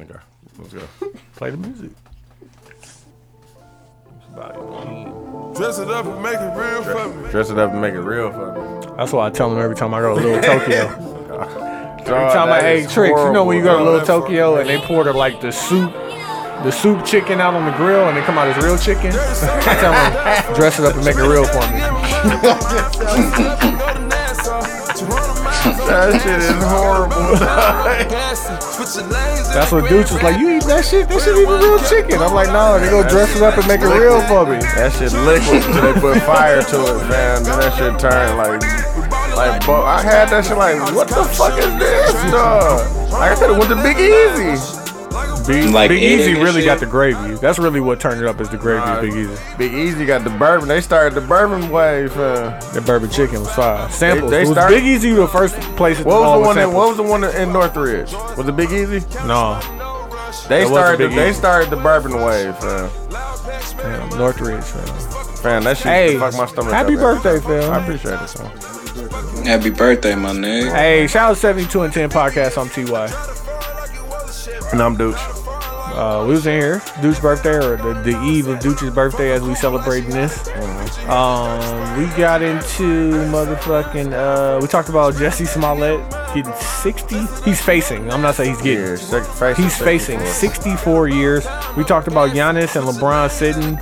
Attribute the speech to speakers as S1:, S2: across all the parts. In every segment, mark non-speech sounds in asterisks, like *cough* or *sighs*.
S1: Okay, let's
S2: *laughs*
S1: go. Play the music.
S3: Dress it up and make it real for me.
S1: Dress it up and make it real for me.
S2: That's why I tell them every time I go to
S3: *laughs*
S2: Little Tokyo.
S1: Dog,
S2: Talking about
S1: that
S2: hey
S1: is
S2: tricks, you know when you go to
S3: horrible.
S2: Little
S3: *laughs*
S2: Tokyo and they pour the like the soup, the soup chicken out on the grill and they come out as real *laughs* chicken. I tell them dress it up and make it real for me.
S1: That shit is
S2: *laughs*
S1: horrible.
S2: That's what dudes was like. You eat that shit? That shit even real chicken. I'm like, no, they go dress it up and make it real for me.
S1: That shit liquid till they put fire to it, man. Then that shit turned like, like, bo- I had that shit like, what the fuck is this, dog? Like I said, it was the Big Easy.
S2: Big,
S4: Like
S2: Big
S4: eating
S2: Easy
S4: and
S2: really
S4: shit.
S2: got the gravy. That's really what turned it up is the gravy,
S1: Nah.
S2: Big Easy.
S1: Big Easy got the bourbon. They started the bourbon wave. Uh,
S2: The bourbon chicken was fire. Samples.
S1: they
S2: it was
S1: started-
S2: Big Easy the first place.
S1: what was the one? That,
S2: That,
S1: what was the one in Northridge? Was it Big Easy?
S2: no,
S1: They
S2: That was the
S1: started. The,
S2: Big
S1: they
S2: Easy.
S1: started the bourbon wave. Uh,
S2: damn, Northridge. Man.
S1: man, that shit
S2: Hey,
S1: fuck my stomach.
S2: happy
S1: up, man.
S2: birthday, Phil.
S1: I appreciate it. son.
S4: Happy birthday, my nigga.
S2: Hey, shout out 72 and 10 podcast. I'm TY.
S1: And I'm Dooch.
S2: Uh, we was in here, Deuce's birthday, or the, the eve of Deuce's birthday as we celebrating this. Um, we got into motherfucking, uh, we talked about Jesse Smollett getting 60. He's facing, I'm not saying he's getting.
S1: Yeah, second face.
S2: He's facing 64 years. We talked about Giannis and LeBron sitting.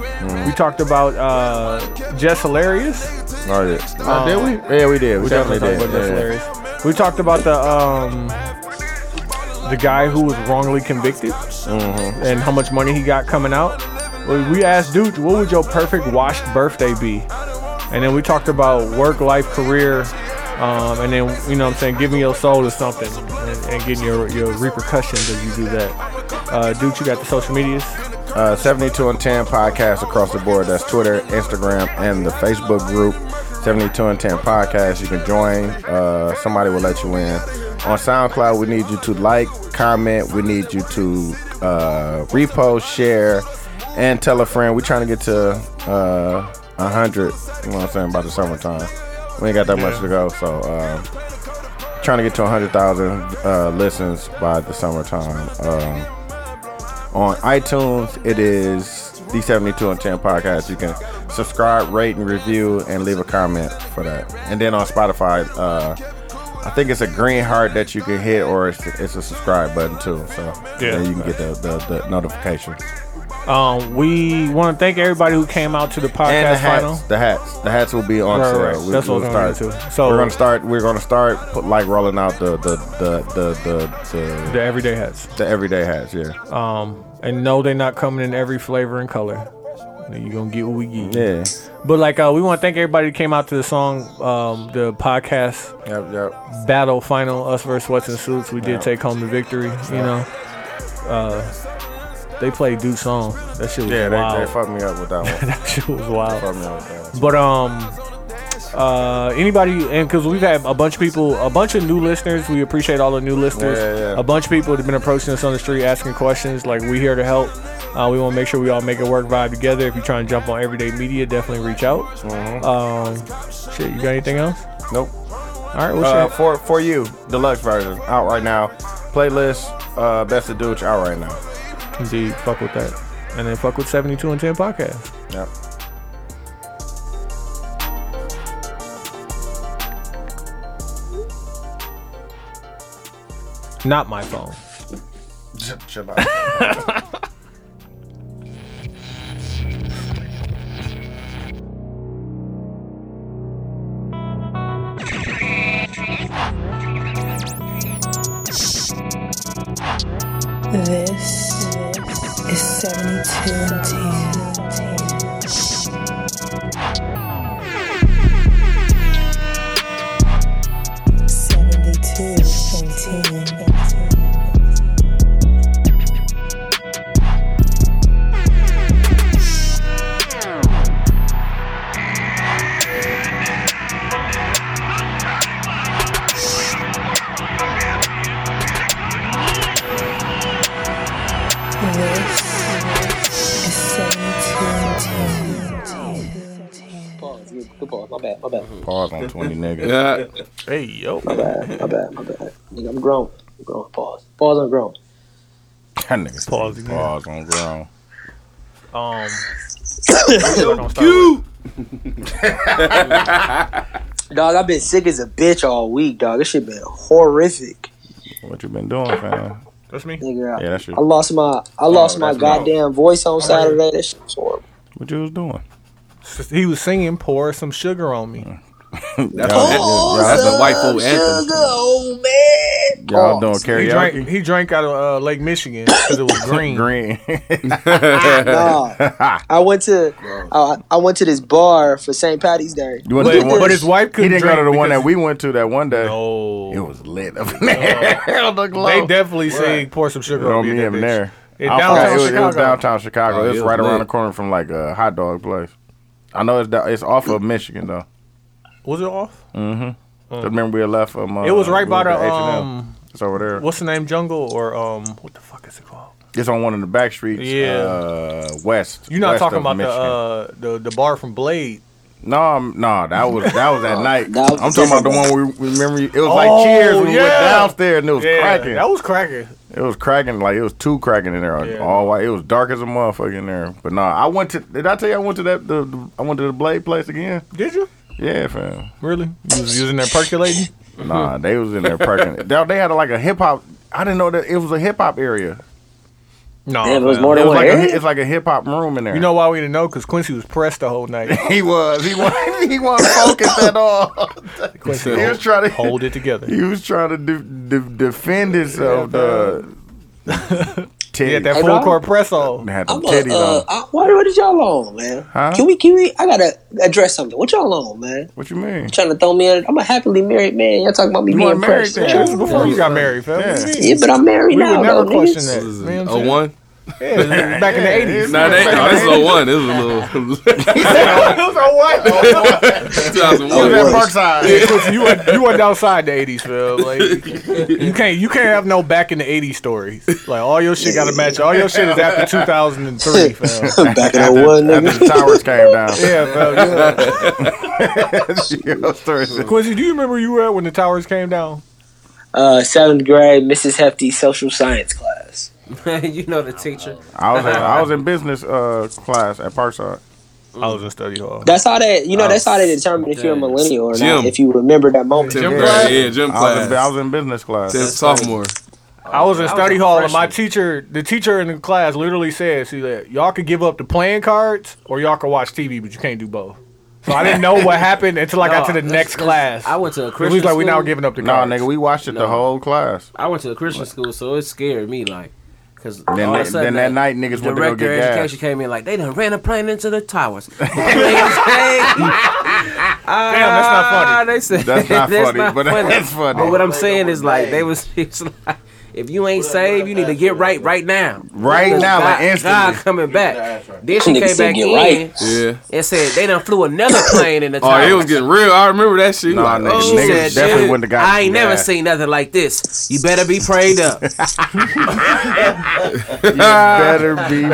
S2: We talked about uh, Jess Hilarious.
S1: Oh, yeah. Oh, did we? Yeah, we did. We,
S2: We
S1: definitely did.
S2: definitely talked about Jess
S1: yeah.
S2: Hilarious. We talked about the um, the guy who was wrongly convicted and how much money he got coming out. We- We asked Dude, what would your perfect washed birthday be? And then we talked about work, life, career, um, and then you know what I'm saying giving your soul to something and, and getting your your repercussions if you do that. Uh, dude, you got the social medias.
S1: uh, 72 and 10 podcast across the board. That's Twitter, Instagram, and the Facebook group. 72 and 10 podcast. You can join. Uh, somebody will let you in. On SoundCloud, we need you to like, comment. We need you to uh, repost, share, and tell a friend. We're trying to get to uh, 100, you know what I'm saying, by the summertime. We ain't got that much to go, so. Uh, trying to get to 100,000 uh, listens by the summertime. Um, on iTunes. It is the 72 and 10 podcast. You can subscribe, rate, and review, and leave a comment for that. And then on Spotify, uh, I think it's a green heart that you can hit, or it's, it's a subscribe button too. So
S2: Yeah.
S1: then you can get the, the, the notification.
S2: Um, we want to thank everybody who came out to the
S1: And the
S2: podcast
S1: hats,
S2: final.
S1: the hats, the hats will be on
S2: Right,
S1: sale.
S2: right. That's what I was gonna
S1: start.
S2: get to. So-
S1: we're gonna start. We're gonna start put, like rolling out the the the the the, the,
S2: The everyday hats.
S1: the everyday hats. Yeah,
S2: Um, and no, they're not coming in every flavor and color. You're gonna get what we get.
S1: yeah,
S2: But like, uh, we want to thank everybody that came out to the song, um, the podcast
S1: yep, yep.
S2: battle final, us versus what's in suits. We did take home the victory. You know, uh, they played Duke's song. That shit was
S1: Yeah, they,
S2: wild. *laughs*
S1: they fucked me up with that one.
S2: that shit was wild.
S1: fucked me up with that
S2: *laughs*
S1: one.
S2: But um, uh, anybody, and because we've had a bunch of people, a bunch of new listeners, we appreciate all the new listeners.
S1: Yeah, yeah.
S2: A bunch of people that have been approaching us on the street asking questions. Like we here to help. Uh, we want to make sure we all make it work vibe together. If you try and jump on everyday media, definitely reach out. Mm-hmm. Um, shit, you got anything else?
S1: Nope.
S2: All right, what's
S1: Uh,
S2: up?
S1: for for you, deluxe version out right now. Playlist, uh, best of Dooch out right now.
S2: Indeed, fuck with that, and then fuck with seventy two and ten podcast.
S1: Yep.
S2: Not my phone.
S3: *laughs*
S1: Chill out.
S5: This is 72 and 10. Seventy-two and ten. This is seventy-two and ten.
S4: Pause. yeah, Good pause. My bad. My bad.
S3: Mm-hmm.
S1: Pause on twenty niggas.
S3: Yeah.
S2: Hey yo,
S3: *coughs*
S4: My bad. My bad. My bad. Nigga, I'm grown. I'm grown. Pause. Pause. I'm grown.
S3: That nigga.
S2: Pause again.
S3: Pause on ground.
S2: Um. Don't start with-
S4: Dog, I've been sick as a bitch all week, dog. This shit been horrific.
S3: What you been doing, fam?
S2: That's me.
S4: Nigga,
S3: Yeah, that's you.
S4: I lost my I lost my
S3: that's wrong.
S4: goddamn voice on Saturday. That shit
S3: *laughs*
S4: was horrible.
S3: What you was doing?
S2: He was singing "Pour Some Sugar on Me."
S6: That's, oh, that's, a white folk anthem.
S3: Y'all doing
S2: He drank.
S3: karaoke?
S2: He drank out of uh, Lake Michigan because
S3: *coughs*
S2: it was
S3: *laughs*
S2: green.
S3: Green.
S4: Nah, I went to I, I went to this bar for St. Patty's Day.
S3: You went
S2: But,
S3: to the one-
S2: but his wife
S3: he
S2: couldn't
S3: didn't go to
S2: drink
S3: the one
S2: because-
S3: that we went to that one day. It
S2: Oh,
S3: was lit up in *laughs* there. on the glow.
S2: they definitely sing "Pour Some Sugar
S3: Throw
S2: on Me."
S3: me
S2: in
S3: in
S2: that bitch.
S3: there.
S2: In
S3: I
S2: downtown
S3: forgot, it, was, it was
S2: Chicago.
S3: downtown Chicago.
S6: Oh,
S3: it's
S6: it
S3: right
S6: was
S3: around the
S6: lit.
S3: corner from like a hot dog place. I know it's da- it's off of Michigan though.
S2: Was it off?
S3: Uh, Just remember we left from. Uh,
S2: It was right by
S3: we
S2: the
S3: went to H&M.
S2: um.
S3: it's over there.
S2: What's the name? Jungle or um. What the fuck is it called?
S3: It's on one of the back streets.
S2: Yeah.
S3: Uh, west.
S2: You're not
S3: west
S2: talking
S3: of
S2: about the,
S3: Michigan.
S2: uh, the the bar from Blade.
S3: No, I'm- no, that was that was at night.
S4: that was
S3: I'm talking about the one
S4: different.
S3: we we remember. It was
S2: Oh,
S3: like Cheers. We went
S2: yeah.
S3: downstairs and it was cracking.
S2: that was cracking.
S3: it was cracking. Like it was two cracking in there.
S2: Yeah.
S3: All white. It was dark as a motherfucker in there. But nah, I went to. Did I tell you I went to that? The, the- I went to the Blade place again.
S2: Did you
S3: Yeah, *laughs* fam.
S2: really? You was using that percolating.
S3: Nah, they was in there parking. they, they had like a hip hop. I didn't know that it was a hip hop area.
S2: No,
S4: Damn, it was
S2: fam.
S4: more
S3: It
S4: than
S3: was
S4: one eh?
S3: like a,
S4: area.
S3: it's like a hip hop room in there.
S2: You know why we didn't know? Because Quincy was pressed the whole
S3: *laughs*
S2: night.
S3: he was. He wasn't. *laughs* He wasn't focused at all.
S2: Quincy,
S3: He was trying to
S2: hold it
S3: *laughs*
S2: together.
S3: He was trying to de- de- defend himself. uh, The
S2: He had
S3: titties.
S2: that
S4: Hey,
S2: full
S4: bro.
S2: court press on.
S3: had them
S4: I'm a,
S3: titties
S4: uh,
S3: on.
S4: I, what, what is y'all on, man?
S3: Huh?
S4: Can we can we? I gotta address something. What y'all on, man?
S3: What you mean?
S4: Trying to throw me? in? I'm a happily married man. Y'all talking about me
S3: You
S4: being
S3: weren't married
S4: pressed?
S3: then.
S4: What
S2: Yeah,
S4: y'all
S2: this is
S4: on?
S2: before you got married, fam.
S3: Yeah.
S2: Yeah.
S4: Yeah, but I'm married
S2: We
S4: now.
S2: would never
S4: though,
S2: question
S4: niggas.
S2: that.
S6: This is
S2: Man, I'm
S6: a
S2: saying-
S6: one.
S2: Yeah, this is back in the eighties.
S6: Nah, they, no, this is a one. This is a
S3: *laughs*
S6: little *laughs* two thousand
S4: Oh,
S3: He was at
S6: one.
S4: *laughs*
S3: Parkside.
S2: you went you went outside the eighties, Phil. Like you can't you can't have no back in the eighties stories. Like all your shit got to match. All your shit is after *laughs* two thousand and three, Phil.
S4: Back in the one,
S3: After
S4: nigga.
S3: the towers came *laughs* down.
S2: Yeah, Phil. yeah.
S3: Your story's-
S2: Quincy, do you remember you were at when the towers came down?
S4: Uh, seventh grade, Mrs. Hefty, social science class.
S7: *laughs* you know the teacher.
S3: I was in, I was in business uh, class at Parkside.
S2: I was in study hall.
S4: That's how they, you know, that's how they determine if you're a
S7: damn.
S4: millennial or
S6: Jim.
S4: not. If you remember that moment.
S6: Gym
S2: Yeah.
S6: class. Yeah, gym
S3: I was, in, I
S6: class.
S3: was in business class.
S6: Tenth sophomore.
S2: I was in
S7: I was
S2: study
S7: a
S2: hall, and my
S7: freshman.
S2: teacher, the teacher in the class, literally said, "See that y'all could give up the playing cards, or y'all could watch TV, but you can't do both." So I didn't know what happened until I got
S7: No,
S2: to the
S7: that's-
S2: next
S7: that's-
S2: class.
S7: I went to a
S2: It
S7: Christian.
S2: was like we now
S7: school.
S2: giving up the
S3: No,
S2: cards.
S3: Oh, nigga, we watched it the
S7: No.
S3: whole class.
S7: I went to a Christian school, so it scared me. Like, cause
S3: Then,
S7: all of a
S3: they-
S7: sudden
S3: then that night, niggas went to
S7: the
S3: go
S7: director
S3: get
S7: of
S3: gas.
S7: education came in like they done ran a plane into
S3: *laughs*
S7: the towers. *laughs* Damn, that's
S2: not funny.
S7: Ah, They said *laughs*
S3: That's not
S7: that's
S3: funny,
S7: not
S3: but
S7: funny. Oh,
S3: that's funny.
S7: But what I'm saying is like they was *laughs* it's like if you ain't saved, you need to get right right now.
S3: Right
S7: Because
S3: now, like
S7: God- God
S3: instantly.
S7: coming back. Then she
S4: Nigga
S7: came
S4: said
S7: back
S4: get
S7: in
S4: right.
S3: *laughs*
S6: Yeah.
S7: and said they done flew another plane in the
S6: Oh,
S7: towers.
S6: it was getting real. I remember that shit.
S3: Nah,
S6: like,
S3: nigga,
S6: oh,
S7: She
S3: Niggas
S7: said,
S3: definitely
S7: "Dude,
S3: wouldn't have got
S7: I ain't never
S3: that.
S7: seen nothing like this. You better be
S3: *laughs*
S7: prayed up.
S3: Better be prayed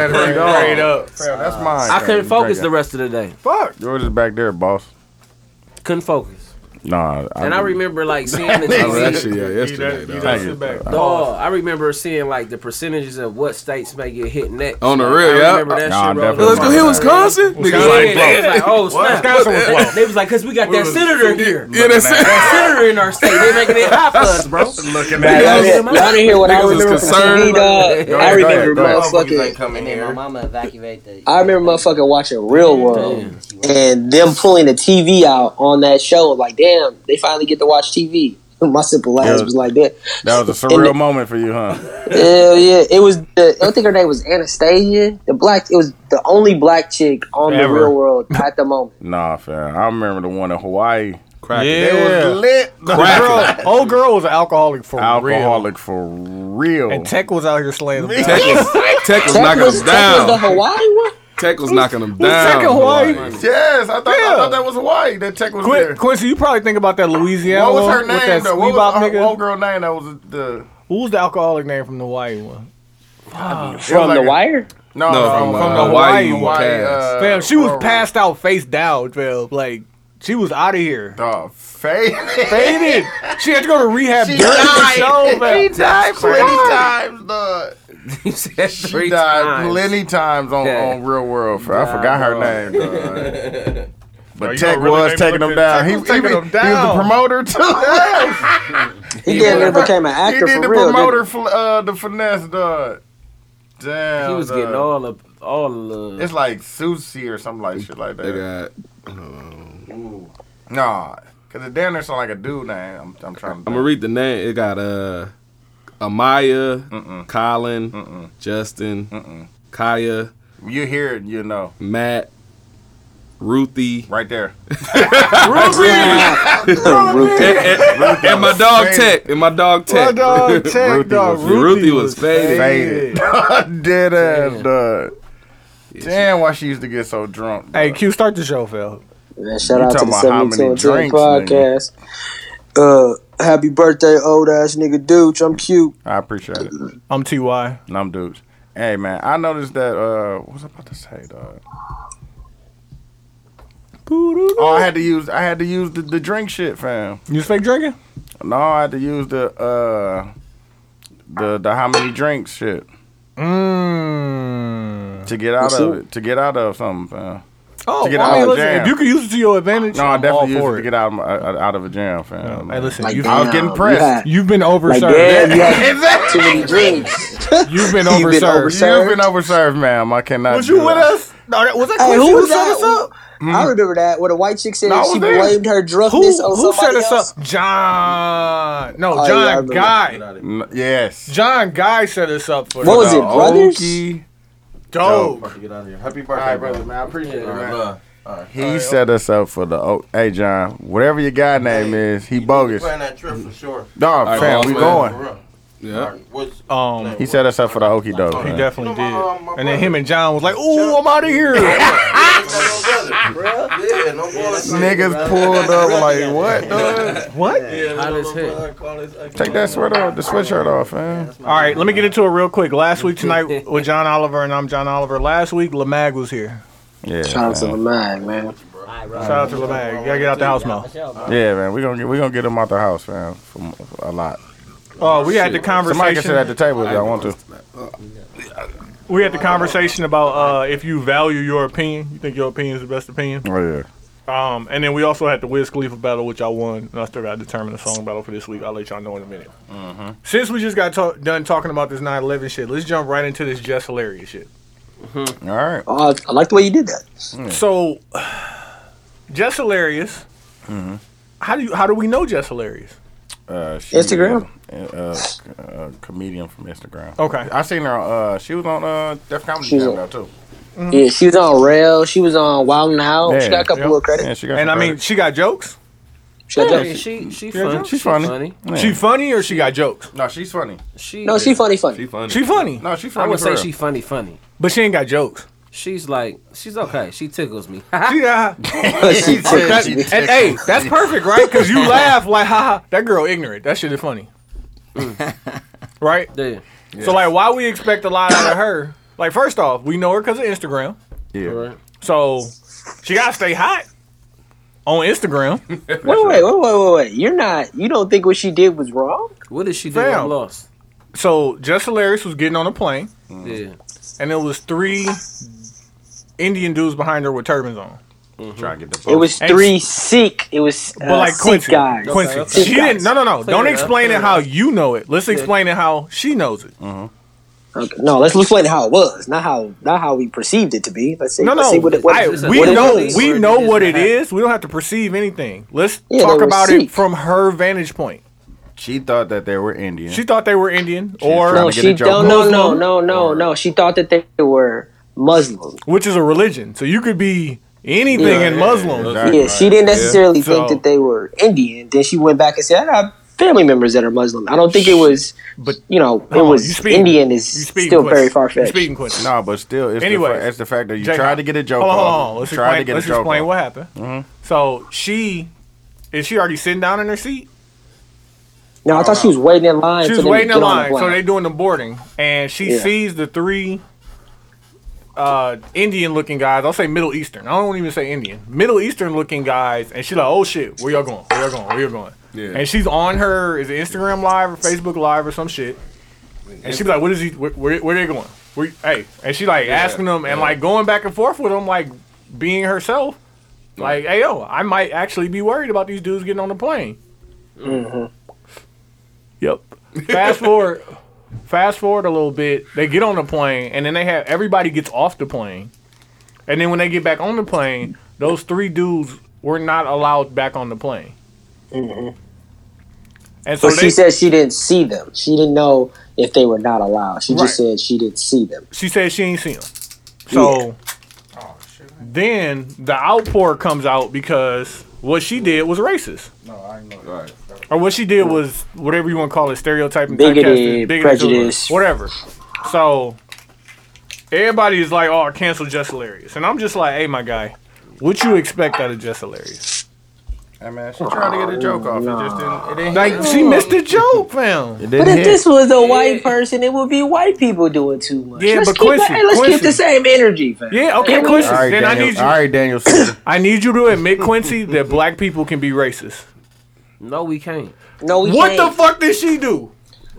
S3: up.
S2: Straight
S3: Fam,
S2: up.
S3: That's mine.
S7: I
S3: fam.
S7: couldn't
S3: You
S7: focus
S3: drink
S7: the rest of the day.
S2: Fuck.
S3: it. Yours is back there, boss.
S7: Couldn't focus.
S3: Nah,
S7: And I remember like
S3: *laughs*
S7: seeing the
S6: Oh, that
S7: TV.
S6: shit, yeah, yesterday,
S2: Eat that- eat
S6: dog.
S2: that
S3: Thank you.
S2: shit back.
S7: Dog, I remember seeing like the percentages of what states may get hit next.
S6: On the
S7: Like,
S6: real,
S7: I
S6: yeah.
S7: remember that
S3: Nah,
S7: shit.
S3: definitely.
S7: rolling.
S6: Let's go hit Wisconsin.
S7: Yeah,
S6: Niggas like,
S7: they was like, oh snap.
S2: Wisconsin was low.
S7: They was like, cause we got that senator here.
S6: yeah, that's it.
S7: Senator in our state. They making it hot for us, bro.
S3: looking
S4: Y'all
S3: at
S4: didn't y'all didn't hear what
S6: Niggas
S4: I
S6: was
S4: remember from
S6: concerned.
S4: TV, dog.
S7: Go
S4: I
S3: ahead, go
S4: remember
S3: ahead, go
S4: motherfucking.
S8: And then my mama evacuate the.
S4: I remember motherfucking watching Real World and them pulling the TV out on that show. Like, damn, they finally get to watch TV. *laughs* My simple ass
S3: Yeah.
S4: was like that.
S3: That was a
S4: And
S3: surreal
S4: the-
S3: moment for you, huh?
S4: Hell yeah! It was the I think her name was Anastasia. The black. It was the only black chick on
S2: Ever.
S4: the Real World at the moment.
S3: Nah, fam. I remember the one in Hawaii.
S6: Cracking.
S3: It was
S2: Yeah.
S3: lit.
S2: Girl, old girl was an alcoholic for
S3: Alcoholic for real.
S2: real. And Tech was out here slaying them.
S6: Tech was, Tech was
S4: Tech
S6: knocking
S4: was,
S6: them
S4: Tech was the
S6: down.
S4: Hawaii one.
S6: Tech was knocking them
S2: Who's
S6: down.
S2: Tech in Hawaii?
S3: yes, I thought,
S2: Yeah.
S3: I thought *laughs* that was Hawaii. That tech was
S2: Quin-
S3: there.
S2: Quincy, you probably think about that Louisiana
S3: What was her
S2: one with that
S3: name though? What was
S2: Squeebop
S3: her
S2: nigga.
S3: old girl name? That was the
S2: Who was the alcoholic name from the Hawaii one?
S4: From The Wire.
S3: No,
S6: No,
S3: from,
S6: from,
S3: from
S6: uh,
S3: the Hawaii,
S2: Hawaii
S6: cast.
S3: uh,
S2: Fam, she was
S3: world.
S2: passed out face down, fam. Like, she was out of here.
S3: The *laughs* face.
S2: Faded. She had to go to rehab during the show, fam.
S3: died
S7: *laughs*
S2: plenty
S3: times. The
S7: you said three
S3: she died
S7: times.
S3: plenty times on,
S7: Yeah.
S3: on Real World. For, I forgot her name.
S7: *laughs*
S3: dog.
S5: Yo,
S3: But
S5: you
S3: Tech
S5: gonna really
S3: was
S5: make me
S3: taking
S5: look
S3: him
S5: at-
S3: down.
S5: Tech
S3: He,
S5: was
S3: he,
S5: taking
S3: was- he
S5: him
S3: was
S5: down.
S3: the promoter too.
S4: He damn near became an
S3: he
S4: actor
S3: did
S4: for
S3: the
S4: real. didn't
S3: promoter fl- uh, the finesse, dog. Damn.
S7: He was getting
S3: dog.
S7: all of all of.
S3: It's like Susie or something like shit like
S6: They
S3: that.
S6: got.
S3: Nah, cause the damn near sound like a dude name. I'm, I'm trying to.
S6: I'm gonna read the name. It got uh, Amaya,
S3: Mm-mm.
S6: Colin,
S3: Mm-mm.
S6: Justin,
S3: Mm-mm.
S6: Kaya,
S3: You hear it, you know,
S6: Matt, Ruthie,
S3: right there.
S6: and, and- and my dog Tech, and my dog Tech. *laughs*
S2: dog,
S3: Ruthie
S2: Tech, dog.
S3: was-
S6: Ruthie was faded.
S3: Faded. Dead ass, dog. Damn, why she used to get so drunk.
S2: Hey, Q, start the show, Phil.
S4: Man, shout
S3: You
S4: out to
S3: talking
S4: the
S3: about how
S4: 72
S3: many
S4: and 10
S3: drinks, nigga?
S4: podcast. Uh, happy birthday, old ass nigga Dooch. I'm cute.
S3: I appreciate it.
S2: I'm TY.
S3: Numb dudes. Hey man, I noticed that. Uh, what was I about to say, dog? Oh, I had to use. I had to use the, the drink shit, fam.
S2: You fake drinking?
S3: No, I had to use the uh, the the how many drinks shit
S2: Mmm.
S3: to get out
S4: What's
S3: of
S4: up?
S3: it. To get out of something, fam.
S2: Oh,
S3: To get
S2: well,
S3: out
S2: I mean,
S3: of
S2: listen,
S3: jam.
S2: if you can use it to your advantage,
S3: No, I
S2: no, I'm all
S3: definitely used it
S2: for
S3: to
S2: it.
S3: get out of my, out out of a jam, fam.
S2: Hey, listen,
S4: Like,
S2: you've,
S3: I was
S4: damn,
S3: getting
S4: you
S3: pressed.
S4: had
S2: you've been
S4: Like,
S2: overserved.
S4: damn, you had
S3: *laughs* Exactly.
S4: too many drinks.
S2: You've been
S4: *laughs* You've been
S2: overserved.
S3: You've been
S4: Served.
S3: overserved, ma'am. I cannot.
S2: was you
S3: do
S2: with
S3: that.
S2: us? No, that, was that
S4: Hey,
S2: Quincy
S4: Uh, who
S2: who
S4: was
S2: set us
S4: that?
S2: up?
S4: I remember that where the white chick said
S3: Hmm. No, I was
S4: she
S3: there.
S4: blamed her drunkenness
S2: Who,
S4: on
S2: who set
S4: somebody
S2: us
S4: else.
S2: up? John. No,
S4: Oh, yeah, I
S2: John
S4: remember.
S2: Guy.
S3: N- yes.
S2: John Guy set us up for
S4: What was
S2: the
S4: it, brothers?
S3: Okie
S2: dope.
S5: Get out of here. Happy
S3: All
S5: birthday,
S3: right, brother, man. I appreciate it, man.
S5: Love.
S3: He set us up for the. Oh, hey, John, whatever your guy name is, he bogus.
S5: Plan that trip for sure.
S3: Dog,
S6: All right,
S3: fam,
S6: boss
S3: we
S6: man.
S3: going.
S6: Yeah.
S5: What's
S2: Um,
S3: He set us up for the okie doke.
S2: he
S3: man.
S2: definitely
S5: You know, my,
S2: did.
S5: um, my
S2: and then
S5: brother-
S2: him and John was like, "Ooh, I'm out of here."
S5: Yeah, no more.
S3: Niggas pulled up like what? dog?
S2: what?
S7: Hot as hell.
S3: Take that sweater off, the sweatshirt off, man.
S2: All right, let me get into it real quick. Last week tonight with John Oliver and I'm John Oliver. Last week, Lamag was here.
S3: Yeah,
S4: Shout out to
S3: man.
S4: the mind, man.
S2: Shout out to Lamag. You gotta get out the house, Mo.
S3: yeah, man. We gonna get we gonna get him out the house, man. From a lot.
S2: Oh, we had the
S3: Somebody can sit at
S2: conversation.
S3: the table if y'all want to.
S2: We had the conversation about uh, if you value your opinion. You think your opinion is the best opinion.
S3: Oh yeah.
S2: Um, and then we also had the Wiz Khalifa battle, which I won. And I still got to determine the song battle for this week. I'll let y'all know in a minute. Since we just got to- done talking about this 9/11 shit, let's jump right into this just hilarious shit.
S3: All right.
S4: Oh, I, I like the way you did that.
S2: So, *sighs* just hilarious. How do you? How do we know just hilarious?
S3: Uh, she,
S4: Instagram?
S3: is a, a, a comedian from Instagram.
S2: Okay.
S3: I seen her. Uh, she was on uh Def Comedy
S4: She's
S3: Jam
S4: on-
S3: now too.
S4: Yeah, she was on Rail. She was on Wild and Out.
S3: Mm-hmm. Yeah,
S4: she got a couple
S2: yep.
S4: of credits.
S3: Yeah, she got.
S2: And I
S3: some
S2: mean, she got jokes.
S4: She got
S7: Yeah,
S4: jokes.
S7: she she
S2: Yeah,
S7: funny.
S3: credits. she's funny. Yeah.
S2: She funny or she got jokes?
S3: no, she's funny.
S7: She
S4: No, she funny, funny.
S6: She funny.
S2: She funny,
S3: No, she's funny.
S7: I would
S3: for
S7: say
S3: real.
S7: she funny funny.
S2: but she ain't got jokes.
S7: She's like she's okay. She tickles me. *laughs*
S2: She got,
S4: she
S2: that,
S4: said she
S2: and, hey, that's perfect, right? Because
S4: *laughs*
S2: you laugh like, ha ha, that girl ignorant. That shit is funny,
S4: Mm.
S2: right?
S7: yeah.
S2: So like, why we expect a lot out of her? Like, first off, we know her because of Instagram,
S3: Yeah.
S2: so she gotta stay hot on Instagram.
S4: Wait, wait, wait, wait, wait, wait. You're not. You don't think what she did was wrong?
S7: What did she do?
S2: Fam.
S7: I'm lost.
S2: So Just Hilarious was getting on a plane,
S7: Yeah.
S2: and it was three Indian dudes behind her with turbans on.
S3: Try to get the.
S4: It was
S2: Hey,
S4: three sick. It was uh,
S2: But like
S4: sick
S2: Quincy,
S4: guys.
S2: Quincy,
S4: okay.
S2: she didn't. No, no, no. Don't
S7: it up,
S2: explain it how you know it. Let's explain it how she knows it.
S4: Okay. No, let's explain how it was, not how not how we perceived it to be. Let's see.
S2: No,
S4: let's
S2: no.
S4: see what it, what,
S2: I-
S7: is it?
S2: we
S4: what it
S2: know
S4: is.
S2: we
S7: Or
S2: know
S7: did
S2: what
S7: this
S2: it
S7: happen?
S2: is. We don't have to perceive anything. Let's
S4: Yeah,
S2: talk
S4: they were
S2: about it
S4: Sikh.
S2: from her vantage point.
S3: She thought that they were Indian.
S2: She thought they were Indian,
S3: trying
S2: or
S4: No,
S3: to get a
S4: she
S3: joke.
S4: don't. No, no,
S2: Muslim?
S4: no, no, no. She thought that they were Muslim.
S2: which is a religion. So you could be anything
S4: Yeah.
S2: in Muslim.
S3: Exactly.
S4: Yeah, she didn't necessarily
S2: Yeah.
S4: think
S2: So-
S4: that they were Indian. Then she went back and said, "I got family members that are Muslim." I don't think it was,
S2: But-
S4: but you know, it
S2: Hold on, you
S4: was
S2: speaking-
S4: Indian
S2: You
S4: is
S2: speaking
S4: still
S2: Quincy.
S4: very far
S2: You
S4: fetched.
S2: speaking Quincy.
S3: No, but still, it's, the,
S2: Anyway.
S3: fa- it's the fact that you
S2: Jay-
S3: tried to get a joke
S2: Hold on,
S3: off.
S2: hold on. Let's
S3: you tried
S2: explain,
S3: to get
S2: let's
S3: a joke Mm-hmm.
S2: explain
S3: off.
S2: what happened. So she is she already sitting down in her seat?
S4: No, I thought she was waiting in line.
S2: She
S4: for
S2: was
S4: them to
S2: waiting
S4: get
S2: in
S4: on the
S2: line, so
S4: plane.
S2: they doing the boarding, and she
S4: Yeah.
S2: sees the three uh, Indian-looking guys. I'll say Middle Eastern. I don't even say Indian. Middle Eastern-looking guys, and she like, "Oh shit, where y'all going? Where y'all going? Where y'all going?"
S6: Yeah.
S2: And she's on her is it Instagram Live or Facebook Live or some shit, And she be like, "What is he? Where, where, where they going? Where, you- hey?" And she like asking them and like going back and forth with them, like being herself. Like, hey yo, I might actually be worried about these dudes getting on the plane. Yep. *laughs* Fast forward, fast forward a little bit. They get on the plane, and then they have everybody gets off the plane, and then when they get back on the plane, those three dudes were not allowed back on the plane. And so
S4: But
S2: they-
S4: she said she didn't see them. She didn't know if they were not allowed. She just
S2: Right.
S4: said she didn't see them.
S2: she said she ain't seen him. So Oh, then the outpour comes out because what she did was racist. No, I know Or what she did was whatever you want to call it, stereotyping,
S4: Bigoted, prejudice.
S2: whatever. So everybody is like, "Oh, cancel Just Hilarious," and I'm just like, "Hey, my guy, what you expect out of Just Hilarious?
S3: Hey man, she tried to get a joke off. It just didn't. It didn't.
S2: Like she missed the joke, fam."
S3: It
S4: But
S3: didn't
S4: if this was a white person, it would be white people doing too much.
S2: Yeah,
S4: let's
S2: but
S4: keep,
S2: Quincy-
S4: hey, let's keep
S2: Quincy-
S4: the same energy, fam.
S2: Yeah, okay, Quincy.
S3: All right,
S2: then I
S3: Daniel.
S2: need you.
S3: All right, Daniel. Caesar.
S2: I need you to admit, Quincy, that black people can be racist.
S7: No, we can't.
S4: No, we
S2: What the
S4: can't.
S2: fuck did she do?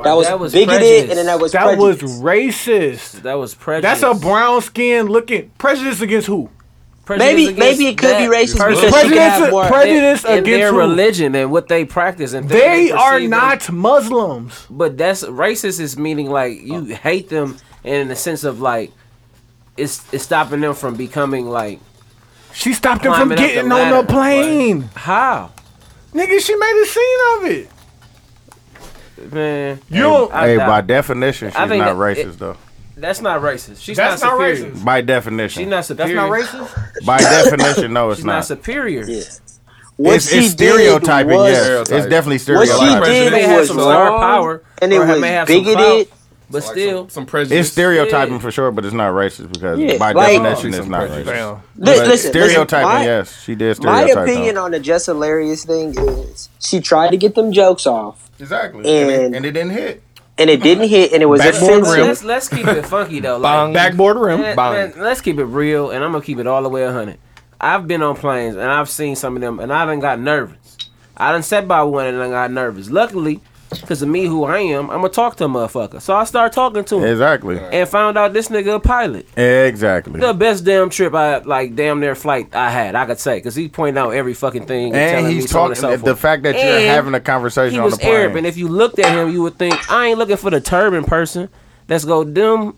S4: That was,
S7: That was
S4: bigoted,
S7: prejudice.
S4: and then that was
S2: That was
S4: prejudice.
S2: racist.
S7: That was prejudice.
S2: That's a brown skin looking prejudice against who?
S7: Prejudice
S4: maybe
S7: against
S4: maybe it could
S7: that
S4: be racist because
S7: person.
S4: she could
S2: Prejudice-
S4: have more.
S2: prejudice- Prejudice
S7: and
S2: against
S7: their
S2: who?
S7: religion and what they practice and things
S2: They are
S7: perceive them.
S2: not Muslims.
S7: But that's racist is meaning like you
S4: Oh.
S7: hate them and in the sense of like it's it's stopping them from becoming like
S2: She stopped him from
S7: Climbing up the
S2: getting on the
S7: ladder,
S2: plane.
S7: how
S2: Nigga, she made a scene of it.
S7: man.
S2: You don't,
S7: I
S3: Hey,
S7: doubt-
S3: by definition, she's
S7: I
S3: not
S7: think that-
S3: racist
S7: it-
S3: though.
S7: that's not racist. She's
S2: That's
S7: not,
S2: not
S7: superior.
S2: racist.
S3: By
S7: She's
S3: definition.
S7: not superior.
S2: racist?
S3: by definition, no, it's
S7: She's
S3: not.
S7: not, superior.
S4: What
S3: it's,
S4: she
S3: it's
S4: did
S3: stereotyping.
S4: was-
S3: Yes, it's definitely
S4: What
S3: stereotyping.
S4: she
S7: They
S4: did
S7: may have
S4: was
S7: some star
S4: wrong,
S7: power,
S4: and it
S7: or
S4: was
S7: may have some
S4: bigoted.
S7: clout, but still,
S6: some, some
S3: It's
S6: prejudice.
S3: stereotyping for sure, but it's not racist because
S4: Yeah,
S3: by
S4: like-
S3: definition, it's not racist.
S2: Damn.
S4: Li-
S3: But
S4: listen,
S3: stereotyping,
S4: listen, my-
S3: yes, she did
S4: My
S3: stereotype.
S4: opinion
S3: though.
S4: on the just hilarious thing is she tried to get them jokes off,
S3: exactly,
S4: And- And it- and
S3: didn't hit.
S4: and it didn't hit, and it was
S3: Backboard
S7: Well, let's
S4: offensive.
S7: let's keep it funky though. Like,
S2: Backboard rim.
S7: man, man, let's keep it real, and I'm gonna keep it all the way 100. I've been on planes and I've seen some of them, and I done got nervous. I done sat by one and I got nervous. Luckily, because of me who I am, I'm gonna talk to a motherfucker. So I started talking to him
S3: Exactly,
S7: and found out this nigga a pilot.
S3: exactly.
S7: The best damn trip I like, damn near flight I had, I could say, because he pointed out every fucking thing and,
S3: And
S7: telling me
S3: he's
S7: so on and
S3: talking.
S7: so
S3: the
S7: forth.
S3: fact that you're
S7: And
S3: having a conversation
S7: He
S3: on the
S7: was
S3: plane.
S7: Arab, and if you looked at him, you would think I ain't looking for the turban person. Let's go, them.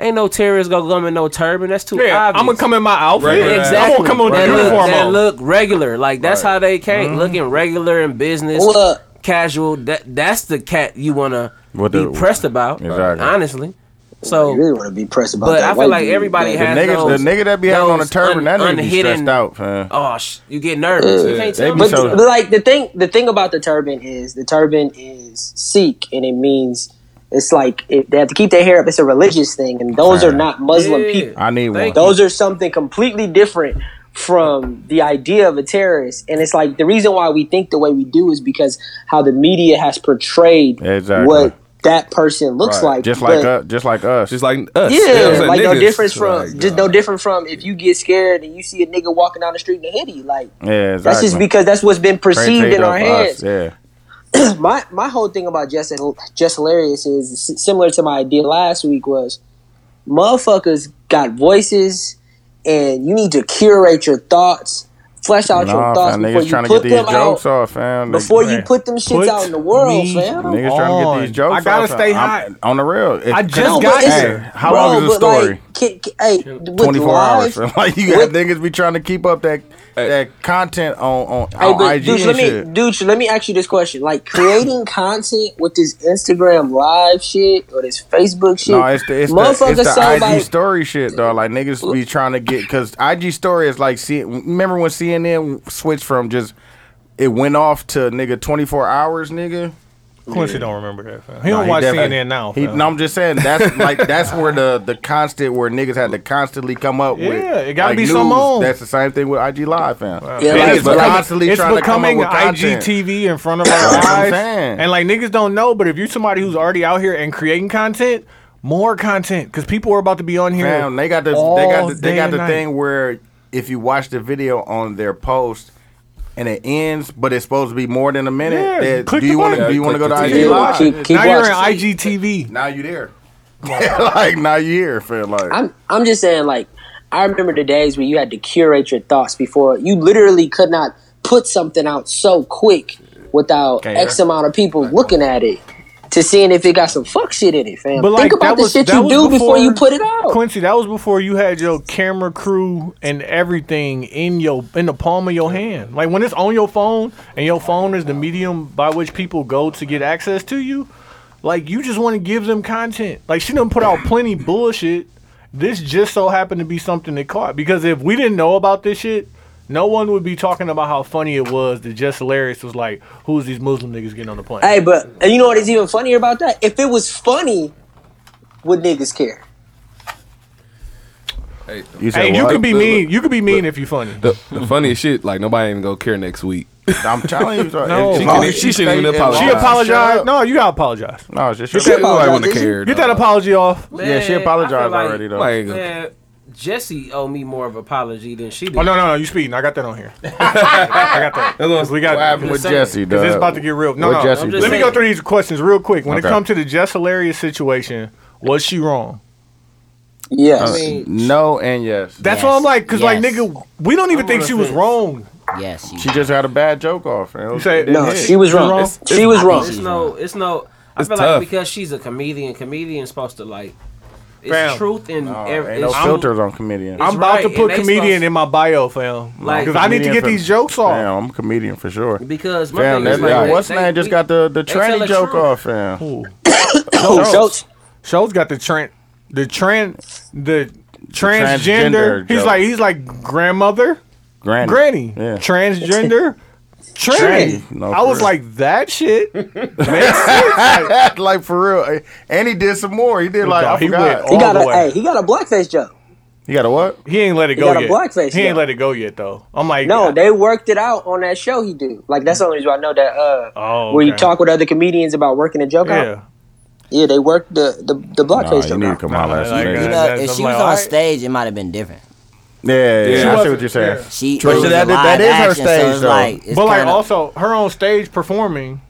S7: Ain't no terrorist gonna come in no turban. That's too
S2: Yeah,
S7: obvious.
S2: I'm gonna come in my outfit.
S6: Regular ass.
S7: Exactly.
S2: I'm gonna come with the
S7: That look-
S2: uniform
S7: that
S2: on.
S7: look regular. Like that's
S6: Right.
S7: how they
S3: Mm-hmm.
S7: came, looking regular in business,
S4: Hold up.
S7: casual. That that's the cat you wanna
S3: What
S7: be
S3: the-
S7: pressed about.
S3: Exactly.
S7: Honestly,
S4: You really
S7: so
S4: want to be pressed about
S7: But
S4: that
S7: I feel
S4: white
S7: like
S4: dude,
S7: everybody
S4: man.
S3: the
S7: has
S3: nigga,
S7: those-
S3: the nigga that be having on a
S7: those
S3: turban, that
S7: un-
S3: nigga be
S7: unhidden-
S3: stressed out. Man.
S7: oh, sh- you get nervous. You
S6: Yeah.
S7: can't
S3: They be
S7: tell me.
S4: But,
S3: So-
S4: but like the thing, the thing about the turban is the turban is Sikh, and it means it's like it, they have to keep their hair up. It's a religious thing, and those are not Muslim
S7: Yeah.
S4: people.
S3: I need one.
S7: Thank
S4: Those are something completely different from the idea of a terrorist. And it's like the reason why we think the way we do is because how the media has portrayed
S3: Exactly.
S4: what that person looks
S6: Right.
S4: like.
S3: Just like
S4: but-
S3: us, just like us.
S6: Just like us. You
S4: yeah,
S6: know what I'm saying?
S4: like no
S6: Niggas.
S4: difference from
S6: Like, uh,
S4: just
S6: nah.
S4: no different from if you get scared and you see a nigga walking down the street in a hoodie, like
S3: yeah, exactly.
S4: that's just because that's what's been
S3: They
S4: perceived
S3: take
S4: in
S3: up
S4: our
S3: us,
S4: heads.
S3: Yeah,
S4: *clears throat* My my whole thing about just just hilarious is s- similar to my idea last week was motherfuckers got voices and you need to curate your thoughts, flesh out
S3: nah,
S4: your thoughts
S3: fam,
S4: before
S3: niggas trying
S4: you
S3: to get
S4: put
S3: these
S4: them out
S3: jokes off, fam. They-
S4: before you
S2: Man.
S4: put them shits
S2: Put
S4: out in the world,
S2: me
S3: Niggas
S4: fam.
S3: trying to get
S2: on.
S3: these jokes.
S2: I gotta
S3: off,
S2: stay
S3: I'm-
S2: hot.
S3: on the real. It-
S2: I just
S3: Hey,
S2: got
S4: it's-
S2: here.
S3: How
S4: bro,
S3: long is the
S4: but, like,
S3: story?
S4: can- can- hey, with
S3: 24 hours. fam.
S4: live,
S3: *laughs* Like you got
S4: with-
S3: niggas be trying to keep up that
S6: Hey.
S3: that content on on,
S4: Hey,
S3: on
S4: but
S3: IG
S4: dude,
S3: Oh, and
S4: let me,
S3: shit.
S4: dude, let me ask you this question: Like creating content with this Instagram live shit or this Facebook shit,
S3: No, it's the it's the,
S4: motherfuckers
S3: it's the
S4: sound
S3: IG
S4: like
S3: story shit, dog. Like niggas be trying to get because IG story is like see. Remember when CNN switched from just it went off to nigga twenty four hours, nigga.
S2: Quincy don't remember that. Fam. He
S3: No,
S2: don't
S3: he
S2: watch
S3: definitely-
S2: CNN now.
S3: He,
S2: fam.
S3: no, I'm just saying
S2: *laughs*
S3: that's like that's where the the constant where niggas had to constantly come up with.
S2: Yeah, it gotta
S3: like,
S2: be
S3: news.
S2: some on.
S3: That's the same thing with IG Live, fam.
S4: Yeah,
S3: Niggas
S4: like,
S3: were
S4: but like-
S3: constantly
S2: it's
S3: trying to come up
S2: becoming
S3: with content.
S2: IGTV in front of our
S3: That's what I'm
S2: eyes,
S3: saying.
S2: and like niggas don't know. But if you're somebody who's already out here and creating content, more content because people are about to be on here.
S3: Fam, they got the
S2: all
S3: they got the, they
S2: day
S3: got
S2: and
S3: the
S2: night.
S3: thing where if you watch the video on their post, and it ends, but it's supposed to be more than a minute.
S2: Yeah,
S3: then
S2: click
S3: do
S2: the
S3: you want to
S2: button.
S3: do you want to go to
S6: Click
S3: IG
S6: the
S3: Live?
S4: keep, keep
S2: now you're
S4: watching.
S2: on IGTV.
S3: Now you there. *laughs* like now you here, feel like
S4: I'm I'm just saying like I remember the days where you had to curate your thoughts before you literally could not put something out so quick without
S3: Can't
S4: X
S3: hear.
S4: amount of people looking at it to seeing if it got some fuck shit in it, fam.
S2: But like
S4: Think
S2: that
S4: about the
S2: was,
S4: shit
S2: that
S4: you
S2: was
S4: do before,
S2: before
S4: you put it out.
S2: Quincy, that was before you had your camera crew and everything in your in the palm of your hand. Like when it's on your phone and your phone is the medium by which people go to get access to you, like you just want to give them content. Like she done put out plenty bullshit. This just so happened to be something that caught because if we didn't know about this shit, no one would be talking about how funny it was that just hilarious was like, who's these Muslim niggas getting on the plane?
S4: Hey, but and you know what is even funnier about that? If it was funny, would niggas care?
S6: Hey,
S3: you said
S2: Hey, you
S3: what?
S2: could be mean. You could be mean if you funny.
S6: the, the funniest shit, like nobody even gonna care next week.
S3: I'm telling you,
S2: *laughs* No.
S3: if-
S2: She
S3: if
S2: can-
S3: you
S6: she shouldn't
S3: stay
S6: even
S3: in
S6: apologize.
S2: She
S3: line, shut
S2: apologized.
S3: up.
S2: No, you gotta apologize.
S3: no, it's just your
S6: Nobody
S4: apologize,
S6: wanna
S4: did you?
S6: care.
S2: Get that apology off.
S3: Yeah, she
S7: Man, I feel
S3: apologized
S7: like-
S3: already though.
S6: Like, uh,
S7: Man, Jesse owe me more of an apology than she did.
S2: Oh no, no, no! You speeding. I got that on here. I got that. Because we
S3: what
S2: got.
S3: happened with
S7: saying.
S3: Jesse?
S2: Because it's
S3: dog?
S2: about to get real. No,
S3: What
S2: no.
S3: Jesse
S7: I'm
S3: did?
S7: just
S2: Let me go through these questions real quick. When
S3: Okay.
S2: it comes to the Jess Hilarious situation, was she wrong?
S4: Yes.
S3: no and yes.
S2: That's
S8: Yes.
S2: why I'm like, because like
S8: Yes.
S2: nigga, we don't even think she was wrong.
S8: Yes, you.
S3: she just had a bad joke off. and it
S2: You
S3: was-
S2: say
S4: no,
S2: Yeah.
S4: she was wrong.
S2: wrong.
S4: she was wrong.
S8: I
S7: It's
S8: think
S7: no, it's no. I
S6: It's
S7: feel
S6: tough.
S7: like because she's a comedian, comedian's supposed to like. It's
S2: Fam.
S7: truth in
S3: Oh,
S7: every.
S3: ain't no
S7: it's truth-
S3: filters on comedians.
S7: It's
S2: I'm about to
S7: right,
S2: put
S7: and they
S2: comedian
S7: supposed-
S2: in my bio, fam.
S7: Like-
S2: Because I need to
S3: Comedian
S2: get
S3: for-
S2: these jokes off.
S3: Damn, I'm a comedian for sure.
S7: Because my
S3: Fam,
S7: thing
S3: that
S7: is like,
S3: guy, what's
S7: they-
S3: name just
S7: we-
S3: got the the
S7: they tell
S3: tranny
S7: the
S3: joke
S7: truth.
S3: off, fam.
S2: Ooh.
S4: Oh, Schultz.
S2: Show's got the Trent, the Trent, the
S3: transgender
S2: transgender. He's
S3: joke.
S2: like he's like grandmother.
S3: Granny.
S2: Granny,
S3: Yeah.
S2: transgender,
S8: *laughs*
S2: tranny.
S3: Tranny. No,
S2: I
S3: for
S2: was
S3: real.
S2: *laughs* like, that shit. Makes sense. Like,
S3: like, for real. And he did some more. He did like
S2: Nah,
S3: I
S2: he
S3: forgot.
S2: went
S4: He
S2: all
S4: got
S2: the
S4: a
S2: way.
S4: hey, he got a blackface joke.
S3: You got a what?
S2: he ain't let it go
S4: got a
S2: yet.
S4: blackface
S2: he ain't
S4: now.
S2: let it go yet though. I'm like,
S4: No, they worked it out on that show he do. Like that's the only reason I know that uh
S2: Oh,
S4: where you
S2: okay.
S4: talk with other comedians about working a joke out.
S2: yeah.
S4: Yeah, they worked the the, the
S3: Nah,
S4: blackface
S3: you
S4: joke
S3: need to
S4: out.
S3: come out
S2: Nah,
S3: last
S2: like,
S3: night.
S2: uh,
S8: You
S3: Yeah,
S8: know,
S2: that's-
S8: if
S2: I'm
S8: she
S2: like,
S8: was on
S2: alright.
S8: stage, it might have been different.
S3: yeah, yeah,
S6: She
S3: I see
S2: wasn't-
S3: what you're saying.
S8: She
S3: True.
S8: it was
S3: So that-
S8: a live
S3: that is her
S8: action,
S3: stage,
S8: so it's
S3: though.
S8: like, it's
S2: But like,
S8: kinda-
S2: also her on stage performing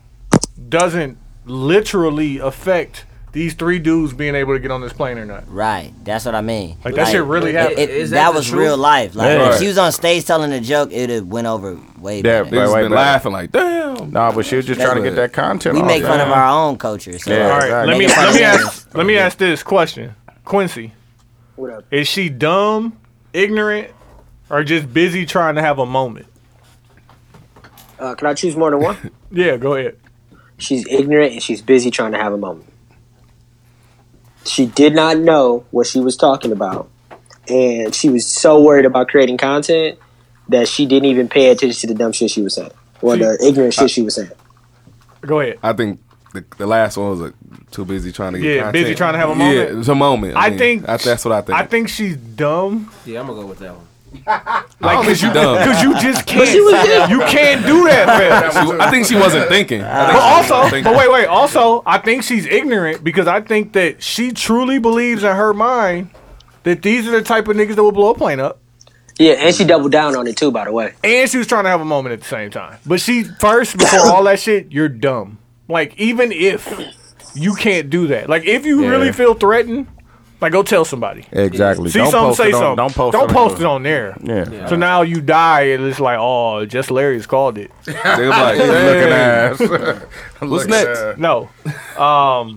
S2: doesn't literally affect these three dudes being able to get on this plane or not.
S8: right. That's what I mean.
S2: Like, that shit really
S8: it-
S2: happened.
S8: it-
S7: Is that
S8: that,
S7: the
S8: was
S7: truth?
S8: real life. Like,
S3: Yeah.
S8: if she was on stage telling a joke, it'd have went over way
S3: Yeah,
S8: better.
S6: they just
S3: Right,
S6: been
S3: right,
S6: laughing like, damn.
S3: Nah, but she was just
S8: That's
S3: trying to get
S6: what-
S3: that content.
S8: We
S3: off,
S8: make fun
S3: man.
S8: of our own culture. So
S3: Yeah.
S8: like,
S2: All right,
S3: exactly.
S2: let me
S8: Make it
S2: let me
S8: funny.
S2: ask let me ask this question, Quincy.
S4: What up?
S2: Is she dumb, ignorant, or just busy trying to have a moment?
S4: Uh, can I choose more than one?
S2: Yeah, go ahead.
S4: she's ignorant and she's busy trying to have a moment. She did not know what she was talking about, and she was so worried about creating content that she didn't even pay attention to the dumb shit she was saying or the ignorant shit she was saying.
S2: Go ahead.
S6: I think the, the last one was like, too busy trying to get
S2: Yeah, busy
S6: content.
S2: trying to have a
S6: Yeah,
S2: moment.
S6: it was a moment.
S2: I
S6: mean,
S2: think-
S6: I- that's what I think.
S2: I think she's dumb.
S7: Yeah, I'm gonna go with that one.
S2: Like, cause *laughs* you,
S6: dumb.
S2: cause you just
S3: *laughs*
S2: can't. *laughs* you can't do *laughs* that, man.
S6: She- I think she
S5: *laughs*
S6: wasn't thinking. I think
S2: But
S6: she wasn't
S2: also,
S6: thinking.
S2: but wait, wait. Also, I think she's ignorant because I think that she truly believes in her mind that these are the type of niggas that will blow a plane up.
S4: Yeah, and she doubled down on it too. By the way,
S2: And she was trying to have a moment at the same time. But she first, before all that shit, you're dumb. Like, even if you can't do that, like if you
S3: Yeah.
S2: really feel threatened, like go tell somebody.
S3: Exactly.
S2: See
S3: Don't
S2: something,
S3: post
S2: say
S3: it on-
S2: something.
S3: Don't post.
S2: Don't
S3: on
S2: post it
S3: your-
S2: on there.
S3: Yeah.
S2: So now you die, and it's like, oh, just Larry's called it.
S6: they were like,
S3: Looking
S6: "Dang."
S3: ass. What's
S6: next?
S2: No. Um,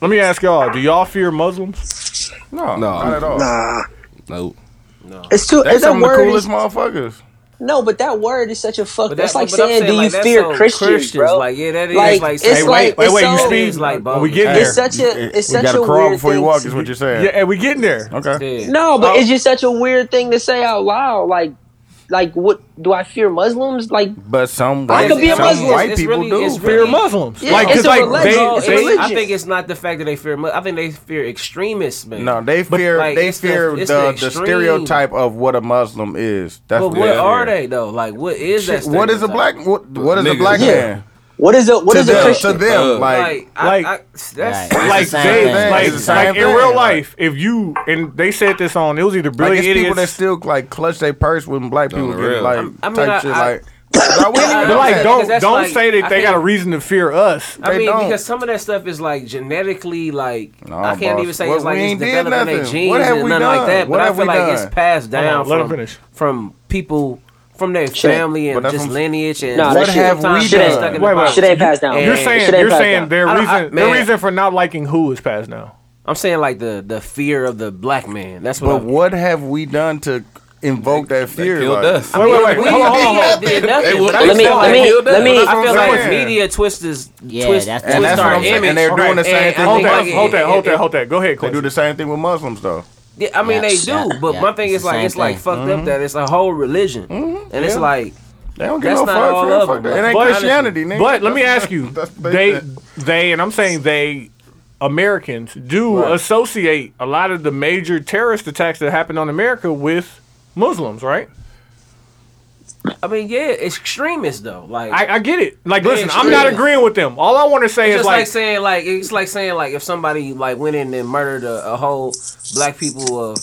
S2: let me ask y'all: Do y'all fear Muslims?
S3: No,
S6: No.
S3: not at all.
S4: nah,
S6: Nope.
S4: it's too.
S3: That's
S4: It's a
S3: some of the
S4: word.
S3: coolest
S4: is-
S3: motherfuckers.
S4: no, but that word is such a fuck.
S7: But
S4: That's
S7: that-
S4: like
S7: but I'm
S4: saying, do you
S7: like, that's
S4: fear
S7: so
S4: Christians, bro?
S7: Like, yeah, that is
S4: Like,
S7: like,
S4: it's
S7: saying-
S4: like- Wait,
S2: wait, wait, you
S4: so-
S2: speed.
S7: like
S2: When we
S7: bogus.
S2: get there.
S4: it's such a. It's
S3: we
S4: such
S3: gotta
S4: a
S3: crawl
S4: weird
S3: before
S4: thing
S3: you walk.
S4: to-
S3: Is what you're
S2: Yeah,
S3: saying?
S2: and we getting there.
S3: Okay.
S7: Yeah.
S4: No, but
S2: Oh.
S4: it's just such a weird thing to say out loud. Like, like what do I fear Muslims? Like,
S3: But some
S4: I
S3: white,
S4: could be a
S3: some
S4: Muslim.
S3: white
S7: It's
S3: people
S7: really-
S3: do.
S7: it's
S3: fam.
S2: Fear
S7: really-
S2: Muslims.
S4: Yeah,
S2: like,
S4: it's
S2: cause
S4: a
S2: like
S4: religion.
S2: they,
S7: No, it's-
S4: they-
S7: I think it's not the fact that they fear. Mu- I think they fear extremists, man.
S3: No, they fear
S7: like,
S3: they
S7: it's the-
S3: fear the,
S7: it's
S3: the,
S7: the extreme.
S3: stereotype of what a Muslim is. That's
S7: But
S3: what,
S7: what
S3: they
S7: are
S3: fear.
S7: they though? Like, what is that?
S3: What is a
S7: stereotype?
S3: black? What, what is a
S6: Niggas.
S3: black
S6: Yeah.
S3: man?
S4: what is a what
S3: To
S4: is a
S3: them,
S4: Christian?
S3: to them,
S6: Thug.
S3: like
S7: Like, I,
S2: Like-
S7: I, that's
S8: Right.
S2: like
S8: It's the same
S2: they,
S8: thing.
S2: like,
S3: It's the same
S2: like in
S3: thing.
S2: real life, if you and they said this on, it was either
S3: like
S2: Brilliant
S3: it's people that
S2: Idiots.
S3: still like clutch their purse when black people
S6: the
S3: get
S6: real.
S3: like
S7: I mean,
S3: type
S7: I-
S3: shit
S2: *coughs*
S7: I-
S3: like Bro, we ain't even
S7: But
S2: But
S3: know
S7: I'm
S2: like,
S3: that.
S7: saying,
S2: don't
S7: because that's
S2: don't
S7: like-
S2: say that
S7: I
S2: they got a
S7: think-
S2: reason to fear us.
S7: I
S3: They
S7: mean,
S3: don't.
S7: because some of that stuff is like genetically, like
S3: No,
S7: I can't
S3: boss.
S7: even say
S3: What-
S7: it's like
S3: we
S7: it's
S3: ain't did
S7: developed in their
S3: nothing.
S7: genes
S3: What have
S7: and
S3: we
S7: nothing like
S3: done?
S7: that. But
S3: What
S7: I
S3: have
S7: feel
S3: we
S7: like
S3: done?
S7: it's passed down
S2: let him
S7: from,
S2: finish.
S7: from people from their
S4: Shit.
S7: family
S3: But
S7: and
S3: that's
S7: just
S3: what I'm-
S7: lineage and
S4: Nah, that
S7: sometimes
S4: shit-
S7: shit
S4: shit
S7: ain't
S4: ain't-
S7: stuck in
S2: wait,
S7: the
S2: wait.
S7: box.
S4: Shit ain't passed down.
S2: You're
S7: And-
S2: saying
S4: Shit ain't
S2: you're
S4: passed
S2: saying
S4: down.
S2: their
S7: I don't-
S2: reason
S7: I-
S2: their
S7: man.
S2: reason for not liking who is passed down.
S7: I'm saying like the the fear of the black man. That's what.
S3: But
S7: I'm-
S3: what have we done to invoke that fear?
S6: They killed
S3: like-
S6: us.
S2: Wait, wait,
S7: Yeah,
S2: wait.
S7: we
S2: Hold on, hold on, hold on.
S7: didn't did nothing,
S6: They will-
S7: but I
S6: Let
S7: feel
S6: me-
S7: like-
S6: let me-
S4: let me-
S7: I feel
S3: That's what I'm
S7: like
S3: saying.
S7: media twists is
S8: Yeah,
S7: twist,
S8: that's-
S7: twist
S8: And that's
S7: our
S8: what I'm saying.
S7: image.
S3: And they're doing the same
S7: And I
S3: thing
S7: think
S2: Hold that,
S7: it-
S2: hold that,
S7: it-
S2: hold
S7: it-
S2: that, hold that. Go ahead,
S3: They do
S2: Quincy.
S3: the same thing with Muslims though.
S7: Yeah, I mean
S8: Yeah,
S7: they do,
S8: yeah,
S7: but
S8: yeah,
S7: my thing
S8: it's
S7: is
S8: the
S7: like
S8: same
S7: it's like
S8: thing.
S7: fucked up that it's a whole religion, and it's
S3: yeah.
S7: like
S3: They don't give
S7: That's
S3: no
S7: not
S3: fuck.
S7: all
S3: for that.
S7: of
S3: Fuck
S7: them,
S3: that. It ain't
S2: but-
S3: Christianity, nigga.
S2: But let me
S3: That's-
S2: ask you,
S3: *laughs* that's what
S2: they
S3: said.
S2: they and I'm saying they Americans do
S3: Right.
S2: associate a lot of the major terrorist attacks that happened on America with Muslims, right?
S7: I mean yeah, it's extremist though. Like
S2: I, I get it. Like,
S7: Yeah,
S2: listen, I'm not
S7: extremists.
S2: agreeing with them. All I want to say
S7: it's
S2: is
S7: just like,
S2: like,
S7: saying like it's like saying like if somebody like went in and murdered a, a whole black people of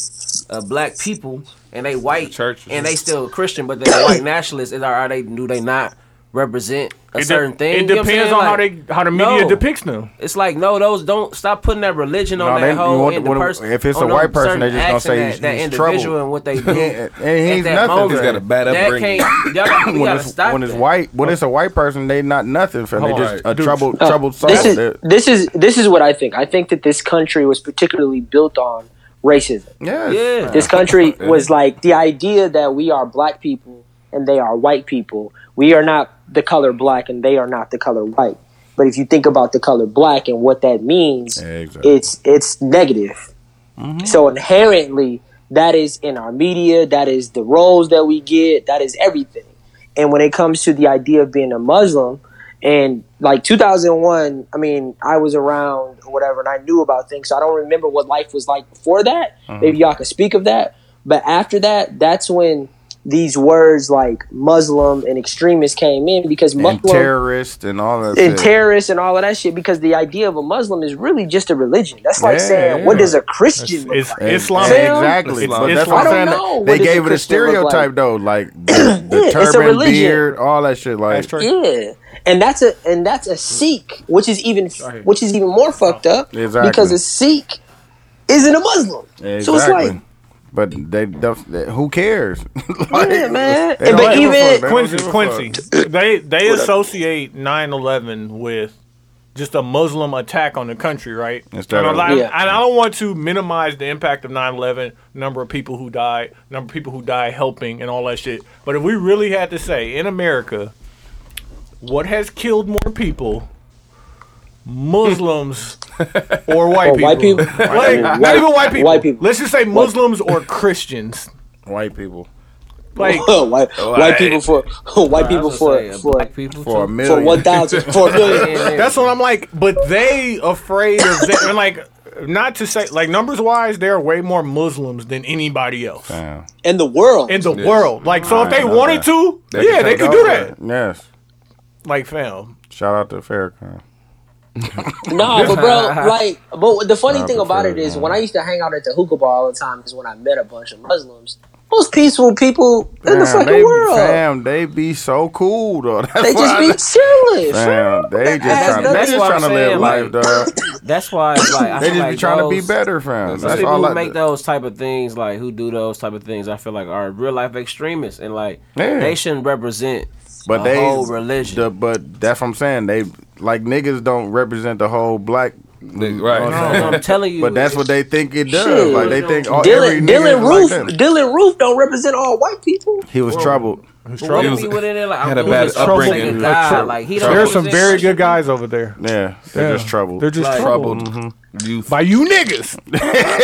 S7: uh, black people and they white
S6: church,
S7: and
S6: yeah.
S7: they still Christian but they're white *coughs* nationalists and are, are they do they not represent a
S2: it, de-
S7: certain thing?
S2: it
S7: You know what I'm
S2: depends
S7: saying?
S2: on how
S7: Like,
S2: they how the media
S7: no.
S2: depicts them.
S7: It's like no, those don't stop putting that religion on
S3: No,
S7: that
S3: they- you
S7: whole.
S3: want-
S7: and the
S3: what-
S7: person,
S3: if it's
S7: on
S3: a white
S7: them
S3: person, they
S7: certain
S3: just gonna
S7: acts and
S3: say
S7: that,
S3: he's-
S7: that
S3: he's
S7: individual
S3: trouble.
S7: and what they do.
S3: *laughs* Yeah, and
S7: at
S3: he's
S7: that
S3: nothing.
S7: moment.
S6: He's got a bad
S7: that
S6: upbringing.
S7: can't. Y'all,
S3: *laughs*
S7: we
S3: when
S7: gotta
S3: it's,
S7: stop
S3: when it's
S7: that.
S3: white, when it's a white person, they not nothing. For they
S2: Hold
S3: just
S6: on.
S3: a troubled,
S4: Uh,
S3: troubled soul.
S4: This is
S3: They're-
S4: this is this is what I think. I think that this country was particularly built on racism.
S3: yes.
S7: Yeah.
S4: This country was like the idea that we are black people and they are white people. We are not the color black and they are not the color white. But if you think about the color black and what that means,
S3: Yeah, exactly.
S4: it's it's negative. So inherently, that is in our media. That is the roles that we get. That is everything. And when it comes to the idea of being a Muslim, and like 2001, I mean, I was around or whatever, and I knew about things. So I don't remember what life was like before that.
S3: Mm-hmm.
S4: Maybe y'all could speak of that. But after that, that's when these words like Muslim and extremist came in because
S3: And
S4: Muslim
S3: terrorists and all that.
S4: and
S3: shit.
S4: terrorists and all of that shit. Because the idea of a Muslim is really just a religion. That's like
S3: Yeah,
S4: saying,
S3: yeah.
S4: what does a Christian look
S2: It's
S4: like?
S3: And-
S2: Islam.
S3: and Exactly.
S2: It's-
S3: but that's
S2: Islam.
S3: what
S4: I
S3: I'm
S4: don't
S3: saying.
S4: know.
S3: They
S4: What does a
S3: gave it a
S4: Christian look like?
S3: stereotype though,
S4: *coughs*
S3: like the, the
S4: it's a
S3: turban,
S4: religion.
S3: beard, all that shit. Like,
S4: Yeah, and that's a and that's a Sikh, which is even which is even more fucked up
S3: Oh, Exactly.
S4: because a Sikh isn't a Muslim. So it's like,
S3: but they, def- they- who cares? *laughs* Like,
S4: Yeah, man.
S3: they don't
S4: But
S3: give a fuck. They
S4: even-
S3: don't
S2: Quincy,
S3: give a
S2: Quincy.
S3: fuck.
S2: They they associate 9/11 with just a Muslim attack on the country, right?
S3: Instead
S2: and, a
S3: of-
S2: lot-
S4: Yeah.
S2: and I don't want to minimize the impact of 9/11, number of people who died, number of people who died helping, and all that shit. But if we really had to say in America, what has killed more people?
S3: *laughs*
S2: Muslims or white
S4: Or
S2: people?
S4: white people.
S2: Like, not
S4: White-
S2: even white people.
S4: white people.
S2: Let's just say Muslims or Christians.
S3: White people
S4: *laughs*
S2: Like
S4: *laughs* white, white people for *laughs* white people
S7: That's what
S4: for
S7: I'm saying,
S4: for
S7: black people
S3: for a
S7: too.
S3: million.
S4: for one thousand for a million.
S7: *laughs* Yeah, yeah.
S2: That's what I'm like. But they afraid of that. And like, not to say like numbers wise, there are way more Muslims than anybody else
S3: Damn.
S4: in the world.
S2: in the
S6: Yes.
S2: world. Like, so if
S3: I
S2: they
S3: know
S2: wanted
S3: that.
S2: to,
S6: They
S2: yeah,
S6: can
S2: they
S6: take
S2: could do
S6: over.
S2: that.
S3: Yes.
S2: Like, fam,
S3: Shout out to Farrakhan.
S4: No, but
S7: *laughs*
S4: bro, like, but the funny
S3: Nah,
S4: thing
S3: but
S4: about
S3: for
S4: it
S3: real,
S4: is
S3: man.
S4: when I used to hang out at the hookah bar all the time is when I met a bunch of Muslims. Most peaceful people in
S3: Damn,
S4: the fucking
S3: they,
S4: world.
S3: Fam, they be so cool though. *laughs* That's
S4: They
S3: why
S4: just
S3: I-
S4: be chilling.
S3: Fam, they just
S4: That's-
S3: trying to, they
S4: that's
S3: just
S7: what
S3: trying to
S7: I'm
S3: live
S7: saying,
S3: life,
S7: like-
S3: dog.
S7: *coughs* That's why it's like I
S3: They just
S7: feel
S3: be
S7: like
S3: trying to be
S7: those-
S3: better, fam.
S7: Those
S3: That's
S7: people
S3: all
S7: who
S3: I
S7: make those type of things, like who do those type of things, I feel like are real life extremists, and like
S3: Yeah.
S7: they shouldn't represent
S3: But
S7: a
S3: they
S7: whole religion.
S3: The, Uh, but that's what I'm saying. They like niggas don't represent the whole black.
S6: Right.
S7: That's what
S3: *laughs*
S7: I'm telling you,
S3: But that's what they think it does.
S4: Shit.
S3: Like they think all, Oh, every
S4: Dylan,
S3: nigga
S4: Dylan
S3: is like
S4: Roof,
S3: them.
S4: Dylan Roof don't represent all white people.
S3: He was troubled.
S7: What if
S6: was-
S7: he went in there like
S6: had
S7: I'm
S6: a
S7: doing
S6: bad
S7: this trouble
S6: upbringing.
S7: nigga guy, like he don't
S2: there's some
S7: represent-
S2: very good guys over there.
S3: Yeah, they're just troubled.
S2: They're just
S7: Like-
S2: troubled.
S5: Mm-hmm.
S6: Youth.
S2: By you *laughs* niggas.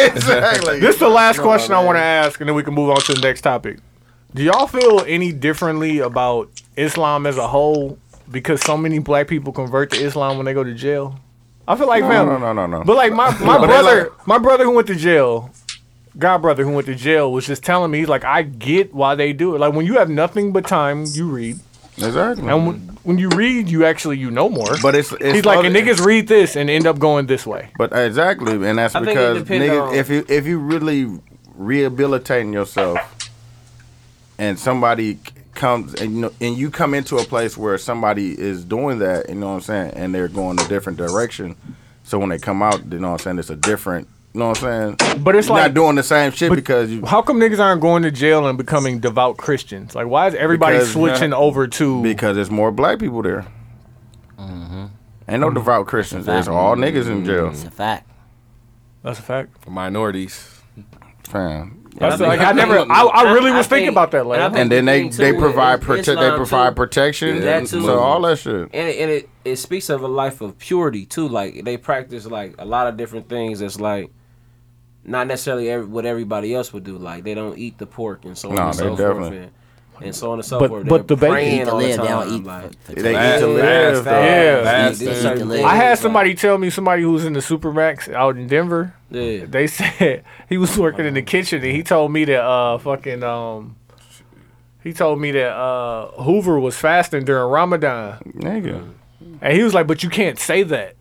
S3: exactly.
S2: This is the last question I want to ask, and then we can move on to the next topic. Do y'all feel any differently about Islam as a whole because so many black people convert to Islam when they go to jail? I feel like,
S3: no,
S2: man,
S3: no, no, no, no.
S2: But like my, my
S3: *laughs* But they
S2: brother, my brother who went to jail, god brother who went to jail was just telling me he's like, I get why they do it. Like when you have nothing but time, you read,
S3: exactly.
S2: and when, when you read, you actually you know more.
S3: but it's, it's
S2: he's like,
S3: other-
S2: and niggas read this and end up going this way.
S3: But exactly, and that's
S7: I think it
S3: because
S7: depend
S3: niggas,
S7: on-
S3: if you if you really rehabilitating yourself, and somebody comes and you know, and you come into a place where somebody is doing that, you know what I'm saying, and they're going a different direction. So when they come out, you know what I'm saying, it's a different, you know what I'm saying.
S2: But it's
S3: You're
S2: like-
S3: not doing the same shit
S2: but
S3: because you
S2: How come niggas aren't going to jail and becoming devout Christians? Like, why is everybody
S3: Because-
S2: switching over to?
S3: because there's more black people there. Ain't no devout Christians. There's all niggas in jail.
S9: Mm-hmm.
S8: It's a fact.
S2: that's a fact.
S6: Minorities.
S3: Fam.
S2: That's
S7: I
S2: like,
S7: think-
S2: I never. I, I really
S7: I- I
S2: was thinking
S7: think-
S2: about that.
S7: and I
S2: Like,
S7: think-
S3: And then they,
S7: Thing
S3: they
S7: too
S3: provide
S7: is
S3: prote- they
S7: Islam
S3: provide
S7: too.
S3: protection.
S7: That too.
S3: So all that shit.
S7: and it, and it it speaks of a life of purity too. Like they practice like a lot of different things. That's like not necessarily every, what everybody else would do. Like they don't eat the pork and so on
S3: No,
S7: and
S3: they
S7: so forth.
S3: definitely-
S7: And, and so on and so
S2: But-
S7: forth.
S2: but
S7: They're
S2: the bacon-
S7: praying
S8: Eat to
S7: all the
S8: live, they
S7: time,
S8: don't eat
S7: like,
S8: for, for
S3: They
S8: to
S3: eat to live. though.
S2: Yeah.
S6: Fast
S8: They eat
S6: food.
S8: to live.
S2: I had somebody tell me somebody who was in the Supermax out in Denver.
S7: yeah.
S2: They *laughs* said he was working in the kitchen and he told me that uh fucking um he told me that uh Hoover was fasting during Ramadan.
S3: Nigga.
S2: And he was like, But you can't say that.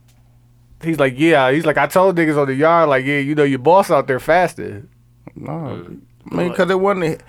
S2: He's like, Yeah. He's like, I told niggas on the yard, like, yeah, you know your boss out there fasting.
S3: No, I mean, because it wasn't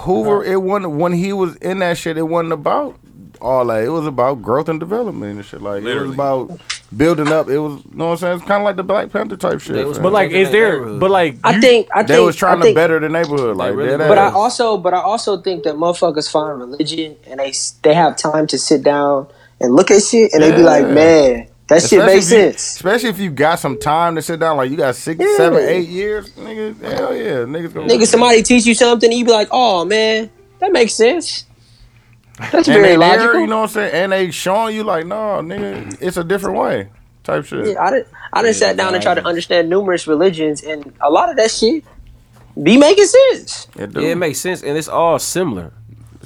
S3: Hoover. It wasn't when he was in that shit. It wasn't about all that. It was about growth and development and shit. Like
S6: Literally.
S3: it was about building up. It was, you know what I'm saying? It's kind of like the Black Panther type shit.
S7: They was-
S3: fam.
S2: But like
S7: Even
S2: is
S7: in
S2: there
S7: neighborhood.
S2: but like
S4: I
S2: you-
S4: think I
S3: they
S4: think
S3: was trying
S4: I think,
S3: to better the neighborhood. Like
S7: really
S3: that
S7: were.
S3: ass.
S4: But I also, but I also think that motherfuckers find religion and they they have time to sit down and look at shit and they be like,
S3: Yeah.
S4: man, that shit
S3: Especially
S4: makes
S3: if you-
S4: sense.
S3: Especially if you got some time to sit down. Like you got six,
S4: Yeah.
S3: seven, eight years, nigga. Hell yeah, niggas. Gonna
S4: Nigga, somebody teach you something and you be like, oh man, that makes sense. That's
S3: and
S4: very
S3: they there,
S4: logical.
S3: you know what I'm saying? And they showing you like, no, nigga, it's a different way. Type shit.
S4: Yeah, I did I done sat down and tried to understand numerous religions and a lot of that shit be making sense.
S3: It do.
S7: Yeah, it makes sense, and it's all similar.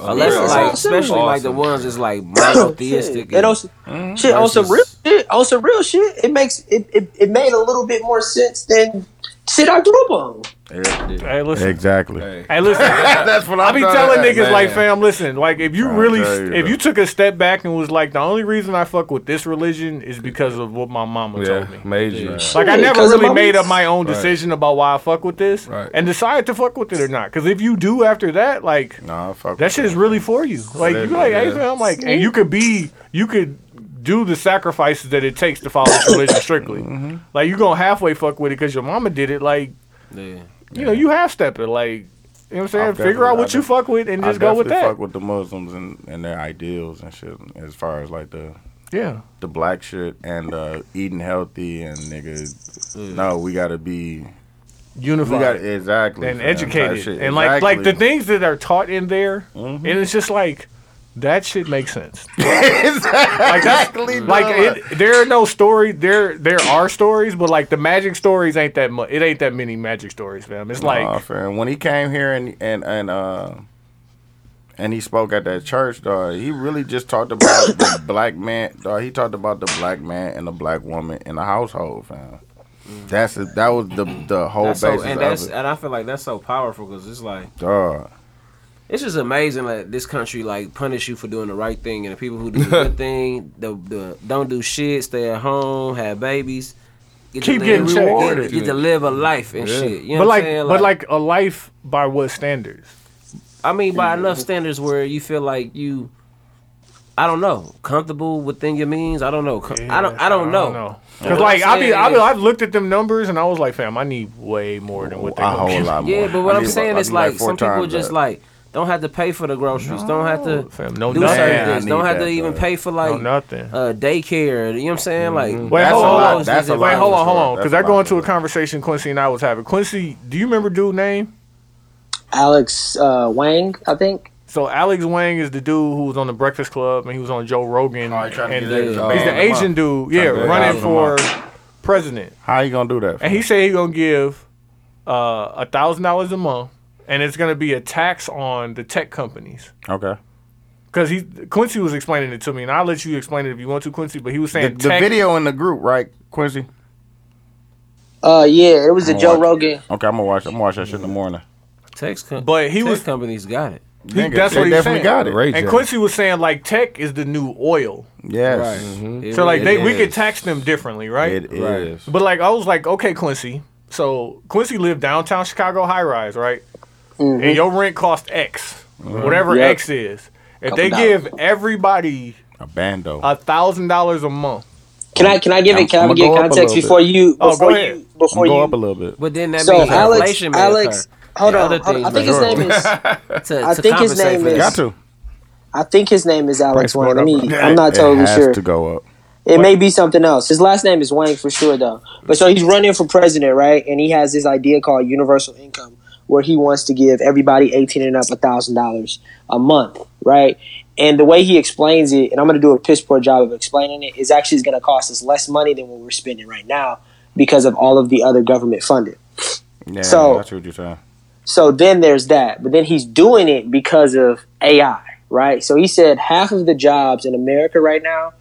S7: Unless,
S4: yeah. It's all
S7: like, especially
S4: similar.
S7: like the ones that's
S4: *laughs*
S7: like monotheistic.
S4: Oh, Shit, and Mm-hmm. on some, shit, on some real
S7: Versus-
S4: shit, on some real shit, it makes it, it, it made a little bit more sense than shit I grew up on.
S2: Hey listen.
S3: Exactly.
S2: Hey listen.
S3: That's what I'm
S2: I be
S3: trying to
S2: telling
S3: ask,
S2: niggas
S3: man.
S2: like, fam, listen, like if you
S3: Trying to
S2: really,
S3: tell you,
S2: if
S3: though.
S2: you took a step back and was like, the only reason I fuck with this religion is because of what my mama told me.
S6: Yeah, made you.
S2: Like I
S4: Yeah,
S2: never
S4: 'cause of
S2: really
S4: my-
S2: made up my own decision about why I fuck with this
S6: Right.
S2: and decide to fuck with it or not. Because if you do after that, like
S3: Nah, fuck.
S2: that shit is really for you. Like you like, hey
S6: Yeah.
S2: fam, like, and you could be, you could do the sacrifices that it takes to follow this religion strictly.
S3: Mm-hmm.
S2: Like you gonna halfway fuck with it because your mama did it. Like
S7: Yeah.
S2: you know, you half step it. Like you know what
S3: I
S2: I'm saying. Figure out
S3: definitely-
S2: what
S3: I
S2: you fuck with and
S3: I
S2: just go with
S3: definitely
S2: that.
S3: Fuck with the Muslims and, and their ideals and shit. As far as like the
S2: Yeah.
S3: the black shit and uh, eating healthy and niggas.
S7: Mm.
S3: No, we gotta be. We
S2: Unified.
S3: got exactly
S2: and
S3: fam, type
S2: educated.
S3: shit.
S2: And like like the
S3: Exactly. Mm-hmm.
S2: things that are taught in there and it's just like that shit
S3: *laughs*
S2: makes sense. Like that's
S3: exactly
S2: like
S3: dog.
S2: it, there are no story there there are stories but like the magic stories ain't that much it ain't that many magic stories fam it's like
S3: Nah, fam. When he came here and and and uh, and he spoke at that church, dog. He really just talked about the *coughs* black man, dog. He talked about the black man and the black woman in the household, fam. That's it. that was the the whole
S7: That's so,
S3: basis
S7: and that's
S3: of it,
S7: and I feel like that's so powerful because it's like
S3: dog.
S7: it's just amazing that this country like punish you for doing the right thing and the people who do the good thing, the, the don't do shit, stay at home, have babies, get
S2: Keep
S7: to
S2: getting
S7: live,
S2: rewarded.
S7: Get, get to live a life and shit. You
S2: but
S7: know what
S2: like
S7: I'm saying?
S2: but like a life by what standards
S7: I mean, by enough standards where you feel like you, I don't know, comfortable within your means. I don't know. Com- I don't. I don't know.
S2: Cause
S7: What
S2: like
S7: I'm
S2: I be,
S7: saying
S2: I be,
S7: is-
S2: I've looked at them numbers and I was like, fam, I need way more than what they
S3: a whole lot more.
S7: Yeah, but what
S3: I
S7: I'm
S3: need
S7: saying is
S3: I need
S7: like
S3: four
S7: some people
S3: times
S7: just
S3: that.
S7: like don't have to pay for the groceries. Don't have to
S2: Fam, no
S7: do
S2: nothing.
S7: certain
S3: Man, I
S7: things.
S3: need
S7: Don't have
S3: that,
S7: to even
S3: though.
S7: pay for like
S2: No nothing.
S7: uh, daycare. You know what I'm saying? Like
S2: Wait,
S3: That's
S2: hold
S3: a
S2: on,
S3: lot.
S2: hold on.
S3: That's a lot.
S2: Wait, hold on, hold on,
S3: That's
S2: because
S3: a
S2: that
S3: lot.
S2: go into a conversation Quincy and I was having. Quincy, do you remember dude name?
S4: Alex uh, Wang, I think.
S2: So Alex Wang is the dude who was on the Breakfast Club and he was on Joe Rogan.
S3: Oh, he tried to get
S2: and
S3: that
S2: the-
S3: job.
S2: he's the
S3: Him up.
S2: Asian dude, yeah,
S3: Trying to get
S2: running
S3: him
S2: for
S3: up.
S2: president.
S3: How you gonna do that?
S2: And he said he's gonna give uh, a thousand dollars a month, and it's gonna be a tax on the tech companies.
S3: okay.
S2: Because he Quincy was explaining it to me, and I'll let you explain it if you want to, Quincy. But he was
S3: The,
S2: saying
S3: the
S2: tech,
S3: video in the group, right, Quincy?
S4: Uh, yeah, it was the
S3: I'ma
S4: Joe
S3: watch it.
S4: Rogan.
S3: Okay, I'm gonna watch. I'm gonna watch that shit in the morning.
S7: Text com-
S2: But he
S7: text
S2: was-
S7: companies got it.
S3: Nigga,
S2: that's
S3: they
S2: what he
S3: definitely
S2: said.
S3: got it.
S6: Ray
S2: and Quincy was saying like tech is the new oil.
S3: Yes, Mm-hmm.
S7: It
S2: So like
S7: really
S2: they we
S7: is.
S2: could tax them differently, right?
S3: it is.
S2: But like I was like, okay, Quincy. So Quincy lived downtown Chicago high rise, right? And your rent cost X.
S3: Uh-huh.
S2: whatever
S10: Mm-hmm. Yep.
S2: X is. If
S10: Couple
S2: they
S10: dollars.
S2: give everybody
S3: A bando.
S2: a thousand dollars a month,
S4: Can I can I give it? Can I
S3: I'ma
S4: get
S3: go up a little
S4: context
S3: bit.
S4: before you?
S2: Oh, go
S4: Before
S2: ahead.
S4: you? Before
S3: go
S4: you?
S3: up a little bit.
S7: But then that
S4: So
S7: means
S4: Alex,
S7: inflation may
S4: Alex,
S7: occur.
S4: hold
S7: And
S4: on.
S7: other
S4: hold on. I
S7: things
S4: think
S7: may
S4: his
S7: occur.
S2: *laughs*
S4: name is.
S7: To,
S4: I
S7: to
S4: think his
S7: compensate
S4: name
S7: for
S4: is-
S7: this.
S3: Got to.
S4: I think his name is Alex
S2: Price
S4: Wayne.
S2: going
S4: Let
S2: up,
S4: me.
S3: Yeah,
S4: I'm not
S3: it
S4: totally
S3: has
S4: sure.
S3: to go up.
S4: It may be something else. His last name is Wang for sure, though. But so he's running for president, right? And he has this idea called universal income, where he wants to give everybody 18 and up thousand dollars a month, right? And the way he explains it, and I'm going to do a piss poor job of explaining it, is actually going to cost us less money than what we're spending right now because of all of the other government funding.
S3: Yeah,
S4: So-
S3: I see what you're saying.
S4: So then there's that. But then he's doing it because of AI, right? So he said half of the jobs in America right now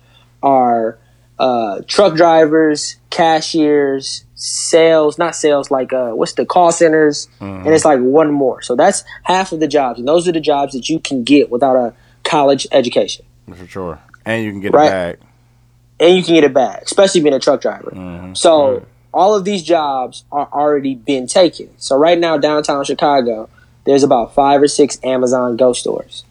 S4: are uh, truck drivers, cashiers, sales, not sales, like uh, what's the call centers, and it's like one more. So that's half of the jobs. And those are the jobs that you can get without a college education.
S3: For sure. And you can get
S4: Right.
S3: a bag.
S4: And you can get a bag, especially being a truck driver.
S2: Mm-hmm.
S4: So all of these jobs are already been taken. So right now downtown Chicago, there's about five or six Amazon Go stores.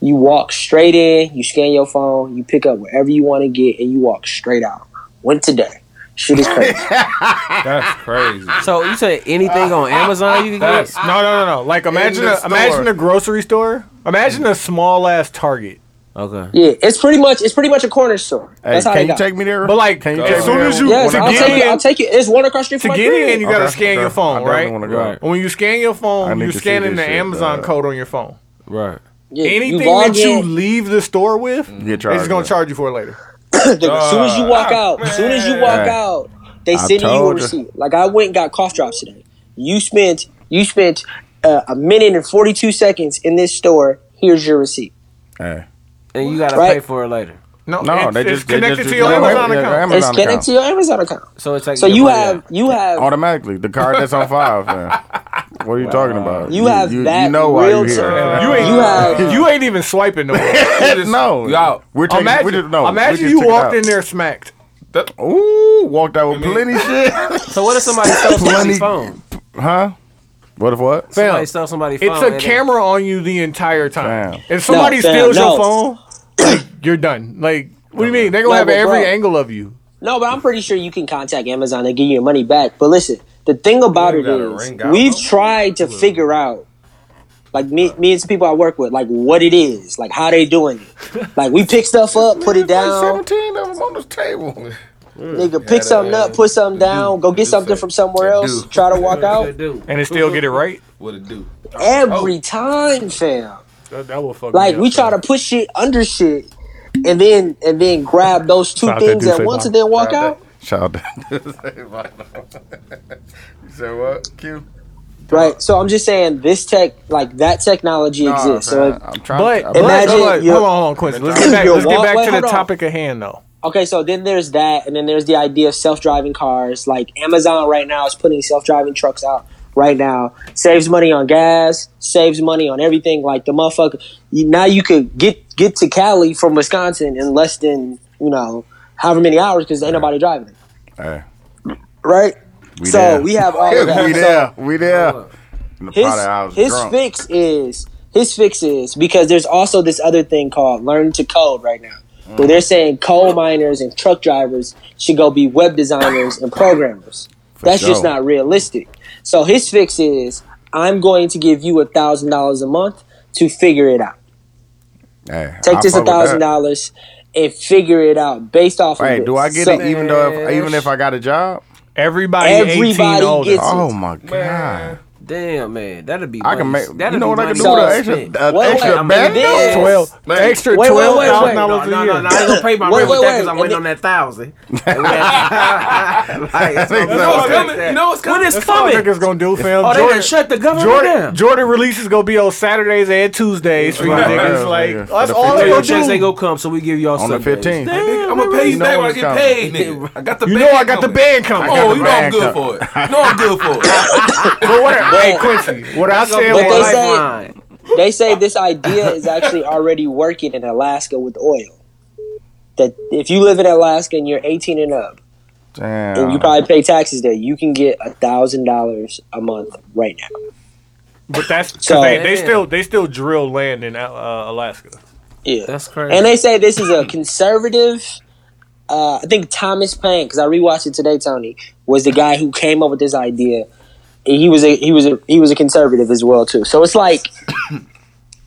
S4: You walk straight in, you scan your phone, you pick up whatever you want to get, and you walk straight out. Went today. Shit
S2: *laughs*
S4: is crazy.
S5: That's crazy.
S7: So you say anything on Amazon you can
S2: that's
S7: get?
S2: no, no, no, no. Like imagine,
S5: the
S2: a,
S5: store.
S2: imagine a grocery store. Imagine a small ass Target.
S7: Okay.
S4: yeah, it's pretty much it's pretty much a corner store.
S3: Hey,
S4: That's how
S3: can
S4: they
S3: you
S4: got.
S3: take me there?
S2: But like,
S3: can you
S2: as
S3: take
S5: soon
S3: me
S5: as
S3: there?
S5: you-
S4: yes,
S2: to
S4: I'll
S2: get
S4: take it.
S2: in-
S4: I'll take it. It's one across the street
S2: to
S4: from
S2: get
S4: my
S2: in, you
S4: crib.
S2: gotta
S3: Okay,
S2: scan
S3: okay.
S2: your
S3: I
S2: phone,
S3: definitely
S2: right?
S3: wanna go.
S7: Right.
S2: And when you scan your
S3: I
S2: phone,
S3: need
S2: you're
S3: to see
S2: scanning
S3: this
S2: the
S3: shit, uh,
S2: Amazon
S3: dog.
S2: code on your phone.
S7: Right.
S4: Yeah,
S2: Anything
S4: log
S2: that you
S4: in.
S2: leave the store with,
S3: You get
S2: they're just gonna
S3: charged.
S2: charge you for it later.
S4: Nigga, as soon as you walk
S2: Ah,
S4: out, as soon as you walk
S3: Hey.
S4: out, they
S3: I
S4: send you a
S3: told ya.
S4: receipt. Like I went and got cough drops today. You spent you spent uh, a minute and forty two seconds in this store. Here's your receipt.
S3: Hey.
S7: And you gotta
S4: Right.
S7: pay for it later.
S2: No,
S3: No,
S2: it's,
S3: they
S2: it's
S3: just they
S2: connected
S3: just-
S2: to your
S3: no,
S2: Amazon
S3: yeah,
S2: account.
S3: Amazon
S4: it's connected
S3: account.
S4: to your Amazon account.
S7: So it's like
S4: So you have you have
S3: automatically the card that's on file. Man. What are you talking about?
S4: You have that real time-
S2: You ain't, *laughs*
S4: You have-
S2: you ain't even
S3: *laughs*
S2: swiping no more.
S3: no,
S6: You out.
S3: We're taking,
S2: imagine,
S3: we just, no, we
S2: imagine
S3: just
S2: you
S3: took it
S2: walked
S3: out.
S2: in there smacked.
S3: Ooh, walked out with plenty *laughs* shit,
S7: So what if somebody stole
S3: Plenty-
S7: somebody's phone?
S3: huh? What if what?
S7: Somebody
S2: Fam,
S7: stole somebody's phone.
S2: it's
S7: and
S2: a
S7: they-
S2: camera on you the entire time.
S3: Fam.
S2: If somebody
S4: fam,
S2: steals
S4: no.
S2: your phone, *coughs* like, you're done. Like, what do you mean? They're gonna
S4: No,
S2: have
S4: but
S2: every
S4: bro.
S2: angle of you.
S4: no, but I'm pretty sure you can contact Amazon and give you your money back. But listen, the thing about
S5: You
S4: it
S5: gotta
S4: is
S5: ring out.
S4: we've tried to figure out. Like me, me and some people I work with, like what it is, like how they doing it. Like we pick stuff up, put it down,
S3: Seventeen of them on this table.
S4: Nigga, pick something up, put something down, go get something from somewhere else, try to walk out.
S7: Good dude.
S2: And they still get it right.
S5: What it do?
S4: Every time, fam.
S2: That, that will fuck
S4: Like
S2: me
S4: we
S2: up,
S4: try
S2: fam.
S4: to put shit under shit and then and then grab those two
S2: Shout out that
S4: things
S2: dude,
S4: at
S2: say
S4: once
S2: bye.
S4: and then walk out.
S3: Shout out. to- *laughs* you said what? Q.
S4: Right. So I'm just saying this tech like that technology
S3: Nah,
S4: exists.
S3: man,
S4: So
S3: I'm trying. to-
S2: But but-
S4: Imagine
S2: hold on,
S4: your-
S2: hold on, hold on, Quincy. Let's get back,
S4: your
S2: let's get
S4: wall-
S2: back
S4: wait,
S2: to the
S4: hold on.
S2: topic at hand, though.
S4: okay, so then there's that and then there's the idea of self driving cars. Like Amazon right now is putting self driving trucks out right now. Saves money on gas, saves money on everything. Like the motherfucker you, now you could get get to Cali from Wisconsin in less than, you know, however many hours because ain't nobody driving it.
S3: Hey,
S4: Right?
S3: we
S4: so
S3: there.
S4: we
S3: *laughs*
S4: have all of that.
S3: we
S4: So-
S3: there. We there. Probably I was
S4: his, his
S3: drunk.
S4: fix is his fix is because there's also this other thing called learn to code right now
S3: Mm.
S4: where they're saying coal miners and truck drivers should go be web designers and programmers that's just
S3: sure.
S4: not realistic so his fix is i'm going to give you a thousand dollars a month to figure it out
S3: Hey,
S4: take
S3: I
S4: this a
S3: fuck with
S4: thousand
S3: that.
S4: dollars and figure it out based off of
S3: Hey,
S4: this.
S3: do I get
S4: So-
S3: it? Even though, if, even if I got a job,
S2: Everybody,
S4: Everybody
S2: 18 older.
S4: gets-
S3: oh my god.
S7: Damn man, that'd be.
S3: I can make.
S7: waste. That'd
S3: You know
S7: be
S3: what I can do
S7: money
S3: with
S7: well
S3: an
S4: So-
S3: extra,
S7: spent.
S3: an
S4: Wait,
S3: extra
S4: wait,
S2: Oh,
S4: I'm
S3: band?
S4: dead.
S2: Twelve,
S3: Man.
S2: extra
S4: Wait, wait, wait,
S2: twelve
S4: wait.
S2: thousand dollars a
S7: no,
S2: year.
S7: no, no, I ain't gonna pay my
S4: Wait,
S7: rent with
S4: wait,
S7: that because
S4: wait.
S7: I'm waiting on
S4: And
S7: that thousand. And when that- Like, it's gonna be
S3: That's
S7: like
S5: coming.
S7: that.
S5: You know what's
S7: When
S5: coming.
S7: it's
S2: That's all
S7: coming.
S2: niggas gonna do, fam.
S7: Oh, they
S2: Jordan,
S7: done shut the government
S2: Jordan,
S7: down.
S2: Jordan releases gonna be on Saturdays and Tuesdays for you
S3: Right.
S2: niggas.
S3: Yeah,
S2: Like
S3: nigga.
S2: that's
S3: For the
S2: all
S7: So
S2: they
S7: your
S2: gonna
S7: checks ain't
S2: do.
S7: gonna come, so we give y'all
S3: On the
S7: Sundays.
S3: 15th.
S7: Damn.
S5: I'm gonna pay you
S3: You know
S5: back when I
S3: what's
S5: get
S3: coming.
S5: paid, nigga. I got the
S2: You know
S5: bag
S2: I got the
S5: coming.
S2: band coming.
S3: got
S5: Oh,
S3: the
S5: you know I'm
S3: bag
S5: good
S3: coming.
S5: for it. You know I'm good for it.
S2: But what? Hey Quincy, what I said
S4: But they
S2: was
S4: say-
S2: like,
S7: Lifeline.
S4: they say this idea is actually already working in Alaska with oil. That if you live in Alaska and you're 18 and up,
S3: Damn.
S4: and you probably pay taxes there, you can get a thousand dollars a month right now.
S2: But that's 'cause
S4: So-
S2: they, they
S7: Yeah.
S2: still they still drill land in uh, Alaska.
S4: Yeah.
S7: That's crazy.
S4: And they say this is a conservative. Uh, I think Thomas Paine, because I rewatched it today. Tony was the guy who came up with this idea. And He was a he was a he was a conservative as well too. So
S3: *coughs*
S4: it's like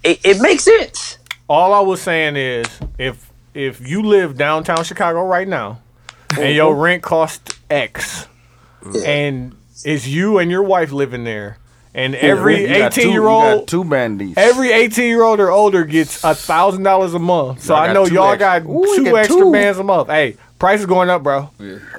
S4: it, it makes sense.
S2: All I was saying is if if you live downtown Chicago right now and
S3: Mm-hmm.
S2: your rent costs X and it's you and your wife living there and every
S3: You got two-
S2: eighteen year
S3: you
S2: old
S3: got two bandies.
S2: Every 18 year old or older gets a thousand dollars a month. So
S3: Y'all
S2: I
S3: got
S2: know
S3: two
S2: y'all
S3: extra.
S2: got
S3: Ooh, we
S2: two
S3: got
S2: extra
S3: two.
S2: bands a month. Hey, price is going up, bro.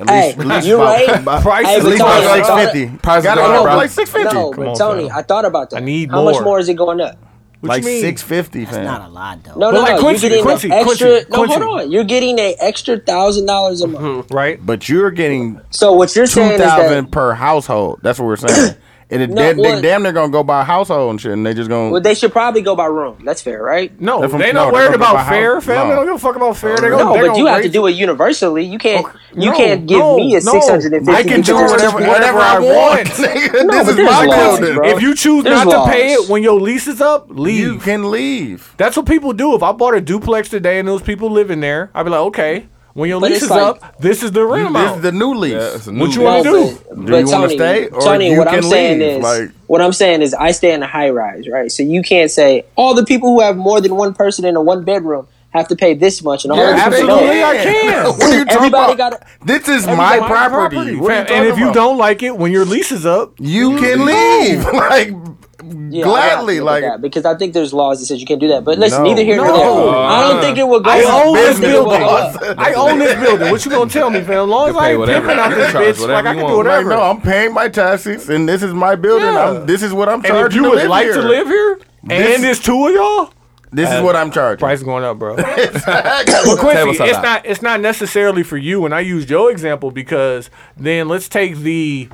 S3: At
S4: Hey,
S3: least- at least
S4: you
S3: about-
S4: right?
S3: about-
S2: Price
S4: Hey,
S2: is
S3: At least
S4: Tony,
S3: about
S2: going
S4: I
S2: up.
S3: six
S4: thought-
S3: fifty.
S6: Price
S3: Gotta
S6: gone
S3: go
S6: up,
S3: up
S6: bro.
S3: like six fifty.
S4: No,
S2: Come
S4: but
S2: on,
S4: Tony,
S2: fam.
S4: I thought about that.
S2: I need
S4: How
S2: more.
S4: much more is it going up?
S2: What
S3: Like
S2: you mean?
S3: six fifty,
S8: Not a
S3: fam.
S8: lot though.
S4: No, no,
S2: like
S4: no.
S2: Quincy,
S4: you're getting
S2: Quincy,
S4: an extra.
S2: Quincy,
S4: no,
S2: Quincy. Mm-hmm.
S4: hold on. You're getting an extra thousand dollars a month.
S2: Right?
S3: But you're getting
S4: So what you're saying
S3: two
S4: is that
S3: thousand per household. That's what we're
S2: *coughs*
S3: saying. And it,
S4: No,
S3: they, they
S4: well-
S3: damn near gonna go by household and shit, and they just gonna.
S4: well, they should probably go by room. That's fair, right?
S2: No,
S3: They're from-
S2: they
S3: no,
S2: not
S3: they're
S2: worried
S3: from
S2: about
S3: Bahamas.
S2: fair, fam.
S3: No.
S2: They don't give a fuck about fair. They
S4: No,
S2: gonna, they
S4: but
S2: gonna
S4: you have to
S2: raise-
S4: do it universally. You can't.
S2: Okay.
S4: You
S2: No,
S4: can't give
S2: no,
S4: me a
S2: no.
S4: six hundred and fifty.
S3: I can do whatever, whatever I want. *laughs* nigga. this
S4: No, but
S3: is
S4: there's
S3: my
S4: laws,
S3: building.
S4: bro.
S2: If you choose
S4: There's
S2: not to pay
S4: laws.
S2: it when your lease is up, leave.
S3: You can leave.
S2: That's what people do. If I bought a duplex today and there was people living there, I'd be like, okay, when your
S4: But
S2: lease
S4: it's
S2: is
S4: like-
S2: up, this is the rent
S3: This
S2: amount.
S3: is the new lease.
S2: What you
S4: No,
S2: want to do?
S4: but,
S3: Do
S4: but
S3: you wanna
S4: Tony,
S3: stay or
S4: Tony,
S3: you
S4: what I'm
S3: can
S4: saying
S3: leave?
S4: is,
S3: Like-
S4: what I'm saying is, I stay in a high rise, right? So you can't say all the people who have more than one person in a one bedroom have to pay this much, and all
S3: Yeah,
S4: the people who
S2: absolutely.
S4: don't.
S2: I
S3: *laughs*
S2: can.
S3: what are you talking
S4: Everybody
S3: about?
S4: gotta-
S3: this is my
S2: My
S3: property. What are you
S2: Fam, and
S3: talking
S2: if you
S3: about?
S2: don't like it when your lease is up,
S3: you can leave. *laughs* like
S4: Yeah, I got
S3: gladly.
S4: you with
S3: Like
S4: that, because I think there's laws that says you can't do that. But listen,
S3: No.
S4: neither here nor
S2: No.
S4: there. I don't think it will go.
S2: I
S4: up.
S2: own this
S4: It will go
S3: *laughs*
S2: building.
S4: up.
S2: I own this building. What you gonna tell me, fam? As long as
S6: You
S2: I
S6: pay
S2: ain't
S6: whatever.
S2: pimping out this
S6: Charge
S2: bitch, like
S6: whatever
S2: I can
S6: you
S2: do
S6: want.
S3: Like,
S2: whatever.
S3: no, I'm paying my taxes, and this is my building.
S2: Yeah.
S3: I'm, this is what I'm charging.
S2: and if you
S3: to
S2: would
S3: live
S2: like
S3: here.
S2: to live here,
S3: This-
S2: and there's two of y'all,
S3: this is what I'm charging.
S2: price is going up, *laughs* bro.
S3: But
S2: Quincy,
S6: Tables are
S2: it's
S6: down.
S2: not it's not necessarily for you. And I used your example because then let's take the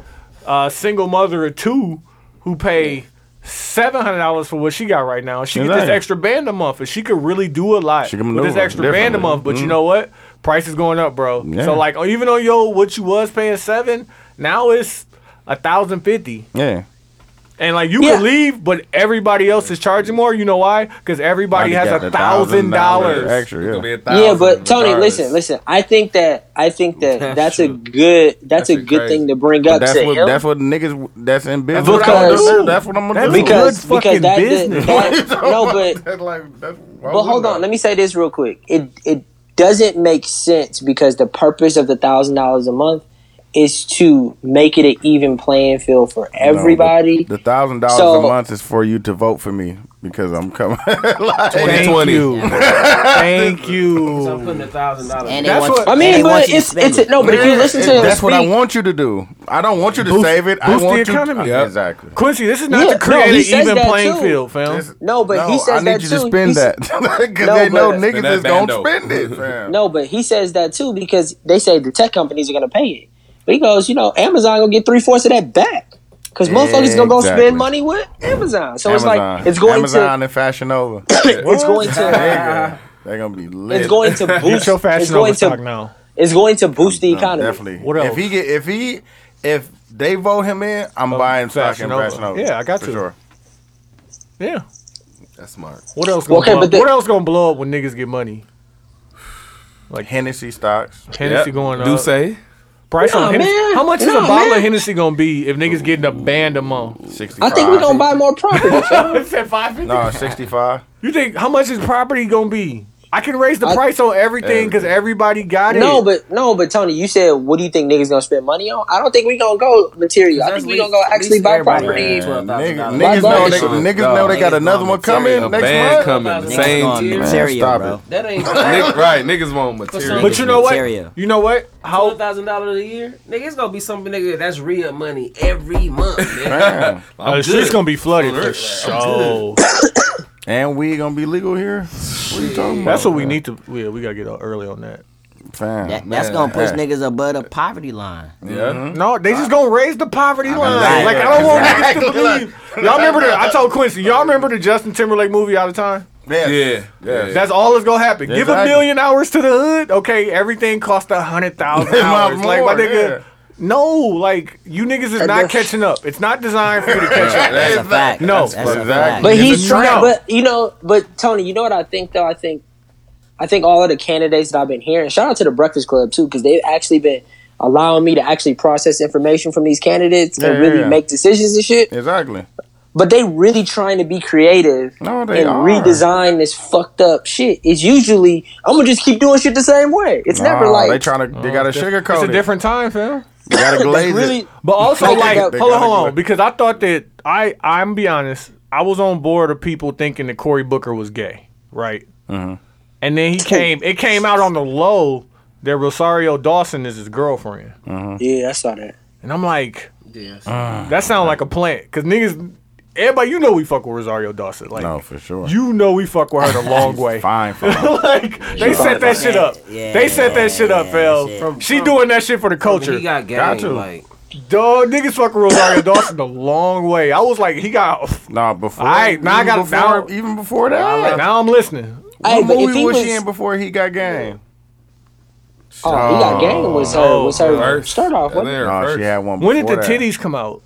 S2: uh, single mother of two who pay seven hundred dollars for what she got right now. She get
S3: Exactly.
S2: this extra band a month, and she could really do a lot
S3: She can
S2: with this
S3: maneuver
S2: extra band a
S3: differently.
S2: month. But you know what? Price is going up, bro.
S3: Yeah.
S2: So like, even on yo, what you was paying seven, now it's a thousand fifty.
S3: yeah.
S2: And like you
S4: Yeah.
S2: can leave, but everybody else is charging more. You know why? Because everybody
S3: Already
S2: has
S3: got
S2: a
S3: the $1,000
S2: thousand *laughs* dollars.
S3: Extra, yeah.
S4: Yeah, but Tony, listen, listen. I think that I think that that's a good that's, a
S6: shit
S4: good
S6: crazy.
S4: thing to bring
S3: But
S4: up
S3: that's
S4: to
S3: what
S4: him
S3: that's what niggas that's in business.
S2: what
S4: I
S3: That's
S4: do.
S3: what- that's what I'm gonna
S2: That's
S3: do.
S2: good
S4: because because
S2: fucking
S4: that,
S2: business.
S3: *laughs*
S4: that no, but
S3: That's like, that's, why
S4: but hold
S3: wouldn't I?
S4: on. Let me say this real quick. It it doesn't make sense because the purpose of the thousand dollars a month is to make it an even playing field for
S3: No,
S4: everybody.
S3: the thousand dollars
S4: So-
S3: a month is for you to vote for me because I'm coming. *laughs* like,
S2: Thank
S6: 20.
S2: you. *laughs* Thank
S7: So I'm
S2: you.
S7: putting a
S8: And
S7: thousand
S8: they
S7: dollars.
S2: That's
S8: want
S2: what-
S8: you-
S4: I
S8: and
S4: mean,
S8: they want
S4: but
S8: you to
S4: it's
S8: spend
S4: it's
S8: it.
S4: no. But if you listen to him
S3: that's what I
S4: speak-
S3: want you to do. I don't want you to save it. I
S2: boost the
S3: want you
S2: economy.
S3: Yeah,
S6: Yep.
S3: exactly.
S2: Quincy, this is not
S4: Yeah,
S2: to
S4: no,
S2: create
S4: he
S2: an
S4: says
S2: even
S4: that
S2: playing
S4: too.
S2: field, fam.
S3: This-
S4: No, but he
S3: oh, I
S4: says
S3: need
S4: that
S3: you
S4: too.
S3: to spend
S4: He's-
S3: that *laughs* because
S4: No,
S3: they know
S4: but-
S3: niggas
S6: that
S3: is gonna
S6: bando.
S3: spend
S4: *laughs*
S3: it. Fam.
S4: No, but he says that too because they say the tech companies are gonna pay it. But he goes, you know, Amazon gonna get three fourths of that back because motherfuckers gonna go
S3: Exactly.
S4: spend money with Amazon. So it's
S3: Amazon.
S4: like it's going
S3: Amazon
S4: *coughs*
S3: and Fashion Nova.
S4: to it's going to
S3: Nigga, They're gonna be lit.
S4: it's
S3: *laughs*
S4: going to
S2: Get
S4: boost
S2: your
S4: it's
S2: fashion over
S4: going
S2: stock
S4: to
S2: now.
S4: it's going to boost the
S3: No,
S4: economy.
S3: Definitely.
S2: What
S3: If
S2: else?
S3: he get if he if they vote him in, I'm buying stock
S2: Fashion
S3: in
S2: Nova.
S3: Fashion Nova.
S2: Yeah, I got
S3: for
S2: to.
S3: Sure.
S2: Yeah.
S6: That's smart.
S2: What else? Gonna
S4: Okay,
S2: blow
S4: but
S2: up?
S4: the-
S2: what else gonna blow up when niggas get money?
S3: Hennessy stocks.
S2: Hennessy going up.
S6: Do say.
S2: Price
S4: Nah,
S2: on Hennessy.
S4: man.
S2: How much is a
S4: Nah,
S2: bottle
S4: man.
S2: of Hennessy gonna be if niggas getting a band a *laughs* month?
S3: 65.
S4: I think we're gonna buy
S3: *laughs*
S4: more property. fam.
S2: It said five fifty.
S3: No, 65.
S2: You think how much is property gonna be? I can raise the
S4: I-
S2: price on everything because everybody got it.
S4: no, but no, but Tony, you said what do you think niggas gonna spend money on? I don't think we gonna go material. I think we gonna go actually buy property.
S3: Man, niggas
S4: Buy
S3: niggas know they,
S4: buy-
S3: niggas know they got another one coming
S6: A
S3: next
S6: band
S3: month.
S6: coming. The
S8: Niggas
S6: same
S8: want
S6: tier.
S8: material,
S3: Man, stop
S8: bro.
S7: That ain't
S6: Nick- Right, niggas want material.
S2: But you know what?
S8: Material.
S2: You know what?
S7: twelve
S2: How
S7: thousand dollars a year. Nigga, it's gonna be something, nigga. That's real money every month. Nigga.
S3: Damn.
S6: I'm
S2: the
S6: good.
S2: street's Uh, gonna be flooded
S6: I'm
S2: for
S6: good.
S2: sure.
S3: And we gonna be legal here. What are you talking
S2: That's what
S3: about?
S2: we need to. Yeah, we gotta get up early on that.
S3: Fam,
S8: That- that's
S3: man,
S8: gonna push
S3: hey.
S8: niggas above the poverty line.
S6: Yeah.
S2: No, they just gonna raise the poverty line.
S8: right.
S2: Like I don't want niggas to
S3: Exactly.
S2: leave. Y'all remember the? I told Quincy. Y'all remember the Justin Timberlake movie all the time?
S3: Yes.
S6: Yeah. Yeah.
S2: That's all that's gonna happen. Give a
S3: Exactly.
S2: million hours to the hood. Okay, everything cost a hundred thousand
S3: My
S2: hours. Like my
S3: lord,
S2: nigga. No, like you niggas is not
S4: that's-
S2: catching up. It's not designed *laughs* for you to catch up.
S8: That's a fact.
S2: No.
S8: that's a
S3: Exactly.
S8: fact.
S4: But
S3: It's
S4: he's
S2: a
S4: trying.
S2: trap.
S4: But you know, but Tony, you know what I think though. I think, I think all of the candidates that I've been hearing. Shout out to the Breakfast Club too, because they've actually been allowing me to actually process information from these candidates
S3: Yeah,
S4: and
S3: yeah,
S4: really
S3: yeah.
S4: make decisions and shit.
S3: Exactly.
S4: But they really trying to be creative
S3: No, they
S4: and
S3: are.
S4: redesign this fucked up shit. It's usually I'm gonna just keep doing shit the same way. It's never
S3: Nah,
S4: like
S3: they trying to. They got a sugarcoat.
S2: Oh, It's a different time, fam.
S3: They got to glaze
S4: really.
S3: it.
S2: But also,
S4: They
S2: like,
S4: gotta-
S2: hold on, hold
S3: they
S2: on, because I thought that I, I'm be honest, I was on board of people thinking that Cory Booker was gay, right? Mm-hmm. And then he came, it came out on the low that Rosario Dawson is his girlfriend,
S3: Mm.
S4: Yeah, I saw that.
S2: and I'm like,
S7: Yes.
S2: that sounds like a plant, because niggas, everybody, you know, we fuck with Rosario Dawson, like,
S3: No, for sure.
S2: you know, we fuck with
S3: *laughs*
S2: her the long way.
S3: fine for them.
S2: *laughs* like they set that shit up.
S8: Yeah,
S2: they set that shit up, Phil.
S8: shit.
S2: She doing that shit for the culture.
S7: He got game.
S3: Got to.
S7: Like
S2: Dog, niggas fucking
S3: *coughs*
S2: Rosario Dawson the long way. I was like, he got.
S3: Nah, before.
S2: All right, now I
S3: even
S2: gotta-
S3: before,
S2: now-
S3: even before
S2: Like,
S3: that.
S2: now I'm listening.
S4: Hey,
S3: what
S4: but if
S3: movie
S4: he
S3: was,
S4: was,
S3: she in before he got game?
S4: oh, he got game was
S3: Oh,
S4: her was her
S6: First.
S4: start off.
S6: And
S4: wasn't it?
S6: then
S3: No,
S6: first.
S3: she had one.
S2: When did the
S3: before that.
S2: titties come out?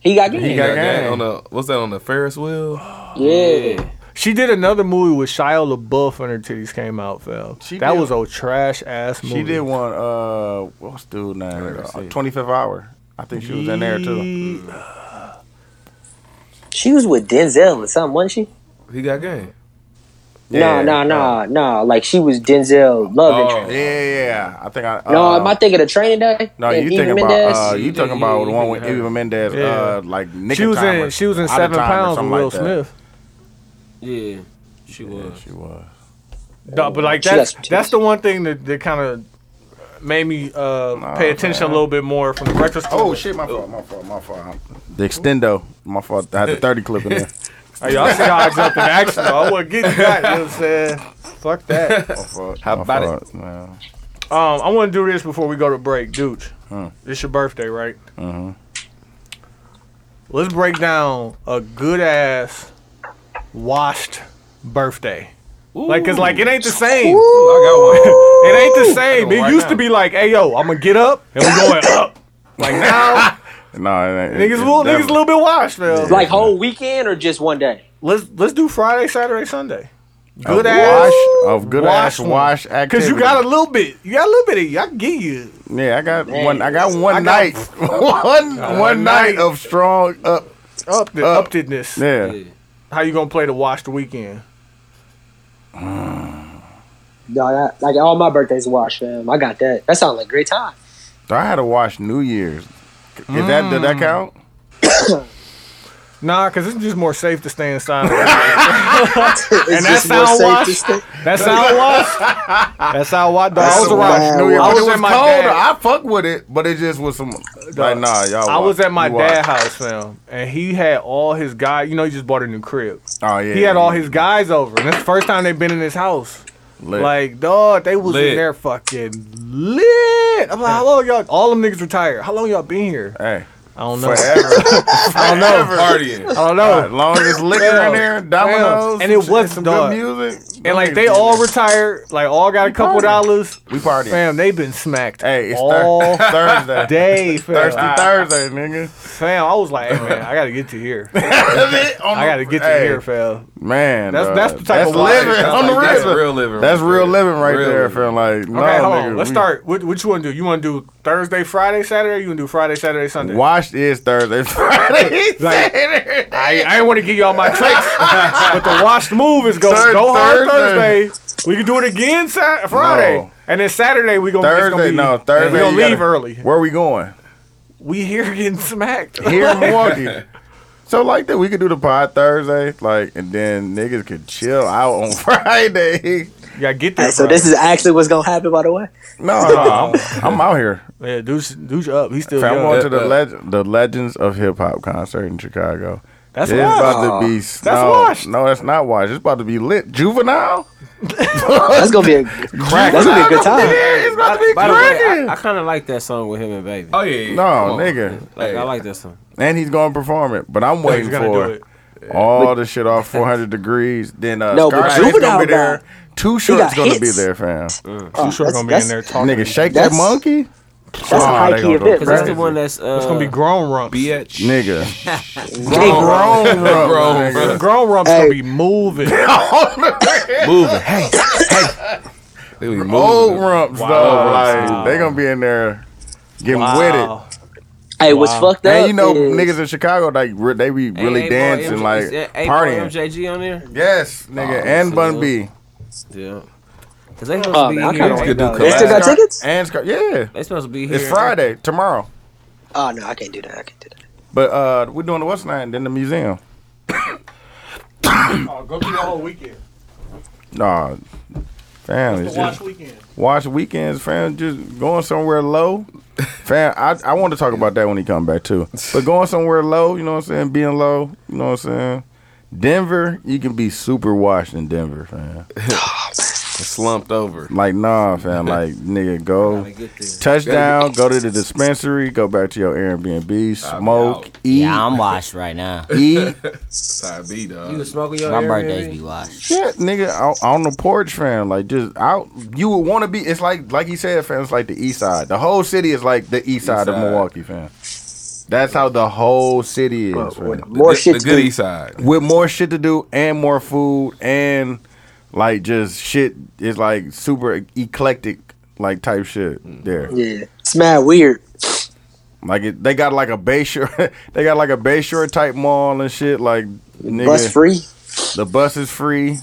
S4: He got game.
S3: He
S6: Got
S3: got
S6: that
S3: game.
S6: on the what's that on the Ferris wheel?
S4: yeah.
S2: She did another movie with Shia LaBeouf when her titties came out, Phil.
S3: She
S2: that
S3: did-
S2: was a trash ass movie.
S3: She did one. Uh, what's dude name? Twenty fifth hour. I think she was in there too.
S4: She was with Denzel or something, wasn't she?
S6: He got game.
S3: Yeah,
S4: no, no, no, no. Like she was Denzel love
S6: Oh.
S4: interest.
S3: Yeah, yeah. I think I. Uh,
S4: No, am I thinking of Training Day?
S3: No,
S4: And
S3: you
S4: Eva
S3: thinking
S4: Mendes?
S3: about uh, you
S7: Yeah,
S3: talking
S7: yeah,
S3: about the
S7: you
S3: one
S7: thinking
S3: with
S7: her.
S3: Eva Mendes,
S2: Yeah.
S3: uh, like Nick
S2: She was in. She was in Seven Pounds with Will Smith.
S7: yeah, she was.
S3: She was. Oh,
S2: Dog, but like
S4: She
S2: that's
S4: got some
S2: that's
S4: titties.
S2: the one thing that, that kind of made me uh, pay attention a little bit more from the Breakfast Club.
S3: Oh shit! My fault. My fault. My fault. The extendo. My fault. I
S2: *laughs*
S3: had the thirty clip in there.
S2: Hey, y'all see how I jumped in action? though. I wasn't getting that. You know what I'm saying? Fuck that.
S3: My fault.
S6: How
S3: My
S6: about it?
S3: fault, man.
S2: Um, I want to do this before we go to break, dude. It's your birthday, right? Mm-hmm. Let's break down a good ass washed birthday. Like, cause like it ain't the same. *laughs* It ain't the same.
S6: Right
S2: It used to
S6: now.
S2: be like, hey yo, I'm gonna get up and we're going up. Like now,
S3: No, it ain't-
S2: niggas
S3: it's
S2: little niggas
S3: definitely-
S2: a little bit washed,
S3: uh,
S2: man.
S4: like whole weekend or just one day?
S2: let's let's do Friday, Saturday, Sunday.
S3: a
S2: Good ass.
S3: wash of good
S2: wash
S3: ass
S2: one.
S3: wash activity.
S2: Cause you got a little bit, you got a little bit of, I can give you.
S3: Yeah, I got one. I got one
S2: I got-
S3: night, *laughs* one one night
S2: night.
S3: of strong up.
S2: up the
S3: Up.
S2: up to this.
S3: Yeah,
S7: Yeah.
S2: How you gonna play to watch the weekend?
S4: No, that, like all my birthdays washed, fam. I got that. That sounds like a great *laughs* time.
S3: I had to watch New Year's. Is that did
S2: Mm.
S3: that count?
S2: Nah, cause it's just more safe to stay
S3: *laughs*
S2: inside.
S4: and
S2: that sound washed? That's how I watched. That's how I watched. I was
S3: That's a
S2: around.
S3: wash New Year.
S2: I
S3: But
S2: was
S3: it was
S2: at my
S3: colder.
S2: dad-
S3: I fuck with it, but it just was some like nah, y'all.
S2: I was
S3: watch-
S2: at my
S3: you watch.
S2: dad's house, fam, and he had all his guys. You know, he just bought a new crib.
S3: Oh yeah,
S2: He had all his guys over, and it's the first time they've been in his house.
S3: Lit.
S2: Like, dog, they was in
S6: Lit.
S2: there fucking lit. I'm like, how long y'all? All them niggas retired. How long y'all been here?
S3: hey,
S2: I don't know.
S3: forever.
S2: I don't know. *laughs*
S6: Partying.
S2: I
S3: *laughs*
S2: don't know.
S3: As long as liquor in
S2: Damn.
S3: there, dominoes,
S2: And it
S3: some
S2: was
S3: shit, some
S2: dog.
S3: good music,
S2: And like they all retired, like all got a couple dollars.
S3: we partying.
S2: *laughs* Fam, they been smacked
S3: Hey, it's
S2: *laughs* all
S3: thir- Thursday.
S2: day, fam.
S3: Thirsty Thursday, nigga.
S2: Fam, I was like, hey man, I gotta get to here. I
S3: I
S2: gotta get to here, fam.
S3: Man,
S2: That's-
S3: dog.
S2: that's the type
S3: that's
S2: of life.
S3: living
S2: That's
S3: on the
S6: like- *laughs* that's
S3: river.
S6: real living
S3: That's
S6: right
S3: real
S6: there.
S3: living right
S6: Real
S3: there,
S6: living.
S3: fam. Like, no,
S2: Okay, hold
S3: nigga,
S2: on. Let's
S3: we-
S2: start. What, what you wanna do? You wanna do Thursday, Friday, Saturday? Or you wanna do Friday, Saturday, Sunday?
S3: Washed is Thursday, *laughs* Friday,
S2: Like-
S3: Saturday.
S2: I, I ain't wanna give *laughs* y'all my tricks, but the washed move is go
S3: Thir-
S2: go hard
S3: Thursday.
S2: Thursday. We can do it again Sat Friday,
S3: No.
S2: and then Saturday we gonna, it's gonna
S3: Thursday,
S2: be,
S3: no, Thursday.
S2: We
S3: you
S2: gonna
S3: gotta-
S2: leave early.
S3: Where we going?
S2: We here getting smacked.
S3: Here in Milwaukee. So like that, we could do the pod Thursday, like, and then niggas could chill out on *laughs* Friday.
S2: You gotta get there.
S4: Hey, so
S2: Friday.
S4: this is actually what's gonna happen, by the way.
S3: No, no, I'm, I'm out here.
S2: Yeah, dude's, dude's up. He's still
S3: Fam, I'm
S2: young.
S3: going to the
S6: Yeah.
S3: leg- the Legends of Hip Hop concert in Chicago.
S2: That's
S3: it's
S2: washed.
S3: about to be that's no,
S2: washed.
S3: No, that's not washed. It's about to be lit. Juvenile.
S4: *laughs* That's
S8: *laughs*
S4: gonna be a crack. That's gonna be a good time.
S3: Yeah, it's about to be
S7: By the way,
S3: cracking.
S7: I, I kind of like that song with him and Baby.
S6: Oh yeah. yeah, come
S3: No,
S6: on.
S3: nigga.
S7: Like,
S6: Hey.
S7: I like that song.
S3: And he's gonna perform it, but I'm waiting
S2: He's gonna do
S3: for
S2: it.
S3: all the shit off 400 degrees. Then uh,
S4: No, but
S3: Scarface
S4: Juvenile
S3: gonna be there.
S4: got-
S3: Two shorts
S4: got
S3: gonna be
S4: hits.
S3: there, fam.
S2: Too short
S4: that's-
S2: gonna be in
S4: that's-
S2: there talking.
S3: Nigga, shake that
S4: That's-
S3: monkey.
S4: That's a high key event,
S7: Because that's the
S4: bro.
S7: one that's uh,
S2: It's gonna be grown rumps.
S6: Bitch.
S3: Nigga.
S6: Grown, grown,
S2: The
S6: grown, bro.
S2: grown rumps
S4: Hey.
S2: gonna
S3: *laughs*
S2: be moving.
S6: Moving. Hey, hey. They be moving.
S3: Old rumps,
S2: Wow.
S3: though. Like, they gonna be in there getting
S2: Wow.
S4: Hey, what's fucked up?
S3: with it. And you know,
S4: is-
S3: niggas in Chicago, like, re- they be
S7: Hey,
S3: really
S7: hey, boy,
S3: dancing,
S7: MJ
S3: like,
S7: is that hey, boy,
S3: partying.
S7: MJG on there.
S3: Yes, nigga.
S7: Oh,
S3: and
S7: so
S3: Bun
S7: good.
S3: B.
S7: Yeah. Cause they supposed
S4: Oh,
S7: to be
S4: man, I
S7: here.
S4: kinda
S6: could do
S4: They still got
S3: Scar-
S4: tickets?
S3: And Scar- yeah.
S7: They supposed to be here.
S3: It's Friday, tomorrow.
S4: Oh no, I can't do that. I can't do that.
S3: But uh we're doing the West Nine, then the
S2: *coughs*
S3: museum.
S2: Oh, go through the whole weekend.
S3: Nah. Fam, it's just
S2: weekend.
S3: watch weekends, fam. Just going somewhere low, *laughs* fam. I, I want to talk about that when he come back
S7: *laughs*
S3: too. But going somewhere low, you know what I'm saying? Being low, you know what I'm saying? Denver, you can be super washed in Denver, fam.
S6: slumped over.
S3: Like nah,
S7: *laughs*
S3: fam. Like nigga, go
S7: Gotta get there.
S3: touchdown, go to the dispensary, go back to your Airbnb, smoke,
S4: E.
S3: eat,
S8: Yeah, I'm washed right now.
S3: eat,
S6: Side B,
S7: You
S6: dog.
S7: was smoking your
S8: My
S7: Airbnb?
S8: birthdays be washed.
S3: shit, nigga, out, on the porch, fam. Like just out. You would want to be. It's like like he said, fam. It's like the east side. The whole city is like the east side of
S6: side.
S3: Milwaukee, fam. That's how the whole city is. fam.
S4: More
S6: the,
S4: shit
S6: The
S4: to
S6: goodie
S4: do.
S6: side.
S3: With more shit to do and more food and like just shit is like super eclectic like type shit there.
S4: Yeah, it's mad weird.
S3: Like it, they got like a Bayshore, *laughs* they got like a Bayshore type mall and shit. Like nigga,
S4: Bus free.
S3: the bus is free.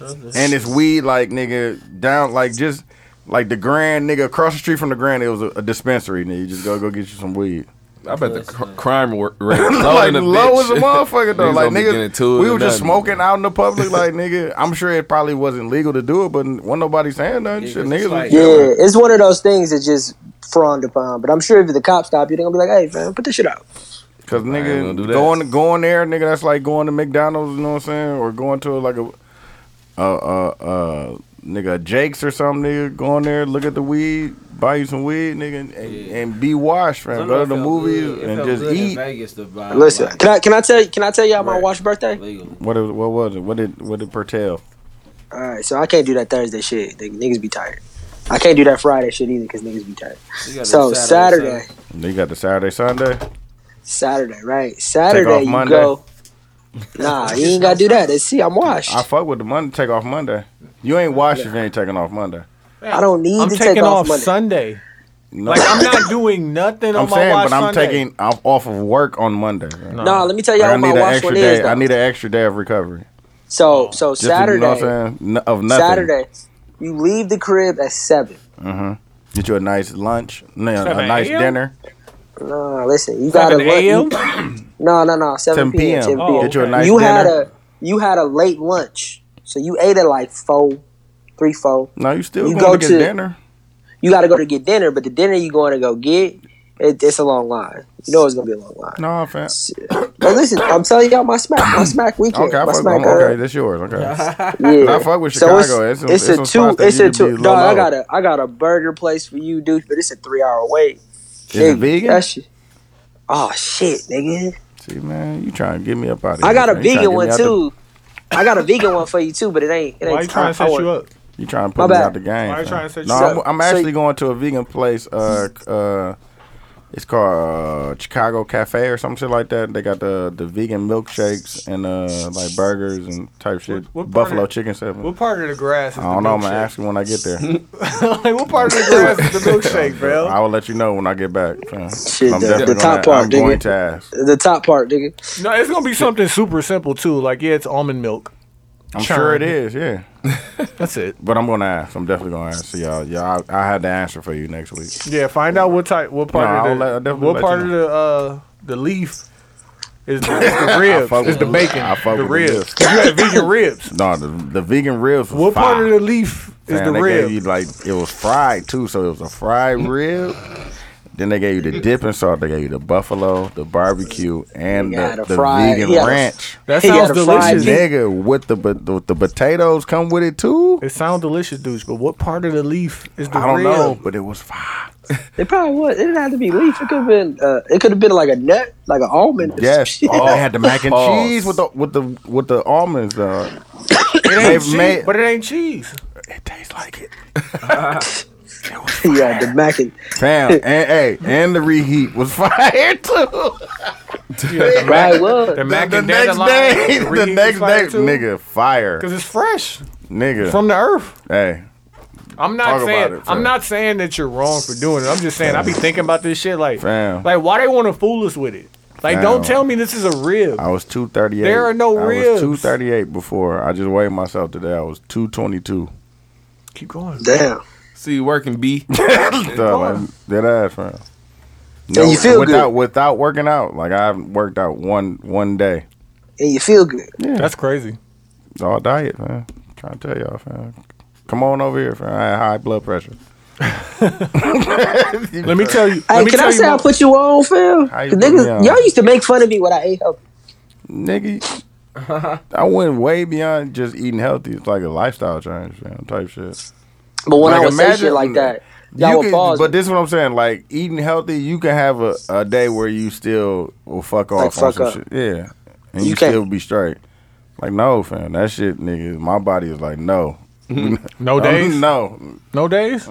S3: and it's weed like nigga down like just like the grand nigga across the street from the grand it was a, a dispensary nigga you just go go get you some weed
S6: I bet the cr- crime *laughs* wor- rate low
S3: like
S6: in the
S3: low
S6: bitch.
S3: as a motherfucker though
S6: Niggas
S3: like
S6: don't be getting to
S3: nigga
S6: it
S3: we
S6: or
S3: were just
S6: nothing.
S3: smoking out in the
S6: *laughs*
S3: public like nigga I'm sure it probably wasn't legal to do it but wasn't nobody saying nothing shit
S7: Niggas
S3: niggas
S7: like-
S3: was
S4: Yeah,
S3: chilling.
S4: it's one of those things that just frowned upon. But I'm sure if the cops stop you, they're gonna be like, "Hey, man, put this shit out."
S3: Cause
S6: gonna do
S3: nigga
S6: that.
S3: going going there, nigga, that's like going to McDonald's, you know what I'm saying, or going to like a uh uh uh nigga Jake's or something, nigga, go in there, look at the weed, buy you some weed, nigga, and, and, and be washed, fam.
S7: Some
S3: Go to
S7: of it
S3: the
S7: felt
S3: movies
S7: good. It
S3: and
S7: felt
S3: just
S7: good in
S3: eat.
S7: Vegas, the vibe,
S4: Listen,
S7: like,
S4: can I can I tell you, can I tell y'all my watch birthday?
S7: legally.
S3: What it, what was it? What did what did Pertell?
S4: All right, so I can't do that Thursday shit. The niggas be tired. I can't do that Friday shit either because niggas be tired.
S7: You gotta
S4: So
S7: do
S4: Saturday,
S7: Sunday.
S3: You got the Saturday Sunday.
S4: Saturday, right? Saturday, you
S3: Monday.
S4: go. Nah, you ain't gotta do that. Let's see, I'm washed.
S3: I fuck with the Monday. Take off Monday. You ain't washed if you ain't taking off Monday.
S4: I don't need
S2: I'm
S4: to
S2: taking
S4: take
S2: off
S4: off Monday.
S2: Sunday.
S3: No,
S2: Like I'm not doing nothing
S3: I'm
S2: on my
S3: saying,
S2: watch
S3: but I'm
S2: Sunday.
S3: taking off, off of work on Monday. fam.
S4: nah, let me tell y'all
S3: Like, I
S4: what my
S3: need an
S4: watch
S3: extra
S4: one is.
S3: day. I
S4: Though.
S3: need an extra day of recovery.
S4: so so
S3: Just to-
S4: Saturday,
S3: you know what I'm saying? N- of nothing.
S4: Saturday, you leave the crib at seven.
S3: Get you a nice lunch, no, a
S2: 7
S3: nice
S2: a.m.?
S3: dinner.
S4: Nah, listen, you gotta
S2: 7
S4: lunch.
S2: a.m.
S4: *clears throat* No, no, no, seven
S3: 10
S4: p.m.
S3: p.m.
S4: 7 p.m.
S2: Oh,
S3: Get you a
S2: okay.
S3: nice
S4: you
S3: dinner.
S4: had a you had a late lunch, so you ate at like four, three, four.
S3: no, you still
S4: you
S3: going
S4: go
S3: to get
S4: to-
S3: dinner.
S4: You got to go to get dinner, but the dinner you going to go get, it, it's a long line. You know it's gonna be a long line.
S3: No, fam.
S4: But listen, I'm telling y'all my
S3: *clears throat*
S4: smack, my smack weekend,
S3: Okay, I
S4: my
S3: fuck,
S4: smack.
S3: I'm, okay, that's yours. Okay,
S4: uh, yeah.
S3: I fuck with
S4: So
S3: Chicago. it's,
S4: it's,
S3: some-
S4: it's,
S3: it's some
S4: a
S3: spots
S4: two,
S3: that
S4: it's
S3: you
S4: a
S3: can
S4: two.
S3: be
S4: Dog, I
S3: low.
S4: got a I got a burger place for you, dude. But it's a three hour wait.
S3: Is it
S4: Nigga,
S3: vegan?
S4: That shit. Oh shit, nigga.
S3: See, man, you trying to get me up out of here?
S4: I got a
S3: man. You tryna get
S4: vegan
S3: me
S4: one
S3: out the-
S4: too. I got a vegan one for you too, but it ain't. It ain't
S2: Why you trying to set
S4: I- I
S2: you up?
S4: want-
S3: You trying to
S4: My
S3: put me
S4: bad.
S3: out the game?
S2: Why you
S3: fam.
S2: trying to set
S3: No,
S2: you
S3: I'm,
S4: up?
S3: I'm
S4: So-
S3: actually going to a vegan place. Uh, c- uh, it's called uh, Chicago Cafe or some shit like that. They got the the vegan milkshakes and uh like burgers and type shit.
S2: What- what
S3: Buffalo
S2: part of-
S3: chicken stuff.
S2: What part of the grass is
S3: I don't
S2: the
S3: know. I'm gonna
S2: milkshake?
S3: ask you when I get
S4: *laughs*
S3: there.
S2: *laughs* like, what part of the grass is
S3: *laughs*
S2: the milkshake, bro?
S3: I will let you know when I get back. fam.
S4: Shit,
S3: I'm
S4: the-
S3: definitely
S4: the
S3: gonna-
S4: top part,
S3: I'm going
S4: nigga.
S3: to ask.
S4: The top part, nigga.
S2: No, it's gonna be something super simple too. Like, yeah, it's almond milk.
S3: I'm
S2: Churn.
S3: sure it is, yeah.
S2: That's it.
S3: But I'm gonna ask. I'm definitely gonna ask. So y'all, y'all, I, I had the answer for you next week.
S2: Yeah, find out what type, what
S3: No,
S2: part
S3: I'll
S2: of
S3: let- I'll
S2: the,
S3: definitely
S2: what
S3: let
S2: part
S3: you
S2: of the uh,
S3: *laughs*
S2: the leaf is the, is the ribs.
S3: fuck
S2: Is
S3: with
S2: the
S3: the-
S2: bacon.
S3: I fuck with
S2: the
S3: the
S2: ribs.
S3: ribs.
S2: 'Cause you had vegan ribs.
S3: No, the, the vegan ribs. Was
S2: What
S3: fire.
S2: part of the leaf is
S3: Man,
S2: the
S3: they
S2: rib?
S3: Gave you, like it was fried too, so it was a fried rib. Then they gave you the dipping sauce. They gave you the buffalo, the barbecue, and
S4: He had
S3: the,
S4: a
S3: the
S4: fried-
S3: vegan
S4: he had a-
S3: ranch.
S2: that
S4: He
S2: sounds
S4: had a fried
S2: delicious.
S4: pig.
S3: Nigga, with the but with the potatoes come with it too.
S2: It sounds delicious, douche. But what part of the leaf is the
S3: I don't
S2: rib?
S3: know, but it was fire.
S4: It probably was. It didn't have to be leaf. It could have been. Uh, it could have been like a nut, like an almond. *laughs* or some
S3: Yes,
S4: shit.
S3: oh, *laughs* they had the mac and
S6: Pause.
S3: cheese with the with the with the almonds. Dog.
S2: It ain't
S3: They've
S2: cheese,
S3: made-
S2: but it ain't cheese.
S3: It tastes like it.
S4: yeah, the Mac and
S3: Fam, and hey, and the reheat was *laughs* fire too.
S2: Yeah,
S4: right was.
S2: the
S3: The,
S2: *laughs* mac
S3: the
S2: and
S3: next
S2: dandelion,
S3: day, *laughs* the
S2: reheat
S3: next
S2: fire
S3: day,
S2: too.
S3: nigga, fire,
S2: Cause it's fresh
S3: nigga.
S2: from the earth.
S3: hey,
S2: I'm not
S3: Talk about
S2: saying
S3: it, fam.
S2: I'm not saying that you're wrong for doing it. I'm just saying I be thinking about this shit like
S3: Fam.
S2: like why they want to fool us with it. Like
S3: Fam.
S2: don't tell me this is a rib.
S3: I was two thirty eight.
S2: There are no
S3: I
S2: ribs.
S3: was two thirty eight before. I just weighed myself today. I was two twenty two.
S2: Keep going.
S4: Damn.
S6: See you working, *laughs* B.
S3: Dead ass, fam.
S4: And you feel
S3: without
S4: good.
S3: without working out. Like I haven't worked out one one day.
S4: And you feel good.
S2: That's crazy.
S3: It's all diet, man. trying to tell y'all, fam. Come on over here, fam. I had high blood pressure.
S2: Let me tell you.
S4: Hey,
S2: let me
S4: can
S2: tell
S4: I
S2: you
S4: say I
S2: what-
S4: put you on, Phil?
S3: How you
S4: Cause
S3: put me on?
S4: Niggas, y'all used to make fun of me when I ate healthy. *laughs*
S3: Nigga, I went way beyond just eating healthy. It's like a lifestyle change, fam, type shit.
S4: But when
S3: Like,
S4: I would say shit
S3: imagine-
S4: like that, y'all
S3: You
S4: would
S3: can-
S4: pause.
S3: but
S4: me.
S3: this is what I'm saying. Like eating healthy, you can have a, a day where you still will fuck off
S4: Like,
S3: on
S4: fuck
S3: some
S4: up.
S3: shit. Yeah, and you,
S4: You can't-
S3: still be straight. Like no, fam, that shit, nigga. My body is like no,
S2: No days.
S3: no. *laughs*
S2: No days.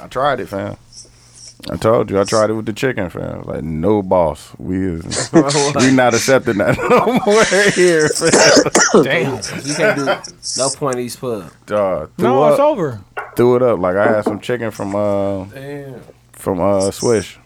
S3: I tried it, fam. I told you, I tried it with the chicken, fam. Like no boss, we
S2: *laughs*
S3: is we not accepting that *laughs* Oh no more here, fam.
S2: *laughs* Damn.
S7: You can't do no point of these pub.
S3: Dog, threw
S2: No,
S3: up.
S2: it's over.
S3: threw it up. Like I had some chicken from uh from uh Swish.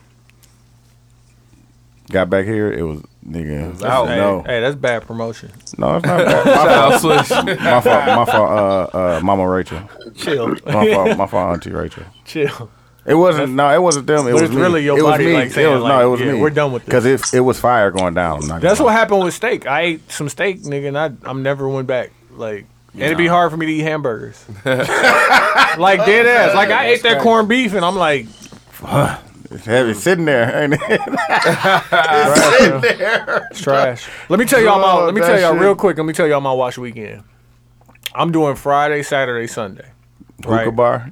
S3: Got back here, it was nigga.
S2: That's- hey,
S3: no,
S2: Hey, that's bad promotion.
S3: no,
S2: *laughs*
S3: it's not bad. my fault. My fault. My fault. Uh, uh, Mama Rachel.
S2: Chill.
S3: My fault. My fault. Auntie Rachel.
S2: *laughs* Chill.
S3: It wasn't. No, it wasn't them. It
S2: But
S3: was
S2: it's
S3: me.
S2: really your
S3: it was
S2: body,
S3: me.
S2: like, saying,
S3: it was,
S2: like,
S3: no, it was
S2: yeah,
S3: me.
S2: we're done with this.
S3: Because it, it was fire going down. I'm not
S2: That's
S3: gonna
S2: what
S3: lie.
S2: happened with steak. I ate some steak, nigga, and I I'm never went back. Like, and it'd be hard for me to eat *laughs* hamburgers. like dead ass. Like I ate that corned beef, and I'm like,
S3: It's heavy sitting there. Ain't it? *laughs*
S2: it's trash. Let me tell y'all my.
S3: Bro,
S2: Let me
S3: that
S2: tell y'all
S3: shit-
S2: real quick. Let me tell y'all my watch weekend. I'm doing Friday, Saturday, Sunday.
S3: Hookah bar.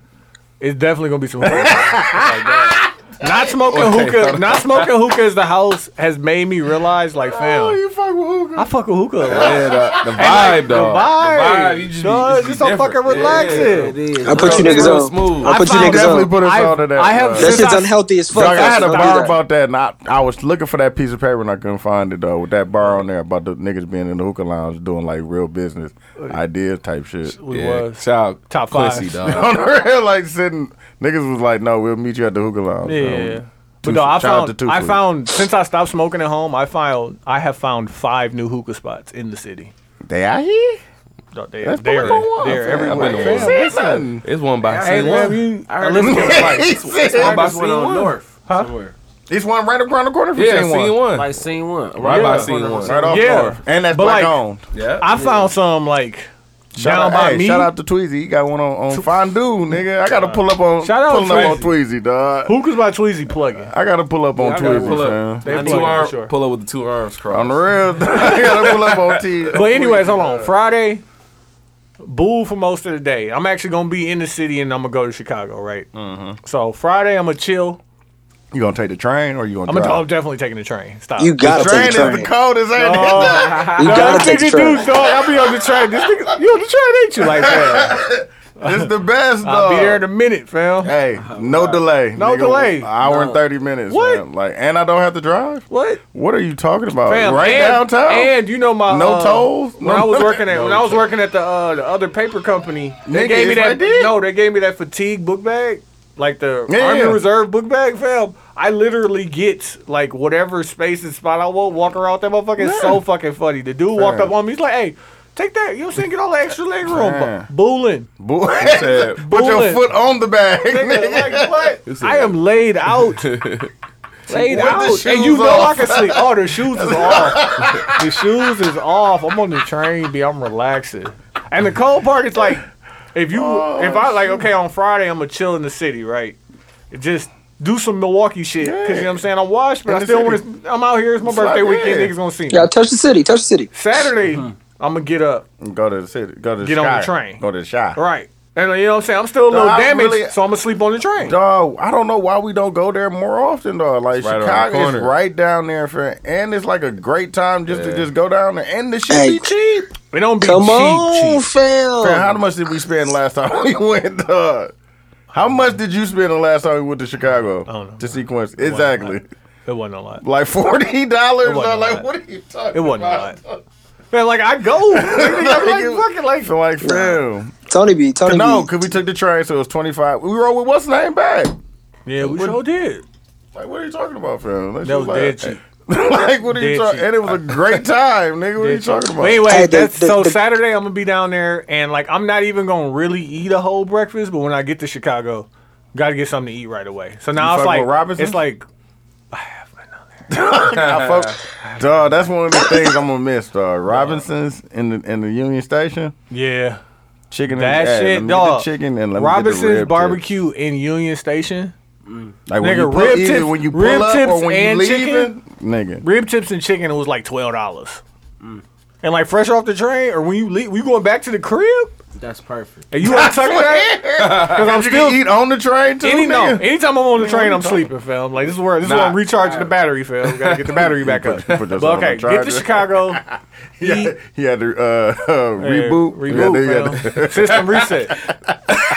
S2: It's definitely gonna be some hookah. Like *laughs* that. Not smoking hookah. Not smoking hookah as the house has made me realize, like, fam,
S3: fuck with hookah.
S2: I fuck with hookah. a lot.
S6: Yeah, the, the vibe,
S2: Like, the
S6: dog.
S2: vibe,
S6: The vibe. You just,
S2: dog,
S6: be,
S2: it's just so fucking relaxing.
S7: It is.
S4: I put you niggas
S6: real
S4: on.
S6: smooth.
S4: I put you
S2: I found-
S4: niggas
S3: Definitely
S4: on.
S3: put us
S2: I've-
S3: on to that.
S2: I have-
S3: bro.
S4: That
S2: since
S4: shit's
S2: I-
S4: unhealthy as fuck.
S3: Dog, I had a
S4: Don't do
S3: bar
S4: that.
S3: about that, and I, I was looking for that piece of paper, and I couldn't find it though. With that bar on there about the niggas being in the hookah lounge doing like real business ideas type shit.
S2: We
S6: Yeah,
S2: was.
S6: Shout
S2: Top
S6: top Quincy,
S2: five.
S3: *laughs*
S6: dog.
S3: on the real, like sitting, niggas was like, "No, we'll meet you at the hookah lounge."
S2: Yeah.
S3: Um,
S2: But
S3: Two-
S2: no, I
S3: shout out to
S2: found
S3: Two
S2: I
S3: Foot.
S2: found since I stopped smoking at home, I found I have found five new hookah spots in the city.
S3: they out here.
S2: They're they're,
S3: That's what we want,
S2: they're
S3: fam.
S2: everywhere.
S6: I've been
S2: Fam,
S6: to
S3: Said
S2: listen.
S3: nothing.
S6: It's one *laughs* by
S2: Hey,
S6: C
S2: man,
S6: one.
S2: you- I listened to
S3: *laughs*
S2: it
S3: He
S2: like-
S3: said-
S6: One by
S7: Just went on north.
S2: Huh?
S7: somewhere.
S3: It's one right around the corner from
S6: Yeah,
S3: scene
S6: C
S3: one.
S6: one.
S7: Like scene one.
S6: Right by
S7: Yeah.
S6: scene one.
S3: Right off
S2: Yeah.
S3: north, and that's
S2: But,
S3: black
S2: like,
S3: owned.
S6: Yeah.
S2: I found some like
S3: Shout
S2: down
S3: out,
S2: by
S3: hey,
S2: me.
S3: shout out to Tweezy. He got one on, on Fondue, nigga. I gotta pull up on
S2: Shout out
S3: pulling up on
S2: Tweezy.
S3: Tweezy, dog.
S2: hookahs by Tweezy plugging.
S3: I gotta pull up on
S6: I gotta
S3: Tweezy,
S6: pull
S3: fam.
S6: up. That
S2: They
S6: two
S2: play,
S6: arm,
S2: for sure.
S6: pull up with the two arms crossed.
S3: On the real, *laughs* I gotta pull up on T.
S2: But anyways, hold
S4: uh,
S2: on. Friday, boo for most of the day. I'm actually gonna be in the city and I'm gonna go to Chicago, right?
S4: Mm-hmm.
S2: So Friday I'm gonna chill.
S3: you gonna take the train or you gonna
S2: I'm, gonna, I'm
S3: drive?
S2: definitely taking the train. Stop. Oh.
S4: You gotta
S3: the train
S4: take
S3: is
S4: the train.
S3: the coldest, ain't
S4: You gotta take the train.
S2: dog. I'll be on the train. This nigga, you on the train, ain't you?
S4: *laughs*
S2: Like, fam.
S3: it? It's the best, dog.
S2: I'll be there in a minute, fam.
S3: Hey, no delay.
S2: No
S3: nigga.
S2: delay.
S3: Hour and thirty minutes.
S2: What?
S3: man. Like, and I don't have to drive.
S2: What?
S3: What are you talking about?
S2: Fam,
S3: right
S2: and,
S3: downtown.
S2: And you know my
S3: No
S2: uh,
S3: tolls?
S2: When I
S3: No-
S2: was working at
S3: No
S2: when I was working at the uh, the other paper company, they
S3: Nigga,
S2: gave me
S3: it's
S2: that.
S3: right there.
S2: no, they gave me that fatigue book bag, like the
S3: Yeah,
S2: Army
S3: yeah.
S2: Reserve book bag, fam. I literally get like whatever space and spot I want, walk around that motherfucker. It's so fucking funny. The dude walked
S3: Fam.
S2: up on me, he's like, "Hey, take that. You know what I'm saying? Get all the extra leg room,
S3: Fam.
S2: booling."
S3: Boy,
S6: said,
S3: *laughs* put your
S2: "Bullet."
S3: foot on the bag, nigga.
S2: Nigga,
S3: *laughs*
S2: like, what? I am laid out. laid
S3: the
S2: out. And
S3: shoes
S2: you know
S3: off.
S2: I can sleep. Oh, the shoes is
S3: *laughs*
S2: off. the shoes is off. I'm on the train, B. I'm relaxing. And the cold part is like, if you, if I like, okay, on Friday, I'm going to chill in the city, right? Just do some Milwaukee shit. Because, you know what I'm saying? I'm washed, but
S3: In
S2: I
S3: the
S2: still want
S3: city.
S2: to, I'm out here. It's my birthday
S3: like,
S2: weekend.
S3: yeah.
S2: Niggas going to see me.
S4: Y'all touch the city. Touch the city.
S2: Saturday,
S3: Mm-hmm.
S2: I'm going to get up.
S3: Go to the city. Go to the
S2: Get on the
S3: shy.
S2: train.
S3: Go to the shop.
S2: Right. And uh, you know what I'm saying? I'm still a little
S3: Dog, I
S2: damaged,
S3: really-
S2: so I'm going to sleep on the train.
S3: Dog, I don't know why we don't go there more often, dog. Like
S6: It's right around the
S3: Chicago is
S6: corner.
S3: right down there, fam. and it's like a great time just
S6: Yeah.
S3: to just go down there. And the shit
S4: Hey.
S3: be cheap.
S2: It don't be
S4: Come
S2: cheap,
S4: on,
S2: cheap.
S3: Man, how *laughs*
S4: fam.
S3: much did we spend last time we went? Dog? How much did you spend the last time you went to Chicago
S2: don't know,
S3: to see Quincy?
S2: It wasn't a
S3: Exactly.
S2: lot. It wasn't a lot.
S3: Like forty dollars?
S2: It wasn't a
S3: Like
S2: lot.
S3: what are you talking?
S2: It wasn't a
S3: *laughs* about?
S2: lot. *laughs* Man, like I go. I'm
S3: *laughs*
S2: like,
S3: it-
S2: fucking like
S3: So like, fam.
S4: Tony B. Tony
S3: No,
S4: no, B.
S3: because we took the train, so it was twenty five. We rode with what's his name back.
S2: yeah, we sure did.
S3: Like, what are you talking about, fam?
S2: That was dead cheap.
S3: *laughs* like, what are you
S2: Dead
S3: talking?
S2: cheap.
S3: And it was a great time, nigga. What are you
S2: Dead cheap.
S3: talking about?
S2: But anyway,
S4: Hey, the-
S2: that's,
S4: the-
S2: so
S4: the-
S2: Saturday I'm gonna be down there, and like I'm not even gonna really eat a whole breakfast, but when I get to Chicago, gotta get something to eat right away. So now
S3: You
S2: it's
S3: fuck with
S2: like
S3: Robinsons?
S2: it's like
S3: I fuck- dog, that's one of the things I'm gonna miss,
S2: *laughs*
S3: dog. Robinsons in the in the Union Station,
S2: yeah,
S3: chicken. and,
S2: that
S3: hey, let
S2: shit,
S3: me get The
S2: dog.
S3: chicken and let me get the rib
S2: Robinson's
S3: tips.
S2: barbecue in Union Station.
S3: Like
S2: Nigga,
S3: when you pull,
S2: rib
S3: either
S2: tips-
S3: when you pull
S2: rib
S3: up
S2: tips
S3: or when
S2: and
S3: you
S2: chicken?
S3: leaving, nigga.
S2: Rib tips and chicken it was like twelve dollars, and like fresh off the train, or when you leave, we going back to the crib.
S7: That's perfect.
S2: And you want to talk about that? Because I'm
S3: You can
S2: still
S3: eat on the train too,
S2: Any no,
S3: nigga. *laughs*
S2: anytime I'm on the train,
S3: what
S2: I'm
S3: you
S2: sleeping, fam. Like this is where this is where I'm
S3: Nah.
S2: recharging the battery, fam. We gotta get the
S3: *laughs*
S2: battery back up.
S3: Put- put
S2: But
S3: yourself on
S2: okay,
S3: the
S2: get
S3: charger.
S2: to Chicago,
S3: *laughs*
S2: eat,
S3: Yeah, he had to uh, *laughs* uh, reboot.
S2: reboot,
S3: Yeah, they had
S2: *laughs*
S3: to- *laughs*
S2: fam. system reset.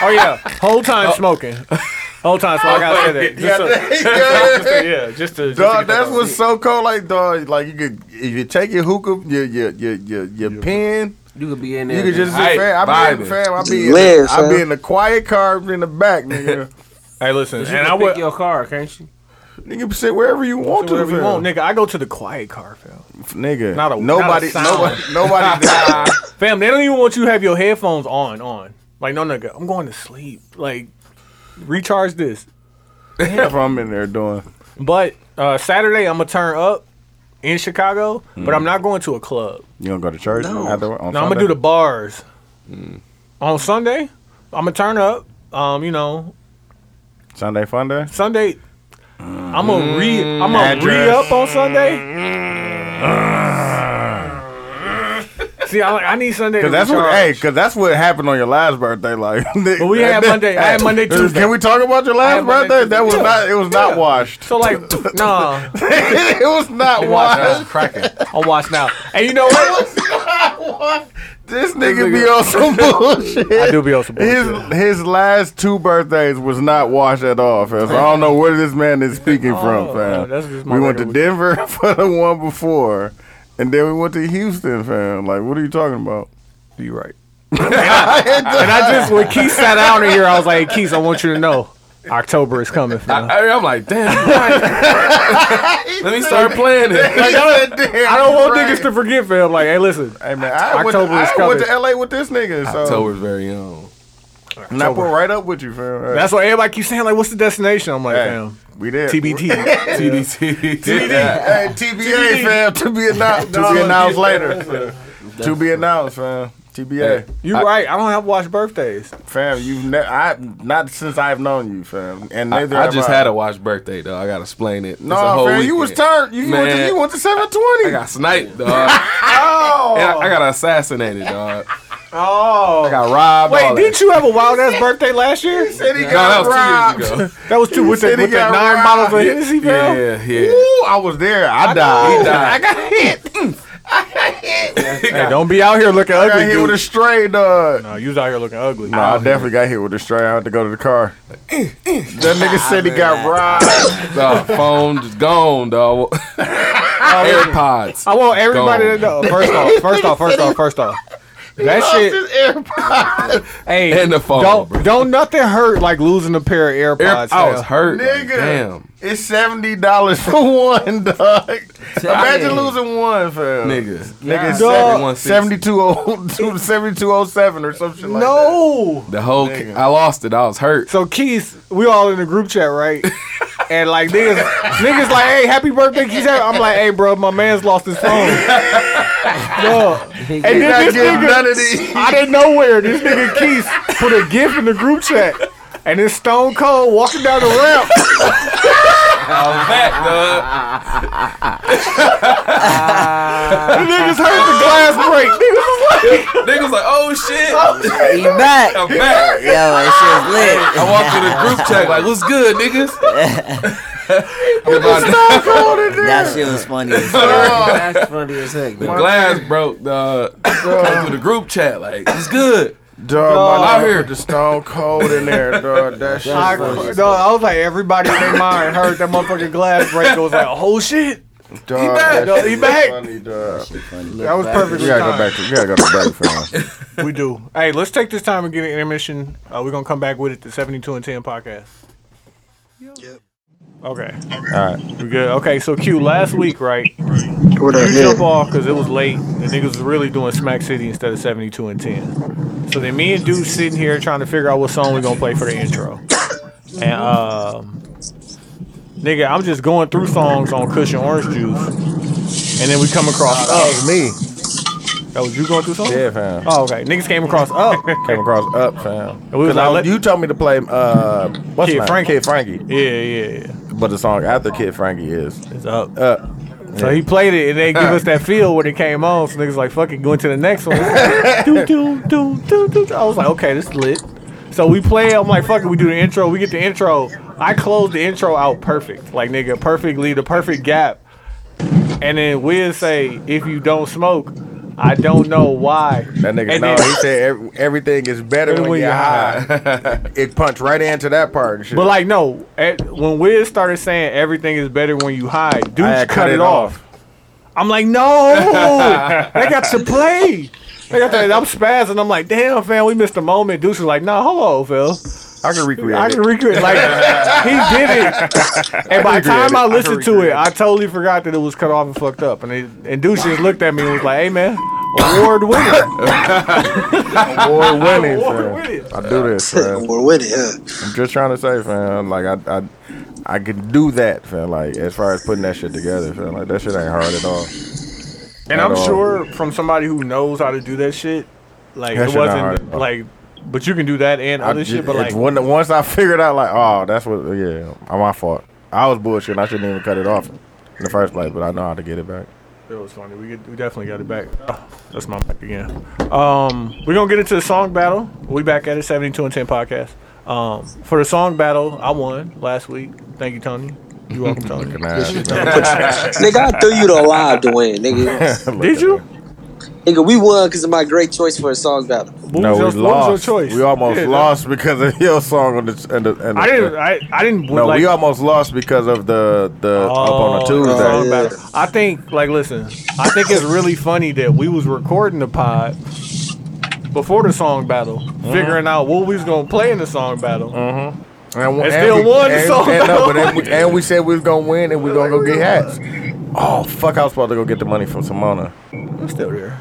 S2: Oh yeah, whole time smoking, whole time smoking. I gotta
S3: *laughs*
S2: say that. Just to- just to- yeah, just to. just
S3: Dog,
S2: to get that
S3: that's
S2: out.
S3: what's so cool. Like, dog, like you could if you take your hookah, your your your your, your pen,
S7: You could be in there.
S3: you could just sit
S6: Hey,
S3: fam. I be in,
S6: vibing.
S3: fam. I be in,
S4: Live,
S3: I be
S4: fam.
S3: in the quiet car in the back,
S2: *laughs*
S3: nigga.
S2: Hey, listen,
S7: You
S2: and
S7: can
S2: I
S7: pick
S2: would.
S7: your car,
S3: *laughs*
S7: can't you?
S3: nigga sit wherever you want to,
S2: Whatever you
S3: fam.
S2: want, nigga. I go to the quiet car, fam.
S3: nigga.
S2: Not a-
S3: nobody,
S2: not a sound.
S3: nobody,
S2: *laughs*
S3: nobody. died.
S2: Fam, they don't even want you to have your headphones on. On, like, no, nigga, I'm going to sleep. Like, recharge this.
S3: That's what I'm in there doing.
S2: But uh, Saturday, I'm gonna turn up in Chicago, but
S3: Mm.
S2: I'm not going to a club.
S3: You gonna go to church?
S4: No.
S3: after, on
S2: No, I'm gonna do the bars
S3: Mm.
S2: on Sunday. I'm gonna turn up. Um, you know,
S3: the Sunday fun day.
S2: Sunday. I'm gonna re. I'm gonna re
S3: Mm. Address. Mm.
S2: up on Sunday. See, I, like- I need Sunday. to
S3: Cause that's what,
S2: recharge.
S3: hey, cause that's what happened on your last birthday, like. *laughs* But
S2: we had Monday- I had Monday, Tuesday.
S3: Can we talk about your
S2: I
S3: last
S2: had Monday,
S3: birthday? That was
S2: Tuesday.
S3: not. It was not washed.
S2: So like, nah,
S3: *laughs* it was not
S6: That's
S3: washed.
S6: cracking.
S2: I'll watch now. And you
S3: *laughs*
S2: know what?
S3: This nigga be on
S2: *laughs*
S3: some bullshit.
S2: I do be on some bullshit.
S3: His his last two birthdays was not washed at all, fam. So I don't know where this man is speaking
S2: Oh,
S3: from, fam.
S2: that's just my
S3: we went to
S2: regular-
S3: Denver *laughs* for the one before, and then we went to Houston, fam. Like, what are you talking about?
S2: You
S3: *laughs*
S2: right. and, I, and I just when Keith sat down in here, I was like, Keith, I want you to know, October is coming. Fam.
S6: *laughs* I, I'm like, damn.
S2: *laughs*
S6: you're right. Let me start playing it.
S3: Like, I don't,
S2: I don't want niggas to forget, fam. Like, hey, listen,
S3: Hey man, I, went to,
S2: October is
S3: I went to
S2: coming.
S3: LA with this nigga, so
S6: October's very own.
S3: and I put right up with you, fam. Hey,
S2: that's why everybody keeps saying, like, what's the destination? I'm like,
S3: hey,
S2: fam,
S3: we there.
S2: TBT.
S6: TDT.
S3: Hey, TBA, fam. To be
S2: *laughs*
S3: announced. *laughs* to be announced later. to be announced, fam. TBA,
S2: You right. I don't have watched birthdays.
S3: fam. You've ne- I not since I've known you, fam. And
S6: I,
S3: neither
S6: I
S3: have
S6: just had a watch birthday though. I gotta explain it.
S3: No,
S6: it's a
S3: fam.
S6: whole
S3: You was
S6: weekend.
S3: turned. You, went to,
S6: Man.
S3: you went to seven
S6: I
S3: twenty.
S6: got sniped, dog. oh. I, I got assassinated, dog. I
S2: Oh.
S6: got robbed. all
S2: Wait,
S6: that.
S2: did you have a wild ass birthday last year?
S3: Said he
S6: *laughs* No, that was
S3: got
S6: two years
S3: robbed.
S6: ago.
S2: That was two with the,
S3: said he
S2: with the
S3: got
S2: nine
S3: robbed.
S2: bottles of Hennessy, fam.
S6: Yeah, yeah.
S3: Ooh, I was there. I, died.
S6: He died.
S3: got hit.
S2: Hey, don't be out here looking
S3: I got
S2: ugly,
S3: hit with
S2: dude.
S3: a stray dog.
S2: No, you was out here looking ugly.
S3: No, I definitely got hit with a stray. I had to go to the
S6: *laughs*
S3: car. that nigga said he got robbed.
S6: *laughs* Dog, phone just gone, *laughs* dog. AirPods.
S2: I want everybody to know.
S6: Gone.
S2: First off, first off, first off, first off. That shit. Hey,
S6: And the phone,
S2: Don't
S6: bro.
S2: don't nothing hurt like losing a pair of
S6: Air, oh,
S2: AirPods.
S6: I was
S2: fam.
S6: hurt.
S3: Nigga,
S6: Nigga. Damn.
S3: it's seventy dollars for one, dog. Imagine
S7: Damn.
S3: losing one, fam.
S6: Nigga.
S3: nigga, it's
S2: Dog.
S3: 70, *laughs* 72 oh seven or some shit like that.
S2: No.
S6: The whole
S3: Nigga.
S6: I lost it. I was hurt.
S2: So Keith, we all in the group
S3: *laughs*
S2: chat, right? And like niggas, niggas like, hey, happy birthday, Keith. I'm like, hey, bro, my man's lost
S3: *laughs*
S2: his phone. Dog. And
S3: He
S2: then
S3: not
S2: this
S3: getting
S2: nigga,
S3: none of these.
S2: out of nowhere, this nigga Keith put a gift in the group chat. And it's Stone Cold walking down the ramp. *laughs*
S6: I'm back, dog.
S2: The niggas heard the glass break. Niggas was like,
S6: Niggas like, oh shit.
S8: You back?
S6: I'm back.
S8: Yo, that shit's lit.
S6: I walked to the group chat like, what's good, niggas? About
S8: That shit was funny. as fuck.
S3: Oh.
S7: That's funny as heck.
S6: the
S7: Man.
S6: glass broke, dog. I went to the group chat like, what's good?
S3: Dog, my
S6: Out
S3: nigga
S6: here.
S3: put the stone cold in there, dog. *laughs* That shit.
S2: I,
S3: was-
S2: no, I was like, everybody in their mind heard that motherfucking glass break. It was like, oh shit.
S3: dog,
S2: He back,
S3: that
S2: dog,
S3: shit
S2: he
S3: was
S2: back.
S3: Funny, dog.
S2: That was perfect.
S3: We gotta go back to. We gotta go to break, fam.
S2: We do. Hey, let's take this time and get an intermission. Uh, we're gonna come back with it. The seventy-two and ten podcast. Yep. Okay.
S3: All right.
S2: We good. Okay. So Q, last week, right?
S4: What up,
S2: You
S4: yeah.
S2: jump off because it was late. The niggas was really doing Smack City instead of seventy-two and ten. So then me and Dude sitting here trying to figure out what song we gonna play for the intro. And um, nigga, I'm just going through songs on Cushion Orange Juice, and then we come across Up.
S3: me.
S2: That was you going through songs?
S3: Yeah,
S2: *laughs*
S3: fam.
S2: Oh, okay. Niggas came across Up.
S3: Came across up, fam.
S2: we was
S3: 'Cause I
S2: like,
S3: was-
S2: let-
S3: you told me to play uh, what's
S2: Kid
S3: his name?
S2: Frankie.
S3: Kid Frankie.
S2: *laughs* Yeah, yeah, yeah.
S3: But the song after Kid Frankie is
S2: It's Up.
S3: up.
S2: So he played it and they give us that feel when it came on. So niggas like, fuck it, going to the next one. do, do, do, do, do. I was like, okay, this is lit. So we play, I'm like, fuck it, we do the intro, we get the intro. I closed the intro out perfect. Like nigga, perfectly the perfect gap. And then Wiz say, if you don't smoke, I don't know why.
S3: That nigga,
S2: And
S3: no,
S2: then-
S3: he said every, everything is better when, you're high.
S2: *laughs*
S3: it punched right into that part and shit.
S2: But like no, at, when Wiz started saying everything is better when you hide, dude cut,
S3: had
S2: it, off. I'm like, *laughs* no, they got to play. They got to, I'm spazzing. I'm like, damn, fam, we missed a moment. Deuce was like, no, hold on, Phil.
S3: I can recreate
S2: I
S3: it.
S2: can recreate. Like he *laughs* did it, and by the time I listened to it, I totally forgot that it was cut off and fucked up. And it, and Deuce just looked at me and was like, hey man, award winner.
S3: Award winning,
S2: *laughs* Award
S3: fam.
S2: winning.
S3: I do this, fam.
S4: We're with it, huh?
S3: I'm just trying to say, fam. Like I, I, I can do that, fam. Like as far as putting that shit together, fam. Like that shit ain't hard at all. at
S2: And I'm
S3: all.
S2: sure from somebody who knows how to do that shit, like
S3: That
S2: it
S3: shit not hard at
S2: wasn't
S3: all.
S2: like, but you can do that and
S3: I
S2: other
S3: ju-
S2: shit. But
S3: it's
S2: like,
S3: when, once I figured out, like, oh, that's what. Yeah, my fault. I was bullshitting. I shouldn't even cut it off in the first place. But I know how to get it back.
S2: it was funny. We, get, we definitely got it back. Oh, that's my mic again. Um, we're gonna get into the song battle. We back at it, 72 and 10 podcast. Um, for the song battle, I won last week. Thank you, Tony. You welcome,
S3: *laughs*
S2: Tony.
S3: Looking ass, man.
S4: nigga, I threw you the live to win,
S2: *laughs*
S4: nigga.
S3: Look *laughs*
S2: Did
S3: at
S2: you?
S3: that.
S4: nigga, we won because of my great choice for a song battle.
S2: What,
S3: no,
S2: was,
S3: we
S2: your, what
S3: lost.
S2: was your choice?
S3: We almost
S2: Yeah,
S3: lost because of *laughs* your song on the. And the, and the
S2: I didn't. I, I didn't.
S3: no,
S2: like,
S3: we almost lost because of the the up on a
S2: Oh,
S3: Tuesday.
S2: song
S4: Yeah.
S2: battle. I think, like, listen, I think it's really funny that we was recording the pod before the song battle,
S3: Mm-hmm.
S2: figuring out what we was gonna play in the song battle.
S3: And,
S2: And still
S3: we,
S2: won the
S3: and-
S2: song
S3: And, no,
S2: battle.
S3: but then we, and we said we was gonna win and we gonna go get hats. Oh fuck! I was supposed to go get the money from Simona.
S2: I'm still there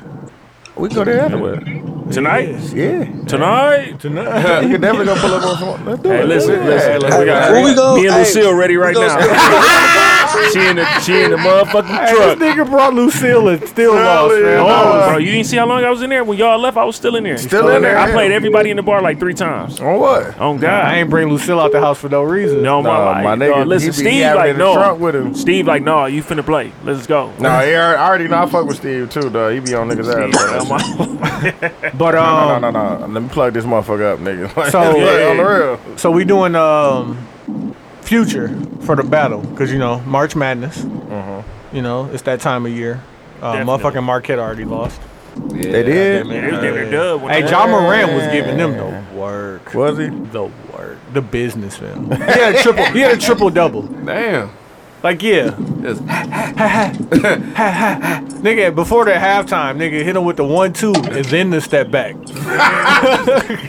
S3: We can go there anyway.
S11: Tonight?
S3: Yeah,
S11: Tonight?
S3: *laughs*
S2: tonight.
S3: we can definitely go pull up on Simona. Let's do
S11: Hey,
S3: it.
S11: listen,
S3: Yeah.
S11: listen, listen. We got
S4: Where we go?
S11: me and
S4: Hey,
S11: Lucille ready right
S4: we go-
S11: now. she in the she in the motherfucking
S2: Hey, this
S11: truck.
S2: nigga brought Lucille and still lost, man.
S11: Oh, bro, you didn't see how long I was in there? When y'all left, I was still in there.
S3: Still in there,
S11: I
S3: yeah.
S11: played everybody in the bar like three times.
S3: On what?
S11: Oh
S2: I
S11: God.
S2: ain't bring Lucille out the house for no reason.
S11: No, my,
S3: Nah,
S11: life,
S3: my nigga,
S11: dog. Listen,
S3: he be- he
S11: Steve
S3: having it in
S11: like
S3: the trunk with
S11: no.
S3: him.
S11: Steve like no. You finna play. Let's go.
S3: No, he already, I already know I fuck with Steve too, though. He be on niggas' ass.
S11: Steve,
S3: about that
S11: I'm
S3: shit.
S11: like,
S2: But
S3: No,
S2: um,
S3: no, no, no. Let me plug this motherfucker up, nigga. *laughs* Like,
S2: So-
S3: look, on the real.
S2: so we doing um, future for the battle because you know March Madness.
S3: Mm-hmm.
S2: You know it's that time of year. Uh,
S11: Definitely.
S2: motherfucking Marquette already lost.
S3: They did.
S11: It was damn near dub. when
S2: Hey,
S11: I-
S2: John Moran was giving them the work.
S3: Was he?
S2: The work. The business, man. *laughs* He had a triple. He had a triple double.
S6: Damn.
S2: Like yeah,
S6: Just-
S2: nigga. Before the halftime, nigga hit him with the one two and then the step back.
S3: *laughs*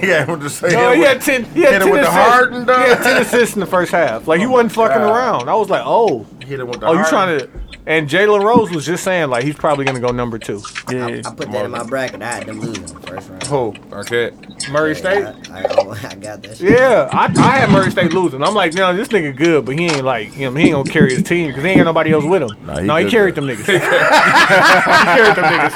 S3: Yeah, I'm just saying.
S2: No, he had ten. He had
S3: hit it
S2: ten
S3: with the
S2: assists.
S3: Harden, dog.
S2: He had ten assists in the first half. Like he wasn't fucking
S3: God.
S2: around. I was like, oh,
S3: Hit him with the
S2: oh, you
S3: Harden.
S2: trying to? And Jalen Rose was just saying like he's probably gonna go number two.
S11: Yeah.
S8: I put that in my bracket. I had them losing the first round.
S6: Oh, okay.
S2: Murray State.
S8: Yeah, I, I, I got that shit.
S2: Yeah, I, I had Murray State losing. I'm like, no, this nigga good, but he ain't like him. He ain't gonna carry his team because he ain't got nobody else with him.
S3: Nah, he
S2: no, he
S3: good,
S2: carried them niggas. *laughs* he carried them niggas.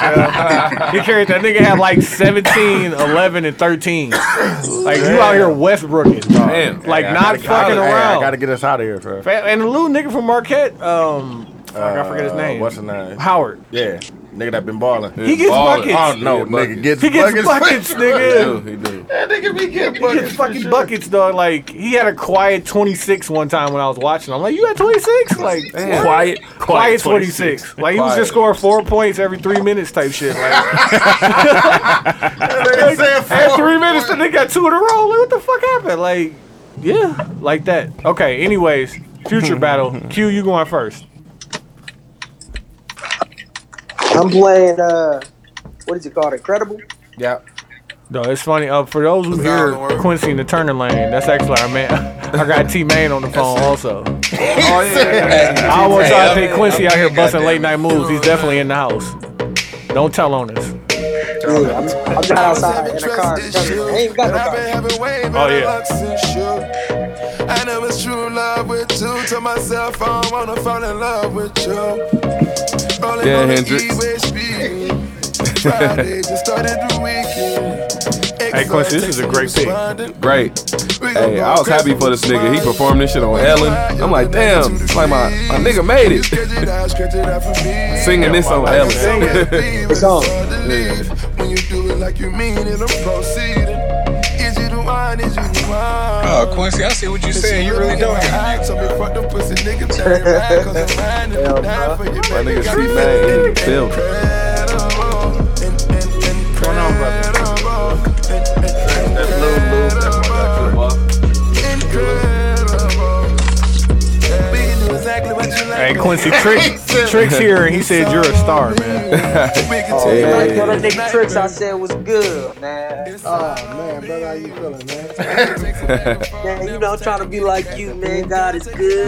S2: fam. He carried that nigga had like 17, 11, and 13. Like you out here Westbrooking, dog.
S6: Damn.
S2: like
S3: Hey, I
S2: not
S3: gotta-
S2: fucking
S3: I gotta- hey,
S2: around.
S3: I gotta get us out of here, bro.
S2: Fa- And the little nigga from Marquette, um, I forget his name.
S3: Uh, What's his name?
S2: Howard.
S3: Yeah, nigga that been balling.
S2: He gets buckets.
S3: Oh no, nigga gets
S2: He gets
S3: buckets. *laughs*
S2: buckets, nigga.
S6: He do.
S3: That nigga be getting
S2: He gets
S3: buckets.
S2: fucking buckets, dog. Like he had a quiet 26 one time when I was watching. I'm like, you had 26?
S11: Quiet,
S2: Like what?
S11: quiet,
S2: quiet 26. Like he was just scoring four points every three minutes type shit. Like
S11: *laughs*
S3: Nigga said
S2: at
S3: four.
S2: three minutes, the nigga got two in a row. Like what the fuck happened? Like yeah, like that. Okay. Anyways,
S11: *laughs*
S2: future battle. Q, you going first?
S4: I'm playing. Uh, what is it called? Incredible.
S3: Yeah.
S2: No, it's funny. Uh, for those who hear
S5: don't worry.
S2: Quincy in the Turner lane, that's actually our man. *laughs* I got T Main on the phone also.
S5: Oh, yeah.
S2: I don't want y'all to
S6: I'm-
S2: think Quincy out here busting
S6: goddamn
S2: late night moves. He's definitely in the house. Don't tell on us.
S4: Dude, I'm, I'm driving outside in a car. I ain't even got no car.
S2: Oh,
S5: Oh,
S2: yeah.
S5: yeah. I know it's true love with you. Tell myself I don't wanna fall in love with you. Rolling
S6: Yeah,
S5: on the
S6: Hendrix.
S5: E-way speed. Friday just started the weekend.
S2: Hey, Quincy, this is a great pick.
S6: Great. Hey, I was happy for this nigga. He performed this shit on Ellen. I'm like, damn, it's like my, my nigga made it.
S5: it.
S6: Singing this on *laughs*
S5: Sing
S6: Ellen.
S5: it. It's
S4: on.
S5: When you do it like you mean it, I'm proceeding. Is it the wine? Is it the wine?
S10: Oh, Quincy, I see what you're saying. You really don't have
S5: Tell me fuck them
S8: *laughs*
S5: pussy niggas, turn it back, 'cause I'm riding it down for you,
S6: My
S5: baby.
S6: nigga C Man in the building.
S2: Hey, Quincy Tricks, Tricks here, and he said you're a star,
S1: *laughs*
S2: man.
S4: Man, tell them nigga tricks I said was good, man.
S1: Oh man, brother, how you feeling, man?
S4: Man, you know, I'm trying to be like you, man. God is good.
S2: Here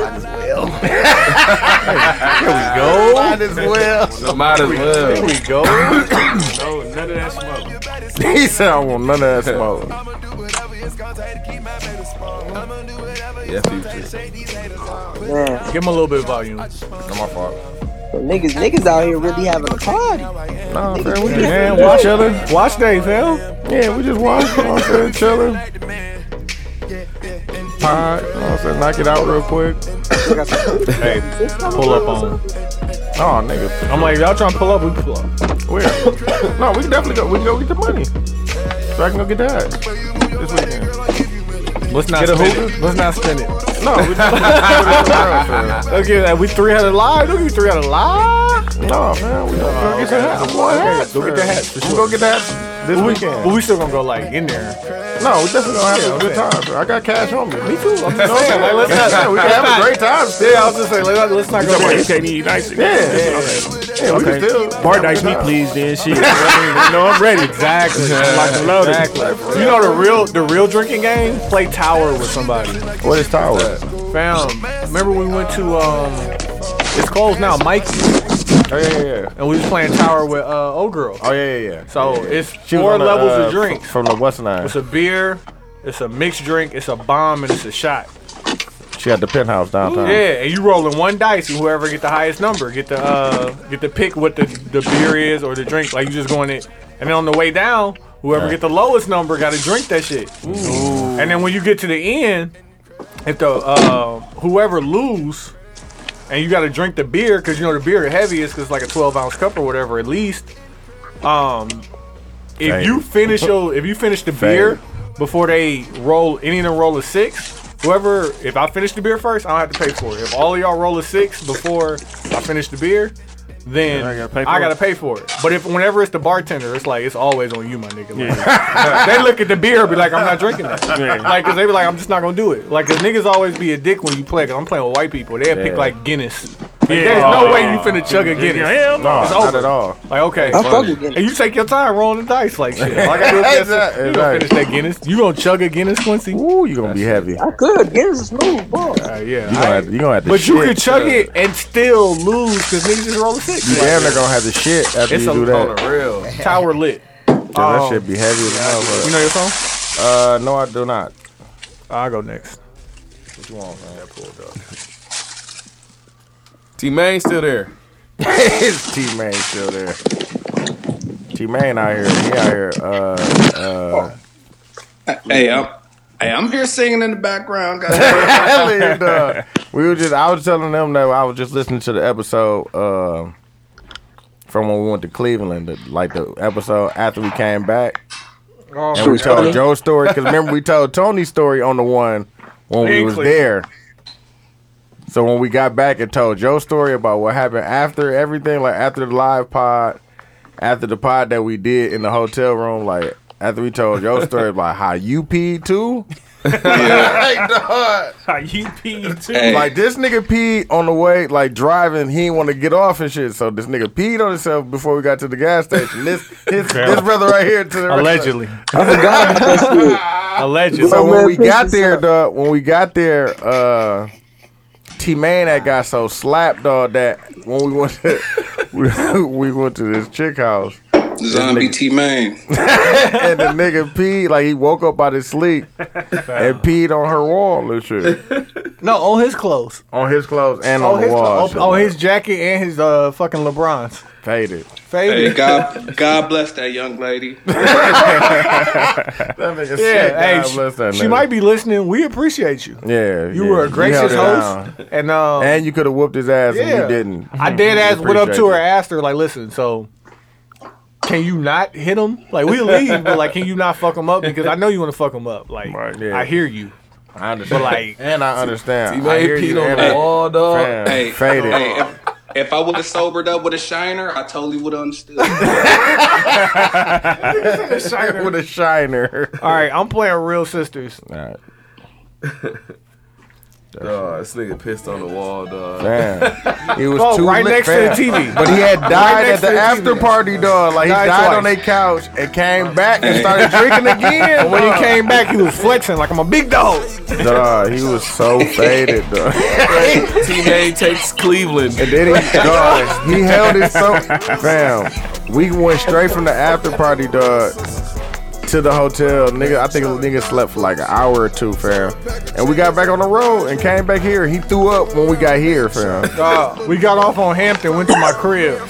S3: Might as well.
S6: Might as well.
S2: we go. Here we go.
S11: No, none of that smoke.
S3: He said I want none of that smoke.
S6: Yeah, future.
S4: Man,
S2: Give him a little bit of volume.
S3: Not my fault.
S4: the niggas, niggas out here really having a party.
S3: Nah, man, we just
S2: Man,
S3: we
S2: watch
S3: chilling.
S2: other. Watch day, fam.
S3: Yeah, we just watch. You know what I'm saying? Chilling. Pod, you know what I'm saying? Knock it out real quick.
S2: Hey, pull up on. him.
S3: Oh, nigga.
S2: I'm like, y'all trying to pull up? We pull up.
S3: Where? no, we can definitely go. We can go get the money. So I can go get that. This weekend.
S2: Let's not
S3: Get a
S2: spin
S3: hookah?
S2: it. Let's not spin it.
S3: No, we just
S2: Okay, that we 300 live. Don't give 300 live.
S3: No, man. We go get the hats. Boy, hats.
S2: Go get the hats, for
S3: We go get the hats this weekend.
S2: But we still gonna go like in there.
S3: No, we definitely gonna have
S2: Yeah,
S3: a good
S2: okay.
S3: time. Bro. I got cash on me. Me *laughs* too.
S2: I'm just saying, like, let's not-
S3: we can have a great time. still.
S2: Yeah, I was just saying, let's, let's not go
S11: Come on, you
S2: there.
S11: can't eat nice.
S3: Yeah, yeah, we can still
S11: Bar dice me, please, then
S2: *laughs*
S11: shit. You know what I mean? No, I'm ready. Exactly. Like I'm loaded.
S2: Exactly. You know the real the real drinking game? Play tower with somebody.
S3: What is tower?
S2: Fam, remember when we went to um it's closed now, Mike,
S3: Oh yeah, yeah, yeah.
S2: and we was playing tower with uh old girl.
S3: Oh yeah, yeah, yeah.
S2: So it's
S3: She was
S2: four
S3: on the,
S2: levels
S3: uh,
S2: of drinks.
S3: from the West Nine.
S2: It's a beer, it's a mixed drink, it's a bomb, and it's a shot.
S3: She had the penthouse downtown.
S2: Yeah, and you rolling one dice, and whoever get the highest number get the uh get to pick what the the beer is or the drink. Like you just going it, and then on the way down, whoever
S3: Right.
S2: get the lowest number got to drink that shit. And then when you get to the end, if the uh whoever lose, and you got to drink the beer because you know the beer heavy is because like a twelve ounce cup or whatever at least. Um, if
S3: Fade.
S2: you finish your if you finish the beer before they roll any of them roll a six, whoever if I finish the beer first, I don't have to pay for it. If all of y'all roll a six before I finish the beer, then I
S11: I
S2: gotta
S11: gotta
S2: pay
S11: pay
S2: for,
S11: for
S2: it.
S11: it.
S2: But if whenever it's the bartender, it's like it's always on you, my nigga. Like, they look at the beer, be like, I'm not drinking that.
S11: Yeah.
S2: Like, cause they be like, I'm just not gonna do it. Like, cause niggas always be a dick when you play. Cause I'm playing with white people. They will pick
S3: Yeah.
S2: like Guinness. Like,
S11: Yeah.
S2: There's no
S11: Oh,
S2: way
S11: yeah.
S2: you finna chug a Guinness.
S11: Yeah, hell no.
S3: No,
S2: It's
S3: not
S2: over.
S3: at all.
S2: Like, okay.
S4: I'm fucking getting
S2: And you take your time rolling the dice like shit. Like I do with that.
S3: Exactly,
S2: You gonna
S3: exactly.
S2: finish that Guinness? You gonna chug a Guinness, Quincy? All
S3: Ooh, you gonna be heavy. You
S4: I could. Get us a smooth, boy.
S2: right, yeah.
S3: gonna
S2: I-
S3: have, you gonna have to.
S2: but you
S3: shit.
S2: could chug it and still lose because niggas just roll a six.
S3: You
S2: Like,
S3: damn near gonna have the shit after
S2: it's
S3: you
S2: a
S3: do that.
S2: on a real tower lit.
S3: Dude, that
S2: um,
S3: shit be heavy as hell.
S2: You
S3: but-
S2: know your song?
S3: Uh, no, I do *laughs* not.
S2: I'll go next.
S6: T Main still there.
S3: His T Main still there. T Main out here. He out here. Uh, uh,
S10: it. Hey, I'm,
S6: Hey, I'm here singing in the background.
S1: *laughs*
S3: Hell yeah, dog. we were just I was telling them that I was just listening to the episode uh, from when we went to Cleveland, the, like the episode after we came back.
S4: Oh,
S3: and we
S4: shit.
S3: told Joe's story because remember we told Tony's story on the one when we
S4: In
S3: was there.
S4: Cleveland.
S3: So when we got back and told Joe's story about what happened after everything, like after the live pod, after the pod that we did in the hotel room, like after we told Joe's story like how you peed too.
S4: you peed too.
S3: Like this nigga peed on the way, like driving. He didn't want to get off and shit. So this nigga peed on himself before we got to the gas station. This his, this brother right here to the
S4: Allegedly.
S3: I forgot
S4: Allegedly.
S3: So when we got there, dog, when we got there, uh, T Man that got so slapped, dog, that when we went to, we, we went to *laughs* this chick house.
S6: Zombie T Main.
S3: and the nigga peed like he woke up out of his sleep and peed on her wall and shit
S2: No, on his clothes.
S3: on his clothes and on the wall. and shit.
S2: on Oh, his jacket and his uh fucking LeBrons.
S3: faded.
S6: Hey,
S2: Faded.
S6: God, God bless that young lady.
S3: That nigga sick,
S2: yeah,
S3: God
S2: hey,
S3: bless that
S2: she, she
S3: nigga.
S2: might be listening. We appreciate you.
S3: Yeah,
S2: You
S3: yeah.
S2: were a
S3: held
S2: gracious
S3: it down.
S2: host, and um,
S3: and you could have whooped his ass and
S2: yeah.
S3: you didn't.
S2: I dead ass went up to
S3: Appreciate
S2: her,
S3: it.
S2: asked her like, "Listen, so can you not hit him? Like we leave, but like, can you not fuck him up? Because I know you want to fuck him up. Like
S3: yeah.
S2: I hear you,
S3: I understand,
S2: but *laughs* like
S3: and I understand.
S1: He
S3: I
S1: made
S3: hear you,
S1: peed on
S3: and
S1: the
S3: I-
S1: wall, dog.
S3: Fam,
S6: Hey,
S3: faded.
S6: Hey, if, if I would have sobered up with a shiner, I totally would have understood.
S3: with a shiner.
S2: All right, I'm playing Real Sisters.
S3: All right.
S1: Dog, this nigga pissed on the wall, dog.
S3: Damn. He was
S2: Oh,
S3: too
S2: right
S3: lit,
S2: next to
S3: fam.
S2: the
S3: *laughs*
S2: TV.
S3: But he had died
S2: next
S3: at the
S2: to the
S3: after
S2: TV.
S3: party, dog. Like he died,
S2: Died
S3: on
S2: twice.
S3: their couch and came back and started drinking again.
S2: And when he
S3: dog.
S2: came back, he was flexing like I'm a big dog.
S3: dog, he was so faded, dog.
S1: T-Main takes Cleveland.
S3: And then he, dog, he held it so, fam. We went straight from the after party, dog, to the hotel. Nigga, I think the nigga slept for like an hour or two, fam. And we got back on the road and came back here. He threw up when we got here, fam.
S2: Uh, we got off on Hampton, went to my crib,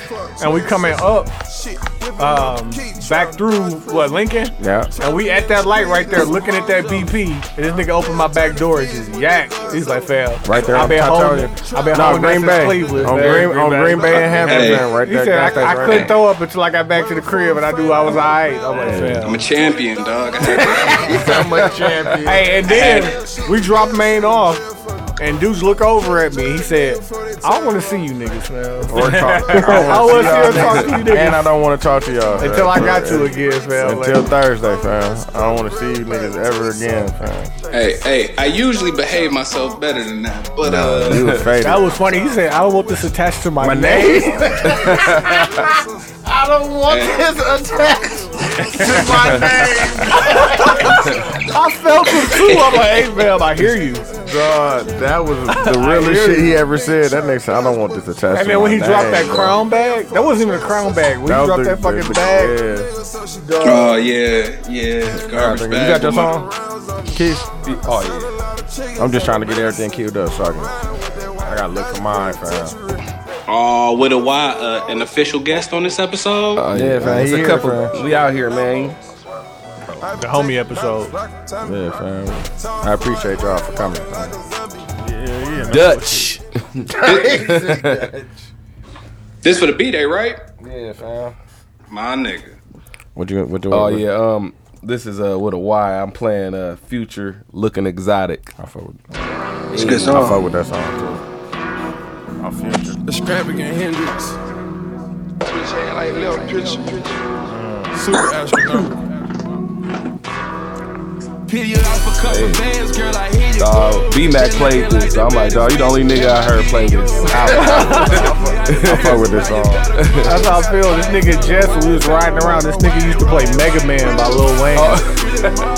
S2: and we coming up um, back through what Lincoln.
S3: Yeah.
S2: And we at that light right there, looking at that BP, and this nigga opened my back door and just yak. He's like, "Fam,
S3: Right there
S2: I've
S3: on
S2: been home.
S3: Titania.
S2: I've been
S3: No,
S2: home
S3: Green
S2: since
S3: Bay.
S2: Cleveland.
S3: on,
S2: man."
S3: Green, on Green Bay
S2: *laughs*
S3: and Hampton,
S6: Hey.
S3: man, right
S2: He
S3: there.
S2: said,
S3: gas
S2: I, I
S3: station right
S2: couldn't
S3: there.
S2: throw up until I got back to the crib, and I knew I was alright. I'm like, "Fam."
S6: I'm a champion, dog. I had
S3: *laughs*
S6: to-
S2: Hey, and then we dropped Maine off, and dudes look over at me. He said, "I want to see you niggas, man."
S3: Or talk.
S2: I
S3: I
S2: want
S3: wanna
S2: to
S3: see y'all
S2: see her talk to you
S3: niggas. And I
S2: niggas
S3: don't want to talk to y'all.
S2: until I
S3: fam.
S2: got to again, fam. Like,
S3: Until Thursday, fam. I don't want to see you niggas ever again, fam.
S6: hey, hey, I usually behave myself better than that, but uh,
S3: *laughs* You was faded.
S2: that was funny. He said, "I don't want this attached to my,
S3: My
S2: neck."
S3: name? I don't want this attached to my name.
S2: *laughs* I felt him too. I'm like, "Hey, fam, I hear
S11: *laughs*
S2: you."
S3: God, *laughs* that was the realest shit he ever said. That nigga said, I don't want this attached
S2: And
S3: to
S2: then
S3: my
S2: when he
S3: name,
S2: dropped that
S3: bro.
S2: crown bag, that wasn't even a crown bag. When he
S3: was
S2: dropped
S3: the-
S2: that fucking
S3: the-
S2: bag,
S3: yeah.
S6: oh yeah, yeah, garbage
S3: You
S6: bag.
S3: got your
S6: with my-
S3: song? Keith? Oh, yeah. I'm just trying to get everything queued up so I can. I gotta look for mine, fam.
S6: Oh, with a Y, uh, an official guest on this episode.
S1: Oh,
S3: Yeah, fam,
S1: It's
S3: he
S1: a
S3: here,
S1: couple.
S3: fam.
S1: We out here, man.
S2: the homie episode.
S3: Yeah, fam. I appreciate y'all for coming, fam.
S1: Dutch.
S6: *laughs* this for the B day, right?
S3: Yeah, fam.
S6: My nigga.
S3: What you? What you?
S1: Oh
S3: what-
S1: yeah. Um, this is uh with a Y. I'm playing uh Future, looking exotic.
S3: I fuck with.
S6: It's a good
S3: I
S6: song.
S3: fuck with that song too. I'm future.
S12: Extravagant Hendrix. Super astronomical. Pity out for couple bands, girl. I hate it.
S1: Dog, B Mac played this. So I'm like, dog, you the only nigga I heard play this.
S3: I fuck with this song.
S2: That's how I feel. This nigga Jess, when we was riding around, this nigga used to play Mega Man by Lil Wayne.
S3: Oh.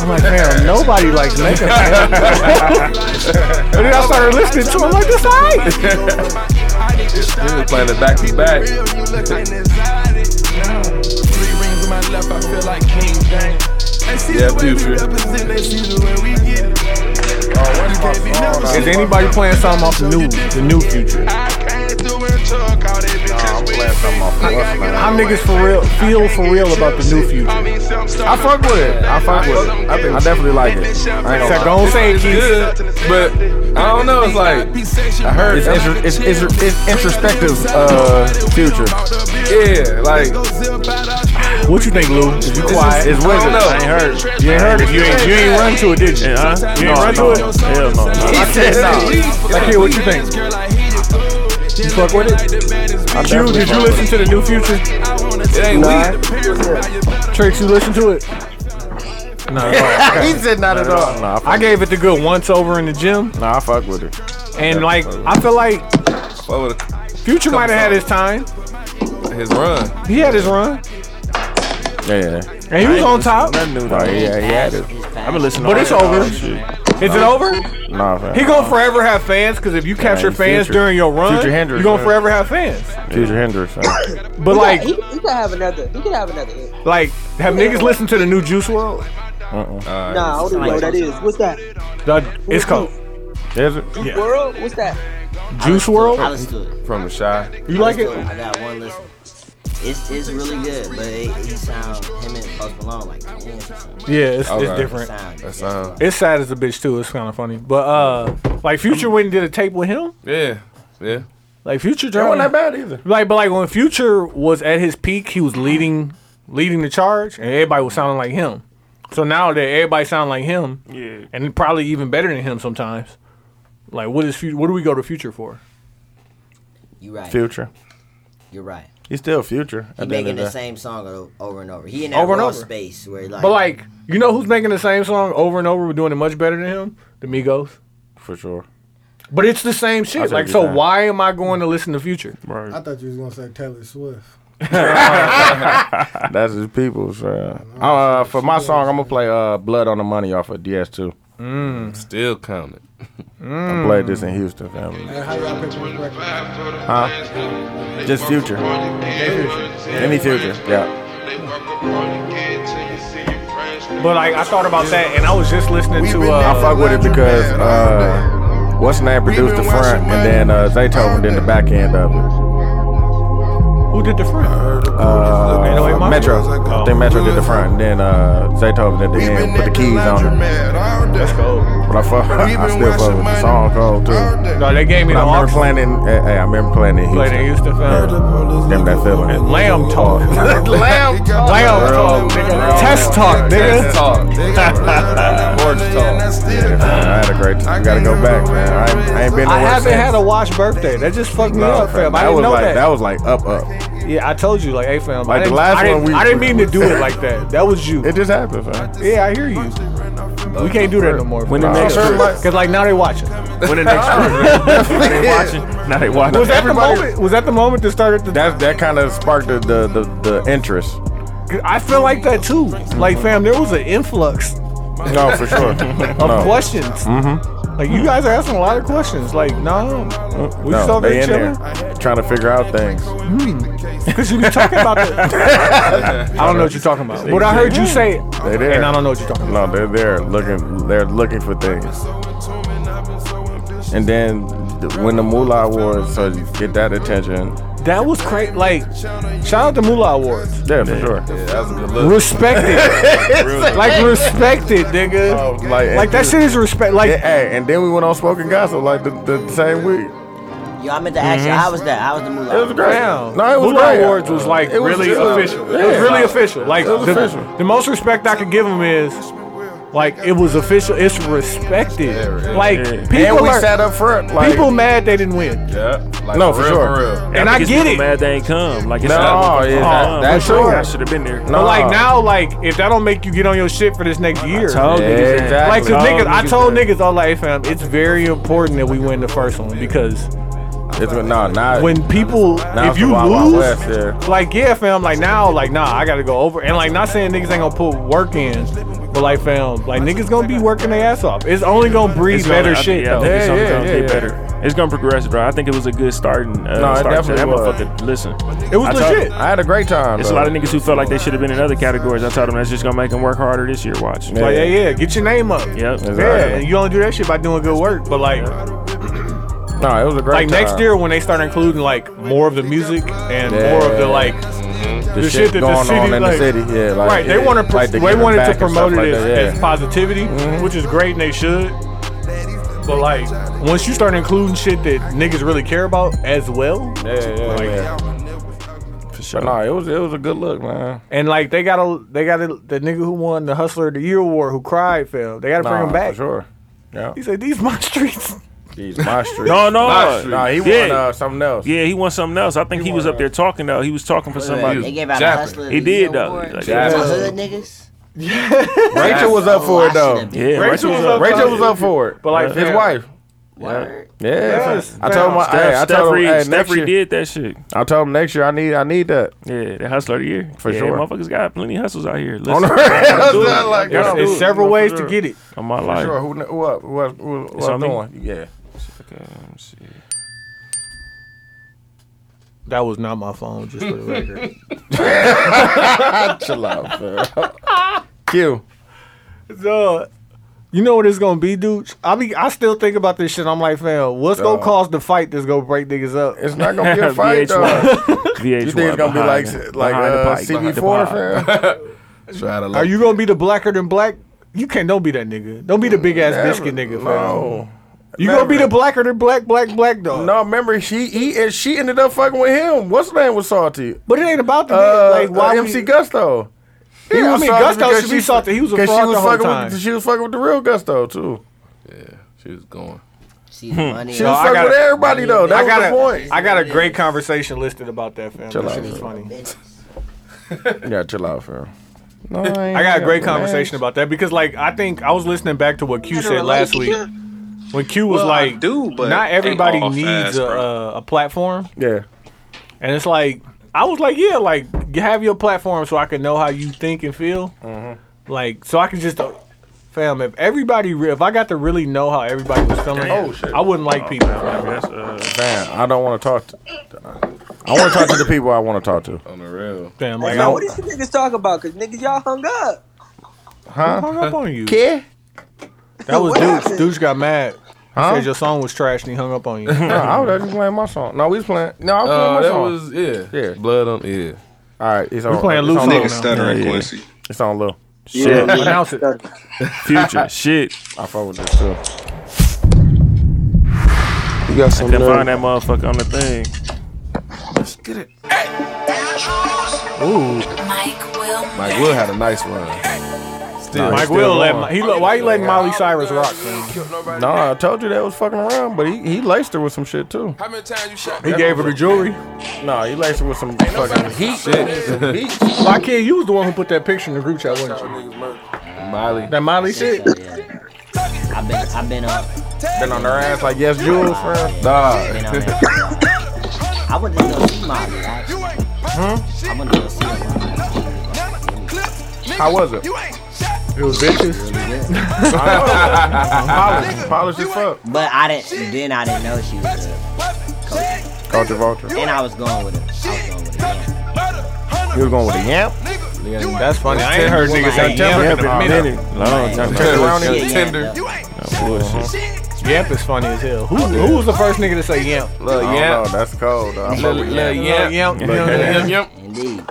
S2: I'm like, man, nobody likes Mega
S3: *laughs*
S2: Man. and then I started listening to him like, this alright.
S1: He was playing it back to back.
S12: Three rings on my left, I feel like King James. And see
S1: Yeah,
S12: the way we
S1: Future.
S12: represent, they see the way we get it.
S3: Oh,
S2: Is anybody playing something off the new, the new future?
S12: I came through and took all that bitches with
S3: something off of us, man.
S2: How niggas for real feel for real about the new future?
S3: I fuck with it. I fuck with it. I, think, I definitely like it. I ain't gonna
S2: Except
S3: lie.
S2: don't say it,
S6: It's
S2: Keith.
S6: good, but I don't know. It's like I heard
S3: It's,
S6: some-
S3: intro, it's, it's, it's introspective uh, future.
S6: yeah, like
S2: What you think, Lou? Is you quiet?
S3: It's wizard.
S6: know.
S3: I ain't heard. it.
S11: You ain't heard it. You ain't, you ain't run to it, did you?
S3: Huh?
S11: You ain't
S3: no,
S11: run to
S3: no.
S11: it?
S3: Hell no.
S6: I said no.
S2: Like, here, what you think? You fuck with it? Q, did you listen to the new future?
S6: It ain't
S4: Nah.
S6: weak.
S2: Tricks, you listen to it? No.
S3: *laughs* He said not at all. Nah, I, fuck,
S2: I gave it the good once over in the gym,
S3: nah, I fuck with it.
S2: and like I feel like
S6: Fuck with
S2: Future might have had his time.
S6: His run.
S2: He had his run,
S3: Yeah.
S2: and he was on top.
S11: Nothing new.
S3: Nah, yeah, he had it.
S11: I've been listening.
S2: But
S11: to
S2: it's
S3: Oh,
S11: all
S2: over.
S11: that shit.
S2: Is it over?
S3: Nah, fam.
S2: He gonna forever have fans because if you capture
S3: he
S2: fans
S3: Future.
S2: during your run,
S3: Future Hendrix,
S2: you gonna
S3: man.
S2: forever have fans.
S3: Future Hendrix. *coughs* fam.
S2: But like,
S4: Like he, he could have another. He could have another hit.
S2: like have niggas listened to the new Juice World?
S4: Nah, I don't even know what that is. What's that?
S2: It's called
S3: Is it?
S2: Yeah.
S4: World? What's that?
S2: Juice
S8: I
S2: World.
S8: listened to it.
S3: From the shy.
S2: You like it?
S8: I got one listen. It's, it's really good, but it, he sound him and Post Malone like twins or something.
S2: Yeah, it's, it's
S6: Okay.
S2: different.
S8: Sound.
S6: That sound.
S2: It's sad as a bitch too. It's kind of funny, but uh, like Future went and did a tape with him.
S6: Yeah, yeah.
S2: Like Future
S3: It wasn't that bad
S2: dropped.
S3: either.
S2: Like, but like when Future was at his peak, he was leading, leading the charge, and everybody was sounding like him. So now that everybody sound like him,
S11: Yeah.
S2: and probably even better than him sometimes. Like, what is Future? What do we go to Future for?
S8: You right.
S3: Future.
S8: You're right.
S3: He's still Future.
S8: He
S3: At the end
S8: making
S3: of
S8: the
S3: the
S8: same song o- over and over. He in that
S2: Over and
S8: raw
S2: over.
S8: space where like,
S2: But like, you know who's making the same song over and over, doing it much better than him? The Migos.
S3: day, for sure.
S2: But it's the same
S3: I'll
S2: shit.
S3: take
S2: Like,
S3: your
S2: so
S3: time.
S2: why am I going to listen to Future?
S1: I thought you was gonna say Taylor Swift.
S3: That's his people's. Uh, uh, for my song, I'm gonna play uh, "Blood on the Money" off of DS2.
S6: Still counting.
S3: I played this in Houston, family.
S1: And how y'all pick this record?
S3: Just Future. Any Future. Yeah.
S2: But like, I thought about that, and I was just listening to.
S3: I
S2: Uh,
S3: fuck with it because uh, what's his name produced the front, and then uh, Zaytoven did the back end of it.
S2: who did the front?
S3: Uh, Metro. I think Metro did the front, and then uh, Zaytoven did the end. Put the keys on it.
S5: That's
S2: cold.
S3: But I fuck. *laughs* I still fuck with the song cold too.
S2: No, they gave me
S3: But
S2: the
S3: I remember
S2: aux
S3: playing in. eh, eh, I remember playing in
S2: played in
S3: Houston.
S2: Houston. fam.
S3: Them that feeling. *laughs*
S2: Lamb talk.
S6: Lamb talk.
S2: Lamb talk, nigga. Test talk, nigga.
S6: Test talk. Orange talk.
S3: I had a great time. We gotta go back, man. I ain't, I ain't been.
S2: I
S3: nowhere
S2: haven't
S3: since.
S2: had a watch birthday. That just fucked me
S3: No,
S2: up, fam. I
S3: that
S2: didn't
S3: was
S2: know
S3: like
S2: that.
S3: was like up up.
S2: Yeah, I told you, like, hey, fam. I
S3: Like, the
S2: didn't-
S3: last
S2: I didn't,
S3: one we-
S2: I didn't mean to do it like that. That was you.
S3: It just happened, fam.
S2: *laughs* Yeah, I hear you. We can't do that no more.
S11: When the
S3: Nah,
S11: next
S3: sure.
S11: trip?
S2: Cause like now they watching.
S11: When the next trip? They watching.
S3: *laughs* Now they watching.
S2: Was that the moment? Was that the moment that started the?
S3: That that kind of sparked the, the the the interest.
S2: I feel like that too. Like fam, there was an influx of
S3: No, for sure. *laughs* no. Mm-hmm.
S2: questions. Like you guys are asking a lot of questions. Like no, we just
S3: No,
S2: over
S3: they
S2: here
S3: in there
S2: chilling.
S3: trying to figure out things.
S2: Cause you be talking
S3: *laughs*
S2: about the. I don't know what you're talking about. But I heard you say it,
S3: They there.
S2: and I don't know what you're talking about.
S3: No, they're there looking. They're looking for things. And then the, when the Moolah Awards, so you get that attention.
S2: That was crazy. Like shout out to Moolah Awards.
S3: Yeah, for sure.
S6: Yeah, that was a good
S3: *laughs*
S6: look.
S2: Respected, like respected,
S3: Oh,
S2: nigga.
S3: like
S2: Like that shit is respect.
S3: Yeah,
S2: Like
S3: hey, and then we went on smoking gossip like the, the same week.
S8: yo, I meant to ask you,
S11: Mhm.
S8: how was that? How was the movie?
S3: It was great.
S2: Damn.
S3: No, it was
S2: Moolah
S3: great.
S2: Awards was like
S3: It was
S2: really
S3: just, uh,
S2: official.
S3: yeah.
S2: It was really official. Like
S3: It was
S2: the,
S3: official.
S2: the most respect I could give him is like it was official. It's respected. Like
S3: and
S2: people
S3: we
S2: are
S3: sat up front. Like,
S2: people mad they didn't win,
S6: Yeah. Like,
S3: No, for sure.
S6: real.
S2: and I
S11: Niggas
S2: get
S11: people
S2: it.
S11: Mad they ain't come. Like it's
S3: No,
S11: not-
S3: yeah,
S11: Oh,
S3: that-
S11: for
S3: that's
S11: sure.
S3: true.
S11: I should have been there.
S3: No.
S2: But like now, like if that don't make you get on your shit for this next year.
S11: Told
S3: Yeah,
S11: niggas that.
S3: exactly.
S2: Like, cause
S11: Told
S2: niggas, I
S11: niggas
S2: told
S11: that.
S2: niggas, all like, hey, fam, it's very important that we win the first one because
S3: It's, no, not
S2: when people,
S3: Now
S2: if
S3: it's
S2: you
S3: the Wild Wild
S2: lose,
S3: West, yeah.
S2: like yeah, fam, like now, like nah, I gotta go over, and like not saying niggas ain't gonna put work in, but like fam, like niggas gonna be working their ass off. It's only gonna breed
S11: It's
S2: better
S11: gonna- I-
S2: shit
S11: Yeah, I
S2: though.
S11: think it's
S3: Yeah,
S11: something
S3: yeah,
S11: gonna
S3: yeah,
S11: get
S3: yeah.
S11: better. It's gonna progress, bro. I think it was a good starting. Uh,
S3: No, it
S11: start to-
S3: definitely was.
S11: That motherfucker, listen,
S2: It was
S11: I told-
S2: legit.
S3: I had a great time.
S11: It's a
S3: though.
S11: lot of niggas who felt like they should have been in other categories. I told them that's just gonna make them work harder this year. Watch.
S3: Yeah.
S2: Like yeah, yeah, get your name up.
S11: Yep.
S3: Exactly.
S2: Yeah, and you only do that shit by doing good work. But like,
S3: No, it was a great
S2: Like next
S3: time.
S2: year when they start including like more of the music and
S3: Yeah.
S2: more of the like
S3: The shit going on in the city, yeah, like,
S2: right. They
S3: yeah,
S2: want to
S3: like to
S2: they
S3: give it
S2: wanted
S3: back
S2: to
S3: and
S2: promote it
S3: stuff like
S2: as,
S3: that, yeah. Mm-hmm.
S2: as positivity, which is great and they should. But like once you start including shit that niggas really care about as well,
S3: yeah, yeah,
S2: like,
S3: For sure. Nah, it was it was a good look, man.
S2: And like they got to they got to the nigga who won the Hustler of the Year award who cried fell. They got to bring
S3: Nah,
S2: him back.
S3: for sure. Yeah.
S2: He said these my *laughs* streets.
S3: He's
S9: *laughs*
S3: my street.
S9: No, no,
S3: Nah, he
S9: yeah.
S3: won uh, something else.
S9: Yeah, he won something else. I think he, was up there talking though. He was talking for somebody.
S8: They gave out a hustler. of
S9: He
S8: the Year
S9: did though.
S8: award
S9: Like,
S8: to
S9: yeah.
S8: the hood niggas.
S3: Rachel was up for it though.
S9: Yeah, Rachel Rachel was
S3: Rachel was
S9: was up up for for it. it.
S3: up for it.
S2: But like
S3: his
S2: fam-
S3: wife. Yeah.
S9: Yes.
S3: I told him.
S9: Steph,
S3: hey, I
S9: Steph
S3: told him.
S9: Reed-
S3: hey, next
S9: Steph Reed
S3: year-
S9: did that shit.
S3: I told him next year I need I need that.
S9: Yeah, the hustler of the year
S3: For
S9: Yeah,
S3: sure.
S9: Motherfuckers got plenty of hustles out here. Listen,
S3: On *laughs* the
S9: gotta do it.
S3: real, like,
S9: Gotta
S3: yo,
S9: do
S3: it's
S9: it.
S3: several
S9: For
S3: ways to
S9: sure.
S3: get it.
S9: On my
S3: For
S9: life.
S3: sure. Who, kn- who up? Who up? Who, who
S9: It's
S3: up
S9: on me?
S3: doing? Yeah.
S9: Okay, let me see.
S2: That was not my phone, just for the
S3: *laughs*
S2: record.
S3: Chill *laughs* out, bro. Q.
S2: So, you know what it's gonna be, dude? I be I still think about this shit. I'm like, fam, what's gonna
S3: Dog.
S2: cause the fight that's gonna break niggas up?
S3: It's not gonna be
S9: *laughs*
S3: a fight, though.
S9: VH1.
S3: You think it's gonna be like
S9: behind-
S3: like
S9: behind the
S3: uh,
S9: pipe, behind the
S3: CB4,
S9: pipe.
S3: fam?
S9: *laughs*
S3: Try to
S2: Are you gonna be the blacker than black? You can't. Don't be that nigga. Don't be the big ass
S3: Never.
S2: biscuit nigga, fam.
S3: No.
S2: You gonna be the blacker than black, black, black dog.
S3: No, remember she he and she ended up fucking with him. What's her name was salty?
S2: But it ain't about the
S3: Uh,
S2: nigga. Like why
S3: uh,
S2: we-
S3: MC Gusto.
S2: Yeah, I mean,
S3: salty
S2: Gusto
S3: because
S2: should be
S3: she-
S2: salty. He was a
S3: 'cause
S2: fraud
S3: she was
S2: the whole
S3: fucking
S2: time.
S3: With, she was fucking with the real Gusto too.
S6: She was going.
S8: See the
S11: Hmm.
S8: money.
S3: She was fucking with everybody though. That
S2: I
S3: was
S2: got
S3: the point.
S2: a, I got a great conversation listed about that, fam.
S3: Chill
S2: that
S3: out,
S2: shit is
S3: bro.
S2: funny.
S3: yeah, chill out, fam.
S2: I got a great conversation about that because, like, I think I was listening back to what Q said last week when Q was
S10: Well, I
S2: like,
S10: do, but
S2: not
S10: ain't
S2: everybody
S10: all
S2: needs
S10: fast,
S2: a,
S10: bro."
S2: a, a platform,"
S3: Yeah.
S2: and it's like, I was like, "Yeah, like, you have your platform so I can know how you think and feel, like, so I can just." Uh, Fam, if everybody, re- if I got to really know how everybody was feeling,
S9: Damn. Oh, shit.
S2: I wouldn't like people. fam.
S9: That's, uh,
S3: Man, I don't want to talk. to I want to talk to the people I want to talk to.
S6: On the real.
S2: Fam,
S4: Like,
S2: like,
S4: now,
S2: I,
S4: what did you niggas talk about? Cause niggas, y'all hung up.
S2: I hung up on you.
S3: Yeah.
S2: That was
S4: What
S2: Deuce.
S4: happened?
S2: Deuce got mad.
S3: Huh?
S2: He said your song was trash and he hung up on you.
S3: No, I was actually playing my song. No, we was playing. No, I was playing
S6: Uh,
S3: my
S6: that
S3: song.
S6: was yeah.
S3: Yeah.
S6: Blood on yeah.
S3: All right, it's on.
S2: playing
S3: it's
S2: Luke
S3: on
S2: song
S3: Lil.
S10: Nigga stuttering Quincy.
S3: It's on Lil.
S9: Shit.
S2: Announce it.
S9: Future. Shit.
S3: I fuck with this too.
S5: You got some
S9: Then find
S5: nerve.
S9: that motherfucker on the thing. Let's get it.
S6: Ooh.
S13: Mike Will.
S6: Mike Will had a nice run. Still.
S2: Mike
S3: still
S2: Will let
S3: going.
S2: my, he look, why he letting Miley Cyrus rock? Man?
S3: No, I told you that was fucking around, but he, he laced her with some shit too.
S5: How many times you shot?
S2: He gave her the jewelry.
S3: No, he laced her with some fucking heat. Some heat.
S2: My kid, you was the one who put that picture in the group chat, wasn't you?
S6: Miley.
S2: That Miley shit.
S8: So, yeah. I've been, I've been up.
S3: Been on her ass like yes, Jules, fam.
S6: Nah.
S8: Been on there. I wouldn't even go see Molly. Actually. I wouldn't go see her.
S3: How was it?
S2: It
S3: *laughs*
S2: was bitches.
S3: Polished, *laughs* polished as fuck.
S8: But I didn't. Then I didn't know she was. Up.
S3: Culture vulture.
S8: Then I was going with her. I was going with her. yeah.
S3: You was going with a yamp.
S2: That's funny. I ain't heard niggas say
S3: Yamp
S2: yamp in a minute.
S9: Long time.
S3: Turn around
S8: Yeah,
S3: and
S8: yeah,
S6: Tinder.
S8: yeah.
S2: Yamp is funny as hell. Who, who was the first nigga to say yamp? Uh,
S6: Little
S3: I don't know,
S6: yamp.
S3: Oh, that's cold. Though. I fuck
S6: Little
S3: with
S6: little
S3: yamp.
S6: yamp.
S2: Yamp. you know what I'm saying?
S6: Yamp, yamp.
S8: Indeed.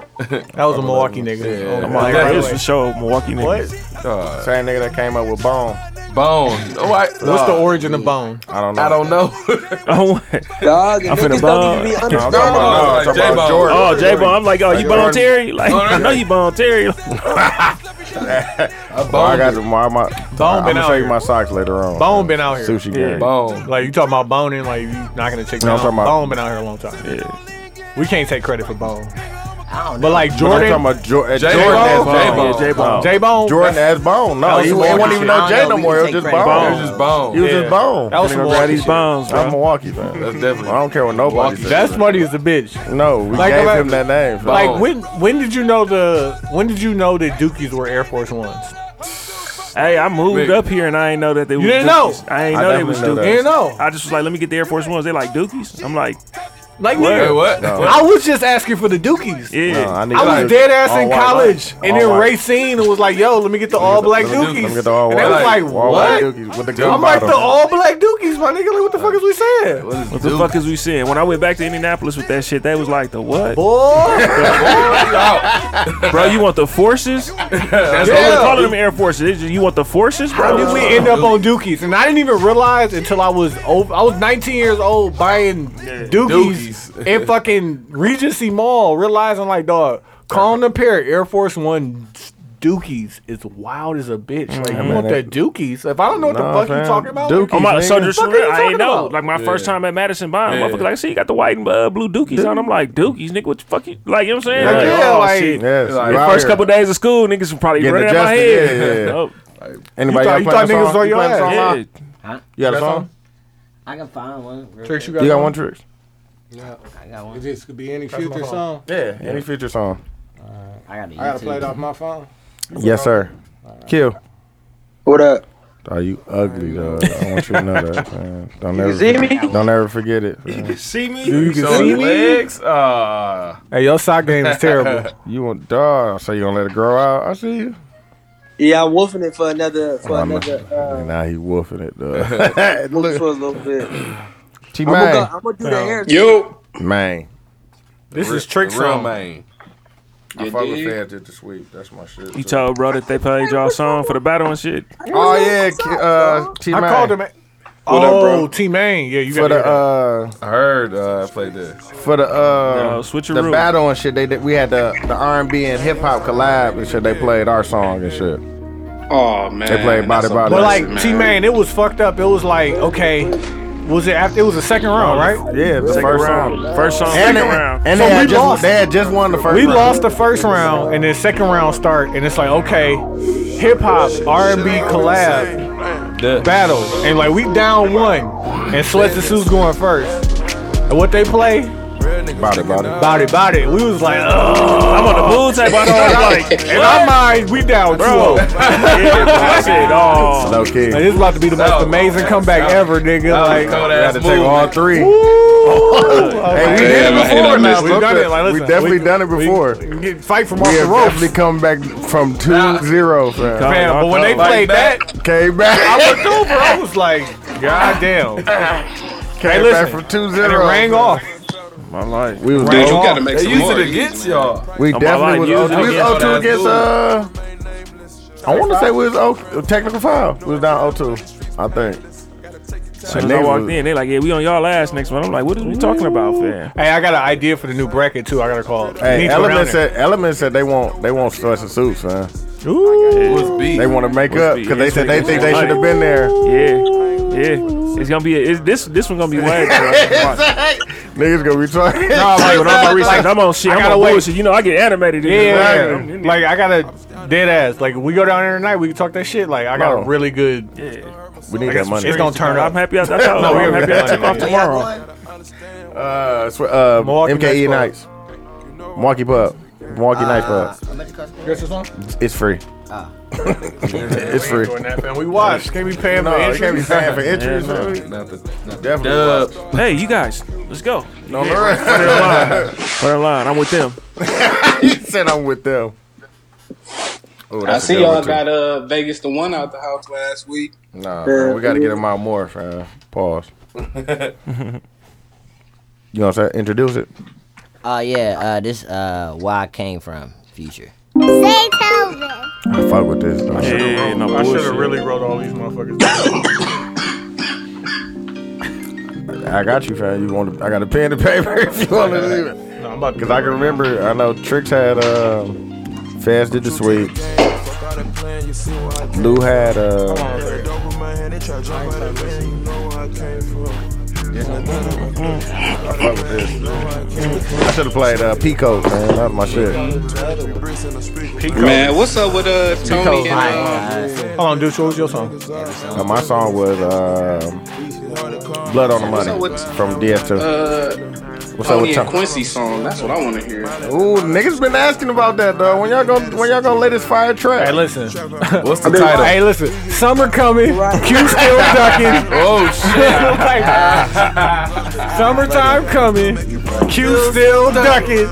S2: That was a Milwaukee nigga. Oh,
S6: I'm
S2: my
S6: like,
S2: God.
S9: That is for sure Milwaukee niggas.
S6: Uh,
S3: Same nigga that came up with bone.
S6: Bone. Oh, I,
S2: What's the
S6: order?
S2: origin of bone?
S3: I don't know.
S6: I don't know.
S9: Oh, what?
S4: Dog, and
S9: I'm finna
S4: niggas
S9: bomb.
S4: don't need to be
S3: I'm
S4: understood.
S3: talking about, no,
S6: No,
S3: I'm talking
S6: J-Bone.
S3: about Jordan.
S9: Oh, J Bone. I'm like, oh, you
S3: Jordan.
S9: Bone Terry? Like, I know you Bone Terry.
S6: *laughs* A
S3: Well, I
S6: bone.
S3: got my, my
S2: Bone
S3: I'm
S2: been
S3: gonna
S2: out
S3: show you
S2: here.
S3: my socks later on.
S2: Bone been out here.
S3: Sushi
S9: Yeah.
S3: game.
S6: bone.
S2: Like you talking about boning? Like you knocking a chick
S3: No, I'm
S2: down?
S3: talking about-
S2: Bone been out here a long time. We can't take credit for bone.
S8: I don't know.
S2: But like
S3: Jordan.
S2: Jordan,
S3: I'm talking about Jo- uh,
S6: J-Bone.
S3: Jordan as
S6: J-Bone.
S3: bone.
S9: J Bone.
S2: J Bone.
S3: Jordan as bone. No,
S2: was
S3: he, he
S2: some
S3: wasn't
S2: Milwaukee
S3: even
S2: shit.
S3: know
S8: I
S3: Jay
S8: don't
S3: no
S8: know,
S3: more.
S8: we
S3: It was
S8: take
S3: just
S8: credit.
S6: It
S3: bone.
S6: was just bone.
S3: He was
S2: Yeah.
S3: just bone.
S2: That was some
S9: Nigga grab
S2: Milwaukee
S9: these
S2: shit.
S9: bones,
S3: I'm
S9: bro.
S3: Milwaukee, man.
S6: That's definitely.
S3: I don't care what nobody
S6: Milwaukee.
S3: says.
S2: That's funny as a bitch.
S3: No, we
S2: Like,
S3: gave
S2: I'm
S3: him that name. fam.
S2: Like
S6: Oh.
S2: when when did you know the when did you know that Dookies were Air Force Ones?
S9: Hey, I moved
S6: Big.
S9: up here and I ain't know that they was
S2: didn't
S9: Dookies. I ain't
S3: I
S9: know they
S3: definitely
S9: was
S3: know
S9: Dookies.
S3: that.
S2: You didn't know.
S9: I just was like, let me get the Air Force Ones. They like Dookies. I'm like,
S2: Like
S11: What?
S2: nigga,
S11: Hey, what? No.
S2: I was just asking for the dookies.
S11: Yeah. No,
S2: I,
S11: I need
S2: was
S11: like
S2: dead ass
S11: all
S2: in
S11: white,
S2: college,
S11: all
S2: and then
S11: white.
S2: Racine was like, "Yo, let me get the all black dookies."
S3: Let me get the all
S2: and
S3: white.
S2: they was like,
S3: all white
S2: "What?"
S3: dookies with the
S2: I'm
S3: gun
S2: like the
S3: bottom.
S2: all black dookies, my nigga. Like, what the fuck is we saying?
S9: What the fuck is we saying? When I went back to Indianapolis with that shit, they was like the what? bro, you want the forces? That's what
S2: Yeah.
S9: we're calling them Air Forces. It's just, you want the forces, bro?
S2: How did we end up on Dookies? And I didn't even realize until I was over, I was 19 years old buying Dookies,
S11: Dookies.
S2: in fucking Regency Mall, realizing like, dog, calling the pair Air Force One Dookies is wild as a bitch. Like,
S3: Mm-hmm.
S2: you
S9: man,
S2: want the
S9: that-
S2: Dookies? If I don't know what
S9: Nah,
S2: the fuck you
S9: fam.
S2: talking about,
S9: Dookies, I'm not, so
S2: What the
S9: just
S2: fuck are you
S9: real, I ain't
S2: talking
S9: know.
S2: about?
S9: Like my
S2: Yeah.
S9: first time at Madison Bond,
S2: Yeah.
S9: motherfucker. Like, see, you got the white and uh, blue Dookies on. I'm like, Dookies, nigga, what the fuck? You, like, you know what I'm saying?
S3: Yeah.
S9: Like,
S3: Yeah,
S9: oh,
S3: like-
S9: shit.
S3: Yes, you
S9: like,
S3: out
S9: first
S3: here.
S9: couple days of school, niggas was probably
S3: Getting
S9: running out my
S3: adjusted,
S9: head.
S3: *laughs*
S6: *laughs*
S3: yeah, yeah, yeah.
S9: Nope.
S3: Anybody
S9: You
S3: got
S9: thought-
S3: playing
S9: you
S3: a
S9: thought
S3: song?
S9: niggas
S3: You
S9: was on
S3: playing a
S9: your
S3: song?
S9: ass?
S3: Lon?
S8: Huh?
S3: You got a song?
S8: I can find one. real
S3: Tricks,
S8: quick.
S3: you got You got one? one, Tricks?
S1: Yeah.
S8: I got one.
S1: It just could be any
S8: That's my
S1: future
S8: phone.
S1: song.
S3: Yeah, any future song.
S8: I got
S1: I gotta play it off my phone.
S3: Yes, sir. Kill.
S4: What up?
S3: Are you ugly, dog? I want you to know that. Man. Don't
S11: You
S3: ever
S11: see me?
S3: Don't ever forget it. man.
S6: See me?
S3: You can
S6: Showing
S3: see me?
S6: legs? Ah.
S2: Hey, your sock game is terrible.
S3: you want dog? So you gonna let it grow out? I see you.
S4: Yeah, I'm wolfing it for another for
S3: Oh, no.
S4: another. Uh,
S3: And now he wolfing it,
S4: wolfing
S3: dog.
S4: for a little bit.
S3: *laughs* T
S4: I'ma
S3: man,
S4: go- I'ma do the hair.
S3: man.
S2: This
S6: is Trick's
S3: real
S6: song.
S3: man. I
S6: You
S3: fuck with
S6: dig?
S3: Fed did this week. That's my shit.
S9: You told Oh, bro that they played y'all song for the battle and shit.
S3: Oh yeah, ki- uh, T
S2: I
S3: man.
S2: called him. a-
S3: What up, bro?
S2: Oh, T Main. Yeah, you
S3: for
S2: got
S3: the
S2: to
S3: uh, I heard uh, I played this for the uh,
S9: No,
S3: the
S9: switcheroo.
S3: battle and shit. They did, we had the the R and B and hip hop collab and shit. They played our song and shit.
S10: Oh man,
S3: They played Body
S10: that's a
S3: Body.
S2: But
S3: Listen,
S2: like T Main, it was fucked up. It was like okay, was it after? It was the second round, right?
S3: Yeah, the
S2: Second
S3: first
S2: round.
S3: song.
S2: First song,
S3: and
S2: second
S3: they,
S2: round.
S3: And
S2: So
S3: they,
S2: we
S3: had just,
S2: lost.
S3: they had just won the first.
S2: we
S3: round.
S2: lost the first round, and then second round start, and it's like okay, hip hop R and B collab battle, and like we down one, and Sweat the Suit's going first, and what they play.
S3: Body, body,
S2: body, body. We was like, I'm on the bull type. I'm like, in our mind, we down oh.
S9: Bro.
S2: 2-0.
S9: Yeah, bro, I said, oh.
S2: *laughs*
S3: Low key.
S2: Like, this is about to be the most amazing comeback ever, nigga. Like,
S3: We had to take all three. hey, we
S2: man.
S3: did it
S2: Yeah,
S3: before
S2: man.
S3: now.
S2: We've done it. Like,
S3: we
S2: listen,
S3: definitely
S2: we-
S3: done it before.
S2: get, fight from
S3: we
S2: off the
S3: have
S2: ropes.
S3: definitely come back from 2-0, fam.
S2: Fam, but when they played that,
S3: came back.
S2: I looked over. I was like, God damn.
S3: Came
S2: hey, listen,
S3: back from 2-0.
S2: and it rang off.
S9: My life.
S3: We was
S6: Dude,
S3: off.
S6: you gotta make
S3: They
S6: some
S3: used
S6: more.
S3: it
S6: against y'all.
S3: We definitely was
S6: used
S3: O2. We was
S6: against
S3: O2
S6: y'all.
S3: against uh. I want to say we was O technical foul. We was down O2, I think.
S9: As soon as I walked in, they like, yeah, we on y'all ass next one. I'm like, what are we talking about, fam?
S2: Hey, I got an idea for the new bracket too. I gotta call. it.
S3: Hey,
S2: Need to go down
S3: Element
S2: there.
S3: said Element said they won't they won't stress the suits, man.
S9: Ooh.
S3: They want to make up because they said they think they should have been there.
S9: Yeah, yeah. It's gonna be it's, this. This one gonna be way.
S3: Niggas gonna be trying.
S9: Nah, like, when
S3: *laughs*
S9: I'm, like, I'm on shit.
S2: I
S9: I'm
S2: gotta
S9: on
S2: wait.
S9: bullshit. You know, I get animated. in
S2: Yeah,
S9: this.
S2: yeah,
S9: I'm-
S2: yeah. like I gotta dead ass. Like we go down there tonight, we can talk that shit. Like I got
S3: No.
S2: a really good.
S3: We need
S2: I got
S3: that
S2: some
S3: money.
S2: shit. It's gonna turn up.
S9: I'm
S2: *laughs*
S9: happy I- that's all.
S2: no,
S9: I'm
S2: we
S9: happy I took off
S3: tomorrow. Uh, sw- uh
S2: Milwaukee
S3: MKE nights,
S2: Nights
S3: Milwaukee pub, Milwaukee Nights pub.
S8: I bet you cost me.
S3: It's free. *laughs* it's free.
S2: And we watched. Can't be paying
S3: No,
S2: for
S3: you
S2: entry.
S3: can't be paying for entries.
S9: Yeah,
S3: man. Definitely.
S9: Hey, you guys, let's go.
S3: No,
S9: yeah,
S3: no.
S9: front of the line. Front of the line. I'm with them.
S3: he said I'm with them. Oh,
S10: I
S3: that's a
S10: see
S3: good
S10: y'all
S3: one, too.
S10: got uh Vegas the one out the house last week.
S3: Nah, bro, we got to get him out more, fam. Pause. You know what I'm saying? Introduce it.
S8: Uh, yeah, uh, this, uh, where I came from, future.
S3: I fuck with this. Though.
S9: Yeah, no
S2: I should
S9: bullshit.
S2: have really wrote all these motherfuckers. down.
S3: I got you, fam. You want? To, I got a pen and paper *laughs* if you want to leave it.
S2: no, I'm about to.
S3: Cause I can remember, I know Tricks had uh, Faz did the sweep. Lou had uh, I fuck with this. I should have played uh, Pico, man. That was my shit.
S10: Man, what's up with uh Tony and uh,
S2: Hold on, dude. What was your song?
S3: Uh, my uh, song was um Blood on the Money from DS2.
S10: uh
S3: What's
S6: oh,
S3: up
S10: Tony
S3: with
S10: and
S3: Tony?
S10: Quincy song. That's what I want to hear.
S3: Ooh, niggas been asking about that though. When y'all gonna when y'all gonna let this fire track?
S2: Hey, *laughs* listen.
S3: What's
S2: I mean, Hey, listen. Summer coming. Q *laughs* still ducking.
S10: *laughs*
S3: oh shit!
S2: Summertime coming. Q still ducking.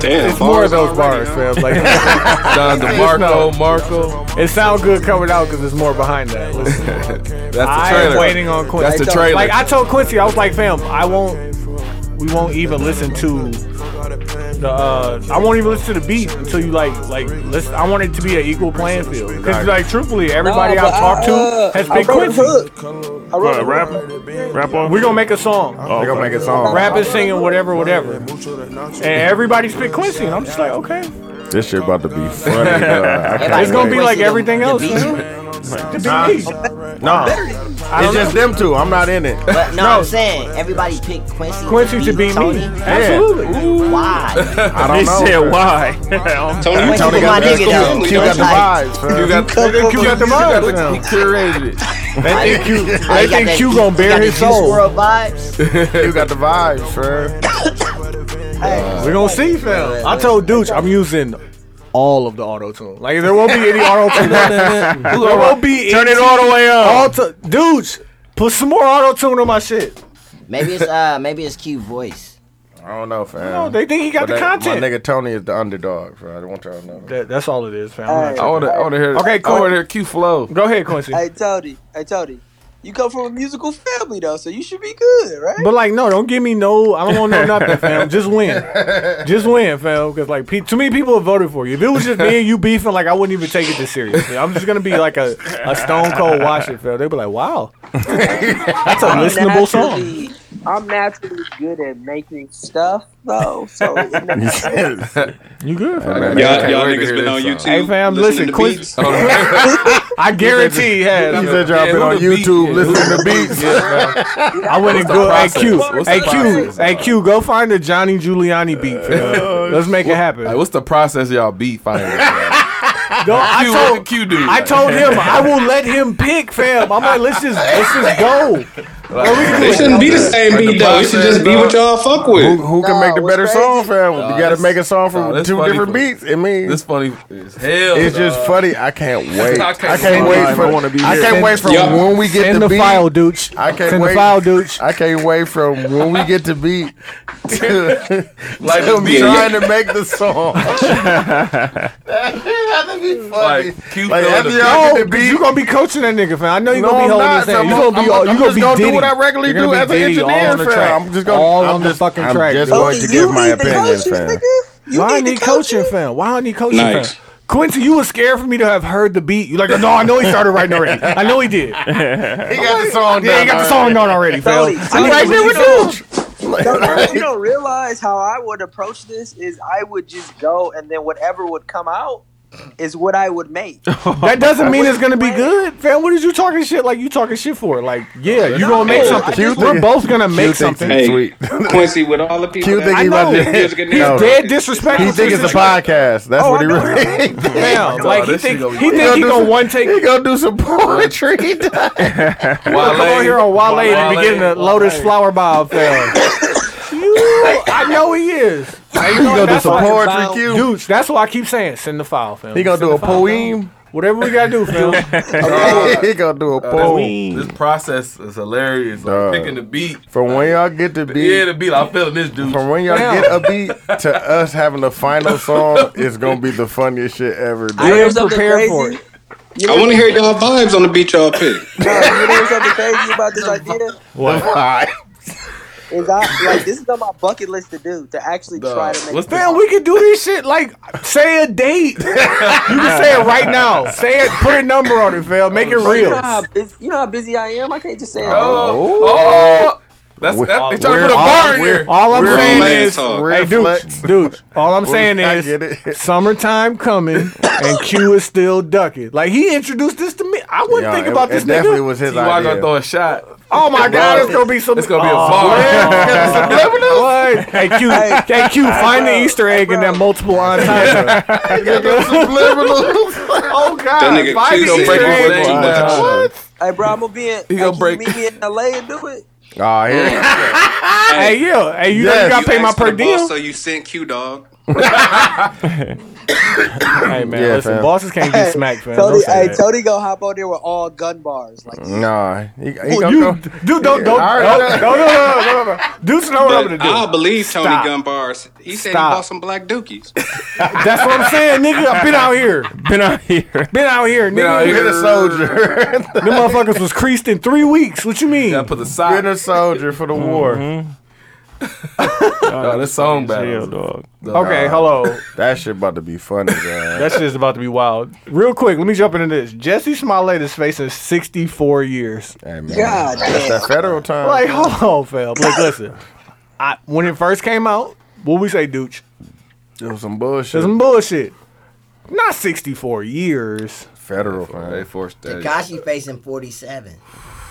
S10: Damn,
S2: it's more of those bars, man. Like
S6: Don
S3: *laughs*
S6: DeMarco, Marco.
S2: *laughs* It sound good coming out because it's more behind that. Listen,
S6: That's the
S2: I
S6: trailer.
S2: am waiting on Quincy.
S6: That's the
S2: Like,
S6: trailer.
S2: Like I told Quincy, I was like, fam, I won't. We won't even listen to the. Uh, I won't even listen to the beat until you like like. Listen, I want it to be an equal playing field. Because like truthfully, everybody
S4: Nah,
S2: I've
S4: but
S2: talked
S4: I, uh,
S2: to has
S4: I
S2: been
S4: wrote a
S2: Quincy.
S4: hook. I wrote
S9: What,
S4: a
S9: a
S4: hook.
S9: rapper? Rap on?
S2: We're gonna make a song.
S3: They gonna make a song.
S2: Rapping, singing, whatever, whatever. And everybody spit Quincy. And I'm just like, okay.
S3: This shit about to be funny. dog. I can't
S2: It's gonna be
S3: wait.
S2: like everything else. man.
S3: nah.
S2: don't
S3: It's just them two. I'm not in it.
S8: But Uh, no, I'm saying everybody picked Quincy.
S2: Quincy should beat
S8: Tony.
S2: me. Absolutely.
S8: Why?
S3: I don't
S9: He
S3: know.
S9: said,
S2: *laughs*
S3: Um,
S9: "Why?"
S10: Tony,
S8: Wait,
S10: Tony
S8: but my
S10: got
S8: nigga though.
S10: the
S3: You got the
S8: Like-
S3: vibes, fam.
S6: You got,
S2: Q got the vibes now.
S6: He curated it.
S2: They think Q,
S8: I
S2: they think Q gonna
S8: got
S2: bare
S8: the
S2: his
S8: Juice
S2: soul.
S8: World vibes.
S3: *laughs* You got the vibes, fam.
S2: We're gonna see, fam. I told Dooch I'm using all of the auto tune. Like there won't be any auto tune. there won't be.
S9: Turn
S2: any-
S9: it all the way up.
S2: All to Dooch, put some more auto tune on my shit.
S8: maybe it's uh, maybe it's Q voice.
S3: I don't know, fam.
S2: No, they think he
S3: But
S2: got the
S3: that-
S2: content.
S3: My nigga Tony is the underdog, fam. I don't want y'all to know.
S2: That, that's all it is, fam. I'm not
S6: I
S4: Hey.
S2: tripping.
S6: want to. I want to hear.
S2: Okay,
S6: I
S2: cool.
S6: want to hear Q flow.
S2: Go ahead, Quincy.
S3: *laughs*
S4: Hey Tony, hey Tony, you come from a musical family though, so you should be good, right?
S2: But like, no, don't give me no. I don't want no nothing, fam. Just win, just win, fam. Because like, pe- too many people have voted for you. If it was just me and you beefing, like, I wouldn't even take it this seriously. I'm just gonna be like a, a stone cold watcher, fam. They'd be like, wow, that's a listenable song.
S4: Naturally- I'm naturally good at making stuff though, so
S2: You good? Fam?
S10: Y'all,
S3: Man, I
S10: y'all niggas
S3: can't wait to hear
S10: been
S3: this
S10: on
S3: song.
S10: YouTube.
S2: Hey, fam,
S10: listening
S2: listen,
S10: to
S2: Quincy-
S10: beats?
S2: I guarantee he
S3: He
S2: has.
S3: said y'all
S6: Yeah,
S3: been
S6: who
S3: on
S6: the beat
S3: YouTube
S6: is?
S3: listening to beats.
S2: I went and go. Hey
S6: process?
S2: Q,
S6: What's
S2: hey
S6: the
S2: Q,
S6: process?
S2: hey Q, go find the Johnny Giuliani beat. fam. Let's make it happen.
S6: *laughs* Like, what's the process y'all beat finding?
S2: No, I
S6: Q, what
S2: told
S6: did Q do?
S2: I told him I will let him pick, fam. I'm like, let's just let's just go.
S10: It shouldn't be the same beat though. It should just be what y'all fuck
S3: Who,
S10: with.
S3: who can
S4: Nah,
S3: make the
S4: what's
S3: better
S4: crazy-
S3: song, fam? you got to
S6: that's-
S3: make a song from
S6: nah, that's
S3: two
S6: funny
S3: different
S6: for-
S3: beats. I mean,
S6: This funny as hell.
S3: it's just
S6: dog.
S3: funny. I can't wait. I
S6: I
S3: can't,
S6: can't wait.
S3: wait for.
S6: I wanna be
S3: I
S6: here.
S3: can't
S2: Send-
S3: wait from
S10: Yeah.
S3: when we get
S2: Send
S3: the
S2: the
S3: beat.
S2: file, douche.
S3: I can't
S2: Send
S3: wait.
S2: the file, douche.
S3: I can't wait from when we get to beat to, like
S6: Like,
S3: to
S6: yeah,
S3: trying to make the song.
S10: *laughs*
S3: That'd be funny.
S6: Like, Q
S3: Like,
S6: feeling
S3: after
S6: the
S3: y'all
S2: No,
S3: get the
S2: because
S3: beat,
S2: you gonna be coaching that nigga, fam. I know you
S3: No,
S2: gonna be
S3: I'm
S2: holding
S3: not,
S2: his hand.
S3: fam.
S2: You gonna
S3: I'm-
S2: be all,
S3: I'm
S2: you gonna
S3: just
S2: be
S3: gonna do
S2: Diddy.
S3: what I regularly
S2: You're gonna
S3: do
S2: be
S3: as an
S2: Diddy all
S3: engineer,
S2: on the
S3: fam.
S2: track.
S3: I'm just gonna-
S2: all
S3: I'm
S2: on
S3: just-
S2: the fucking
S3: I'm
S2: track.
S3: just
S2: dude.
S3: going to give my opinion, fam.
S4: You
S2: Why
S4: need
S2: need
S4: to
S2: coaching,
S4: Oh, coaching.
S2: fam? Why need coaching,
S10: Nice.
S2: fam? Quincy, you was scared for me to have heard the beat. You like, no, I know he started writing already. I know
S3: *laughs*
S2: he did. Yeah,
S3: he got the song done.
S2: he got the song done already, fam.
S4: Tony,
S2: I
S4: Tony,
S2: need
S4: what
S2: to-
S4: you
S3: Like,
S4: you don't realize how I would approach this is I would just go and then whatever would come out is what I
S2: *laughs*
S4: would make.
S2: That doesn't mean it's gonna be good, fam. What is you talking shit like you talking shit for? Like, yeah, you gonna make
S4: No,
S2: something.
S3: I just-
S2: We're both gonna
S3: Q
S2: make
S3: thinks
S2: something.
S3: it's
S10: Hey.
S3: sweet.
S10: Quincy with all the people.
S3: Q
S10: that-
S3: think
S2: I
S3: he
S2: know.
S3: about to
S10: He's getting
S2: He's
S10: out.
S2: dead disrespectful.
S3: He think it's a podcast.
S2: Oh,
S3: That's what he really.
S2: Fam, like he
S6: this shit
S2: think
S6: gonna be-
S2: he
S3: He
S2: think he
S3: do
S2: gonna
S3: some-
S2: one take.
S3: He gonna do some
S2: *laughs*
S3: poetry.
S6: Wale,
S2: Come on here on Wale, and be getting a Lotus flower bob, fam.
S3: *laughs*
S2: you, I know he is.
S3: He gonna do
S2: that's
S3: some
S2: what it's
S3: poetry, Q.
S2: Dudes, that's why I keep saying send the file, fam.
S3: He gonna do a poem.
S2: Whatever we gotta do, fam.
S3: *laughs* he gonna do a poem.
S6: This process is hilarious. Like,
S3: Dog.
S6: picking the beat.
S3: From when y'all get the beat,
S6: Yeah, the beat. I'm feeling this dude.
S3: from when y'all
S2: Damn.
S3: get a beat to us having the final song, it's gonna be the funniest shit ever. dude.
S4: I
S2: You're
S4: know something
S2: prepared
S4: crazy.
S2: for it.
S4: You know,
S10: I want to hear y'all vibes on the beat y'all pick.
S4: *laughs* no, you know something crazy about this idea
S3: Why?
S4: is I like this is on my bucket list to do to actually try to make.
S6: What's the
S2: Fam, we can do this shit like say a date. you can say it right now. Say it, put a number on it, fam. Make it
S4: you,
S2: real.
S4: know how busy, you know how busy I am. I can't just say.
S6: Oh,
S4: Oh,
S6: oh, that's that, they trying to put a bar in here.
S2: All I'm
S3: We're
S2: saying
S10: on man
S2: is,
S10: talk.
S2: hey,
S3: Red flex.
S2: dude, dude, all I'm saying
S3: I
S2: is,
S3: get it.
S2: summertime coming and Q is still ducking. Like he introduced this to me. I wouldn't
S3: Y'all,
S2: think
S3: it-
S2: about
S3: it
S2: this
S3: definitely
S2: nigga.
S3: was his
S6: T.Y. gonna
S3: idea.
S6: throw a shot.
S2: Oh my god, it's gonna be some.
S6: It's gonna be a
S2: Oh,
S6: bar.
S2: man. What? Hey Q, hey Q, find the Easter egg in that multiple on time.
S3: *laughs*
S2: oh god,
S10: That nigga
S2: find
S10: Q
S2: the
S10: gonna
S2: Easter
S10: break his
S2: egg.
S10: leg.
S2: What?
S4: hey, bro, I'm gonna be in.
S6: He gonna
S4: hey,
S6: break-
S4: Can you meet me in LA and do it.
S3: Oh, here.
S2: Hey, yeah. Hey, you know you gotta pay my
S10: asked for
S2: per
S10: the boss, So
S2: diem.
S10: you sent Q dog.
S2: Hey man,
S3: Yeah,
S2: listen,
S3: fam.
S2: bosses can't get smacked, fam. Don't
S4: Tony,
S2: say
S4: hey,
S2: that. Mm.
S4: Tony gonna hop on there with all gun bars. Like,
S3: Nah, he, he
S4: Well,
S3: gonna
S4: you-
S3: come-
S2: dude, don't, don't,
S3: All right,
S2: don't, don't, no, no, no, no, no, no. Deuce know what I'm gonna
S10: But
S2: do.
S10: I don't believe Tony
S2: Stop.
S10: Gunbars. He said
S2: Stop.
S10: he bought some black dookies.
S2: That's what I'm saying, nigga. I've been out here.
S9: Been out here.
S2: Been out here, nigga.
S3: Been out here. Been a soldier.
S2: Them motherfuckers was creased in three weeks. What you mean?
S6: I put the sock.
S3: *laughs* Been a soldier for the war.
S2: Mm-hmm.
S6: Oh, this song battle.
S9: dog.
S2: Okay,
S3: Nah,
S2: hello.
S3: That shit about to be funny, man.
S2: That shit is about to be wild. Real quick, let me jump into this. Jesse Smollett is facing 64 years.
S3: Hey, man.
S4: God
S3: That's
S4: damn.
S3: that federal time.
S2: Like, hold on, fam. Like, listen. I, when it first came out, what we say, douche?
S3: it was some
S2: That's
S3: bullshit.
S2: some bullshit. Not 64 years.
S3: federal, man.
S6: They forced that.
S8: Takashi facing 47.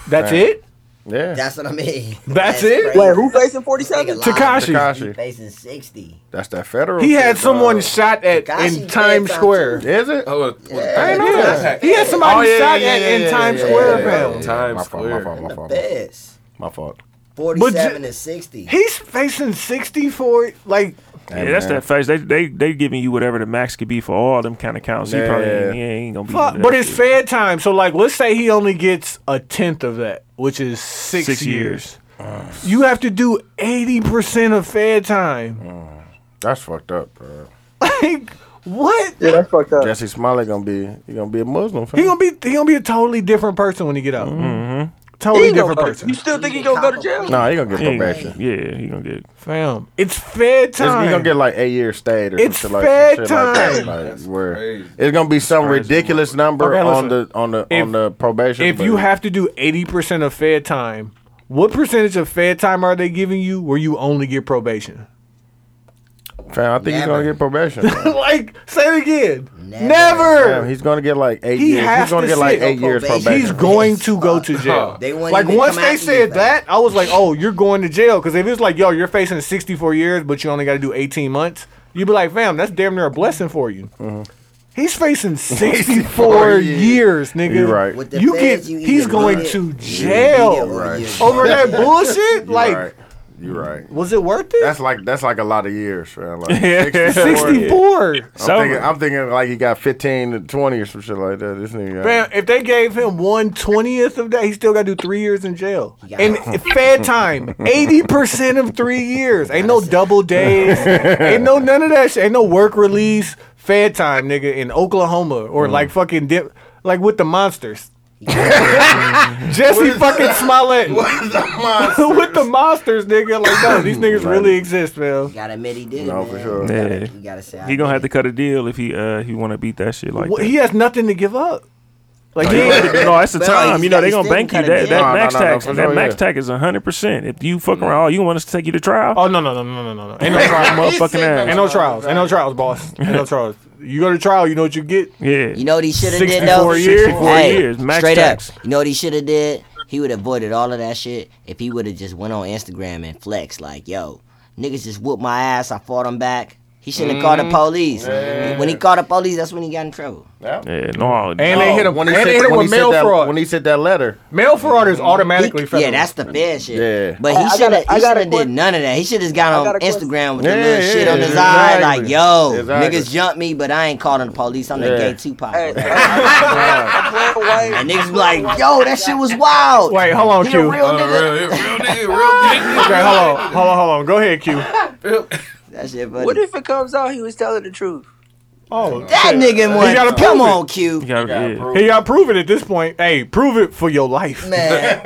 S2: That's
S3: Right.
S2: it?
S3: Yeah.
S8: That's what I mean.
S2: That's it?
S8: crazy.
S4: wait, who facing forty
S8: Nigga
S4: seven?
S8: lying.
S2: Tekashi.
S8: He
S3: Tekashi.
S8: facing 60.
S3: That's that federal.
S2: He
S3: shit,
S2: had someone
S3: dog.
S2: shot at
S8: Tekashi
S2: in
S8: did
S2: Times
S8: something.
S2: Square.
S3: Is it?
S6: Oh, it-
S8: Yeah.
S2: Yeah. He had somebody
S6: Oh, yeah,
S2: shot
S6: yeah,
S2: at
S6: yeah,
S2: in
S6: yeah,
S2: Times
S6: yeah,
S2: Square,
S6: yeah, yeah.
S2: fam.
S6: Times
S3: my fault, my
S6: Square.
S3: fault, my fault, my fault.
S8: Best.
S3: My fault.
S8: 47 and 60.
S2: He's facing 64. Like,
S3: Hey,
S9: yeah, that's
S3: man.
S9: that phase. They they they giving you whatever the max could be for all them kind of counts. He probably
S3: Yeah.
S9: ain't, he ain't gonna be.
S2: Fuck, but it's fed time. So like, let's say he only gets a tenth of that, which is six,
S9: Six Uh.
S2: years. You have to do eighty percent of fed time.
S3: That's fucked up, bro.
S9: Uh.
S2: Like what?
S4: Yeah, that's fucked up.
S3: Jesse Smollett gonna be he gonna be a Muslim.
S2: He
S3: Fam.
S2: gonna be he gonna be a totally different person when he get out.
S4: He
S9: Mm-hmm.
S2: Totally
S4: ain't
S2: different
S4: gonna-
S2: person,
S4: You still think he gonna go to jail?
S3: nah, he gonna get
S9: Yeah,
S3: probation.
S9: yeah, he gonna get.
S2: fam. It's fed
S3: It's,
S2: time.
S3: he gonna get like eight years stayed or
S2: It's
S3: something like,
S2: fair
S3: some shit like that.
S2: time.
S3: Like, where
S6: crazy.
S3: it's gonna be some ridiculous number
S2: Okay,
S3: on the
S2: listen.
S3: on the
S2: If-
S3: on the probation.
S2: if
S3: but-
S2: you have to do eighty percent of fed time, what percentage of fed time are they giving you where you only get probation? *laughs*
S3: fam, I think he's gonna
S8: Never.
S3: get probation. fam.
S2: like, say it again. Never.
S8: Never.
S3: Fam, he's gonna get like eight.
S2: He
S3: years.
S2: has
S3: He's gonna
S2: to
S3: get like
S2: sit.
S3: eight years
S8: Probation.
S3: probation.
S2: He's going to go to jail.
S8: They wouldn't
S2: like
S8: even
S2: once
S8: come
S2: they
S8: after you
S2: said
S8: for
S2: that, I was like, "Oh, you're going to jail." Because if it's like, "Yo, you're facing 64 years, but you only got to do 18 months," you'd be like, "Fam, that's damn near a blessing for you."
S3: *laughs*
S2: He's facing 64
S3: Mm-hmm. years.
S2: years, nigga.
S3: You're right.
S8: With the
S2: You get.
S8: feds, you
S2: He's
S8: either
S2: going
S8: good
S2: to
S8: or
S2: jail
S8: you're
S3: Right.
S2: over
S8: bad.
S3: *laughs*
S2: that bullshit.
S3: You're
S2: Like,
S3: right. You're right.
S2: was it worth it?
S3: That's like that's like a lot of years, fam.
S2: *laughs*
S3: Like 64.
S2: 64.
S3: I'm thinking, I'm thinking like he got 15 to 20 or some shit like that. This nigga. got-
S2: Fam, if they gave him one twentieth of that, he still got to do three years in jail.
S8: Yeah.
S2: And *laughs* fed time, eighty percent of three years. Ain't no double *laughs* days. Ain't no none of that shit. Ain't no work release. Fed time, nigga, in Oklahoma or like fucking dip, like with the monsters. *laughs* Jesse fucking Smollett *laughs* with the monsters, nigga. Like no, *laughs* these niggas really exist, man.
S8: You gotta admit he did it.
S3: No,
S8: man.
S3: for sure.
S8: You gotta,
S9: Yeah.
S8: you gotta say I
S9: He gonna
S8: did
S9: have
S8: it.
S9: to cut a deal if he uh if he want to beat that shit like
S2: What-
S9: that.
S2: He has nothing to give up. Like he ain't-
S9: no, that's the
S8: But,
S9: time.
S8: like,
S9: you know they
S8: he's
S9: gonna
S8: still
S9: bank you.
S8: cutting
S9: That,
S8: it.
S9: that
S3: No, no,
S9: max
S3: no,
S9: tax,
S3: for
S9: that
S3: sure,
S9: max
S3: yeah.
S9: tax is hundred percent. If you
S8: Mm.
S9: fuck around, you want us to take you to trial?
S2: Oh no no no no no no no! Ain't no trial,
S9: Motherfucking
S2: motherfucking
S9: ass.
S2: ass. Ain't no trials. Ain't no trials, boss. Ain't no trials. You go to trial, you know what you get.
S9: yeah,
S8: You know what he should have did
S9: 64
S8: though?
S9: years. 64
S8: Hey,
S9: years, max
S8: straight
S9: tax.
S8: up. You know what he should have did? He would have avoided all of that shit if he would have just went on Instagram and flexed like, yo, niggas just whooped my ass. I fought him back. He shouldn't have called the police. When he called the police, that's when he got in trouble.
S9: yeah, no,
S2: And they hit him.
S3: Oh, When
S2: And
S3: he
S2: they
S3: said-
S2: hit him
S3: when
S2: with
S3: he said
S2: mail
S3: that-
S2: fraud.
S3: When he said that letter.
S2: mail fraud is
S8: He-
S2: automatically federal.
S8: yeah, that's the bad shit.
S3: Yeah.
S8: But
S4: I- I
S8: he should
S4: gotta-
S8: have.
S4: I
S8: He should
S4: gotta
S8: have
S4: quit-
S8: did none of that. He should have got on
S4: gotta quit-
S8: Instagram with the
S3: Yeah,
S8: little
S3: yeah,
S8: shit on his
S3: exactly.
S8: eye, like, yo,
S3: Exactly.
S8: niggas jumped me, but I ain't calling the police. I'm
S3: Yeah.
S8: the gay Tupac.
S4: *laughs* Hey, I'm playing away.
S8: And niggas be like, yo, that shit was wild.
S2: *laughs* Wait, hold on,
S8: He
S2: Q. Uh,
S8: a real
S9: Oh,
S8: nigga.
S6: Uh, real, real nigga, real nigga.
S2: Okay,
S8: *laughs*
S2: hold on, hold on, hold on. Go ahead, Q.
S8: That shit funny.
S4: What if it comes out he was telling the truth?
S2: Oh,
S8: that nigga
S2: You
S8: won.
S2: gotta
S8: Come
S2: prove it.
S8: on, Q.
S9: yeah, yeah.
S2: he got prove it at this point. Hey, prove it for your life.
S8: Man,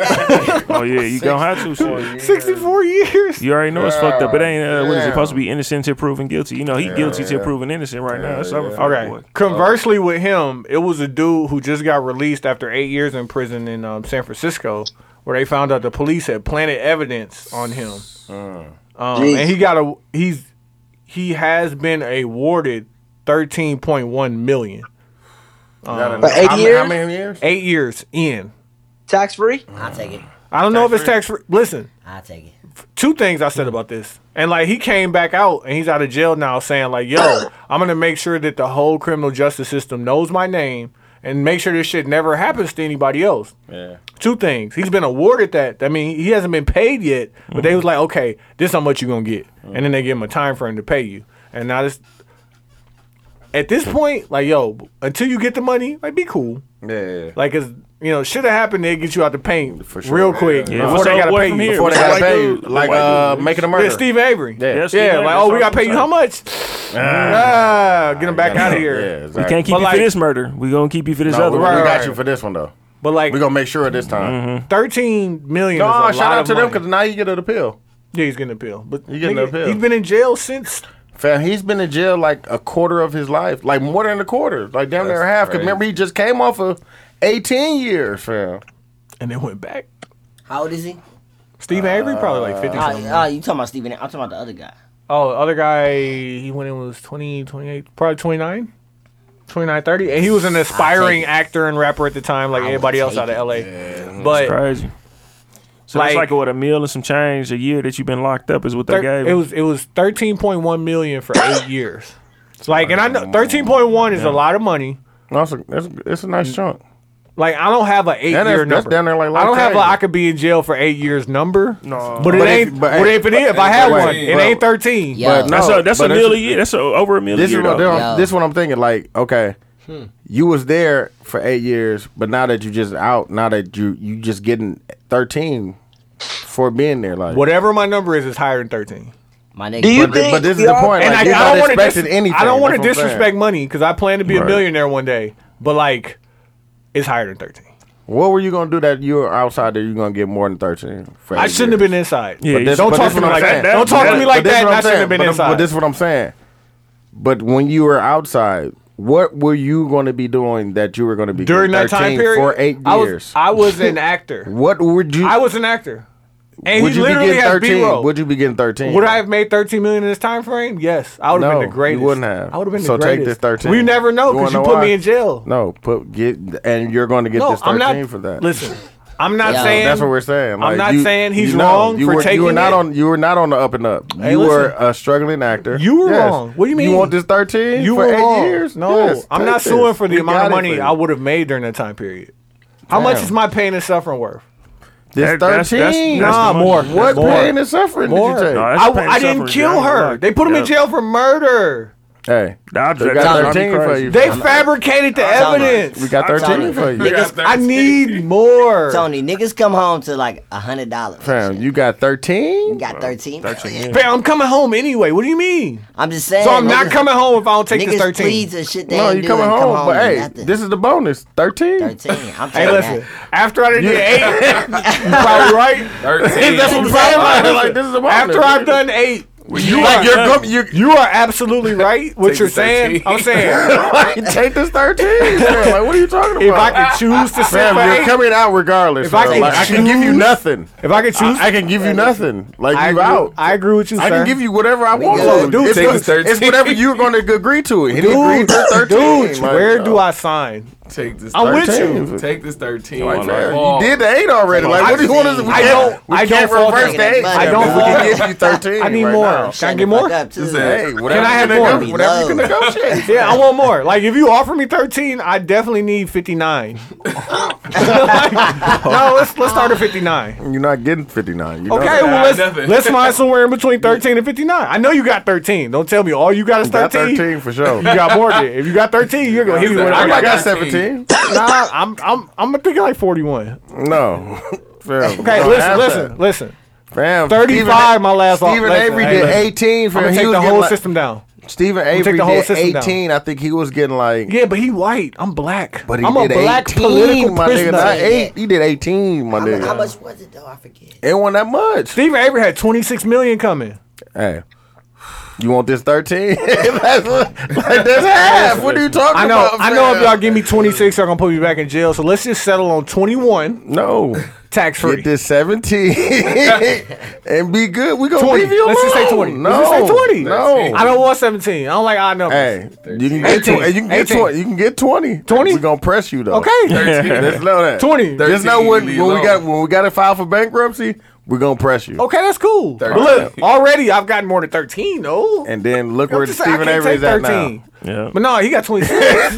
S9: oh yeah, you gonna have to. shit.
S2: Sixty-four years.
S9: You already know it's fucked up. It ain't uh, what is it
S3: Damn.
S9: supposed to be innocent till proven guilty? You know he guilty till
S3: yeah.
S9: proven innocent right now. It's over. for that Oh, boy.
S2: Okay. Conversely, with him, it was a dude who just got released after eight years in prison in um, San Francisco, where they found out the police had planted evidence on him, um, and he got a he's he has been awarded thirteen point one million.
S4: For eight
S3: how, many-
S4: years?
S3: how many years?
S2: Eight years in.
S4: Tax free?
S8: I'll take it.
S2: I don't know if it's tax free. Listen,
S8: I'll take it. Hmm.
S2: two things I said about this. And like he came back out and he's
S8: *coughs*
S2: out of jail now saying like, "Yo, I'm going to make sure that the whole criminal justice system knows my name and make sure this shit never happens to anybody else.
S3: Yeah.
S2: Two things. He's been awarded that. I mean, he hasn't been paid yet, but they was like, okay, this how much you gonna get, and then they give him a time frame to pay you. And now this, at this point, like yo, until you get the money, like be cool.
S3: Yeah.
S2: Like, cause you know, shit that happened, they get you out the paint
S3: sure.
S2: real quick
S3: Yeah.
S2: before
S3: What's
S2: they
S3: up,
S2: gotta
S3: what
S2: pay
S3: from
S2: you.
S3: here?
S2: Before they
S3: What's
S2: gotta
S3: up,
S2: pay
S3: white
S2: you,
S3: dude? Like, uh, Making a Murderer.
S2: Yeah, Steve Avery.
S3: Yeah.
S2: yeah.
S3: Yeah, Steve Avery,
S2: like, oh, we
S3: that's
S2: gotta pay you
S3: what
S2: how
S3: I'm
S2: much? Ah, get him back out of here.
S9: We can't keep
S2: But
S9: you
S2: like-
S9: for this murder. We gonna keep you for this
S3: No,
S9: other
S3: we,
S9: one. Mm-hmm.
S3: we got you for this one though.
S2: But like,
S3: we gonna make sure this time.
S2: Thirteen million.
S3: No,
S2: is a
S3: Oh, shout
S2: lot
S3: out
S2: of
S3: to them
S2: money.
S3: because now you get an appeal.
S2: Yeah, he's getting an appeal. But
S3: you getting
S2: nigga,
S3: an appeal.
S2: he's been in jail since.
S3: Fam, he's been in jail like a quarter of his life, like more than a quarter, like damn near
S2: That's
S3: half. Because
S2: crazy.
S3: remember, he just came off of eighteen years, fam.
S2: And then went back.
S8: How old is he?
S2: Steve Avery probably like fifty.
S8: Ah,
S2: something.
S8: ah, you talking about Steven? I'm talking about the other guy.
S2: Oh, the other guy, he went in was 20, 28, probably 29. 29, 30. And he was an aspiring actor and rapper at the time, like everybody else out of LA. But
S9: That's crazy. So it's
S2: like-
S9: like what a meal and some change a year that you've been locked up is what they
S2: thir-
S9: gave.
S2: it
S9: you.
S2: was it was thirteen point one million for
S3: *coughs*
S2: eight years. It's like, and I know thirteen point one is a lot of money.
S3: That's a, that's, it's a
S9: Mm.
S3: nice chunk.
S2: Like I don't have an eight
S3: that's-
S2: year
S3: that's
S2: number.
S3: down there like
S2: I don't
S3: Lil
S2: have a
S3: Craig.
S2: I could be in jail for eight years number. No, but it
S3: But if-
S2: ain't.
S3: but
S2: But,
S3: hey,
S2: if it is, if
S3: but-
S2: I had
S3: but-
S2: one, it
S3: but-
S2: ain't thirteen.
S3: Yeah. But
S9: that's
S3: no,
S9: a that's
S3: but
S9: a
S3: it's-
S9: million. year. That's a, over a million.
S3: This
S9: year,
S3: is what
S9: though.
S3: this, this what I'm thinking. Like, okay,
S2: Hmm.
S3: you was there for eight years, but now that you just out, now that you you just getting thirteen for being there, like
S2: Whatever my number is, it's higher than thirteen.
S8: My
S3: nigga. Do you But thi- think, but this is the y'all- point,
S2: And
S3: like,
S2: I,
S3: you're
S2: I
S3: not
S2: don't want to
S3: expecting anything,
S2: I don't want to
S3: that's what I'm saying.
S2: disrespect money because I plan to be a
S3: Right.
S2: millionaire one day. But like, it's higher than thirteen.
S3: What were you gonna do that you were outside that you're gonna get more than thirteen? For
S2: I
S3: eight
S2: shouldn't have been inside.
S3: But this-
S2: don't
S3: but
S2: talk
S3: this
S2: to
S3: what
S2: me
S3: I'm
S2: like
S3: saying.
S2: that. Don't talk to me
S3: But
S2: like
S3: this
S2: that.
S3: what
S2: and I
S3: I'm
S2: shouldn't have
S3: saying.
S2: been
S3: But-
S2: inside.
S3: But this is what I'm saying. But when you were outside, what were you going to be doing that you were going to be
S2: during that
S3: getting
S2: time
S3: 13
S2: period
S3: for eight
S2: I
S3: years?
S2: was, I was an actor.
S3: what *laughs* would you?
S2: I was an actor, and
S3: would
S2: he
S3: you be
S2: literally
S3: getting
S2: has B
S3: thirteen?
S2: roll.
S3: Would you be getting thirteen?
S2: Would I have made thirteen million in this time frame? Yes, I would have
S3: no,
S2: been the greatest.
S3: You wouldn't have.
S2: I would have been
S3: so
S2: the greatest.
S3: take this thirteen.
S2: We never know because
S3: wanna
S2: you, put
S3: why?
S2: me in jail.
S3: No, put get and you're going to get
S2: No,
S3: this
S2: I'm
S3: thirteen
S2: not-
S3: for that.
S2: Listen, I'm not
S3: So
S2: saying
S3: that's what we're saying.
S2: I'm
S3: Like,
S2: not
S3: you-
S2: saying he's
S3: you know,
S2: wrong
S3: you
S2: for
S3: were,
S2: taking
S3: you were not
S2: it.
S3: on. You were not on the up and up.
S2: Hey,
S3: you were
S2: listen.
S3: a struggling actor.
S2: You were
S3: Yes.
S2: wrong. What do you mean?
S3: You want this thirteen?
S2: You
S3: for
S2: were
S3: eight
S2: wrong.
S3: years?
S2: No,
S3: Yes,
S2: I'm
S3: take
S2: not
S3: this.
S2: suing for the
S3: We
S2: amount of
S3: got it for
S2: money
S3: you.
S2: I would have made during that time period. How much
S3: Damn.
S2: is my pain and suffering worth?
S3: This
S9: That- that's- that's-
S3: thirteen.
S9: that's
S2: Nah,
S9: the money.
S2: more.
S3: What
S2: more.
S3: pain and suffering
S2: More.
S3: did you take?
S9: No, that's
S2: I,
S9: pain and
S2: I didn't
S9: suffering,
S2: kill
S9: yeah,
S2: her.
S9: like-
S2: they put him in
S9: yeah.
S2: jail for murder.
S3: Hey,
S9: That-
S3: we
S9: that's-
S3: got thirteen for you.
S2: They fabricated the evidence.
S3: We got thirteen for you.
S2: I need more.
S8: Tony, niggas come home to like a hundred dollars.
S3: Fam, you got
S8: You
S3: thirteen.
S8: got thirteen.
S2: Fam, I'm coming home anyway. What do you mean?
S8: I'm just saying.
S2: So I'm not
S8: niggas-
S2: coming home if I don't take this
S8: niggas
S2: 13.
S8: pleads and shit they
S3: No,
S8: ain't
S3: you
S8: do
S3: coming
S8: and
S3: home,
S8: come home
S3: but
S8: and
S3: hey,
S8: nothing.
S3: this is the bonus. Thirteen.
S8: Thirteen. I'm
S2: Hey,
S8: telling
S2: listen.
S8: that.
S2: After I done
S3: *laughs*
S2: did
S3: Yeah.
S2: eight, you probably right.
S3: That's what I'm saying. Like, like, this is a bonus.
S2: After I've done eight,
S3: you like you're gum- you
S2: you are
S3: *laughs*
S2: absolutely right. What you're saying, I'm saying.
S3: like,
S2: *laughs*
S3: take this thirteen. fam. Like what are you talking about?
S2: If I could choose to sit
S3: Fam,
S2: for
S3: you're
S2: eight-
S3: coming out regardless.
S2: If I
S3: bro.
S2: could
S3: Like, I can give you
S2: choose-
S3: nothing.
S2: if I could choose,
S3: I can give you nothing. Like
S2: I
S3: you
S2: agree,
S3: out.
S2: I agree with you,
S3: I
S2: sir.
S3: can give you whatever I
S2: Well,
S3: want.
S2: dude,
S3: It's,
S2: take
S3: it's,
S2: the 13.
S3: it's whatever you're going to agree to. He
S2: dude,
S3: agreed to 13.
S2: dude,
S3: like,
S2: where
S3: uh,
S2: do I sign?
S6: Take this.
S2: I'm with
S3: 13.
S2: you.
S6: Take this thirteen.
S3: Like, fam,
S6: Oh.
S3: you did the eight already. Like, what do you want us to
S2: I don't.
S3: We
S2: I
S3: can't
S2: don't fault
S3: reverse
S2: that.
S3: the eight.
S2: I don't
S3: but We
S2: fault
S3: can
S2: that.
S3: give you 13.
S2: I need
S3: right
S2: more.
S3: Now.
S2: Can I get more?
S3: Just say, hey, whatever
S2: Can I
S3: you
S2: have
S3: can
S2: more?
S3: negotiate- Whatever you can negotiate.
S2: *laughs* Yeah, I want more. Like if you offer me 13, I definitely need *laughs* 59. Like, no, let's let's start at 59.
S3: You're not getting 59. You know
S2: Okay,
S3: that.
S2: well let's
S6: nothing.
S3: *laughs*
S2: let's find somewhere in between 13 and 59. I know you got 13. Don't tell me all you got is
S3: You got
S2: 13.
S3: 13 for sure.
S2: You got more than if you got 13, you're gonna hit me with.
S3: I
S2: I
S3: got, got
S2: got,
S3: 17.
S2: nah, I'm I'm I'm gonna think like 41.
S3: No. *laughs* Fam,
S2: Okay,
S3: don't
S2: listen,
S3: have
S2: listen,
S3: that.
S2: listen.
S3: Fam,
S2: 35
S3: Stephen-
S2: my last off-
S3: Stephen
S2: listen,
S3: Avery
S2: hey,
S3: did
S2: listen.
S3: 18
S2: I'm
S3: for
S2: gonna
S3: he
S2: take
S3: was
S2: the
S3: getting
S2: whole
S3: like-
S2: system down.
S3: Stephen
S2: take
S3: Avery
S2: the whole
S3: did
S2: system down.
S3: 18. I think he was getting like.
S2: Yeah, but he white. I'm black.
S3: But he
S2: I'm
S3: did
S2: a black
S3: 18,
S2: political
S3: my
S2: prisoner.
S3: nigga. Not eight. He did 18, my
S8: How, mu-
S3: nigga.
S8: how much was it though? I forget.
S3: It wasn't that much.
S2: Stephen Avery had 26 million coming.
S3: Hey. You want this 13? *laughs* that's, what- like, that's half. What are you talking
S2: I know.
S3: about?
S2: I know. If
S3: fam?
S2: y'all give me 26, y'all gonna put me back in jail. So let's just settle on 21
S3: No.
S2: tax free.
S3: Get this 17 *laughs* and be good. we going to
S2: 20.
S3: leave you alone.
S2: Let's just say 20.
S3: No.
S2: Let's just say 20.
S3: No.
S2: I don't want 17. I don't like odd numbers.
S3: Hey, you can get
S2: 18.
S3: 20. You can get
S2: 18.
S3: 20. You can get 20.
S2: 20?
S3: We're going to press you, though.
S2: Okay.
S3: *laughs* Just know that.
S2: 20.
S3: Just know when,
S6: 13,
S3: when we
S6: leave
S3: got when we got to file for bankruptcy, We're gonna press you.
S2: Okay, that's cool. But
S3: Thirteen.
S2: look, already I've gotten more than 13, though.
S3: And then look where
S2: I'm just saying,
S3: Stephen
S2: I can't
S3: Avery is
S2: take
S3: at now.
S2: 13.
S3: Yeah.
S2: But no, he got 26.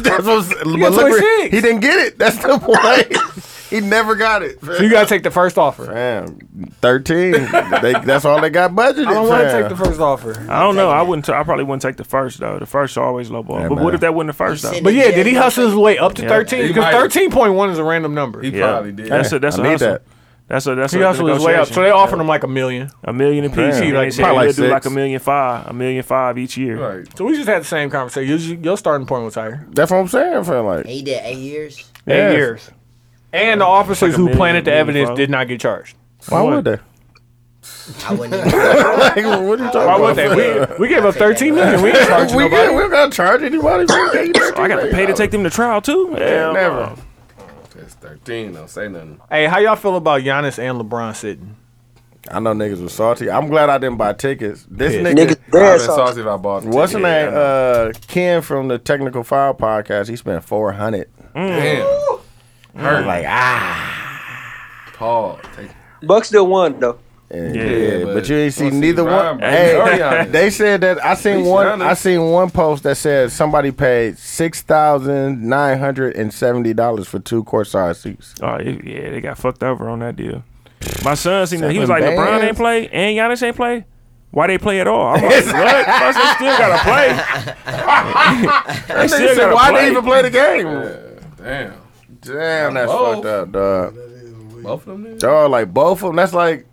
S3: *laughs* That's what I'm saying.
S2: He
S3: But
S2: got
S3: look where-
S2: 26.
S3: He didn't get it. That's the point. he never got
S2: *laughs*
S3: it.
S2: So you gotta take the first offer.
S3: Fam, thirteen. they, that's all they got budgeted.
S2: I don't want to
S3: fam.
S2: take the first offer.
S9: I don't know. I wouldn't. T- I probably wouldn't take the first though. The first are always low ball. but
S3: man.
S9: what if that wasn't the first though?
S2: But yeah, did he hustle his way up to
S9: Yeah.
S2: 13?
S9: He
S2: Because
S9: might.
S2: 13.1 is a random number.
S9: He probably did. That's a- that's
S2: I
S9: a
S2: need
S9: hustle.
S2: that.
S9: That's a that's
S2: He
S9: a
S2: hustled his way up.
S9: negotiation.
S2: So they offered him like a million.
S9: A million apiece.
S2: Damn.
S9: And
S2: Like,
S9: they said
S2: probably
S9: we'll
S2: like
S9: do like a
S2: six.
S9: million five, a million five each year.
S2: Right. So we just had the same conversation. Your, your starting point was higher.
S3: That's what I'm saying. Fam, like
S8: He did eight years.
S2: Eight
S3: Yes.
S2: years. And the officers
S3: Like a
S2: who
S3: million,
S2: planted the
S3: million
S2: evidence
S3: five.
S2: did not get charged.
S3: why would they?
S8: I
S3: *laughs*
S8: wouldn't.
S3: like, what are you talking
S2: Why would
S3: about?
S2: they?
S3: fam?
S2: We, we gave up 13 million. We ain't charged
S3: we
S2: nobody.
S3: good. We don't gotta charge anybody. I *laughs*
S9: got to pay to take them to trial too. Hell
S3: never.
S6: That's 13. Don't say nothing.
S2: Hey, how y'all feel about Giannis and LeBron sitting?
S3: I know niggas was salty. I'm glad I didn't buy tickets. This
S2: Yeah.
S3: nigga,
S2: Niggas dead I'd
S6: been salty. salty if I bought the
S3: What's his
S6: ticket. Yeah,
S3: name? Uh, Ken from the Technical File podcast. He spent four hundred.
S6: Damn.
S3: Hurt like ah.
S6: Paul. Take
S4: Bucks still won though.
S3: Yeah,
S6: Yeah,
S3: but,
S6: but
S3: you ain't see
S6: wanna see
S3: neither
S6: Brian,
S3: one.
S6: bro. Sorry,
S3: Hey, *laughs*
S6: Giannis.
S3: they said that I seen
S6: Please,
S3: one.
S6: Giannis.
S3: I seen one post that said somebody paid six thousand nine hundred and seventy dollars for two court size seats.
S9: Oh it- yeah, they got fucked over on that deal. My son seen that. He was like,
S3: Seven
S9: LeBron
S3: bands.
S9: ain't play and Giannis ain't play. Why they play at all?
S3: *laughs*
S9: I'm like, what? Plus, they still gotta play.
S3: That
S9: still
S3: nigga said,
S9: gotta
S3: why
S9: play.
S3: they even play the game?
S6: Damn.
S3: Damn, that's
S6: Both.
S3: fucked up, dog.
S6: Both of them niggas?
S3: Dog, like both of them. That's like,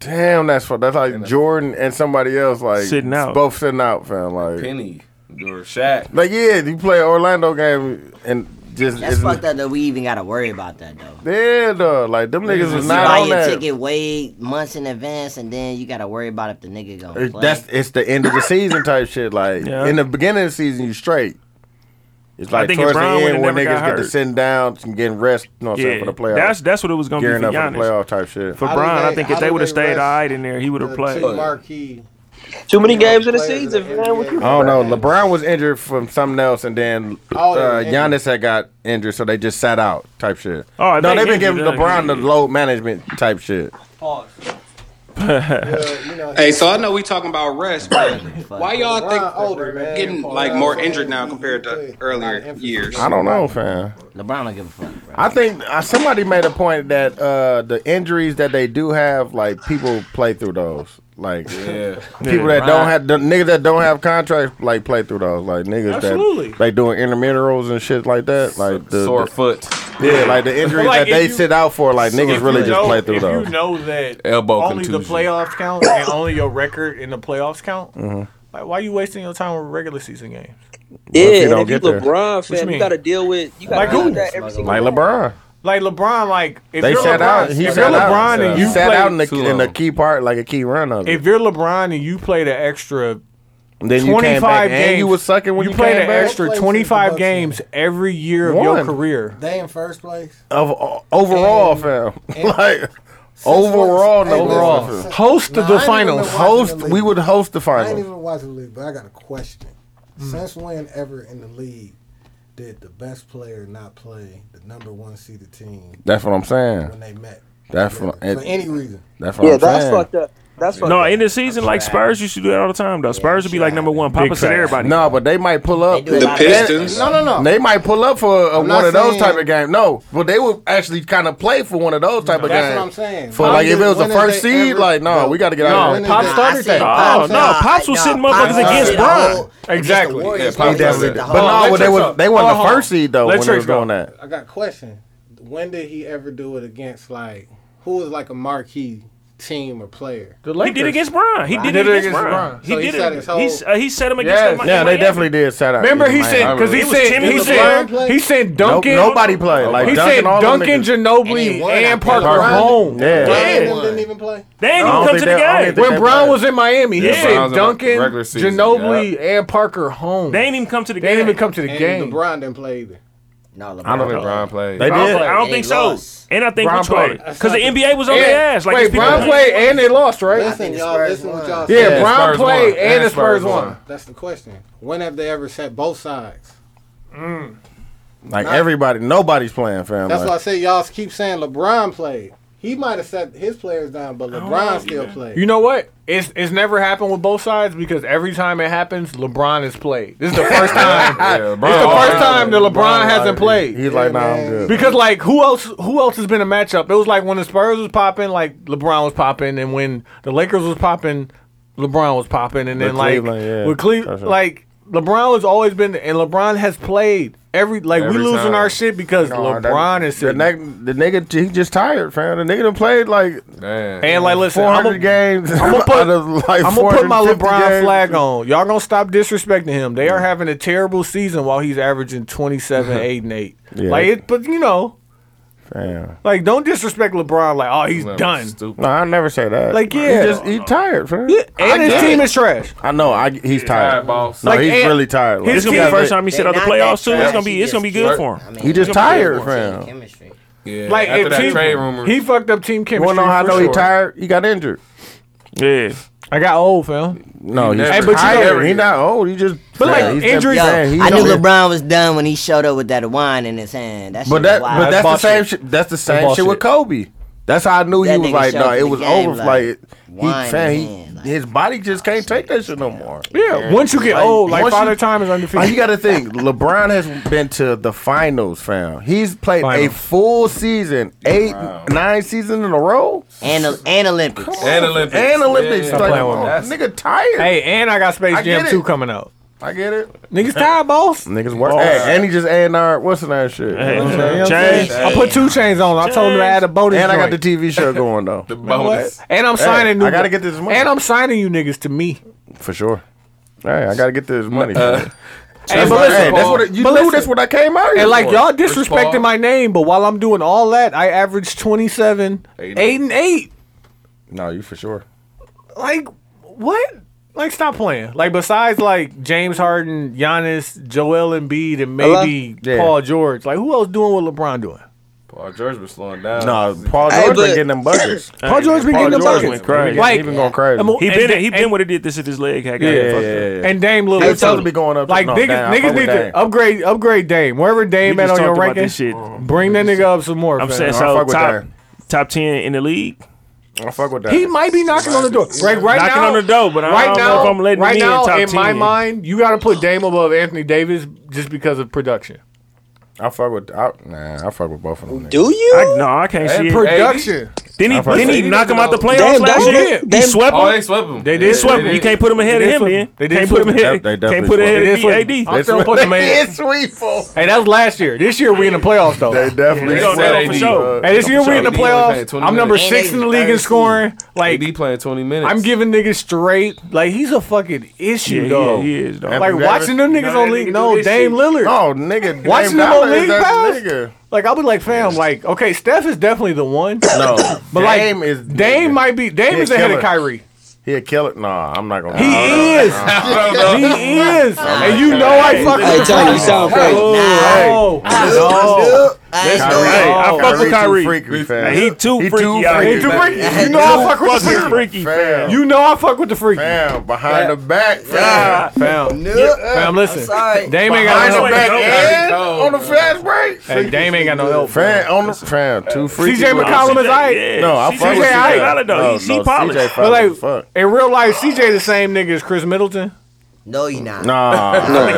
S3: damn, that's fucked. That's like Jordan and somebody else, like
S9: Sitting out.
S3: both sitting out, fam. Like,
S6: Penny or Shaq.
S3: like yeah, you play an Orlando game and just
S8: That's
S3: it's-
S8: fucked up that we even gotta worry about that though.
S3: Yeah, dog. Like them niggas
S8: You
S3: was not
S8: buy
S3: on
S8: your
S3: that.
S8: ticket way months in advance, and then you gotta worry about if the nigga gonna
S3: It-
S8: play.
S3: That's it's the end of the season type shit. Like
S8: Yeah.
S3: in the beginning of the season, you straight. It's
S9: I
S3: like
S9: think if
S3: towards the
S9: Brown
S3: end
S9: would've
S3: when
S9: never
S3: niggas
S9: got
S3: get to
S9: hurt.
S3: sitting down and getting rest. You know what I'm saying
S9: Yeah,
S3: for the playoffs.
S9: that's- that's what it was gonna be
S3: Gearing
S9: for
S3: up for the
S9: Giannis.
S3: playoff type shit.
S9: For
S3: I,
S9: Brian, I
S1: they-
S9: think if
S1: how
S9: they
S1: do
S9: would have
S1: they
S9: stayed all
S1: rest
S9: right in there, he would have played.
S1: Two marquee.
S4: Too many games in the season, man. What you
S3: don't know. LeBron was injured from something else, and then
S4: Oh, they
S3: uh,
S4: were injured.
S3: Giannis had got injured, so they just sat out type shit.
S9: Oh, I
S3: no,
S9: think
S3: they've been
S9: injured,
S3: giving
S9: uh,
S3: LeBron the load management type shit.
S10: Hey, so I know we talking about rest, but why y'all think we're getting like more injured now compared to earlier years?
S3: I don't know, fam.
S8: LeBron don't give a fuck.
S3: I think uh, somebody made a point that uh, the injuries that they do have, like people play through those. Like
S6: Yeah.
S3: people that don't have the niggas that don't have contracts, like play through those. Like niggas
S2: Absolutely.
S3: that like doing intramurals and shit like that. Like the
S6: Sore
S3: the-
S6: foot.
S3: Yeah, like the injuries
S2: *laughs* Like,
S3: that they
S2: if you-
S3: sit out for. Like niggas
S2: If
S3: really
S2: you
S3: just
S2: know-
S3: play through
S2: if
S3: those.
S2: you know that
S6: Elbow
S2: only the
S6: contusion.
S2: playoffs count and only your record in the playoffs count,
S3: Mm-hmm.
S2: like, why you wasting your time with regular season games?
S3: What
S4: Yeah,
S3: if you
S4: and
S3: don't
S4: if you
S3: get there?
S4: LeBron
S2: you
S4: fan, you,
S2: mean?
S4: gotta deal with you gotta
S2: Like
S4: deal
S2: who?
S4: with that every single
S3: Like LeBron,
S2: Like LeBron, like if
S3: they
S2: you're
S3: sat
S2: LeBron,
S3: out.
S2: if
S3: He
S2: you're
S3: sat out.
S2: LeBron and you
S3: sat
S2: play,
S3: out in
S6: Too
S3: the in
S6: long.
S3: the key part, like a key run of it.
S2: if you're LeBron and you played an extra
S3: Then you came
S2: 25
S3: back
S2: games,
S3: and you was sucking when you,
S2: you played
S3: came
S2: an
S3: back.
S2: extra
S1: What place is the
S2: 25
S1: Bucks
S2: games every year of
S3: One.
S2: your career.
S1: They in first place.
S3: of o- overall, fam. *laughs* like overall,
S1: Hey,
S3: no
S1: listen,
S3: overall.
S1: listen.
S2: Host
S1: Nah,
S2: the
S1: I ain't even
S2: finals.
S1: watching
S3: Host,
S1: the
S3: we
S1: league.
S3: would host the
S1: I ain't
S3: finals.
S1: even watching the league, but I got a question.
S2: Hmm.
S1: Since when ever in the league did the best player not play the number one seeded team
S3: That's what I'm saying.
S1: when they met?
S3: That's what.
S1: For any reason.
S3: That's what
S4: Yeah,
S3: I'm
S4: that's
S3: saying.
S4: fucked up. That's fucked
S9: No,
S4: up.
S9: in the season, like Spurs used to do that all the time. Though Spurs would be like number one. Papa said
S2: facts.
S9: everybody.
S3: No, but they might pull up.
S8: do a The lot of-
S10: Pistons.
S1: No, no, no.
S3: They might pull up for uh,
S1: I'm not
S3: one of those
S1: saying-
S3: type of games. No, but they would actually kind of play for one of those type of
S1: That's
S3: games.
S1: what I'm saying.
S3: For
S1: When
S3: like, if
S1: did-
S3: it was the
S1: when did
S3: first
S1: they
S3: seed,
S1: ever-
S3: like, no, we got to get
S2: No,
S3: out. of
S1: When
S3: here.
S1: did
S2: Pop
S1: they-
S2: started
S1: I
S2: that.
S1: said
S9: Oh
S1: Pop
S9: no,
S1: started-
S9: Pops was
S8: no,
S9: sitting
S8: Pops
S9: motherfuckers
S8: did
S9: against
S8: the
S9: Bron.
S8: whole-
S2: Exactly.
S1: Warriors
S3: He
S1: played
S3: definitely
S1: the
S3: did.
S1: whole-
S3: But
S2: Oh,
S3: no, but
S2: let's
S3: they
S2: check
S3: was
S2: out.
S3: they wasn't the
S2: Hold on.
S3: first seed though when
S2: Let's
S3: they was
S2: check out.
S3: doing that.
S1: I got a question. When did he ever do it against like who was like a marquee team or player?
S2: The
S9: He did against Bron. He did it against Bron. He
S1: So he
S9: did
S1: set
S9: it.
S1: his whole-
S9: He's- uh, He set him
S2: Yes.
S9: against. them in
S3: Yeah, they
S9: Miami.
S3: definitely did set out.
S2: Remember he
S3: Man,
S2: said
S3: I
S2: because he
S9: It was
S2: said
S9: Timmy
S2: he
S9: LeBron
S2: said
S1: played?
S2: he said
S3: No-
S2: Duncan.
S3: nobody played. Like
S2: he
S3: Duncan,
S2: said
S3: all them
S2: Duncan,
S3: niggas-
S8: And
S2: Ginobili,
S8: he
S2: and,
S8: won, I think.
S2: Parker
S3: Parker
S2: Holmes.
S3: Yeah.
S1: Brian
S9: Yeah.
S1: and them didn't even play.
S9: They ain't
S3: I
S9: even
S3: don't
S9: come
S3: think
S9: to the
S3: they- I don't
S9: game.
S3: think they-
S2: When Brown was in Miami, he
S9: Yeah. Brown
S2: said
S6: was in the
S2: Duncan,
S6: regular season,
S2: Ginobili, and Parker Holmes.
S9: They ain't even come to the
S2: They didn't
S9: game.
S2: even come to the
S1: And
S2: game.
S1: LeBron didn't play either.
S8: No, LeBron.
S6: I don't think
S8: played.
S6: Brian played.
S3: They
S9: I don't,
S3: did.
S9: I don't
S8: They
S9: think so.
S8: lost.
S9: And I think
S2: Brown
S9: Brown played
S2: played.
S9: because the NBA was on their ass. Like
S2: Wait,
S9: these people-
S2: Brown played and they lost,
S1: Listen,
S2: right?
S8: think the
S1: y'all.
S8: Spurs
S1: listen
S8: won.
S1: what y'all
S2: Yeah,
S1: said.
S2: Brown
S6: Spurs
S2: played
S6: won.
S2: and the Spurs
S6: won.
S2: won.
S1: That's the question. When have they ever set both sides?
S3: Like everybody, nobody's playing, fam.
S1: That's
S3: Like,
S1: why I say y'all keep saying LeBron played. He He might have set his players down, but
S2: don't
S1: LeBron
S2: know,
S1: still
S2: man.
S1: played.
S2: You know what? It's it's never happened with both sides because every time it happens, LeBron is played. This is the
S3: *laughs*
S2: first time. it's the first time that LeBron, hasn't played.
S3: He's like, nah, I'm good.
S2: Because like who else who else has been a matchup? It was like when the Spurs was popping, like LeBron was popping, and when the Lakers was popping, LeBron was popping, and
S3: With
S2: then like
S3: Cleveland, yeah.
S2: with Cleveland,
S3: That's right.
S2: like LeBron has always been, and LeBron has played every like
S3: Every
S2: we losing
S3: time.
S2: our shit because
S3: Nah, that-
S2: LeBron is
S3: the,
S2: sitting.
S3: nigga, the nigga, he just tired, fam. The nigga done played like
S2: And like, listen, I'm
S3: 400
S2: gonna-
S3: games.
S2: I'm gonna put,
S3: out of, like,
S2: I'm gonna put my
S3: 450
S2: LeBron
S3: games.
S2: flag on. Y'all gonna stop disrespecting him. They are having a terrible season while he's averaging
S3: *laughs*
S2: 27, 8, and 8.
S3: Yeah.
S2: Like, it, but you know,
S3: Fam.
S2: like don't disrespect LeBron. Like, oh, he's
S3: That was
S2: done.
S3: No, I never say that.
S2: Like,
S3: he
S2: yeah.
S3: just he tired, fam.
S2: And his team is trash.
S3: I know. I, he's, tired.
S6: boss.
S3: No,
S6: Like,
S3: he's
S6: and-
S3: really tired.
S6: This gonna be the first time he sit out the They're not playoffs, that too. It's trash. gonna be- He it's gonna be just good for him.
S3: He just
S6: It's gonna be
S3: tired,
S6: good for him.
S3: fam.
S6: Yeah.
S2: Like,
S6: after
S2: if
S6: that
S2: team-
S6: trade rumor,
S2: he fucked up team chemistry.
S3: You wanna know how I
S2: for
S3: know he
S2: sure.
S3: tired? He got injured.
S6: Yeah.
S2: I got old, fam.
S3: No,
S2: He
S3: he's
S2: never-
S3: tired. He's not old. He just.
S2: But, like,
S3: Yeah, he's just-
S2: injuries-
S8: Yo,
S3: man, he's
S8: I knew
S3: old.
S8: LeBron was done when he showed up with that wine in his hand. That shit
S3: But that,
S8: was wild.
S3: but that's the same. shit. that's the same shit with Kobe. That's how I knew he
S8: That
S3: was
S8: nigga
S3: like,
S8: showed
S3: no,
S8: up
S3: it
S8: in the
S3: was
S8: game
S3: over.
S8: like,
S3: Like,
S8: wine
S3: he, fam,
S8: in
S3: he, his body just can't take that shit no more.
S2: Yeah, once you get old, like
S3: once
S2: Father
S3: you-
S2: Time is
S3: Like,
S2: undefeated.
S3: you got to think, LeBron has been to the finals, fam. He's played a
S2: Finals.
S3: full season, eight, nine seasons in a row,
S8: and, and Olympics.
S6: And Olympics.
S3: and Olympics.
S2: Stop
S3: Like,
S2: playing with
S3: oh,
S2: me.
S3: that nigga tired.
S2: hey, and I got Space
S3: I
S2: Jam
S3: get it.
S2: 2 coming out.
S3: I get it.
S2: Niggas tired, boss.
S3: Niggas work. Hey, and he just adding our what's in that shit. You know what I'm saying?
S2: Change. I put two chains on. I told him to add a bonus.
S3: And I got
S2: joint.
S3: the TV show going though. the
S6: bonus.
S2: And I'm
S3: Hey,
S2: signing. New
S3: I gotta get this money.
S2: And I'm signing you niggas to me.
S3: For sure. Hey, I gotta get this money.
S6: Uh,
S2: Hey,
S3: That's
S2: but
S3: like-
S2: listen,
S3: hey, that's what it- you
S2: but
S3: knew
S2: listen.
S3: that's what I came out here
S2: And like
S3: for.
S2: y'all
S3: Chris Paul.
S2: disrespecting my name, but while I'm doing all that, I averaged 27,
S3: Eight.
S2: 8, and eight.
S3: no, you for sure.
S2: Like what? Like stop playing. Like besides like James Harden, Giannis, Joel Embiid, and maybe
S3: Yeah.
S2: Paul George. Like who else doing what LeBron doing?
S6: Paul George was slowing down.
S3: No, Paul
S2: Hey,
S3: George
S2: but-
S3: been getting them buckets.
S2: Paul George been getting the buckets.
S3: crazy.
S2: Like-
S3: he been going crazy.
S2: And mo-
S6: He
S2: and
S6: been
S2: Da-
S6: he been
S2: and-
S6: what it did this if his leg had
S3: Yeah,
S6: got
S3: yeah,
S6: fucked
S3: yeah, yeah.
S2: and Dame Lillard.
S3: They supposed to be going up.
S2: Like
S3: no,
S2: niggas,
S3: damn, I fuck with
S2: niggas need
S3: Dame.
S2: to upgrade, upgrade Dame. Wherever Dame
S6: We
S2: at
S6: just
S2: on your
S6: talked about
S2: ranking,
S6: this shit.
S2: bring that nigga up some more.
S6: I'm
S2: fam.
S6: saying
S3: I fuck
S6: so
S3: with
S6: top
S3: that.
S6: top ten in the league.
S3: I fuck with that.
S2: He might be knocking on the door. Right, right
S6: Knocking
S2: now,
S6: on the door, but I
S2: right
S6: don't
S2: now,
S6: know if I'm letting
S2: right
S6: him in
S2: now,
S6: top
S2: in my
S6: 10.
S2: mind, you got to put Dame above Anthony Davis just because of production.
S3: I fuck with. I, nah, I fuck with both of them.
S4: Do you?
S6: I, no, I can't see it.
S2: Production.
S6: Then he
S3: I fuck-
S6: then he
S3: They
S6: knock him out the playoffs
S4: Damn,
S6: last
S4: they
S6: year.
S4: did.
S6: He
S4: They-
S6: swept him.
S4: Oh,
S6: they
S9: swept him.
S6: They swept him. You can't put him ahead of
S2: They
S6: him.
S2: did
S6: Then
S2: sweep him. They did
S6: can't put him
S2: sweep
S6: ahead.
S3: They definitely
S6: Can't put him
S3: swept
S6: ahead
S2: him.
S6: of
S2: They did
S6: AD.
S2: I'm still putting him in.
S3: It's sweet for.
S2: Hey, that was last year. This year we in the playoffs though.
S3: They definitely
S6: They gonna settle
S3: swept
S6: for
S3: AD,
S6: sure.
S3: bro.
S2: Hey, this year we in the
S6: AD only played
S2: playoffs.
S6: 20
S2: I'm number
S6: minutes.
S2: six in the league in scoring. Like
S6: AD playing 20 minutes.
S2: I'm giving niggas straight. Like he's a fucking issue,
S6: yeah,
S2: dog.
S6: yeah, he is dog.
S2: Like
S3: Anthony Davis.
S2: watching them niggas
S9: know
S2: on
S9: that nigga
S2: league.
S9: do
S2: No,
S9: this
S2: Dame
S9: shit.
S3: *laughs*
S2: Lillard.
S3: Oh, nigga,
S2: Watching
S3: Dame
S2: them on
S3: Dollar
S2: league
S3: is that
S2: pass.
S3: nigga.
S2: Like I'll be like, fam, like okay, Steph is definitely the one.
S3: No,
S2: But like
S3: Dame is
S2: Dame might be Dame
S3: He a
S2: is ahead
S3: killer.
S2: of Kyrie.
S3: He a killer. Nah, I'm not gonna.
S2: He *laughs* is. He is. And you know I fuck
S4: Hey,
S2: with
S4: Tony, you
S2: Kyrie.
S4: sound crazy.
S2: Oh, no.
S3: Kyrie,
S6: Hey, I fuck
S3: Kyrie
S6: with Kyrie.
S3: too freaky, fam.
S6: He too
S3: He
S6: freaky.
S3: too
S6: out
S3: freaky.
S6: here.
S2: Hey, too freaky. You know I fuck with the
S6: Fucking
S2: freaky.
S6: freaky, fam.
S3: Fam.
S2: You know I fuck with the freaky.
S3: Fam, behind the back.
S6: Yeah.
S3: Fam.
S2: Fam, fam, listen.
S8: sorry.
S2: Dame ain't got
S3: Behind
S2: no
S3: the
S2: help.
S3: back and on the fast break.
S2: Hey, Dame ain't got no help.
S3: Fam, on the fam, too freaky.
S2: CJ
S3: with
S2: McCollum
S3: it.
S2: is alright.
S6: Yeah.
S3: No, I
S6: CJ
S3: fuck with
S2: alright.
S3: CJ.
S6: Valid, though.
S3: No,
S6: He- she
S3: no,
S6: polished.
S3: CJ
S2: But
S3: polished.
S2: like
S3: fuck.
S2: in real life, CJ the same nigga as Chris Middleton.
S8: No, you not.
S3: Nah.
S2: *laughs* Like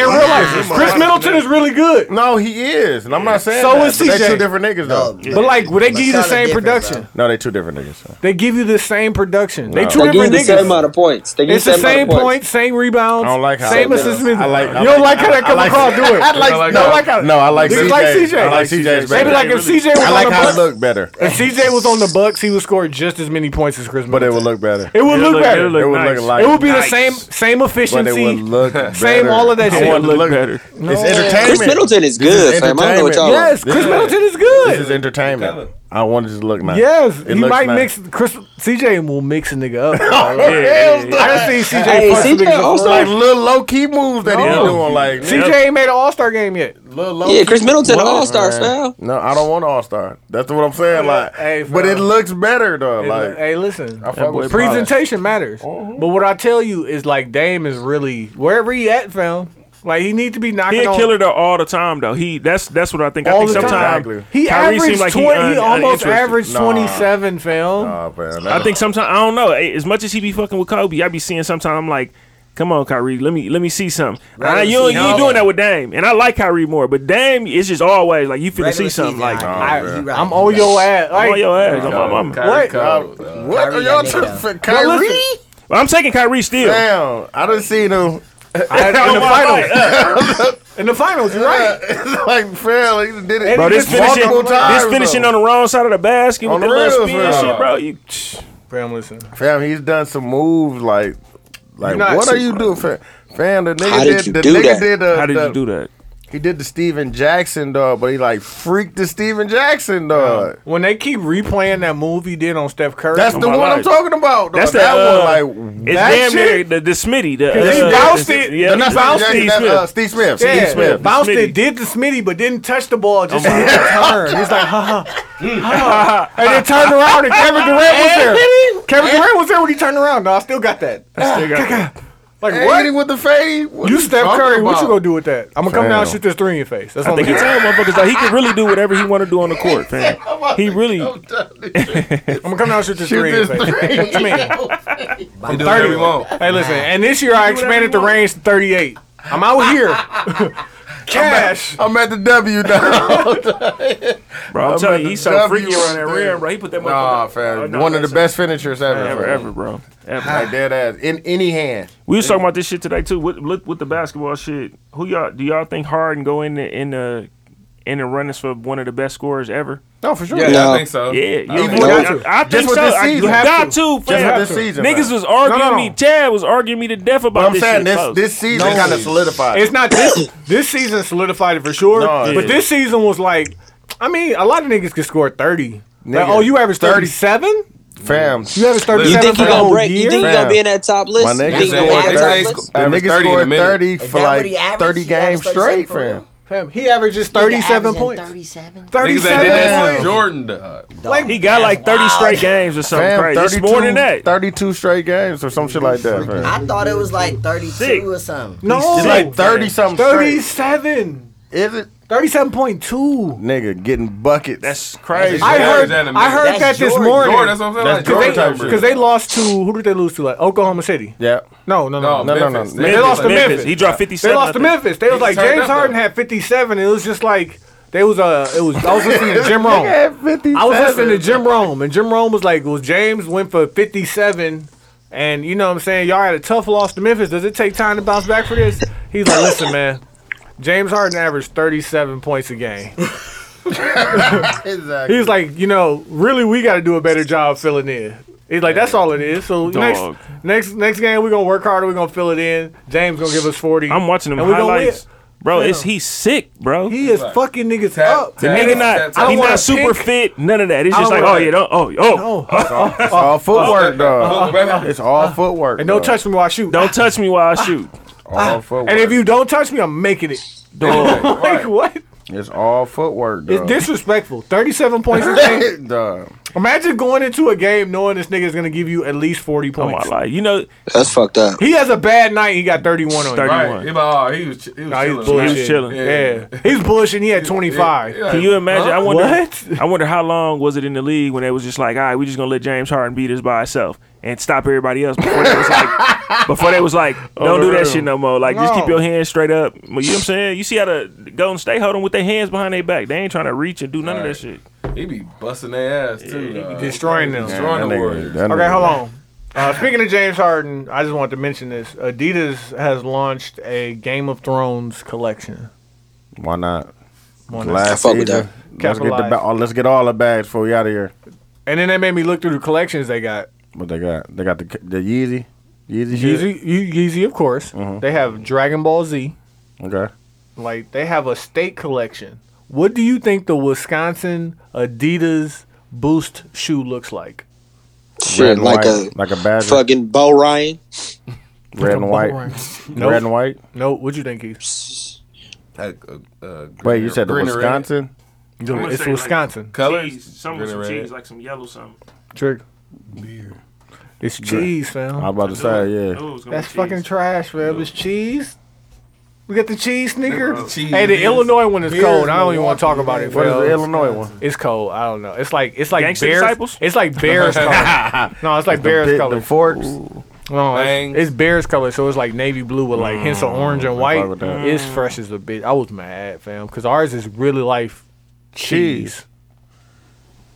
S2: in real life, Chris Middleton is really good.
S3: No, he is, and I'm not saying
S2: So
S3: that,
S2: is
S3: but They
S2: CJ.
S3: two different niggas though.
S8: No.
S2: But like, would they give you the
S8: Masala
S2: same
S8: different,
S2: production?
S3: No, they two different niggas. fam.
S2: They give you the same production. They
S3: No.
S2: two
S4: They give you
S2: different
S4: the same
S2: niggas.
S4: amount of points. They give you
S2: It's the same
S4: amount of
S2: points, same rebounds.
S3: I don't like how
S2: same
S3: that-
S2: assists.
S3: I like- I
S2: you don't like
S3: like-
S2: how that
S3: I
S2: come
S3: like-
S2: across. Do it.
S3: I like-
S2: You don't
S3: no.
S2: how-
S3: No, I like
S2: Niggas
S3: CJ.
S2: like CJ.
S3: I like CJ's
S2: Maybe
S3: better.
S2: like if CJ was
S3: I like
S2: on
S3: how it
S2: the Bucks,
S3: look better,
S2: if CJ was on the Bucks, he would score just as many points as Chris.
S3: but it
S2: Middleton.
S3: would look better.
S2: it would
S6: It'll
S2: look
S6: look-
S2: better.
S6: it'll look
S3: It would
S6: nice.
S3: look like
S2: It would be the
S6: nice.
S2: same same
S3: but it would
S2: efficiency.
S3: look
S2: Same
S3: better.
S2: all of that
S3: I
S2: shit.
S3: want it to
S6: Look
S3: look
S6: better.
S3: better. It's entertainment.
S4: Chris Middleton is
S3: This
S4: good, fam. I don't know what
S3: entertainment.
S4: y'all
S2: Yes, Chris Middleton is good.
S3: This is entertainment. I want it to look nice.
S2: Yes,
S3: It
S2: he
S3: looks
S2: might
S3: nice.
S2: mix Chris CJ will mix a
S3: *laughs*
S2: nigga up.
S3: Hell no.
S2: I done seen CJ.
S4: Hey,
S2: punch some
S4: CJ
S2: niggas up.
S4: also-
S3: Like little low key moves that he's
S6: No.
S3: doing. Like
S2: CJ ain't made an All Star game yet.
S3: little low.
S4: Yeah, Chris Middleton, All Star, fam.
S3: No, I don't want all star. That's what I'm saying. Like,
S2: Hey, fam.
S3: but it looks better though. Like,
S2: hey, listen,
S3: I fuck with
S2: presentation matters. But what I tell you is like Dame is really wherever he at, fam. Like he need to be knocking
S9: He a
S2: on.
S9: killer though all the time though. He that's that's what I think. I
S2: All
S9: think
S2: the time.
S9: sometimes
S2: He
S9: Kyrie
S2: averaged
S9: seems like
S2: 20
S9: un-
S2: he almost
S9: uninterested.
S2: averaged Nah. 27, film.
S9: I think sometimes I don't know. eh, As much as he be fucking with Kobe, I be seeing sometimes I'm like, come on, Kyrie, let me let me see something.
S6: Regular
S9: Ah, you you
S6: season.
S9: ain't doing that with Dame, and I like Kyrie more, but Dame it's just always like you finna see
S6: Regular
S9: something.
S6: season,
S9: Like
S6: I- I- Nah, you right,
S2: I'm on your ass.
S9: I'm
S2: Like-
S9: on your ass. I'm on my mama.
S2: Kyrie What?
S3: cold, What are y'all talking for Kyrie?
S9: Well, I'm taking Kyrie still. *laughs*
S3: Damn, I done seen him. *laughs*
S9: I- in the
S3: finals,
S2: in the finals, you're
S3: right. like, fail, he did it.
S9: Bro, this finishing,
S3: multiple times,
S9: this finishing
S3: though.
S9: on the wrong side of the basket
S3: On
S9: with the
S3: the
S9: little
S3: real,
S9: spin and
S3: bro.
S9: shit, bro. You,
S2: Fam, listen.
S3: Fam, he's done some moves like, like
S9: You're not
S3: what are
S9: too-
S3: you doing, fam? Fam, the nigga
S9: How
S3: did,
S9: did you
S3: the
S9: do
S3: nigga
S9: that?
S3: did the,
S9: *sniffs* How did you
S3: the-
S9: do that?
S3: He did the Steven Jackson dog, but he like freaked the Steven Jackson dog.
S2: When they keep replaying that move he did on Steph Curry,
S3: That's the
S2: my
S3: one I'm
S2: life.
S3: talking about. Dog.
S2: That's the,
S3: that
S2: uh,
S3: one, like
S9: It's
S3: that
S9: damn
S3: shit?
S9: near the, the Smitty. The,
S2: Because he
S9: uh,
S2: bounced
S9: the-
S2: it.
S9: Yeah, he
S3: That's not
S9: bounced
S3: Jackson,
S9: Steve
S3: that,
S9: Smith.
S3: uh, Steve Smith. Steve
S2: Yeah,
S3: Smith.
S2: bounced
S3: Smitty.
S2: it, did the Smitty, but didn't touch the ball. Just
S3: Oh my
S2: turned. He's like, ha ha, ha ha, and then turned around and Kevin Durant was there. Kevin Durant was there when he turned around. No, I still got that.
S9: I still got that.
S2: Like
S3: Hey,
S2: what?
S3: hit him with the fade. What
S2: you
S3: are
S2: Steph
S3: talking
S2: Curry, what
S3: about?
S2: you gonna do with that? I'm gonna come down and
S9: Fam.
S2: shoot this three in your face. That's
S9: I
S2: what
S9: think
S2: I'm
S9: he
S2: gonna
S9: tell motherfuckers like he can really do whatever he want to do on the court, fam. He really.
S2: do. I'm gonna come down and shoot this
S9: Shoot
S2: three in your
S9: this
S2: face.
S9: three.
S2: What you mean?
S6: He
S2: I'm
S6: do whatever he
S2: 30.
S6: want.
S2: Hey, listen, and this year I expanded the range to 38. I'm out here. Cash.
S3: I'm at the W now.
S9: Bro, I'm telling you, he's so
S3: W
S9: freaky around that
S3: straight.
S9: rim, bro. He put that
S3: Nah,
S9: motherfucker-
S3: fam.
S9: Oh, no,
S3: one of the
S9: that's-
S3: best finishers ever.
S9: Ever,
S3: fam.
S9: ever, bro.
S3: Like
S9: Ever.
S3: dead ass. In any hand.
S9: We was talking about this shit today too. With, with with the basketball shit, who y'all do y'all think Harden go in the in the in the runnings for one of the best scorers ever?
S3: No, for sure.
S6: Yeah, I think so.
S9: Yeah, you
S6: I think
S9: would-
S6: so.
S9: I- I
S6: Just
S9: think
S6: with
S9: so.
S6: this
S9: I- You
S6: season.
S9: got
S6: Just
S9: to,
S6: with
S9: fam.
S6: this season,
S9: Niggas
S6: fam.
S9: was arguing
S6: No, no, no.
S9: me. Tad was arguing me to death about
S3: I'm
S9: this
S3: saying
S9: shit,
S3: this-
S9: folks.
S3: this season No kinda season. solidified
S2: It's not this. This season solidified it for sure.
S3: No,
S2: but
S3: yeah.
S2: this season was like, I mean, a lot of niggas could score 30. Like,
S3: Nigga,
S2: oh, you average
S3: 30.
S2: 37?
S3: Fam.
S2: You average 37
S4: You think
S2: for
S4: he
S2: the
S4: gonna
S2: whole
S4: break? You
S2: year?
S4: think he
S3: Fam.
S4: gonna be in that top list?
S3: My
S4: You
S3: nigga
S4: think he gonna
S3: scored
S4: be in that
S3: 30,
S4: top list?
S3: the nigga
S6: 30 in a
S3: scored
S6: minute.
S3: 30
S6: Is
S3: for
S6: that what
S3: like
S6: he averaged?
S3: 30
S6: He averaged
S3: games straight,
S6: 37
S3: fam.
S2: Fam, he averages 37 points.
S8: 37?
S6: Niggas ain't did that
S2: 37
S6: since
S2: points.
S6: Jordan died.
S2: Like,
S9: He got like thirty straight games or something
S3: Fam,
S9: crazy. It's more than that.
S3: 32 straight games or some shit like that, fam.
S8: I thought it was like 32
S9: Sick.
S8: or
S2: *laughs*
S8: something.
S2: no.
S3: It's like 30 something straight.
S2: 37.
S3: Is it?
S2: 37.2
S3: Nigga, getting buckets.
S9: That's crazy.
S2: I
S6: Yeah,
S2: heard,
S6: it's anime.
S2: I heard
S8: That's
S2: that this
S8: Jordan.
S2: morning.
S6: Jordan, that's what I'm saying.
S3: That's
S6: like,
S3: Jordan type
S6: Jordan
S3: shit.
S2: Because they lost to who did they lose to? Like Oklahoma City.
S3: yeah.
S2: No, no, no,
S3: No,
S2: no.
S6: No,
S3: no, no.
S6: Memphis.
S3: They
S2: They
S9: Memphis,
S2: lost to Memphis.
S9: He dropped fifty
S2: They
S9: seven.
S2: lost to Memphis. They was
S6: He
S2: like
S6: turned
S2: James
S6: up, though.
S2: Harden had 57. It was just like they was uh it was I was listening to Jim Rome.
S3: Nigga had 57.
S2: I was listening to Jim Rome, and Jim Rome was like, "Well, James went for 57, and you know what I'm saying? Y'all had a tough loss to Memphis. Does it take time to bounce back for this?" He's like, "Listen, man, James Harden averaged 37 points a game.
S3: Exactly.
S2: He's like, you know, really, we got to do a better job filling in." He's like, that's all it is. So
S9: Dog.
S2: next, next, next game, we're gonna work harder. We're gonna fill it in. James gonna give us forty.
S9: I'm watching them
S2: And we gonna
S9: highlights.
S2: win.
S9: Bro, it's he's sick, bro.
S2: He is fucking niggas
S6: Tap,
S2: up.
S6: tap,
S9: the
S6: Yeah,
S9: nigga
S6: that's-
S9: not
S6: I don't
S9: he's
S2: wanna
S9: not super
S2: pick.
S9: fit, none of that. It's
S2: I
S9: just
S2: don't
S9: like, oh
S2: wanna-
S9: yeah, don't, oh, oh,
S2: Oh,
S3: It's all footwork, dog. It's all footwork.
S2: and don't
S3: dog.
S2: touch me while I shoot.
S9: don't touch me while I shoot.
S3: All footwork.
S2: Ah, and if you don't touch me, I'm making it.
S9: Dog.
S2: Like what?
S3: It's all footwork,
S2: It's
S3: dog. *laughs*
S2: disrespectful. Thirty-seven points a game.
S3: dog.
S2: Imagine going into a game knowing this nigga is gonna give you at least forty
S9: Oh my
S2: points.
S9: life. You know,
S4: That's fucked up.
S2: he has a bad night. He got thirty-one on you.
S9: 30.
S6: Right. He, about, oh, he was, ch- he was
S2: Nah, he's
S6: chilling. man.
S2: bullshit.
S9: was chilling.
S2: Yeah, he's bullshing. He had twenty-five.
S6: Yeah.
S9: can you imagine? I wonder
S2: What?
S9: I wonder how long was it in the league when they was just like, all right, we just gonna let James Harden beat us by himself and stop everybody else before they was like before they was like, Don't do that shit no more. Like just keep
S2: No.
S9: your hands straight up. You know what I'm saying? You see how the Golden State hold them with their hands behind their back. They ain't trying to reach and do none of that
S6: Right.
S9: shit.
S6: He be busting their ass, too. dog.
S2: Destroying them.
S6: Destroying the Warriors.
S2: Okay, hold on. Uh, speaking of James Harden, I just wanted to mention this. Adidas has launched a Game of Thrones collection.
S3: Why not?
S2: Why not?
S3: Last
S4: fuck with
S3: season. Let's get, the
S2: Capitalize.
S3: ba- oh, let's get all the bags before we out of here.
S2: And then they made me look through the collections they got.
S3: What they got? They got the the Yeezy, Yeezy, shit?
S2: Yeezy, Ye- Yeezy of course. They have Dragon Ball Z.
S3: Okay.
S2: Like they have a state collection. What do you think the Wisconsin Adidas Boost shoe looks like?
S3: Red
S4: Shit,
S3: and
S4: like
S10: uh,
S3: white,
S4: a
S3: like a badger.
S4: fucking Bo Ryan.
S3: Red and white.
S2: Nope.
S3: Red and white.
S2: No, what you think, Keith?
S6: Like, uh, uh, green
S3: Wait, you
S6: and-
S3: said the
S6: green and red.
S3: Wisconsin?
S9: gonna
S2: It's
S9: say, like-
S2: Wisconsin.
S6: Colors?
S9: Cheese, some with
S6: Green and
S9: some
S6: red.
S9: cheese, like some yellow something.
S2: Trick. It's cheese,
S3: I
S2: fam.
S3: was about to
S9: I
S3: say,
S9: knew it. I
S3: yeah.
S9: knew it was gonna
S2: That's
S9: be cheese.
S2: fucking trash, fam. It's cheese. We got the cheese sneaker.
S11: The cheese.
S2: Hey, the Illinois one is
S11: Beers,
S2: cold. I don't even want to talk about
S11: Milwaukee,
S2: it.
S11: What is the
S2: fellas.
S11: Illinois one?
S2: It's cold. I don't know. It's like it's like
S11: Gangsta
S2: bears.
S11: Disciples?
S2: It's
S11: *laughs*
S2: like bears color. No, it's like
S11: The
S2: bears
S11: bit-
S2: color.
S11: the forks?
S2: No, it's,
S11: Bangs.
S2: it's bears color, so it's like navy blue with like hints of orange and
S11: I
S2: white.
S11: fuck Mm, with that.
S2: It's fresh as a bitch. I was mad, fam, because ours is really like cheese.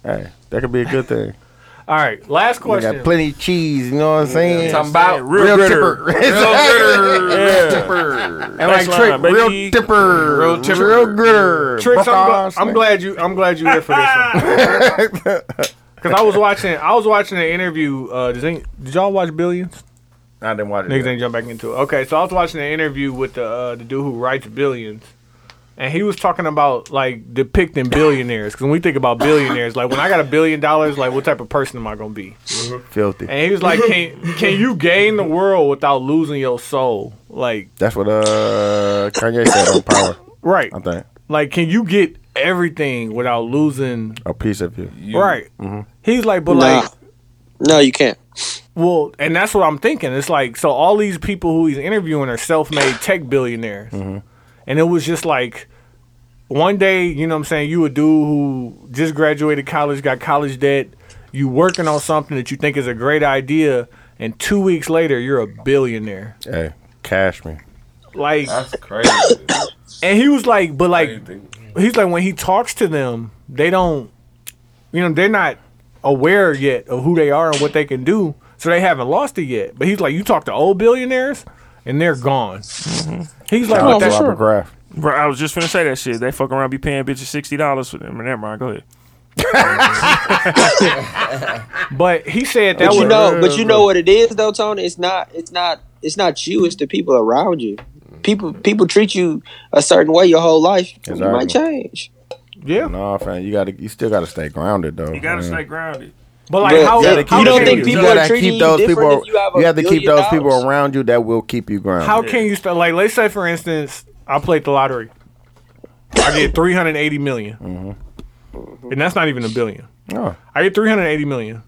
S3: Hey, that could be a good thing.
S2: All right, last
S3: We
S2: question.
S3: got plenty of cheese, you know what I'm saying?
S2: Talking about
S3: *laughs* real,
S2: real
S3: tipper.
S2: gritter. Real gritter.
S3: Real
S2: Yeah.
S3: tipper. And
S2: Thanks,
S3: like trick,
S2: Lana,
S3: real
S2: baby.
S3: tipper.
S2: Real tipper.
S3: Real gritter.
S2: Tricks, I'm, gl-
S3: Buckeyes.
S2: I'm glad you. I'm glad you here for this one. Cause I was watching. I was watching an interview. Uh, does any, did y'all watch Billions?
S3: I didn't watch it.
S2: Niggas ain't jump back into it. Okay, so I was watching an interview with the uh, the dude who writes Billions, and he was talking about like depicting billionaires. Because when we think about billionaires, like when I got a billion dollars, like what type of person am I gonna be?
S3: Filthy.
S2: And he was like, "Can can you gain the world without losing your soul? Like,
S3: That's what uh Kanye said on Power.
S2: right?
S3: I think
S2: Like, can you get everything without losing?
S3: a piece of you.
S2: Right?
S3: Mhm.
S2: He's like, but
S3: Nah.
S2: like,
S4: No, you can't.
S2: Well, and that's what I'm thinking. It's like so all these people who he's interviewing are self-made tech billionaires. And it was just like one day, you know what I'm saying, you a dude who just graduated college, got college debt, you working on something that you think is a great idea, and 2 weeks later you're a billionaire.
S3: Hey, cash me.
S2: Like
S6: That's crazy.
S2: and he was like, but like, he's like when he talks to them, they don't, you know, they're not aware yet of who they are and what they can do, so they haven't lost it yet. But he's like, you talk to old billionaires, and they're gone. He's like, but
S9: Oh,
S2: that's
S9: for sure.
S3: Graph.
S9: Bro, I was just finna say that shit. They fuck around, be paying bitches sixty dollars for them. Never mind. Go ahead.
S2: But he said
S4: But
S2: that
S4: you
S2: was
S4: know, but you know what it is though, Tony. It's not. It's not. It's not you. It's the people around you. People people treat you a certain way your whole life. You might change.
S2: Yeah.
S3: No, fam. You gotta. You still gotta stay grounded though.
S9: You gotta
S3: man.
S9: stay grounded.
S2: But
S3: you, gotta keep- gotta
S2: treating
S3: keep
S2: you
S3: those
S2: different
S3: people?
S2: if
S3: You,
S2: you have a
S3: have to keep
S2: billion
S3: those
S2: dollars?
S3: people around you that will keep you grounded.
S2: How can you start? Like, let's say for instance, I played the lottery. I get three hundred eighty million, and that's not even a billion.
S3: No.
S2: I get three hundred eighty million.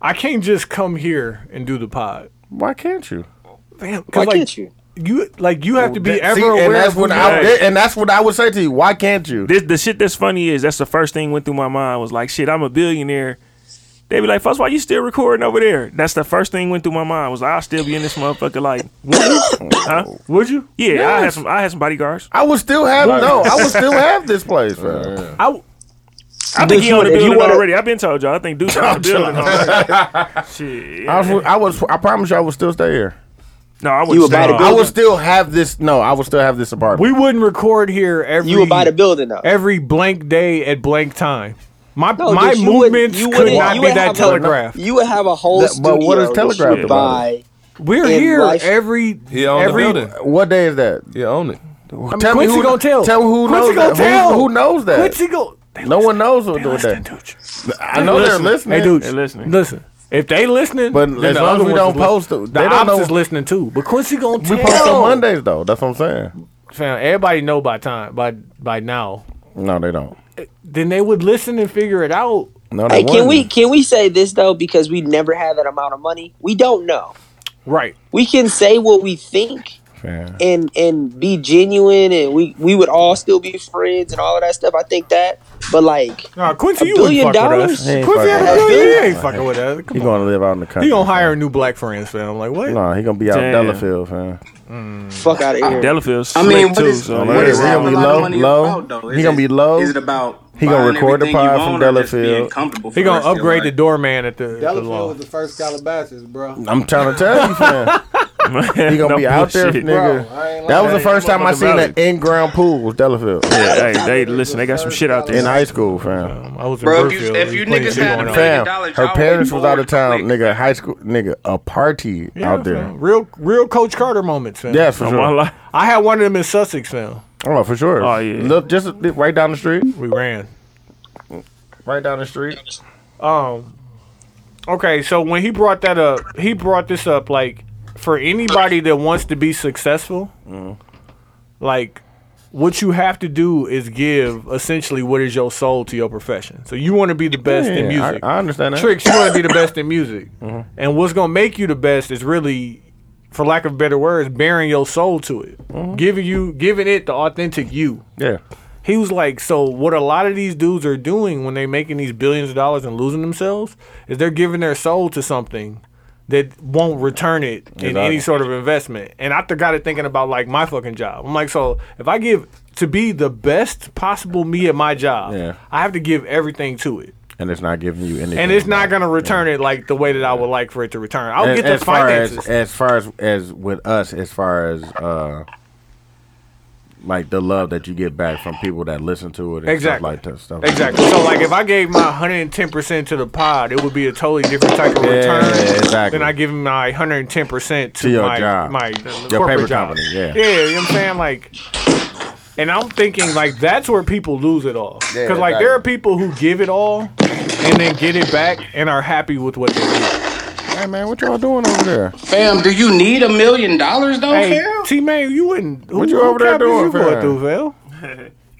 S2: I can't just come here and do the pod.
S3: Why can't you?
S2: Damn, 'cause,
S3: Why
S2: like,
S3: can't
S2: you? You like you have to be
S3: That-
S2: ever
S3: see,
S2: aware.
S3: and that's
S2: of who
S3: what
S2: you
S3: I
S2: are.
S3: did- and that's what I would say to you. Why can't you?
S9: This the shit that's funny is that's the first thing went through my mind was like shit. I'm a billionaire. They be like, first why you still recording over there? That's the first thing went through my mind was I'll still be in this motherfucker. Like, huh?
S2: Would you?
S9: Yeah, I had
S3: Yes.
S9: some. I had some bodyguards.
S3: I would still have
S9: Right.
S3: no.
S2: *laughs*
S3: I would still have this place, man.
S2: I,
S9: I think he
S3: Dude,
S9: owned the
S3: if you
S9: building
S3: wanna-
S9: already. I've been told y'all. I think Deuce owned the
S2: *laughs*
S9: building. already. Shit.
S3: I was, I was. I promise you, I would still stay here.
S9: No, I
S3: would.
S9: wouldn't stay.
S3: I would still have this. No, I would still have this apartment.
S2: We wouldn't record here every.
S3: You would buy the
S4: building though.
S2: Every blank day at blank time. My
S4: No,
S2: my
S4: dude, you would-
S2: movements
S4: you
S2: could
S4: wouldn't-
S2: not
S4: you
S2: be
S4: would have
S2: that
S4: a-
S2: telegraphed.
S4: You would have a whole.
S3: That- but what is
S4: studio that you
S3: telegraphed about
S4: buy
S2: We're
S4: in
S2: here
S4: life-
S2: every.
S3: He
S2: owned the every- building.
S3: What day is that?
S6: You own it.
S3: Tell me
S2: Quincy
S3: who
S2: gonna tell.
S3: Tell me who
S2: Quincy
S3: knows
S2: gonna
S3: that. Who-
S2: tell.
S3: Who, knows that?
S2: Quincy go.
S3: no one knows what what that. I know they're listening.
S2: Hey, dude,
S3: They're
S9: listening.
S2: Listen, if they listening,
S3: But
S2: then
S3: as
S2: the
S3: long
S2: other
S3: as we
S2: ones
S3: don't
S2: is
S3: post
S2: listening.
S3: it, they
S2: the
S3: don't
S2: ops
S3: know-
S2: is listening too. But Quincy gonna
S3: We
S2: tell.
S3: post on Mondays though. That's what I'm saying.
S2: Fam, everybody know by time by by now.
S3: No, they don't.
S2: Then they would listen and figure it out.
S3: No, they
S4: Hey, can
S3: wouldn't.
S4: we can we say this though? Because we never had that amount of money. We don't know.
S2: Right.
S4: We can say what we think
S3: Fam.
S4: and and be genuine, and we we would all still be friends and all of that stuff. I think that. But like,
S2: Nah, Quincy,
S4: A
S2: you wouldn't
S4: billion
S2: fuck
S4: dollars?
S2: with
S3: He
S2: us.
S3: ain't
S2: Quincy,
S3: fucking
S2: have a
S3: with us.
S2: billion, he ain't fucking with us.
S3: He gonna live out in the country.
S2: He gonna hire new black friends, fam. I'm like, what?
S3: No, he gonna be out
S2: Damn.
S3: Delafield, fam.
S4: fuck out of here.
S9: Delafield's
S10: I mean,
S9: slick
S10: what
S9: too.
S10: is-
S9: so-
S10: what is
S3: He gonna be
S10: A lot of
S3: low,
S10: money
S3: low.
S10: about, though.
S3: he
S10: Is
S3: gonna
S10: it-
S3: be low.
S10: is it about
S3: He gonna
S10: buying
S3: record the
S10: everything you
S3: pod
S10: own
S3: from
S10: or just being
S3: Delafield.
S10: comfortable
S2: He
S10: for
S2: gonna
S10: the rest of your
S2: upgrade
S10: life?
S2: the doorman at the, at the
S1: Delafield
S2: law.
S1: was the first Calabasas, bro.
S3: I'm trying to tell you, *laughs* fam. He gonna
S9: *laughs* No
S3: be out there,
S9: bullshit.
S3: nigga.
S9: Bro, I ain't
S3: that
S9: like
S3: was the
S9: that.
S3: first time I
S9: Motherfucker
S3: seen an
S9: valid.
S3: in-ground pool was Delafield.
S9: Yeah, hey, they listen. They got some shit out there.
S3: in high school, fam.
S2: I was
S9: in Bro, if you- Brookfield, if we you played niggas shit had going a on. million
S3: fam,
S9: dollars,
S3: her
S9: y'all
S3: parents
S9: wouldn't
S3: was out of town, nigga. High school, nigga, a party out there.
S2: Fam. Real, real Coach Carter moments, fam.
S3: Yeah, for sure.
S2: I had one of them in Sussex, fam.
S3: Oh, for sure.
S2: Oh, yeah.
S3: Look, just a bit right down the street.
S2: We ran.
S3: Right down the street.
S2: Um. Okay, so when he brought that up, he brought this up like for anybody that wants to be successful, like what you have to do is give essentially what is your soul to your profession. So you want to be the best
S3: Yeah,
S2: in music.
S3: I, I understand Mm-hmm. that. *laughs*
S2: Tricks, you want to be the best in music, and what's gonna make you the best is really for lack of better words, bearing your soul to it,
S3: Mm-hmm.
S2: giving you, giving it the authentic you.
S3: Yeah.
S2: He was like, so what a lot of these dudes are doing when they're making these billions of dollars and losing themselves is they're giving their soul to something that won't return it in
S3: Exactly.
S2: any sort of investment. And I th- got it thinking about like my fucking job. I'm like, so if I give to be the best possible me at my job,
S3: Yeah.
S2: I have to give everything to it.
S3: and it's not giving you anything.
S2: And it's not gonna return it like the way that I would like for it to return. I'll
S3: As-
S2: get the
S3: as far as-
S2: finances.
S3: As far as as with us, as far as uh, like the love that you get back from people that listen to it, and
S2: Exactly.
S3: stuff like that stuff.
S2: Exactly. So like if I gave my 110% to the pod, it would be a totally different type of
S3: Yeah,
S2: return
S3: exactly.
S2: than I give my 110% to,
S3: To your
S2: my,
S3: job.
S2: my
S3: Your
S2: corporate
S3: paper
S2: job.
S3: company, yeah.
S2: Yeah, you know what I'm saying? Like and I'm thinking like that's where people lose it all. Cuz
S3: Yeah,
S2: like there are people who give it all and then get it back and are happy with what they do.
S3: Hey man, what y'all doing over there?
S10: Fam, do you need a million dollars though,
S2: Hey,
S10: fam?
S2: T man, you wouldn't
S3: What
S2: who-
S3: you
S2: who
S3: over there
S2: cap is
S3: doing,
S2: you going
S3: fam?
S2: through, Val?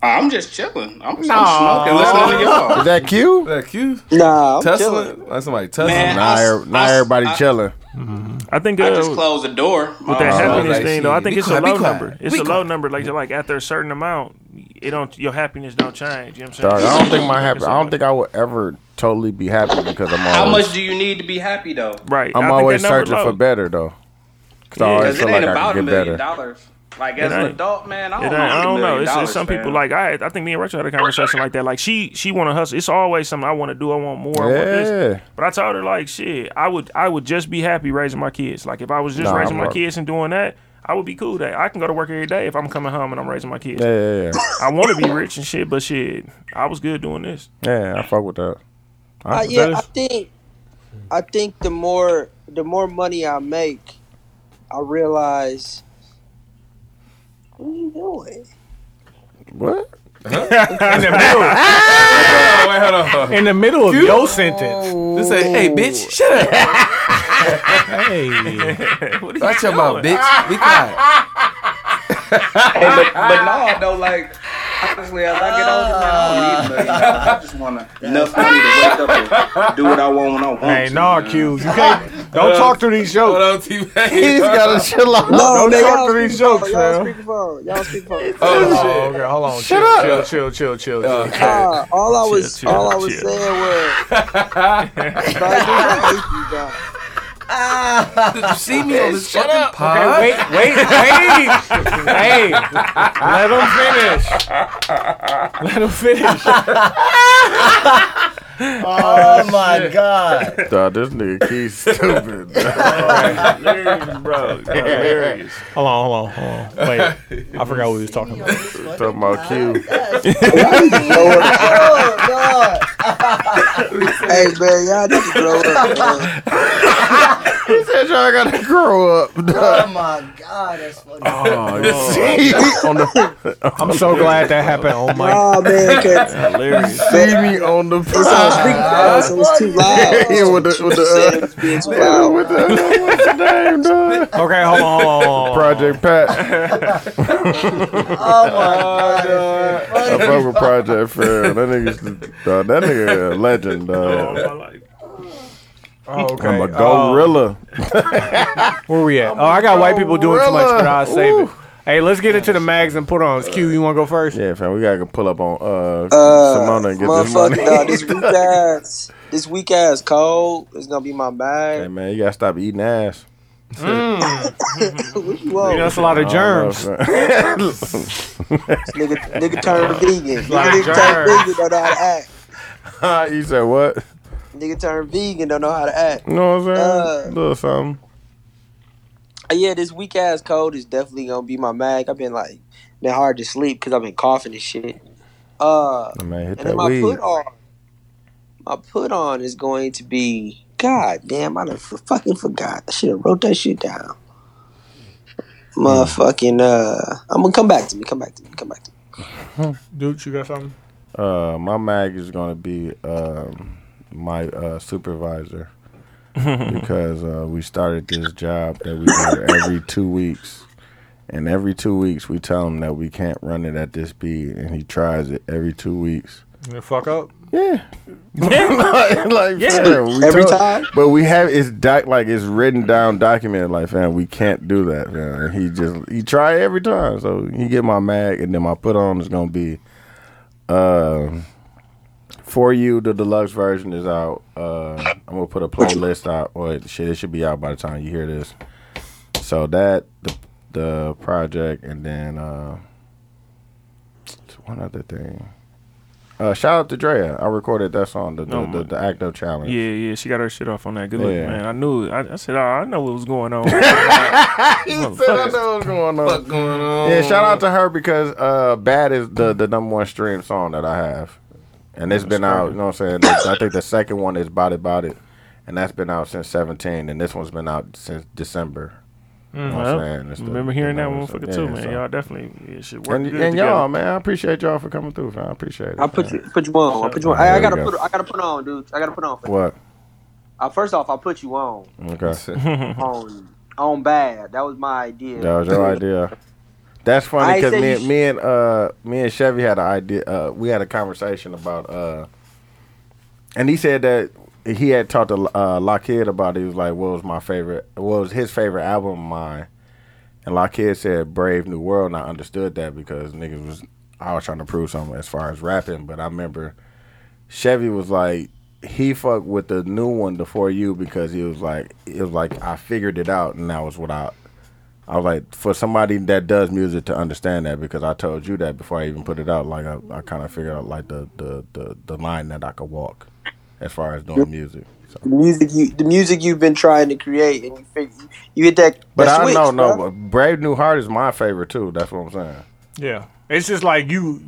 S10: I'm just chilling. I'm,
S2: Nah.
S10: I'm smoking, listening to y'all.
S3: Is that Q? Is
S6: that Q?
S4: Nah,
S6: Tesla? Like somebody Tesla.
S10: Man,
S3: Now,
S10: I-
S3: er- now
S10: I-
S3: everybody
S10: I-
S3: chilling.
S9: I think uh,
S10: I just closed the door.
S9: with
S10: Um,
S9: that happiness
S6: like,
S9: thing though, I think
S6: be
S9: it's
S6: quiet,
S9: a
S6: be
S9: low
S6: quiet,
S9: number.
S6: be
S9: It's a low
S6: quiet.
S9: number. Like like after a certain amount, it don't your happiness don't change. You know what I'm
S3: Dog,
S9: saying?
S3: I don't think my happy. I don't think I will ever totally be happy because I'm always.
S10: How much do you need to be happy though?
S9: Right. I
S3: I'm
S9: think
S3: always
S9: that number
S3: searching
S9: low.
S3: for better though. 'Cause I
S9: Yeah,
S3: always
S10: Because it
S3: feel
S10: ain't
S3: like I
S10: about a
S3: can get
S10: million
S3: better.
S10: dollars. Like
S9: It
S10: as an
S9: ain't.
S10: adult man, I
S9: It
S10: don't,
S9: ain't- I don't know.
S10: know.
S9: It's, it's some people like I. I think me and Rachel had a conversation like that. Like she, she want to hustle. It's always something I want to do. I want more. I want
S3: Yeah.
S9: this. But I told her like, shit, I would, I would just be happy raising my kids. Like if I was just
S3: Nah,
S9: raising my
S3: bro.
S9: kids and doing that, I would be cool. That I can go to work every day if I'm coming home and I'm raising my kids.
S3: Yeah, yeah, yeah.
S9: I want to be rich and shit, but shit, I was good doing this.
S3: Yeah, I fuck with that. I-
S4: I, Uh, yeah, I think I think the more the more money I make, I realize what are you doing?
S3: *laughs* What?
S2: In the middle,
S6: Oh, wait, hold on. hold on.
S2: in the middle of your
S10: Oh.
S2: sentence.
S6: Just say, hey, bitch, shut up.
S3: *laughs*
S2: Hey.
S9: What are you
S6: Shut your mouth,
S9: doing?
S6: bitch. Be quiet.
S10: but, but no, though, like honestly, as I get older, man, I don't need a million dollars. I just want enough money to wake up and do what I want when I want.
S2: Hey,
S10: to,
S2: no,
S10: man.
S2: Q. You can't.
S10: Uh,
S2: Don't talk through these jokes.
S6: *laughs* Hold on, T-Pain.
S3: *laughs* He's got a shit like
S4: No,
S2: Don't
S4: man,
S2: talk
S4: y'all
S2: to these
S4: speakerphone,
S2: jokes, man.
S4: y'all speakerphone, y'all speakerphone.
S6: *laughs*
S2: Oh, okay, hold on. chill,
S3: up.
S2: Chill, chill, chill, chill. chill.
S4: Uh, all I was,
S9: chill,
S4: all I was
S9: chill.
S4: saying was, if I do, I hate you guys.
S6: See me on this
S8: Shut
S6: fucking
S8: up.
S6: pod.
S2: Hey, wait, wait, wait. hey,
S9: *laughs*
S2: let him finish. Let him finish.
S8: Oh my god.
S3: Dog, this nigga *laughs* Key's stupid.
S9: bro. hilarious.
S2: Hold on, hold on, hold on. Wait, I forgot what we was talking about.
S3: Talking about Q.
S8: Oh god.
S4: Hey man, y'all need to grow up. Man.
S3: He said y'all gotta grow *laughs* up.
S8: Oh my god. That's funny.
S3: See, on the,
S2: I'm so glad that happened. Oh *laughs* my.
S4: *laughs* Oh man, 'cause uh,
S9: Hilarious.
S3: see me on the
S4: it's
S10: *laughs*
S4: on speakerphone, so it's too loud.
S3: Yeah, with the- with the, uh,
S4: It was being too loud.
S3: with the *laughs* what's the name, dog?
S2: Okay, hold on, hold on, hold on.
S3: *laughs* Project *laughs* Pat.
S8: Oh my god. that's
S3: I
S8: funny.
S3: fuck with Project Fair. That nigga's dog, that nigga a legend, dog.
S9: uh,
S2: Oh, okay.
S3: I'm a gorilla.
S2: Where we at? Oh, I got white people doing too much, but I'll save it.
S3: Ooh.
S2: Hey, let's get into the mags and put on. Q, you want to go first?
S3: Yeah, fam, we gotta pull up on uh,
S4: Uh,
S3: Simona and get this money.
S4: motherfucker, no, this
S3: *laughs*
S4: weak ass, this weak ass cold is gonna be my
S3: hey
S4: bag.
S3: man, you gotta stop eating ass.
S2: You know,
S4: Whoa,
S2: that's a lot of
S3: I don't know,
S2: germs.
S3: fam. *laughs*
S4: nigga,
S2: *laughs*
S4: nigga turned vegan.
S2: Like
S4: Nigga, nigga turned
S2: germs.
S4: vegan, don't know how to
S3: *laughs*
S4: act.
S3: you said what?
S4: Nigga turned vegan, don't know how to act.
S3: You know what I'm saying?
S4: Uh,
S3: Little something.
S4: Uh, Yeah, this weak ass cold is definitely gonna be my mag. I've been like, been hard to sleep because I've been coughing and shit. Uh,
S3: I mean, hit
S4: And then
S3: that
S4: my
S3: weed.
S4: put on, my put on is going to be. God damn, I done f- fucking forgot. I should have wrote that shit down.
S3: Hmm.
S4: Motherfucking, uh, I'm gonna come back to me. Come back to me. Come back to me.
S2: Dude, you got something?
S3: Uh, my mag is gonna be um, my uh, supervisor because uh, we started this job that we do every two weeks, and every two weeks we tell him that we can't run it at this speed, and he tries it every two weeks.
S2: You gonna fuck up?
S4: *laughs*
S3: Yeah. *laughs* like, like, fam, we
S4: Every
S3: told-
S4: time?
S3: But we have it's doc like it's written down, documented. Like, fam, we can't do that, fam. And he just he try every time. So he get my mag, and then my put on is gonna be, uh, for you. The deluxe version is out. Uh, I'm gonna put a playlist out. Or shit, it should be out by the time you hear this. So that the the project, and then uh, one other thing. Uh, shout out to Drea. I recorded that song, the the,
S9: Oh,
S3: the, the Acto challenge.
S9: Yeah, yeah, she got her shit off on that. Good look,
S3: Yeah.
S9: man. I knew. it. I, I said, oh, I know what was
S3: *laughs*
S9: going on.
S3: *laughs* I know what's going on. Yeah, shout out to her because uh, "Bad" is the the number one stream song that I have, and it's been out. You know what I'm saying? I think the second one is "Body Body," and that's been out since 17, and this one's been out since December. You know what I'm saying? It's the-
S9: remember hearing
S3: the
S9: that
S3: numbers.
S9: motherfucker
S3: Yeah,
S9: too, man.
S3: so-
S9: Y'all definitely it should work.
S3: And,
S9: good
S3: and
S9: together.
S3: y'all, man, I appreciate y'all for coming through. Man. I appreciate it.
S4: I'll put
S3: man.
S4: you put you on. I'll put you on.
S3: There
S4: I, I
S3: you
S4: gotta
S3: go.
S4: put I gotta put on, dude. I gotta put on.
S3: What?
S4: Uh, first off, I'll put
S3: *laughs*
S4: you on.
S3: Okay.
S4: on on bad. That was my idea.
S3: That was your idea. That's
S4: I
S3: funny because
S4: said
S3: me,
S4: you
S3: and- me and uh, me and Chevy had an idea. Uh, we had a conversation about, uh, and he said that he had talked to uh, Lockheed about. It. He was like, "What was my favorite? What was his favorite album of mine?" And Lockheed said, "Brave New World." And I understood that because niggas was I was trying to prove something as far as rapping. But I remember Chevy was like, he fucked with the new one, the For You, because he was like, it was like I figured it out, and that was what I I was like, for somebody that does music to understand that, because I told you that before I even put it out. Like I, I kind of figured out like the, the the the line that I could walk, as far as doing music.
S4: The music you the music you've been trying to create and you figure you hit that.
S3: But
S4: that
S3: I
S4: switch,
S3: know, no,
S4: bruh.
S3: but Brave New Heart is my favorite too. That's what I'm saying.
S2: Yeah, it's just like you.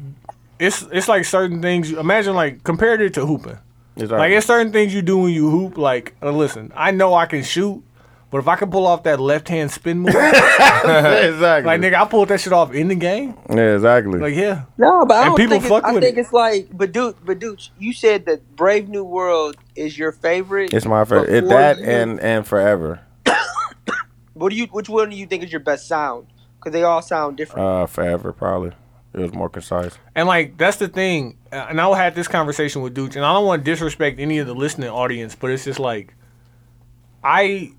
S2: It's it's like certain things. you- Imagine like compared it to hooping.
S3: Exactly. *laughs*
S2: Like it's certain things you do when you hoop. Like uh, listen, I know I can shoot, but if I can pull off that left hand
S3: *laughs*
S2: spin move,
S3: exactly.
S2: Like nigga, I pulled that shit off in the game.
S3: Yeah, exactly.
S2: Like yeah,
S4: No, but I
S2: And
S4: don't
S2: people
S4: think
S2: fuck
S4: it, I
S2: with
S4: think it's like, but dude, but dude, you said that Brave New World is your favorite.
S3: It's my favorite. It,
S4: Before
S3: that
S4: you-
S3: and and Forever,
S4: What do you? Which one do you think is your best sound? Because they all sound different.
S3: uh, Forever probably. It was more concise.
S2: and like that's the thing. Uh, And I had this conversation with Dooch, and I don't want to disrespect any of the listening audience, but it's just like I,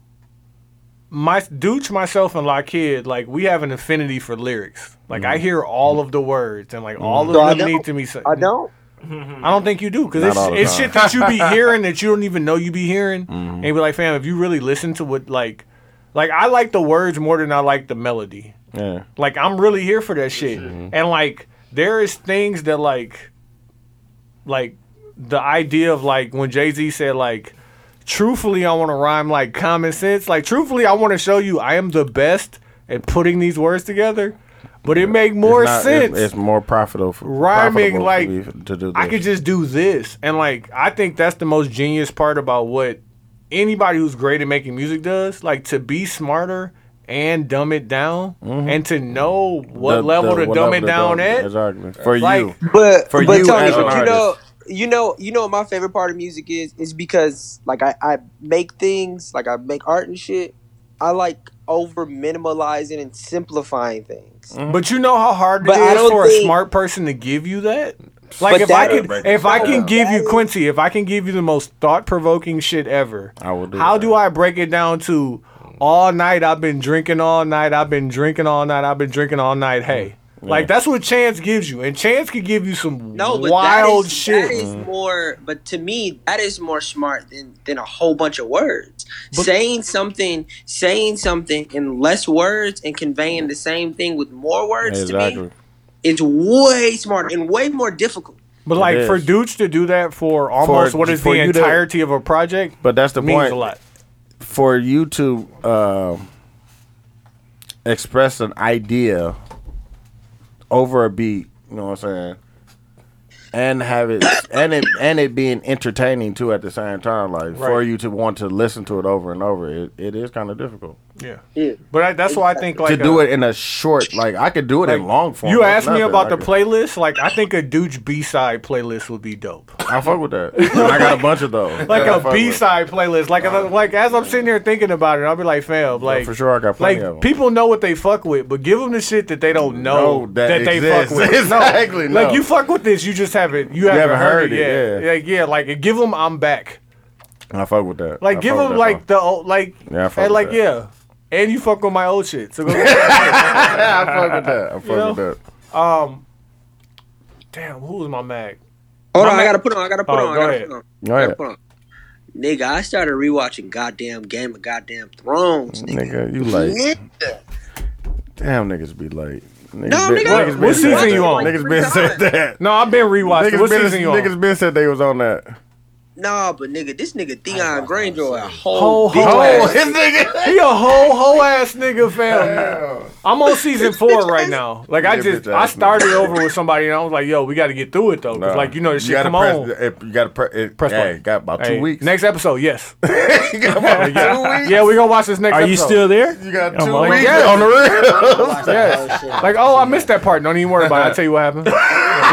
S2: my Dooch, myself, and La Kid, like we have an affinity for lyrics. Like
S3: Mm.
S2: I hear all of the words, and like all of
S4: No, I
S2: them
S4: don't.
S2: need to me.
S3: Uh,
S2: So,
S4: I don't.
S2: I don't think you do because
S3: Not
S2: it's,
S3: all the
S2: it's
S3: time. Mm-hmm.
S2: shit that
S3: *laughs*
S2: you be hearing that you don't even know you be hearing. And you be like, fam, if you really listen to what like, like I like the words more than I like the melody.
S3: Yeah.
S2: Like I'm really here for that shit.
S3: Mm-hmm.
S2: And like there is things that like like the idea of like when Jay-Z said like truthfully I want to rhyme like common sense. Like truthfully I want to show you I am the best at putting these words together. But it make more
S3: It's not-
S2: sense.
S3: It's, it's more profitable. For,
S2: Rhyming,
S3: profitable
S2: like,
S3: for me to do. This.
S2: I could just do this. And like I think that's the most genius part about what anybody who's great at making music does. Like to be smarter and dumb it down and to know what
S3: Mm-hmm. The-
S2: level
S3: the-
S2: to
S3: what
S2: dumb it
S3: level to
S2: down
S3: dumb-
S2: at.
S3: exactly. For
S2: *laughs*
S3: you.
S4: But
S3: For
S4: but
S3: you
S4: Tony,
S3: as an
S4: but you
S3: artist.
S4: know, you know, you know what my favorite part of music is is because like I, I make things, like I make art and shit. I like over minimalizing and simplifying things.
S2: But you know how hard it
S4: But I
S2: is
S4: don't
S2: for a
S4: think-
S2: smart person to give you that? Like
S4: But
S2: if I
S4: that-
S2: could if I can give you Quincy, if I can give you the most thought provoking shit ever,
S3: I will do.
S2: how
S3: that.
S2: do I break it down to all night I've been drinking all night, I've been drinking all night, I've been drinking all night, hey. Like that's what chance gives you. And chance could give you some
S4: No, but
S2: wild
S4: that is,
S2: shit.
S4: That is more, but to me, that is more smart than than a whole bunch of words. saying something, saying something in less words and conveying the same thing with more words to me
S3: Exactly.
S4: is way smarter and way more difficult.
S2: but
S3: It
S2: like for
S3: is.
S2: Dooch to do that for almost what is
S3: for
S2: the
S3: you to-
S2: entirety of a project
S3: But that's the
S2: means
S3: point.
S2: a lot.
S3: for you to um express an idea over a beat, you know what I'm saying, and have it *coughs* and it and it being entertaining too at the same time. Like for
S2: Right.
S3: you to want to listen to it over and over, it, it is kind of difficult.
S2: Yeah.
S4: Yeah.
S2: But I, that's why I think like
S3: to do
S2: a-
S3: it in a short, like I could do it in long form.
S2: You
S3: That's
S2: asked me
S3: nothing.
S2: about
S3: I
S2: the
S3: could-
S2: playlist. Like, I think a Dooge B side playlist would be dope.
S3: I fuck with
S2: *laughs*
S3: that. And I got a bunch of those.
S2: Like
S3: Yeah, I
S2: a
S3: fuck
S2: B
S3: with it.
S2: side playlist. Like, uh, like as I'm sitting here thinking about it, I'll be like, fam, like
S3: for sure I got plenty
S2: like,
S3: of 'em.
S2: People know what they fuck with, but give them the shit that they don't know
S3: No,
S2: that,
S3: that
S2: they
S3: exists. *laughs*
S2: fuck with. No.
S3: Exactly, no.
S2: Like you fuck with this, you just haven't you, haven't, heard, it. yet.
S3: yeah.
S2: Like yeah, like give them I'm back.
S3: I fuck with that.
S2: Like
S3: I
S2: give
S3: fuck with that
S2: them like
S3: song. *laughs*
S2: the old like
S3: Yeah, I fuck
S2: and
S3: with
S2: like
S3: that.
S2: yeah, and you fuck with my old
S3: *laughs*
S2: shit. So go.
S3: I fuck with that. I fuck
S2: You know?
S3: with that.
S2: Um, damn, who was my mag?
S4: Hold
S2: My
S4: on,
S2: mag-
S4: I gotta put on. I gotta put
S2: Oh, go
S4: on. I gotta
S2: ahead.
S4: put on.
S3: Go
S4: I gotta
S3: ahead.
S4: put on. Nigga, I started rewatching goddamn Game of Goddamn Thrones.
S2: Mm.
S3: Nigga, you like
S4: Nigga.
S3: damn niggas be late. Niggas
S4: No,
S3: been-
S4: nigga,
S3: niggas been
S2: What
S3: said
S2: season
S3: that.
S2: you on?
S3: Niggas been said that.
S2: No, I've been rewatching.
S3: Niggas
S2: what
S3: been-
S2: season you on?
S3: Niggas been said they was on that.
S4: Nah, but nigga, this nigga Theon Granger a
S2: Whole
S4: whole
S2: hoe
S4: bitch ass.
S2: ass. He a whole hoe ass nigga, fam. I'm on season four
S3: *laughs*
S2: right now. Like I
S3: Yeah,
S2: just
S3: bitch
S2: I
S3: ass
S2: started
S3: nigga.
S2: over with somebody and I was like, yo, we got to get through it though. 'Cause,
S3: Nah.
S2: Like you know, this shit
S3: gotta
S2: come
S3: press,
S2: on.
S3: It, you gotta pre- it, press. Hey,
S2: play.
S3: got about
S2: Hey,
S3: two weeks.
S2: Next episode, yes.
S3: *laughs* you got
S2: *laughs*
S3: about two weeks.
S2: yeah, we gonna watch this next.
S9: Are you
S2: episode.
S9: still there?
S3: You got
S9: I'm
S3: two
S9: on.
S3: weeks
S2: Yeah.
S3: on the
S9: *laughs*
S3: real.
S2: Yes. Like, oh, I missed that part. Don't even worry about it. I'll tell you what
S3: *laughs*
S2: happened. You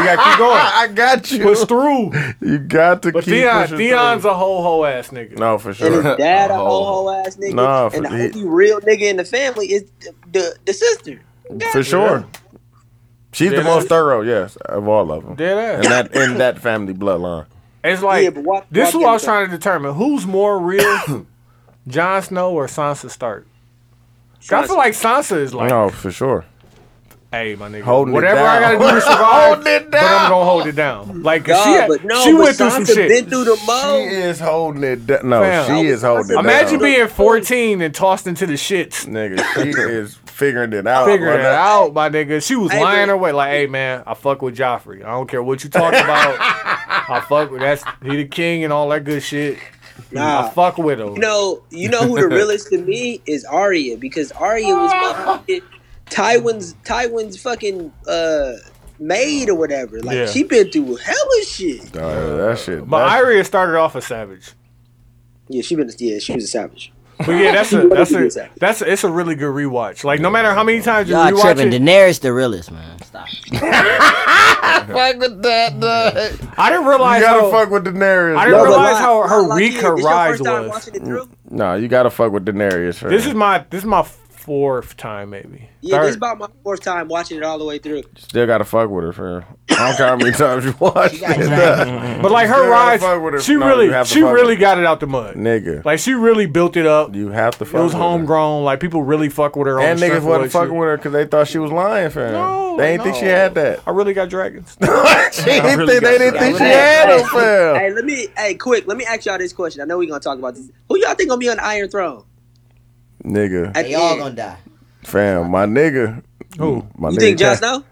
S2: gotta keep going.
S3: I got you.
S2: Push through.
S3: You got to
S2: But
S3: keep
S2: Theon,
S3: pushing
S2: Theon's a whole hoe ass nigga.
S3: through. No, for sure.
S2: *laughs*
S4: And his dad a whole
S3: Oh,
S4: whole ass nigga.
S3: Nah, for-
S4: and the
S3: he-
S4: only real nigga in the family is the the, the sister.
S3: *laughs* For sure. She's the
S2: Dead
S3: most
S2: ass.
S3: through, yes, of all of them.
S2: Dead ass.
S3: In that in that family bloodline.
S2: It's like
S4: Yeah, but why-
S2: this.
S4: why
S2: is
S4: give
S2: what I was
S4: it
S2: trying to determine who's
S3: *coughs*
S2: more real, Jon Snow or Sansa Stark. 'Cause I feel like Sansa is like,
S3: No, for sure.
S2: hey, my nigga,
S3: Holding it
S2: whatever I gotta
S3: down.
S2: do to
S3: *laughs*
S2: survive,
S3: Holding it
S2: but I'm
S3: down.
S2: gonna hold it down. Like 'cause
S4: God,
S2: she, had-
S4: but no,
S2: she
S4: but
S2: went through some
S4: Sansa
S2: shit.
S4: Been through the
S3: She
S4: most.
S3: is holding it down. No,
S2: Oh. Fam.
S3: she is holding it down.
S2: Imagine being 14 and tossed into the shits.
S3: nigga,
S2: *laughs*
S3: she is figuring it out.
S2: Figuring it
S3: brother.
S2: out, my nigga. She was
S4: Hey,
S2: lying
S4: but-
S2: her way, like, "Hey, man, I fuck with Joffrey. I don't care what
S3: *laughs*
S2: you talk about. I fuck with that's he the king and all that good shit.
S4: Nah.
S2: I fuck with him.
S4: You know, you know
S2: *laughs*
S4: who the realest to me is Arya because Arya was motherfucking Tywin's Tywin's fucking uh maid or whatever. Like
S2: Yeah.
S4: she been through hella
S3: Dog,
S4: shit.
S3: that shit.
S2: But
S3: that-
S2: Iria started off a savage.
S4: Yeah, she been yeah, she was a savage.
S2: But yeah, that's
S4: *laughs*
S2: a
S4: What
S2: that's
S4: if you
S2: a
S4: decide?
S2: that's a, it's a really good rewatch. Like no matter how many times you
S8: Y'all tripping.
S2: rewatch it,
S8: Daenerys the realest, man. Stop.
S2: I didn't realize
S3: you gotta
S2: how
S3: fuck with Daenerys.
S2: I didn't
S3: brother.
S2: realize
S4: lie-
S2: how her
S4: lie like
S2: weak
S4: you,
S2: her
S4: this your
S2: rise
S4: first time
S2: was.
S4: watching it through?
S3: no, you gotta fuck with Daenerys. Right?
S2: this is my this is my fourth time maybe.
S4: Yeah, this
S2: Third.
S4: is about my fourth time watching it all the way through.
S3: still gotta fuck with her, fam. I don't care how many times you watch
S8: got
S3: it.
S2: but like her
S3: still gotta fuck with her.
S2: rise, she
S3: No, you
S2: really
S3: have to
S2: she
S3: fuck
S2: really
S3: with
S2: got it out the
S3: *laughs*
S2: mud.
S3: nigga,
S2: Like she really built it up.
S3: you have to fuck.
S2: It was
S3: with her.
S2: homegrown. Like people really fuck with her. on
S3: And
S2: the
S3: niggas
S2: strength of
S3: wasn't
S2: that
S3: fucking
S2: shit.
S3: with her because they thought she was lying, fam.
S2: No,
S3: they didn't think she
S2: no.
S3: had that.
S2: *laughs* I really got dragons.
S3: she didn't
S9: really
S3: think they
S9: got
S3: didn't
S9: you.
S3: think she
S4: Hey,
S3: had
S2: *laughs*
S4: hey,
S3: them, fam.
S4: Hey, let me. Hey, quick. Let me ask y'all this question. I know we're gonna talk about this. Who y'all think gonna be on the Iron Throne?
S3: Nigga,
S4: At
S8: They
S4: the
S8: all
S4: end?
S8: gonna die.
S3: fam, my nigga.
S2: Who?
S3: My
S4: You
S3: nigga
S4: think Jon
S3: Jon-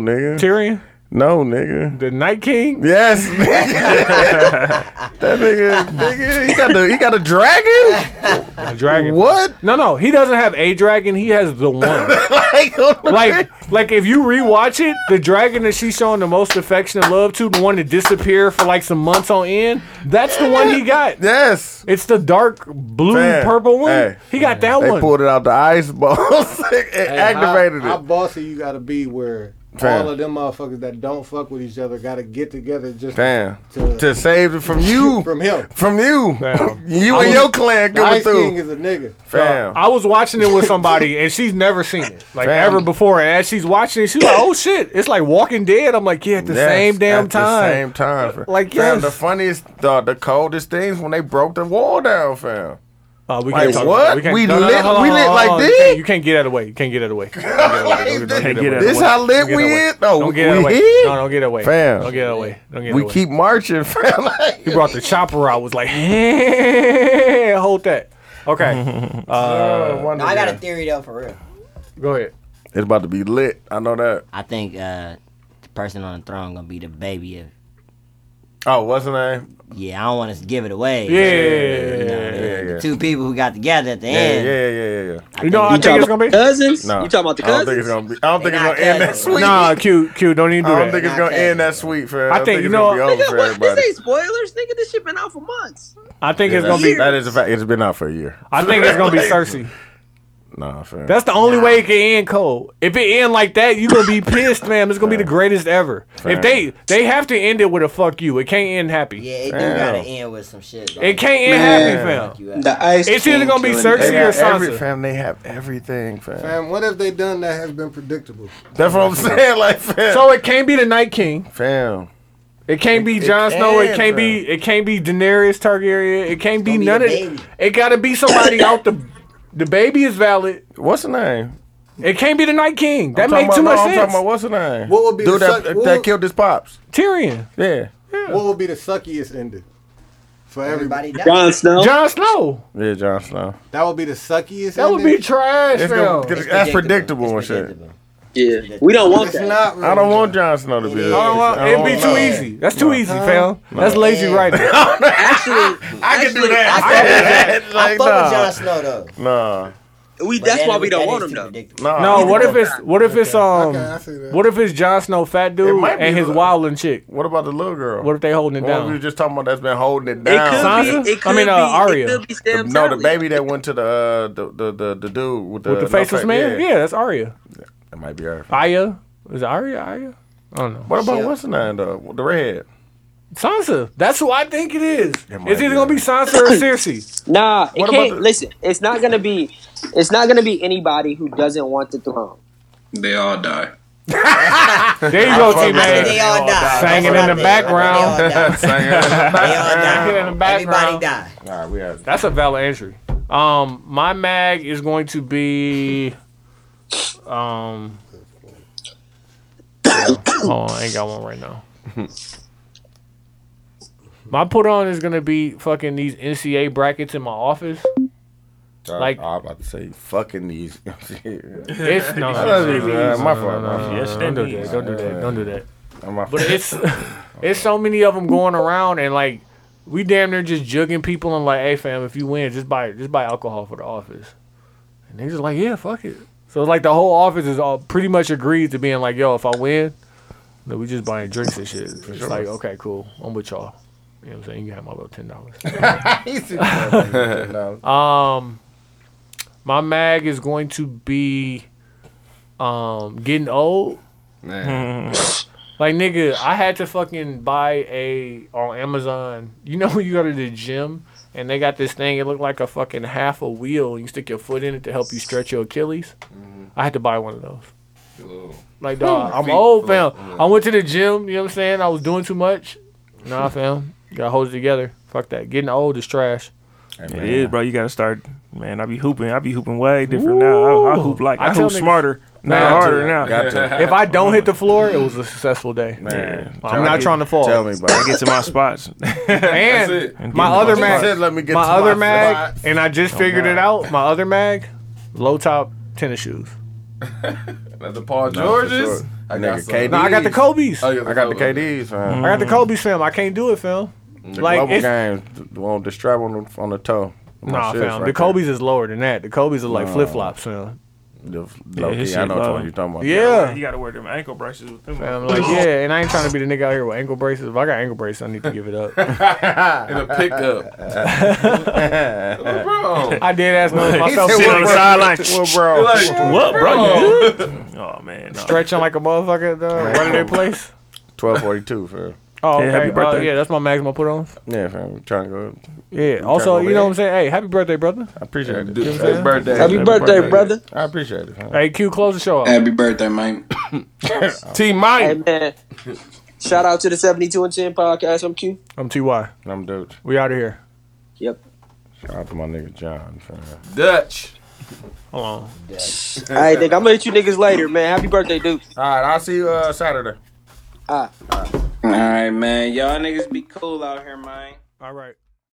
S3: No, nigga.
S2: Tyrion,
S3: No, nigga.
S2: the Night King.
S3: Yes, *laughs* nigga. that nigga, nigga, he got the, he got a dragon.
S2: A dragon.
S3: What?
S2: No, no, he doesn't have a dragon. He has the one.
S3: *laughs* like,
S2: like like if you rewatch it, the dragon that she's showing the most affection and love to, the one that disappeared for like some months on end, that's the one he got.
S3: yes.
S2: It's the dark blue
S3: Man,
S2: purple one.
S3: hey,
S2: he got that
S3: They
S2: one.
S3: pulled it out the ice balls *laughs* and activated
S1: How, how
S3: it.
S1: bossy you gotta be where
S3: Fam.
S1: all of them motherfuckers that don't fuck with each other gotta get together just
S3: Damn.
S1: To-
S3: To save it from you.
S1: *laughs* from him.
S3: From you.
S2: Damn.
S3: *laughs* You and your clan
S1: The
S3: coming
S1: Ice King
S3: through.
S1: is a nigga.
S3: Fam.
S2: I was watching it with somebody and she's never seen it. Like
S3: Fam.
S2: ever before. And as she's watching it, she's like, Oh shit, it's like walking dead. I'm like, Yeah, at the
S3: Yes,
S2: same damn
S3: at
S2: time.
S3: The same time. Fam.
S2: Like,
S3: fam,
S2: yes.
S3: the funniest, the, the coldest things when they broke the wall down, fam.
S2: Uh, we
S3: Like,
S2: can't talk
S3: what?
S2: about it. can't-
S3: We
S2: no, no, no,
S3: lit-
S2: hold on,
S3: we
S2: hold on,
S3: lit
S2: hold
S3: like
S2: on. You
S3: this?
S2: can't- You can't get out of the way. You can't get out
S3: *laughs*
S2: of the way. You can't get out of the way. Don't get out of the way.
S9: Can't get out of
S3: This
S9: the way.
S3: how lit we
S2: Don't get
S3: is? No,
S2: Don't
S3: we
S2: get out of the way.
S3: hit.
S2: No, don't get out of the way.
S3: Fam.
S2: Don't get out of the way. Don't get out of
S3: we
S2: the way.
S3: keep marching, *laughs* fam. Like,
S2: He brought the chopper out. Was like, *laughs* hey, hold that.
S3: Mm-hmm.
S2: Okay,
S3: uh, one
S8: No, I got a
S3: again.
S8: theory though, for real.
S2: go ahead.
S3: It's about to be lit. I know that.
S8: I think uh, the person on the throne gonna be the baby of.
S3: Oh, what's her name?
S8: Yeah, I don't want to give it away.
S2: Yeah,
S8: You know,
S3: yeah, yeah.
S8: The two people who got together at the
S3: Yeah,
S8: end.
S3: yeah, yeah, yeah, yeah.
S2: You
S8: You
S2: know, how I think
S4: talking
S2: it's gonna
S4: about
S2: be.
S4: cousins?
S3: No,
S4: You talking about the
S3: I don't think it's
S4: cousins?
S3: gonna be. I don't think
S8: They
S3: it's
S8: not
S3: gonna end that
S8: cousins.
S3: sweet.
S2: Nah, cute, cute. Don't even do
S3: I don't think
S2: that.
S3: it's gonna end that sweet, fam.
S2: I think, you
S3: it's gonna
S2: know-
S3: be over
S4: Nigga,
S3: for
S4: what?
S3: everybody.
S4: This ain't spoilers, nigga. This shit been out for months.
S2: I think
S3: Yeah,
S2: it's gonna
S3: that's-
S2: be.
S3: That is a fact. It's been out for a year.
S2: I think it's gonna be Cersei.
S3: Nah, fair.
S2: That's the only way it can end cold. If it end like that, you're gonna be pissed, man. It's gonna be the greatest ever.
S3: Fair.
S2: If they they have to end it with a fuck you. It can't end happy. Yeah,
S8: They do gotta end with some shit.
S2: It can't end happy, fam.
S8: The Ice
S2: it's either
S8: King
S2: gonna be
S8: killing
S2: Cersei
S3: They
S2: or
S3: got
S2: Sansa.
S3: every- fam, they have everything, fam.
S1: Fam, what have they done that has been predictable?
S3: That's
S2: *laughs*
S3: what I'm saying, like, fam.
S2: So it can't be the Night King.
S3: Fam.
S2: It can't be
S3: It- it
S2: Jon Snow. It
S3: can,
S2: can't
S3: bro.
S2: be. It can't be Daenerys Targaryen. It can't be none of.
S3: baby.
S2: It gotta be somebody out the. The baby is valid.
S3: What's the name?
S2: It can't be the Night King. That
S3: I'm
S2: makes
S3: talking about-
S2: too much
S3: no, I'm
S2: sense.
S3: talking about what's the name?
S1: What would be
S3: Dude
S1: the
S3: that,
S1: suck- what
S3: that
S1: would-
S3: killed his pops.
S2: Tyrion.
S3: Yeah.
S1: What would be the suckiest ending for everybody?
S3: Jon Snow?
S2: Jon Snow.
S3: Yeah, Jon Snow.
S1: That would be the suckiest.
S2: That would
S1: ending?
S2: be trash,
S3: It's
S2: fam.
S3: gonna- that's predictable and shit.
S4: Yeah, we don't want
S1: It's
S4: that.
S1: not
S3: I don't want Jon Snow to be. the-
S2: I don't want- it'd be too easy. That's too easy, fam. That's lazy writing.
S1: *laughs*
S3: I can do that.
S4: *laughs*
S8: I
S3: *laughs* Like,
S8: fuck
S3: nah.
S8: with Jon Snow though.
S3: Nah.
S4: We
S8: But that's why we don't want him though.
S2: No, what if it's what if it's um
S1: Okay, I see that.
S2: what if it's Jon Snow fat dude
S3: might be
S2: and his
S3: the-
S2: wildin' chick?
S3: What about the little girl?
S2: What if they holding it
S3: What we were
S2: down?
S3: just talking about that's been holding it
S2: It
S3: down.
S2: could be- it I mean, could uh, be- it Arya. could be
S3: The- no, the baby that went to the uh, the, the the the dude with the
S2: With the
S3: no
S2: faceless
S3: fa-
S2: man? Yeah. that's Arya.
S3: That might be her.
S2: Aya. Is it Arya? Arya? I don't know.
S3: What about what's the name though? The redhead.
S2: Sansa. That's who I think it is.
S3: might
S2: It's
S3: be
S2: either gonna be Sansa or Cersei.
S4: Nah, it
S3: What about
S4: can't.
S3: the-
S4: listen, it's not gonna be. It's not gonna be anybody who doesn't want the throne.
S10: They all die.
S2: There you go, T
S8: They
S2: man.
S8: all die. That's
S2: Singing in the
S8: what I think. They all
S2: background.
S8: die.
S2: *laughs*
S8: They all
S2: Singing
S8: die.
S2: in the background.
S8: Everybody die.
S3: All right, we have.
S2: That's a valid entry. Um, my mag is going to be, um, *coughs* oh, I ain't got one right now. My put on is gonna be fucking these NCA brackets in my *laughs* office. Like-
S3: I, am about to say fucking these. *laughs*
S2: It's no,
S3: I
S2: no,
S3: don't
S2: no,
S3: even-
S2: no,
S3: uh,
S2: no,
S3: my
S2: no,
S3: fault,
S2: no,
S3: my
S2: no,
S3: fault.
S2: no,
S9: Yes,
S2: Don't do
S9: that
S2: that.
S9: is.
S2: Don't do that. Don't do that.
S3: I'm off.
S2: But it's *laughs* it's so many of them going around and like we damn near just jugging people and like, hey fam, if you win, just buy just buy alcohol for the office. And they just like, yeah, fuck it. So it's like the whole office is all pretty much agreed to being like, yo, if I win, then we just buying drinks and shit. It's like, okay, cool, I'm with y'all. You know what I'm saying? You can have my little ten dollars. *laughs* Um, my mag is going to be um getting old. like nigga, I had to fucking buy a on Amazon. You know when you go to the gym and they got this thing. It looked like a fucking half a wheel, and you stick your foot in it to help you stretch your Achilles.
S3: Mm-hmm.
S2: I had to buy one of those.
S3: *laughs*
S2: Like dog, I'm old, fam. I went to the gym. You know what I'm saying? I was doing too much.
S3: *laughs*
S2: Nah, fam. Got hold it together. Fuck that. Getting old
S3: *laughs*
S2: is trash.
S9: It is, bro. You gotta start, man. I be hooping. I be hooping way different now. I, I hoop like
S2: I
S9: I,
S2: tell
S9: hoop
S2: niggas-
S9: smarter, not
S2: Man, I
S9: harder
S2: do.
S9: now.
S3: Got to.
S2: If I don't hit the floor, it was a successful day.
S3: Man,
S2: I'm not trying to fall.
S3: Tell me,
S9: I
S3: bro.
S9: get to my spots.
S3: it.
S2: And my other
S9: Getting my
S2: mag,
S3: Said, let me get
S2: my
S3: to
S2: other
S3: my
S2: mag,
S3: spot.
S2: and I just figured it out. My other mag, low top tennis shoes.
S6: That's the Paul
S3: No, for
S6: George's.
S3: sure.
S6: I got
S3: Nigga,
S6: some. Oh,
S3: KD.
S2: No, I got the Kobe's. I
S3: I got the KDs, fam.
S2: got the Kobe's, fam. I can't do it, fam.
S3: The
S2: Like
S3: global
S2: it's,
S3: games th- won't distract on the, on the toe. My
S2: nah,
S3: shit's
S2: fam.
S3: right
S2: The Kobe's is lower than that. The Kobe's are like
S3: No.
S2: flip flops, fam.
S3: there. The, low
S9: his
S3: key,
S9: shit
S3: I know what
S9: low.
S3: you're talking about.
S2: Yeah.
S9: *laughs* You gotta wear them ankle braces with them.
S2: Fam, like yeah, and I ain't trying to be the nigga out here with ankle braces. If I got ankle braces, I need to give it up.
S6: in a pickup. *laughs* bro.
S2: I did ask myself
S9: Sit on the *laughs* sideline.
S3: Well,
S2: *laughs*
S3: bro,
S9: What, bro? You good? Oh man. no.
S2: stretching like a motherfucker, dog, running their place.
S3: 1242, fam.
S2: Oh, okay.
S9: Hey, happy
S2: Uh,
S9: birthday.
S2: yeah, that's my maximum put on.
S3: Yeah, fam. we trying to go.
S2: Yeah. Also,
S3: go
S2: you know
S3: back.
S2: what I'm saying? Hey, happy birthday, brother.
S3: I appreciate it.
S6: Happy birthday.
S4: Happy birthday, brother.
S3: I appreciate it, fam.
S2: Hey, Q, close the show out.
S10: Happy birthday,
S2: *laughs*
S10: man.
S6: T
S4: Hey
S6: Mike.
S4: man, shout out to the seventy two and ten podcast. I'm Q.
S2: I'm Ty.
S3: I'm dude.
S2: We out of here.
S4: Yep.
S3: Shout out to my nigga John, fam.
S6: Dutch.
S2: Hold on.
S4: All right, nigga. I'm gonna hit you niggas later, man. Happy birthday, dude.
S3: All right, I'll see you uh, Saturday.
S4: Ah.
S10: All right, man. Y'all niggas be cool out here, man.
S2: All right.